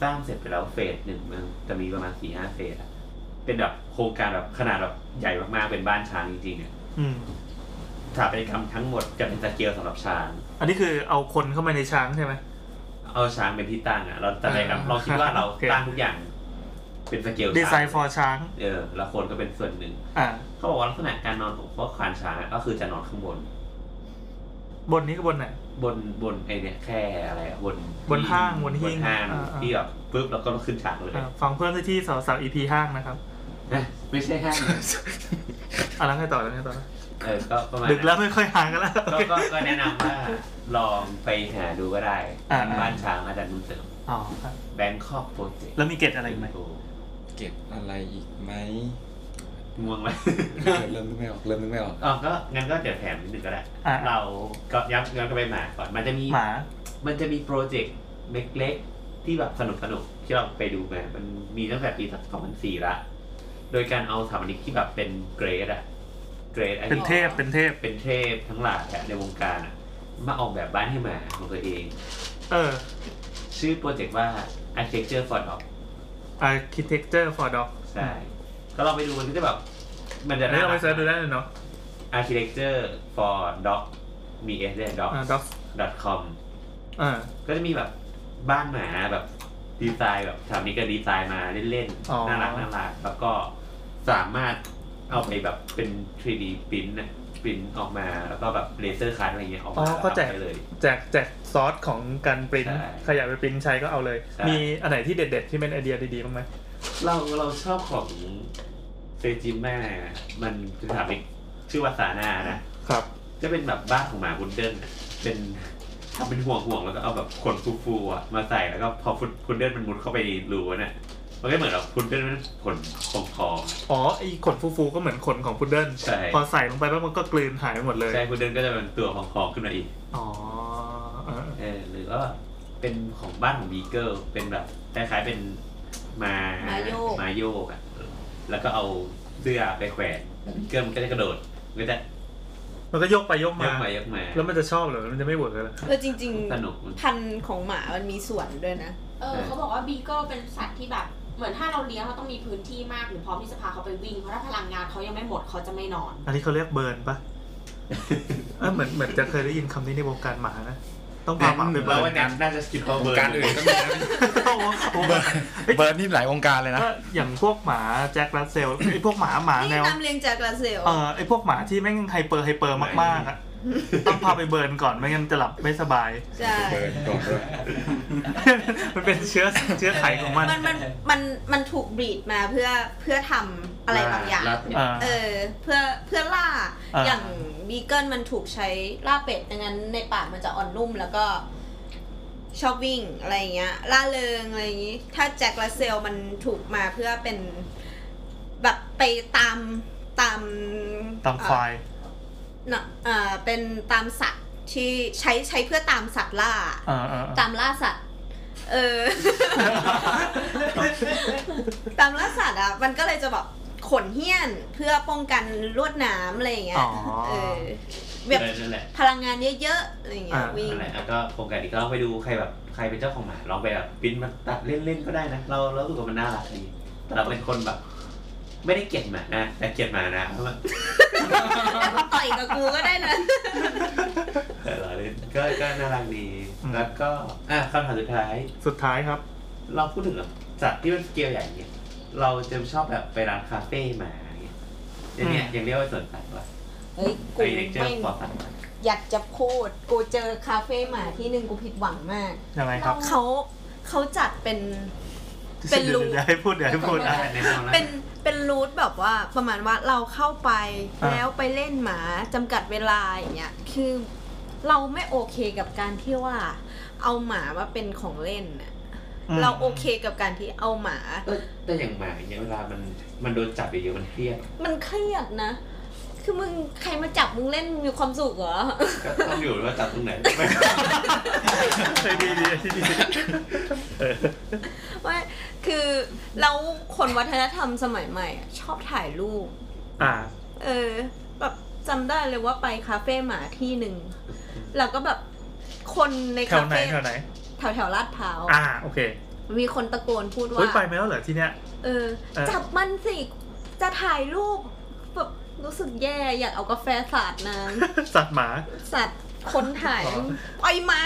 [SPEAKER 9] สร้างเสร็จไปแล้วเฟสหนึ่งมันจะมีประมาณสี่ห้าเฟสอะเป็นแบบโครงการแบบขนาดแบบใหญ่มากๆเป็นบ้านช้างจริงๆอะ
[SPEAKER 3] อืม
[SPEAKER 9] สถาปัตยกรรมทั้งหมดจะเป็นสเกลสำหรับช้าง
[SPEAKER 3] อันนี้คือเอาคนเข้ามาในช้างใช่ไหม
[SPEAKER 9] เอาช้างเป็นที่ตั้งอะเราแต่ในครับ
[SPEAKER 3] อ่า
[SPEAKER 9] เราคิดว่าเรา
[SPEAKER 3] โอเค
[SPEAKER 9] ตั้งทุกอย่าง เป็นสเกล
[SPEAKER 3] ดีไซน์ for ช้าง
[SPEAKER 9] เออแล้วคนก็เป็นส่วนหนึ่ง
[SPEAKER 3] อ่า
[SPEAKER 9] เขาบอกว่าลักษณะการนอนของพวกควานช้างอะก็คือจะนอนข้างบน
[SPEAKER 3] บนนี้ก็บนไหน
[SPEAKER 9] บนบนไอเนี่ยแค่อะไรอะบน
[SPEAKER 3] บนห้างบนหิ้ง
[SPEAKER 9] ห้าง
[SPEAKER 3] อ่าอ่า
[SPEAKER 9] ที่แบบปุ๊บแล้วก็ขึ้นฉากเลย
[SPEAKER 3] อ่าฟังเพิ่มได้ที่สาวสาว EP ห้างนะครับ
[SPEAKER 9] ไม่ใช่ห้าง
[SPEAKER 3] อ่ะแล้วไงต่อแล้วไงต่อนะ
[SPEAKER 9] เออก็ประมาณ
[SPEAKER 3] ดึกแล้วไม่ค่อยห่างกันแล้ว
[SPEAKER 9] ก็ก็ก็แนะนำว่าลองไปหาดูก็ได้
[SPEAKER 3] อ่า
[SPEAKER 9] บ้านช้างอาจารย์บุญเสริม
[SPEAKER 3] อ๋อครับ
[SPEAKER 9] แบงคอกโปรเจกต์
[SPEAKER 3] แล้วมีเกตอะไรอีกไหม
[SPEAKER 6] เก็บอะไรอีกไหม
[SPEAKER 9] ง่วงไหม
[SPEAKER 6] *laughs* เริ่มนึกไม่ออกเริ่มนึกไม่ออก
[SPEAKER 9] อ๋อก็งั้นก็เดี๋ยวแถมนิดนึงก็ได้
[SPEAKER 6] อ่ะ
[SPEAKER 9] เราก็ย้ำย้อนกลับไปหมาก่อน มันจะมี
[SPEAKER 3] หมา
[SPEAKER 9] มันจะมีโปรเจกต์เล็กๆ ที่แบบสนุกสนุกๆที่เราไปดูมา มันมีตั้งแต่ปี2004ละ โดยการเอาสถาปนิกที่แบบเป็นเกรดอะเกรดไอ
[SPEAKER 3] เป็นเทพเป็นเทพ
[SPEAKER 9] เป็นเทพทั้งหลายอะในวงการอะมาออกแบบบ้านให้หมาของตัวเอง
[SPEAKER 3] เออ
[SPEAKER 9] ชื่อโปรเจกต์ว่า architecture for dog
[SPEAKER 3] architecture for dog
[SPEAKER 9] ใช่ ก็ลองไปดูมันก็จะแบบ มันจะ
[SPEAKER 3] อันนี้เราไปเซิร์ชดูได้เลยเนาะ
[SPEAKER 9] architecture for dog มี s ด้วย dog
[SPEAKER 3] อ่า dog
[SPEAKER 9] dot com
[SPEAKER 3] อ่า
[SPEAKER 9] ก็จะมีแบบบ้านหมาแบบดีไซน์แบบสถามีก็ดีไซน์มาเล่น
[SPEAKER 3] อ๋อ
[SPEAKER 9] ๆ น่ารักน่ารักแล้วก็สามารถเอาไปแบบเป็น 3D พิมพ์นะพิมพ์ออกมาแล้วก็แบบเลเซอร์คัทอะไรเงี้ยออก
[SPEAKER 3] อ๋อ
[SPEAKER 9] มาแล้ว
[SPEAKER 3] ก็แจก
[SPEAKER 9] ทำได้เลย
[SPEAKER 3] แจกแจกซอสของการปริ้น
[SPEAKER 9] ใช่
[SPEAKER 3] ใครอยากไปปริ้นใช้ก็เอาเลย
[SPEAKER 9] ใช่
[SPEAKER 3] มีอันไหนที่เด็ดๆ ที่เป็นไอเดียดีๆบ้างไหม
[SPEAKER 9] เราเราชอบของเซจิแม่มันคือถามอีกชื่อว่าสานานะ
[SPEAKER 3] ครับ
[SPEAKER 9] จะเป็นแบบบ้านของหมาพุดเดิ้ลอะเป็นทำเป็นห่วงห่วงๆแล้วก็เอาแบบขนฟูๆอะมาใส่แล้วก็พอพุดพุดเดิ้ลมันมุดเข้าไปในรูน่ะมันก็เหมือนแบบพุดเดิ้ลมันขนคองคอง
[SPEAKER 3] อ๋อไอขนฟูๆก็เหมือนขนของพุดเดิ้ล
[SPEAKER 9] ใช่
[SPEAKER 3] พอใส่ลงไปแล้วมันก็กลืนหายไปหมดเลย
[SPEAKER 9] ใช่พุดเดิ้ลก็จะเป็นตัวคองคองๆขึ้นมาอีก
[SPEAKER 3] อ๋อเออ
[SPEAKER 9] เออหรือว่าเป็นของบ้านของบีเกิลเป็นแบบคล้ายๆเป็นมา
[SPEAKER 8] ม้าโยก
[SPEAKER 9] มาโยกอะแล้วก็เอาเสื้อไปแขวนบีเกิลมันก็จะกระโดดมันก็จะ
[SPEAKER 3] มันก็โยกไปโยกมา
[SPEAKER 9] โยกไปโยกมา
[SPEAKER 3] แล้วมันจะชอบเหรือมันจะไม่เวิร์กเลยเหรอ
[SPEAKER 5] เออจริง
[SPEAKER 9] สนุก
[SPEAKER 5] พันธุ์ของหมามันมีส่วนด้วยนะ
[SPEAKER 8] เออเขาบอกว่าบีเกิลเป็นสัตว์ที่แบบ เหมือนถ้าเราเลี้ยงเราต้องมีพื้นที่มากหรือพร้อมที่จะพาเขาไปวิ่ง เพราะถ้าพลังงานเขายังไม่หมดเขาจะไม่นอน
[SPEAKER 3] อันนี้เขาเรียกเบิร์น *laughs* ปะ เออเหมือนเหมือนจะเคยได้ยินคำนี้ในวงการหมานะ ต้องพาหมาไปเบิร์น
[SPEAKER 9] นี้น่าจะสกิปเบิร์น
[SPEAKER 6] การอื่นก็มีนะพี่เบิร์นนี่หลายวงการเลยนะ
[SPEAKER 3] ก็อย่างพวกหมาแจ็ครัสเซล *coughs* ไอพวกหมาหมาแน
[SPEAKER 5] นี่
[SPEAKER 3] ว
[SPEAKER 5] นำเรียงจากลาเซล
[SPEAKER 3] เออไอพวกหมาที่แม่งไฮเปอร์ไฮเปอร์มากๆอะต้องพาไปเบิร์นก่อนไม่งั้นจะหลับไม่สบาย *laughs*
[SPEAKER 5] ใช่
[SPEAKER 6] เบิร์นก่อนด้วย
[SPEAKER 3] มันเป็นเชื้อเชื้อไขของมัน
[SPEAKER 5] มันมันมันมันถูกบรีดมาเพื่อเพื่อทำอะไรบางอย่าง
[SPEAKER 3] ล่าเป็ดอ่า
[SPEAKER 5] เออเพื่อเพื่อล่า
[SPEAKER 3] อ่า
[SPEAKER 5] อย่างบีเกิลมันถูกใช้ล่าเป็ดดังนั้นในป่ามันจะอ่อนนุ่มแล้วก็ชอบวิ่งอะไรอย่างเงี้ยล่าเริงอะไรอย่างงี้ ถ้าแจ็คลาเซลมันถูกมาเพื่อเป็นแบบไปตามตาม
[SPEAKER 3] ตามควาย
[SPEAKER 5] นะเอ่อเป็นตามสัตว์ที่ใช้ใช้เพื่อตามสัตว์ล่า
[SPEAKER 3] อ่าอ่าอ่า
[SPEAKER 5] ตามล่าสัตว์ เออ ตามล่าสัตว์อ่ะ มันก็เลยจะแบบ ขนเหี้ยนเพื่อป้องกันลวดหนามอะไรอย่างเงี้
[SPEAKER 9] อ๋
[SPEAKER 5] ย
[SPEAKER 9] อ
[SPEAKER 5] เออแบบ
[SPEAKER 9] นั่นแหละ
[SPEAKER 5] พลังงานเยอะๆอะไรอย่างเงี้ยวิ่ง
[SPEAKER 9] นั่นแหละแล้วก็โครงการนี้ก็ลองไปดูใครแบบใครเป็นเจ้าของหมาลองไปแบบปริ้นมาตัดเล่นๆก็ได้นะเราเรารู้สึกว่ามันน่ารักดีแต่เราเป็นคนแบบ ไม่ได้เกลียดหมานะแต่เกลียดหมานะเพราะว่า
[SPEAKER 5] แล้วต่อยกับกูก็ได้นะ
[SPEAKER 9] แต่เราเล่นก็ก็น่ารักดีแล้วก็อ่ะคำถามสุดท้าย
[SPEAKER 3] สุดท้ายครับ
[SPEAKER 9] เราพูดถึงแบบสัตว์ที่มันสเกลใหญ่เนี่ยเราจะชอบแบบไปร้านคาเฟ่หมาเนี่ยแต่เนี่ยยังเรียกว่าสวนสัตว์ว่ะ
[SPEAKER 5] เฮ้ย
[SPEAKER 9] ไอ
[SPEAKER 5] กู
[SPEAKER 9] เด็กเจอ
[SPEAKER 5] ไม่
[SPEAKER 9] ร์ฟอร์สัตว์
[SPEAKER 5] อยากจะพูด กูเจอคาเฟ่หมาที่หนึ่งกูผิดหวังมาก
[SPEAKER 3] ยังไงครับ
[SPEAKER 5] เขาเขาจัดเป็น เป็นรู
[SPEAKER 3] เดี๋ยวให้พูดเดี๋ยวให้พูดอ่ะ
[SPEAKER 5] เป็นเป็นรูทแบบว่าประมาณว่าเราเข้าไป
[SPEAKER 3] อ่ะ
[SPEAKER 5] แล้วไปเล่นหมาจำกัดเวลาอย่างเงี้ยคือเราไม่โอเคกับการที่ว่า เอาหมามาเป็นของเล่นน่ะ
[SPEAKER 9] อืม
[SPEAKER 5] เราโอเคกับการที่เอาหมา
[SPEAKER 9] แต่อย่างหมาเนี่ยเวลามันมันโดนจับเยอะๆมันเครียด
[SPEAKER 5] มันเครียดนะ คือมึงใครมาจับมึงเล่นมีความสุขเหรอ *laughs*
[SPEAKER 9] ก็ต้องอยู่ว่าจับตรงไหน
[SPEAKER 3] ดีดีดี
[SPEAKER 5] ว่าคือแล้วคนวัฒนธรรมสมัยใหม่อะชอบถ่ายรูป
[SPEAKER 3] อ่า
[SPEAKER 5] เออ แบบจำได้เลยว่าไปคาเฟ่หมาที่หนึ่งแล้วก็แบบคนใน
[SPEAKER 3] แถ
[SPEAKER 5] คาว
[SPEAKER 3] ไหน
[SPEAKER 5] เฟ่
[SPEAKER 3] แถวไหน
[SPEAKER 5] แถวแถวลาดพร้าว
[SPEAKER 3] อ่าโอเค
[SPEAKER 5] มีคนตะโกนพูดว่า
[SPEAKER 3] เฮ้ยไปไหมแล้วเหรอที่เนี้ย *laughs*
[SPEAKER 5] เออ
[SPEAKER 3] เออ
[SPEAKER 5] จับมันสิ จะถ่ายรูปแบบรู้สึกแย่อยากเอากาแฟสาดน้
[SPEAKER 3] สัตว์หมา
[SPEAKER 5] *laughs* ำสัตว์คนถ่ายปล่อยหมา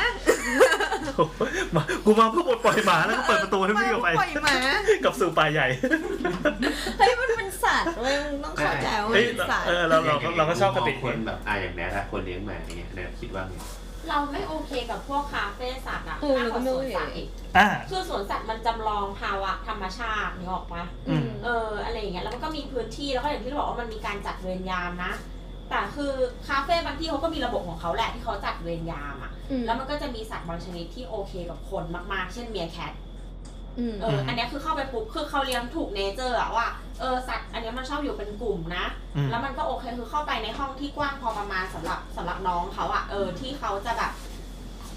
[SPEAKER 3] กูมาเพื่อปลดปล่อยหมาแล้วก็เปิดประตูให้มันวิ่งออกไป
[SPEAKER 5] ปล่อยหมา
[SPEAKER 3] กลับสู่ป่าใหญ่
[SPEAKER 5] เฮ้ยมันเป็นสัตว์เว้ยมึงต้องเข้าใจว่ามัน
[SPEAKER 9] เอ้ย
[SPEAKER 5] เป็นสัตว์
[SPEAKER 3] เออเราเรา
[SPEAKER 9] อย่ง
[SPEAKER 3] เราก็ชอบคติ
[SPEAKER 9] คนแบบอ่ะอย่างแนทอะคนเลี้ยงหมาเนี่ยแนทคิดว่าไง
[SPEAKER 8] เราไม่โอเคกับพวกคาเฟ่สัตว์อะ
[SPEAKER 5] เออ
[SPEAKER 8] มากกว่า
[SPEAKER 5] เราก็ไม่
[SPEAKER 8] ส
[SPEAKER 5] โอ
[SPEAKER 8] วน
[SPEAKER 5] เค
[SPEAKER 8] สัตว์อีก
[SPEAKER 3] อ่า
[SPEAKER 8] คือสวนสัตว์มันจำลองภาวะธรรมชาตินึกออกปะ
[SPEAKER 3] อืม
[SPEAKER 8] เอออะไรอย่างเงี้ยแล้วมันก็มีพื้นที่แล้วก็อย่างที่เราบอกว่ามันมีการจัดเวรยามนะ แต่คือคาเฟ่บางที่เขาก็มีระบบของเขาแหละที่เขาจัดเวรยามอะ
[SPEAKER 5] อืม
[SPEAKER 8] แล้วมันก็จะมีสัตว์บางชนิดที่โอเคกับคนมากๆ เช่นเมียแคท
[SPEAKER 5] อืม
[SPEAKER 8] เออ อันเนี้ยคือเข้าไปปุ๊บ คือเขาเลี้ยงถูกเนเจอร์อะว่า เออ สัตว์ อันเนี้ยมันชอบอยู่เป็นกลุ่มนะ
[SPEAKER 5] อืม
[SPEAKER 8] แล้วมันก็โอเค คือเข้าไปในห้องที่กว้างพอประมาณสำหรับสำหรับน้องเขาอะเออ ที่เขาจะแบบ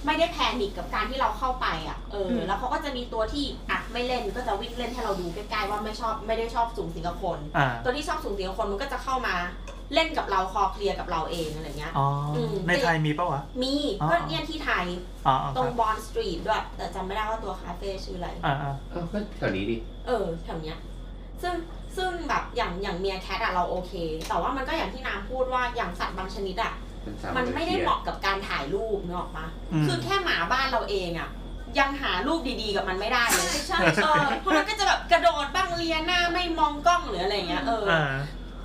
[SPEAKER 8] ไม่ได้แพนิคกับการที่เราเข้าไปอะเอออ
[SPEAKER 5] ม
[SPEAKER 8] แล้วเขาก็จะมีตัวที่อ่ะไม่เล่น ก็จะวิ่งเล่นให้เราดูใกล้ๆว่าไม่ชอบ ไม่ได้ชอบสูงสิงกับคน
[SPEAKER 3] อ่า
[SPEAKER 8] ตัวที่ชอบสูงสิงกับคนมันก็จะเข้ามาเล่นกับเราคอเคลียร์กับเราเองอะไรเงี้ย
[SPEAKER 3] อ๋อ
[SPEAKER 8] ม
[SPEAKER 3] ในไทยมีปะวะ
[SPEAKER 8] มี
[SPEAKER 3] อ๋อ
[SPEAKER 8] ก็เนี่ยที่ไทย
[SPEAKER 3] อ๋ออ๋อ
[SPEAKER 8] ตร
[SPEAKER 3] ค
[SPEAKER 8] ง
[SPEAKER 3] รับบ
[SPEAKER 8] อนสตรีทด้วย แต่จำไม่ได้ว่าตัวคาเฟ่ชื่ออะไร
[SPEAKER 3] อ่าอ่า
[SPEAKER 9] เออก็แถวนี้ดิ
[SPEAKER 8] เออแถวเนี้ย ซึ่งซึ่งแบบอย่างอย่างเมียแคทอะเราโอเค แต่ว่ามันก็อย่างที่น้ำพูดว่าอย่างสัตว์บางชนิดอะ
[SPEAKER 9] เป็นสาว
[SPEAKER 8] มันไม่ได้
[SPEAKER 9] เอเชีย
[SPEAKER 8] เหมาะกับการถ่ายรูปเนกอะปะ
[SPEAKER 9] อืม
[SPEAKER 8] คือแค่หมาบ้านเราเองอะยังหารูปดีๆกับมันไม่ได้เลย
[SPEAKER 5] ใช่
[SPEAKER 8] เออเพราะมันก็จะแบบกระโดดบ้างเลียหน้าไม่มองกล้องหรืออะไรเงี้ยเออ
[SPEAKER 3] อ่า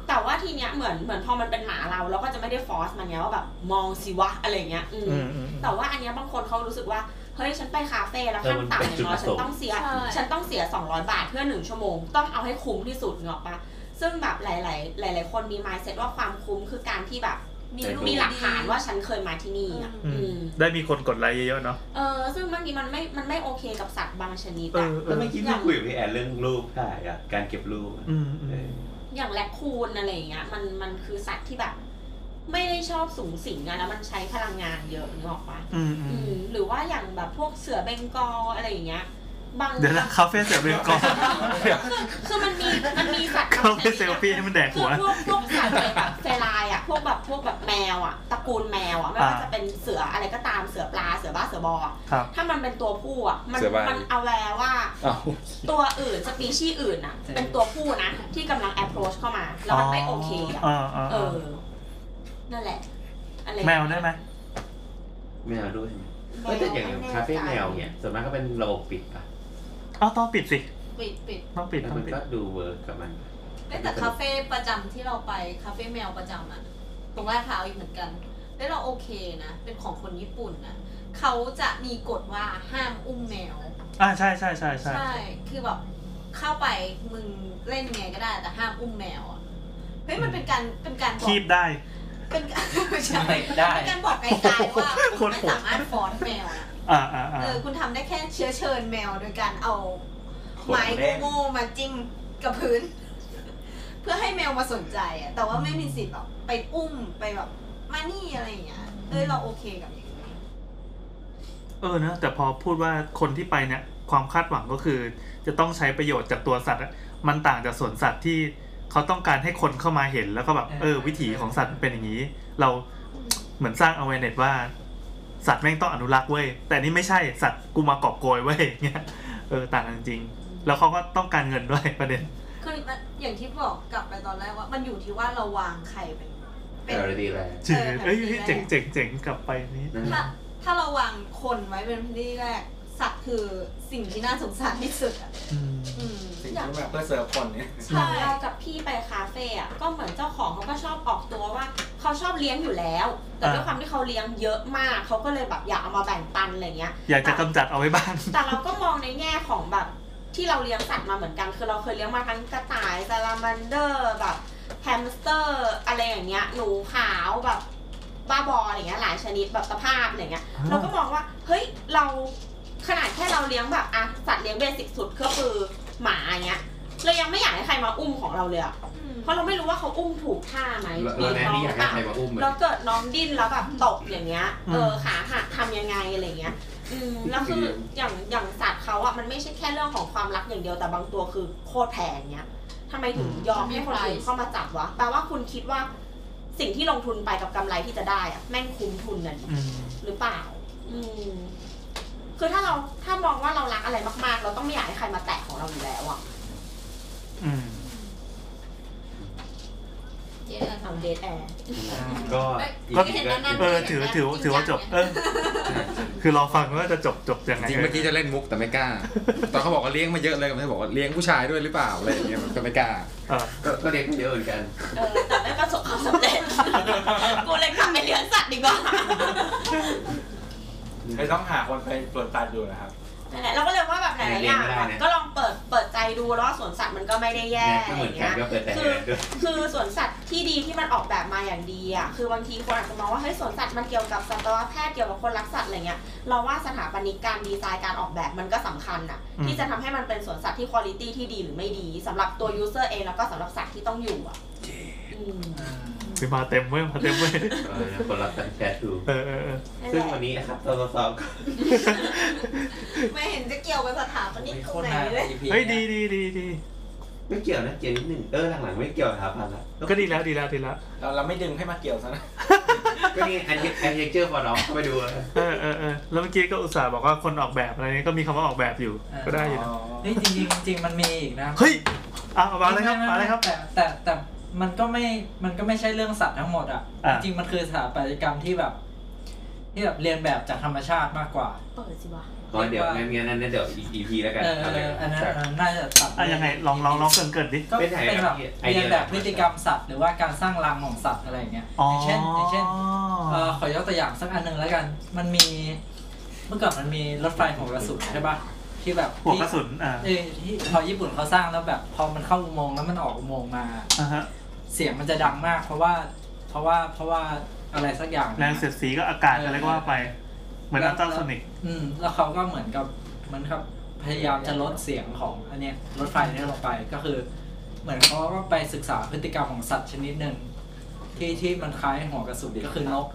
[SPEAKER 8] แต่ว่าทีเนี้ยเหมือนเหมือนพอมันเป็นหมาเราเราก็จะไม่ได้ฟอร์สมันเนี้ยว่าแบบมองสิวะอะไรเงี้ยอืม
[SPEAKER 3] อืมอืม
[SPEAKER 8] แต่ว่าอันเนี้ยบางคนเขารู้สึกว่าเฮ้ยฉันไปคาเฟ่แล้ว
[SPEAKER 9] เออ
[SPEAKER 8] ขั้น
[SPEAKER 9] มัน
[SPEAKER 8] ต่ำ
[SPEAKER 9] เป็
[SPEAKER 8] อน ย่า
[SPEAKER 9] จุด
[SPEAKER 8] งน้อ
[SPEAKER 9] ประสง
[SPEAKER 8] ยฉัน
[SPEAKER 9] ค์
[SPEAKER 8] ต้องเสีย
[SPEAKER 5] ใช่
[SPEAKER 8] ฉันต้องเสีย 200 บาทเพื่อหนึ่งชั่วโมง ต้องเอาให้คุ้มที่สุดเนาะปะซึ่งแบบหลาย ๆ หลาย ๆ คนมี mindset ว่าความคุ้มคือการที่แบบ
[SPEAKER 5] มี
[SPEAKER 9] รูป
[SPEAKER 8] มีหลักฐานว่าฉันเคยมาที่นี่อ่ะ
[SPEAKER 3] อืม
[SPEAKER 8] อืม
[SPEAKER 3] ได้มีคนกดไลค์เยอะๆเนาะ
[SPEAKER 8] เออซึ่งบางทีมันไม่มันไม่โอเคกับสัตว์บางชนิด
[SPEAKER 3] เอ
[SPEAKER 8] อะ
[SPEAKER 3] อเอ
[SPEAKER 9] แล้ว
[SPEAKER 3] อ
[SPEAKER 9] เมื่อกี้ไม่คุยกับพี่แอนเรื่องรูปถ่ายอะการเก็บรูปอะ
[SPEAKER 3] อืมอืม
[SPEAKER 8] อย่างแรคคูนอะไรอย่างเงี้ยมันมันคือสัตว์ที่แบบ ไม่ได้ชอบสูงสิงอะแล้วมันใช้พลังงานเยอะนึกออกปะ
[SPEAKER 3] อืมอืม
[SPEAKER 8] อืมหรือว่าอย่างแบบพวกเสือเบงกอลอะไรอย่างเงี้ย บาง
[SPEAKER 3] เดี๋ยวนะคาเฟ่เสือเบงกอล *laughs* เดี๋ยว
[SPEAKER 8] คือคือมันมีมันมีสัตว์
[SPEAKER 3] คาเฟ่เซลฟี่ให้มันแดก
[SPEAKER 8] คื
[SPEAKER 3] หั
[SPEAKER 8] อ
[SPEAKER 3] ว
[SPEAKER 8] พวกพวกสัตว์เลยแบบเฟลายอ่ะพวกแบบพวกแบบแมวอ่ะตระกูลแมวอ่ะไม่ว่า
[SPEAKER 3] อ่า
[SPEAKER 8] จะเป็นเสืออะไรก็ตามเสือปลาเสือบ้าเสือบออะ
[SPEAKER 3] ครับ
[SPEAKER 8] ถ้ามันเป็นตัวผู้อ่ะมัน
[SPEAKER 6] เสือบ้า
[SPEAKER 8] มันเอาแลว่า
[SPEAKER 6] อ้าว
[SPEAKER 8] ตัวอื่นสปีชีส์อื่นอ่ะ เป็นตัวผู้นะ ที่กำลัง approach เข้ามา แล้วมันไม่โอเคอ่ะ
[SPEAKER 3] อ๋ออ๋อ
[SPEAKER 8] เอ
[SPEAKER 3] อ๋อ
[SPEAKER 8] อนั่นแหละอะไร
[SPEAKER 3] แมวได้ไหม
[SPEAKER 9] แมวด้วยใช่ไหม
[SPEAKER 8] แมว
[SPEAKER 9] เอ้ยแต่อย่าง
[SPEAKER 8] ไม่แน่
[SPEAKER 9] คาเฟ่
[SPEAKER 8] ใจ
[SPEAKER 9] แมวเนี่ยส่วนมากก็เป็นระบบปิดป่ะ
[SPEAKER 3] อ้าวต้องปิดสิ
[SPEAKER 4] ปิดปิด
[SPEAKER 3] ต้องปิด
[SPEAKER 9] แล้ว
[SPEAKER 3] ต้อง
[SPEAKER 9] มัน
[SPEAKER 3] ปิด
[SPEAKER 9] ก็ดูเวิร์กกับมัน
[SPEAKER 4] ไม่แต่คาเฟ่ประจำที่เราไปคาเฟ่แมวประจำอะตรงลาดพร้าวอีกเหมือนกันแล้วเราโอเคนะ เป็นของคนญี่ปุ่นนะเขาจะมีกฎว่าห้ามอุ้มแมว
[SPEAKER 3] อ่าใช่ใช่ใช่ใช่
[SPEAKER 4] ใช่ คือแบบเข้าไปมึงเล่นไงก็ได้แต่ห้ามอุ้มแมวอ่ะ เฮ้ยมันเป็นการเป็นการบอก
[SPEAKER 3] คีบได้
[SPEAKER 4] เป็นการ *laughs* ไม่ใช่
[SPEAKER 3] ไม่ได้
[SPEAKER 4] เป็นการบอกไกลๆว่าคุณไม่สามารถฟอนแมวนะ
[SPEAKER 3] อ่าอ่าอ่า
[SPEAKER 4] เออคุณทำได้แค่เชื้อเชิญแมวโดยการเอา
[SPEAKER 3] ขน
[SPEAKER 4] ไม้
[SPEAKER 3] แดง
[SPEAKER 4] โง่ๆมาจิ้มกับพื้น *laughs* เพื่อให้แมวมาสนใจอ่ะแต่ว่าไม่มีสิทธิ์แบบไปอุ้มไปแบบมานี่อะไรอย่างเงี้ยเอ้ยเราโอเคกับอย่างนี้
[SPEAKER 3] เออนะแต่พอพูดว่าคนที่ไปเนี่ยความคาดหวังก็คือ จะต้องใช้ประโยชน์จากตัวสัตว์อะมันต่างจากสวนสัตว์ที่ เขาต้องการให้คนเข้ามาเห็นแล้วก็แบบเออวิถีของสัตว์เป็นอย่างนี้ เราเหมือนสร้าง awareness ว่า สัตว์แม่งต้องอนุรักษ์เว้ยแต่นี่ไม่ใช่สัตว์กูมากอบโกยเว้ยอย่างเงี้ยเออต่างกันจริงๆแล้วเขาก็ต้องการเงินด้วยประเด็น
[SPEAKER 5] คือมันอย่างที่บอกกลับไปตอนแรกว่า มันอยู่ที่ว่าเราวางใครเป็น
[SPEAKER 9] เป็นอะไรดีแล้ว
[SPEAKER 3] เจ๋งเอ้ยเจ๋งเจ๋งเจ๋งกลับไปนี่
[SPEAKER 5] ถ้าถ้าเราวางคนไว้เป็นที่แรก สัตว์คือสิ่งที่น่าสงสารที่สุดอ่ะอืม
[SPEAKER 10] สิ่งที่แบบเพื่อเสิร์ฟคนเนี่ย
[SPEAKER 8] ใช่เรากับพี่ไปคาเฟ่อะก็เหมือนเจ้าของเขาก็ชอบออกตัวว่าเขาชอบเลี้ยงอยู่แล้ว แต่ด้วย
[SPEAKER 3] อ่า
[SPEAKER 8] ความที่เขาเลี้ยงเยอะมากเขาก็เลยแบบอยากเอามาแบ่งปันอะไรเงี้ย
[SPEAKER 3] อยากจะกำจัดเอาไว้บ้าง
[SPEAKER 8] แต่เราก็มองในแง่ของแบบที่เราเลี้ยงสัตว์มาเหมือนกัน คือเราเคยเลี้ยงมาทั้งกระต่ายซาลามันเดอร์แบบแฮมสเตอร์อะไรอย่างเงี้ยหนูขาวแบบบ้าบออะไรเงี้ยหลายชนิดแบบตะภาพอะไรเงี้ย
[SPEAKER 3] อ่า
[SPEAKER 8] เราก็มองว่าเฮ้ยเราขนาดแค่เราเลี้ยงแบบอ่ะสัตว์เลี้ยงเบสิกสุดก็คือหมาอย่างเงี้ยเรายังไม่อยากให้ใครมาอุ้มของเราเลยอะเพราะเราไม่รู้ว่าเขาอุ้มถูกท่าไหม
[SPEAKER 9] เราเราแน่นี่อยากให้ใครมาอุ้มเลย
[SPEAKER 8] เราเกิดน้องดิ้นแล้วแบบตกอย่างเงี้ยเออ
[SPEAKER 9] อืม
[SPEAKER 8] ขาหักทำยังไงอะไรเงี้ย อืมแล้วคือ อย่างอย่างสัตว์เขาอะมันไม่ใช่แค่เรื่องของความรักอย่างเดียวแต่บางตัวคือโคตรแพงเนี้ยทำไมถึงยอมให้คนอื่นเข้ามาจับวะแปลว่าคุณคิดว่าสิ่งที่ลงทุนไปกับกำไรที่จะได้อะแม่งคุ้มทุนน่ะดิหรือเปล่า อืม คือถ้าเราถ้ามองว่าเรารักอะไรมาก ๆ เราต้องไม่อยากให้ใครมาแตะของเราอยู่แล้วอะทำเดทแอร์
[SPEAKER 9] ก็
[SPEAKER 3] ก็เออถือถือถือว่าจบเออคือรอฟังว่าจะจบจบยังไง
[SPEAKER 6] จริงเมื่อกี้จะเล่นมุกแต่ไม่กล้า ตอนเขาบอกว่าเลี้ยงมาเยอะเลยมันจะบอกว่าเลี้ยงผู้ชายด้วยหรือเปล่าอะไรอย่างเงี้ยมันก็ไม่กล้า
[SPEAKER 9] ก็เลี้ยงเยอะเหมือนกัน
[SPEAKER 8] เออแต่ไม่ประสบความสำเร็จ กูเลยกลับไปเลี้ยงสัตว์ดีกว่า
[SPEAKER 10] ไม่ต้องหาคนไปตรวจตัดดูนะครับ
[SPEAKER 8] นั่นแหละเราก็เลยว่าแบบหลายๆอย่าง
[SPEAKER 10] เรียนไม่ได้นะ
[SPEAKER 8] ก็ลองเปิดเปิดใจดูแล้วว่าสวนสัตว์มันก็ไม่ได้แย่
[SPEAKER 9] ก็
[SPEAKER 8] อะ
[SPEAKER 9] เห
[SPEAKER 8] ไร
[SPEAKER 9] มือนกั
[SPEAKER 8] เงี้
[SPEAKER 9] น
[SPEAKER 8] ย
[SPEAKER 9] ก็เปิดแต่
[SPEAKER 8] คื
[SPEAKER 9] แร
[SPEAKER 8] อ
[SPEAKER 9] กด้วย
[SPEAKER 8] คือสวนสัตว์ที่ดีที่มันออกแบบมาอย่างดีอ่ะ คือบางทีคนอาจจะมองว่าเฮ้ยสวนสัตว์มันเกี่ยวกับสัตวแพทย์เกี่ยวกับคนรักสัตว์อะไรเงี้ย เราว่าสถาปนิกการดีไซน์การออกแบบมันก็สำคัญอ่ะ
[SPEAKER 20] อืม
[SPEAKER 8] ที่จะทำให้มันเป็นสวนสัตว์ที่คุณภาพที่ดีหรือไม่ดีสำหรับตัวยูเซอร์เองแล้วก็สำหรับสัตว์ที่ต้องอยู่อ่ะอืม
[SPEAKER 3] คือมาเต็มเว้ยมาเต็มเว้ย
[SPEAKER 9] คนรักสัตว์แชทดู
[SPEAKER 3] เออเออเออ
[SPEAKER 9] ซึ่งวันนี้นะครับเราสอบ
[SPEAKER 5] ไม่เห็นจะเกี่ยวกับสถาปนิกตรงไหนเลย
[SPEAKER 3] เฮ้ยดีดีดีดี
[SPEAKER 9] ไม่เกี่ยวนะเกี่ยวนิดหนึ่งเออหลังๆไม่เกี่ยวหาพันละ
[SPEAKER 3] ก็ดีแล้วดีแล้วดีแล้ว
[SPEAKER 10] เราเราไม่ดึงให้มาเกี่ยวซะนะ
[SPEAKER 9] ก็นี่อันนี้อันเทคเจอร์ฟอร์ดอฟไปดูนะ
[SPEAKER 3] เออเออเออแล้วเมื่อกี้ก็อุตส่าห์บอกว่าคนออกแบบอะไรเนี่ยก็มีคำว่าออกแบบอยู่ ก็ได้อยู่นะ
[SPEAKER 4] เฮ้ยจริงๆจริงๆมันมีอีกนะ
[SPEAKER 3] เฮ้ยอ่ะเอามาเลยครับ
[SPEAKER 4] ไไ
[SPEAKER 3] มาเลยครับ
[SPEAKER 4] แต่แต่แต่มันก็ไม่มันก็ไม่ใช่เรื่องสัตว์ทั้งหมดอ่ะ
[SPEAKER 3] อ่ะ
[SPEAKER 4] จริงๆมันคือสถาปัตยกรรมที่แบบ ที่แบบเรียนแบบจากธรรมชาติมากกว่า
[SPEAKER 8] เปิดสิวะ
[SPEAKER 9] ก็เดี๋ยวงั้นงั้นอันนั้นเดี๋ยวอีพีแล้วกัน
[SPEAKER 4] เออเอออันนั้นอันนั้นน่าจะตัด
[SPEAKER 3] อ่ะยังไงลองลองลองเกินเกินดิ
[SPEAKER 4] ก็เป็นแบบเรียนแบบพฤติกรรมสัตว์หรือว่าการสร้างรังของสัตว์อะไรอย่างเงี้ย
[SPEAKER 3] อ๋
[SPEAKER 4] อ
[SPEAKER 3] อ
[SPEAKER 4] ย่างเช่นอย่างเช่นเอ่อขอยกตัวอย่างสักอันหนึ่งแล้วกัน มันมีเมื่อก่อนมันมีรถไฟหัวกระสุนใช่ปะที่แบบ
[SPEAKER 3] หัวกระสุนอ่า
[SPEAKER 4] เออที่พอญี่ปุ่นเขาสร้างแล้วแบบพอมันเข้าอุโมงค์แล้วมันออกอุโมงค์มา
[SPEAKER 3] อ่าฮะ
[SPEAKER 4] เสียงมันจะดังมาก เพราะว่าเพราะว่าเพราะว่าอะไรสักอย่าง
[SPEAKER 3] แรงเสียดสีก็อากาศอะไรก็ว่าไป เหมือนอัลตราโซนิก
[SPEAKER 4] อืมแล้วเขาก็เหมือนกับเหมันครับพยายามจะลดเสียงของอันเนี้ยรถไฟเนี่ยลงไปก็คือ เหมือนเขาก็ไปศึกษาพฤติกรรมของสัตว์ชนิดหนึ่งที่ที่มันคล้ายหัวกระสุนก็คือนก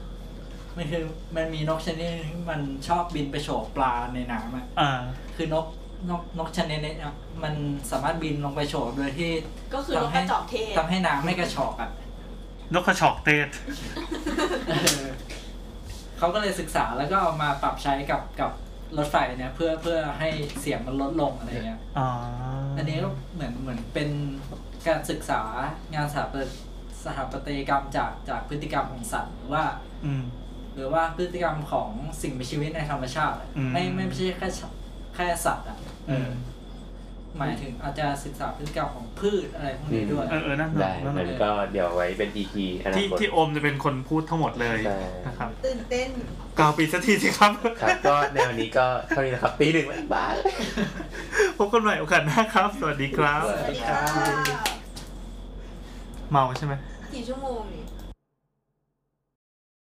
[SPEAKER 4] มันคือมันมีนกชนิดหนึ่งที่มันชอบบินไปโฉบปลาในน้ำอ่ะ
[SPEAKER 3] อ่า
[SPEAKER 4] คือนกนกนกชนิดเนี้ยมันสามารถบินลงไปโฉบโดยที่
[SPEAKER 8] ก็คือนกกระจอกเทศ
[SPEAKER 4] ทำให้น้ำไม่กระจอกอ่ะ *laughs*
[SPEAKER 3] นกกระชอกเทศ
[SPEAKER 4] เขาก็เลยศึกษาแล้วก็เอามาปรับใช้กับกับรถไฟเนี่ยเพื่อเพื่อให้เสียงมันลดลงอะไรเงี้ย
[SPEAKER 3] อ๋อ
[SPEAKER 4] อั
[SPEAKER 3] อั
[SPEAKER 4] นนี้ก็เหมือนเหมือนเป็นการศึกษางานสถาปตสถาปัตยกรรมจากจากพฤติกรรมของสัตว์หรือว่า
[SPEAKER 3] อืม
[SPEAKER 4] หรือว่าพฤติกรรมของสิ่งมีชีวิตในธรรมชาติอะ
[SPEAKER 3] อืม
[SPEAKER 4] ไม่ไม่ใช่แค่ชแค่สัตว์อ่ะ
[SPEAKER 3] เออ
[SPEAKER 4] หมายถึงอาจจะศึกษาพฤติกรรมของพืชอะไรพวกนี้ด้วย
[SPEAKER 3] เออเออนั่น
[SPEAKER 9] ได้
[SPEAKER 3] นั่น
[SPEAKER 9] มันก็เดี๋ยวไว้เป็นอีพีอนา
[SPEAKER 3] ที่
[SPEAKER 9] คต
[SPEAKER 3] ที่โอมจะเป็นคนพูดทั้งหมดเลยนะครับ
[SPEAKER 21] ตื่นเต้น
[SPEAKER 3] กล่าวปิดสักทีสิครับ
[SPEAKER 9] ครับก็ในวันนี้ก็เท่านี้นะครับปีหนึ่งแล้วบาย
[SPEAKER 3] พบกันใหม่โอกาสหน้าครับ สวัสดีครับ
[SPEAKER 5] สวัสดีครับ
[SPEAKER 3] เมาใช่ไหม
[SPEAKER 5] กี่ชั่วโมงนี่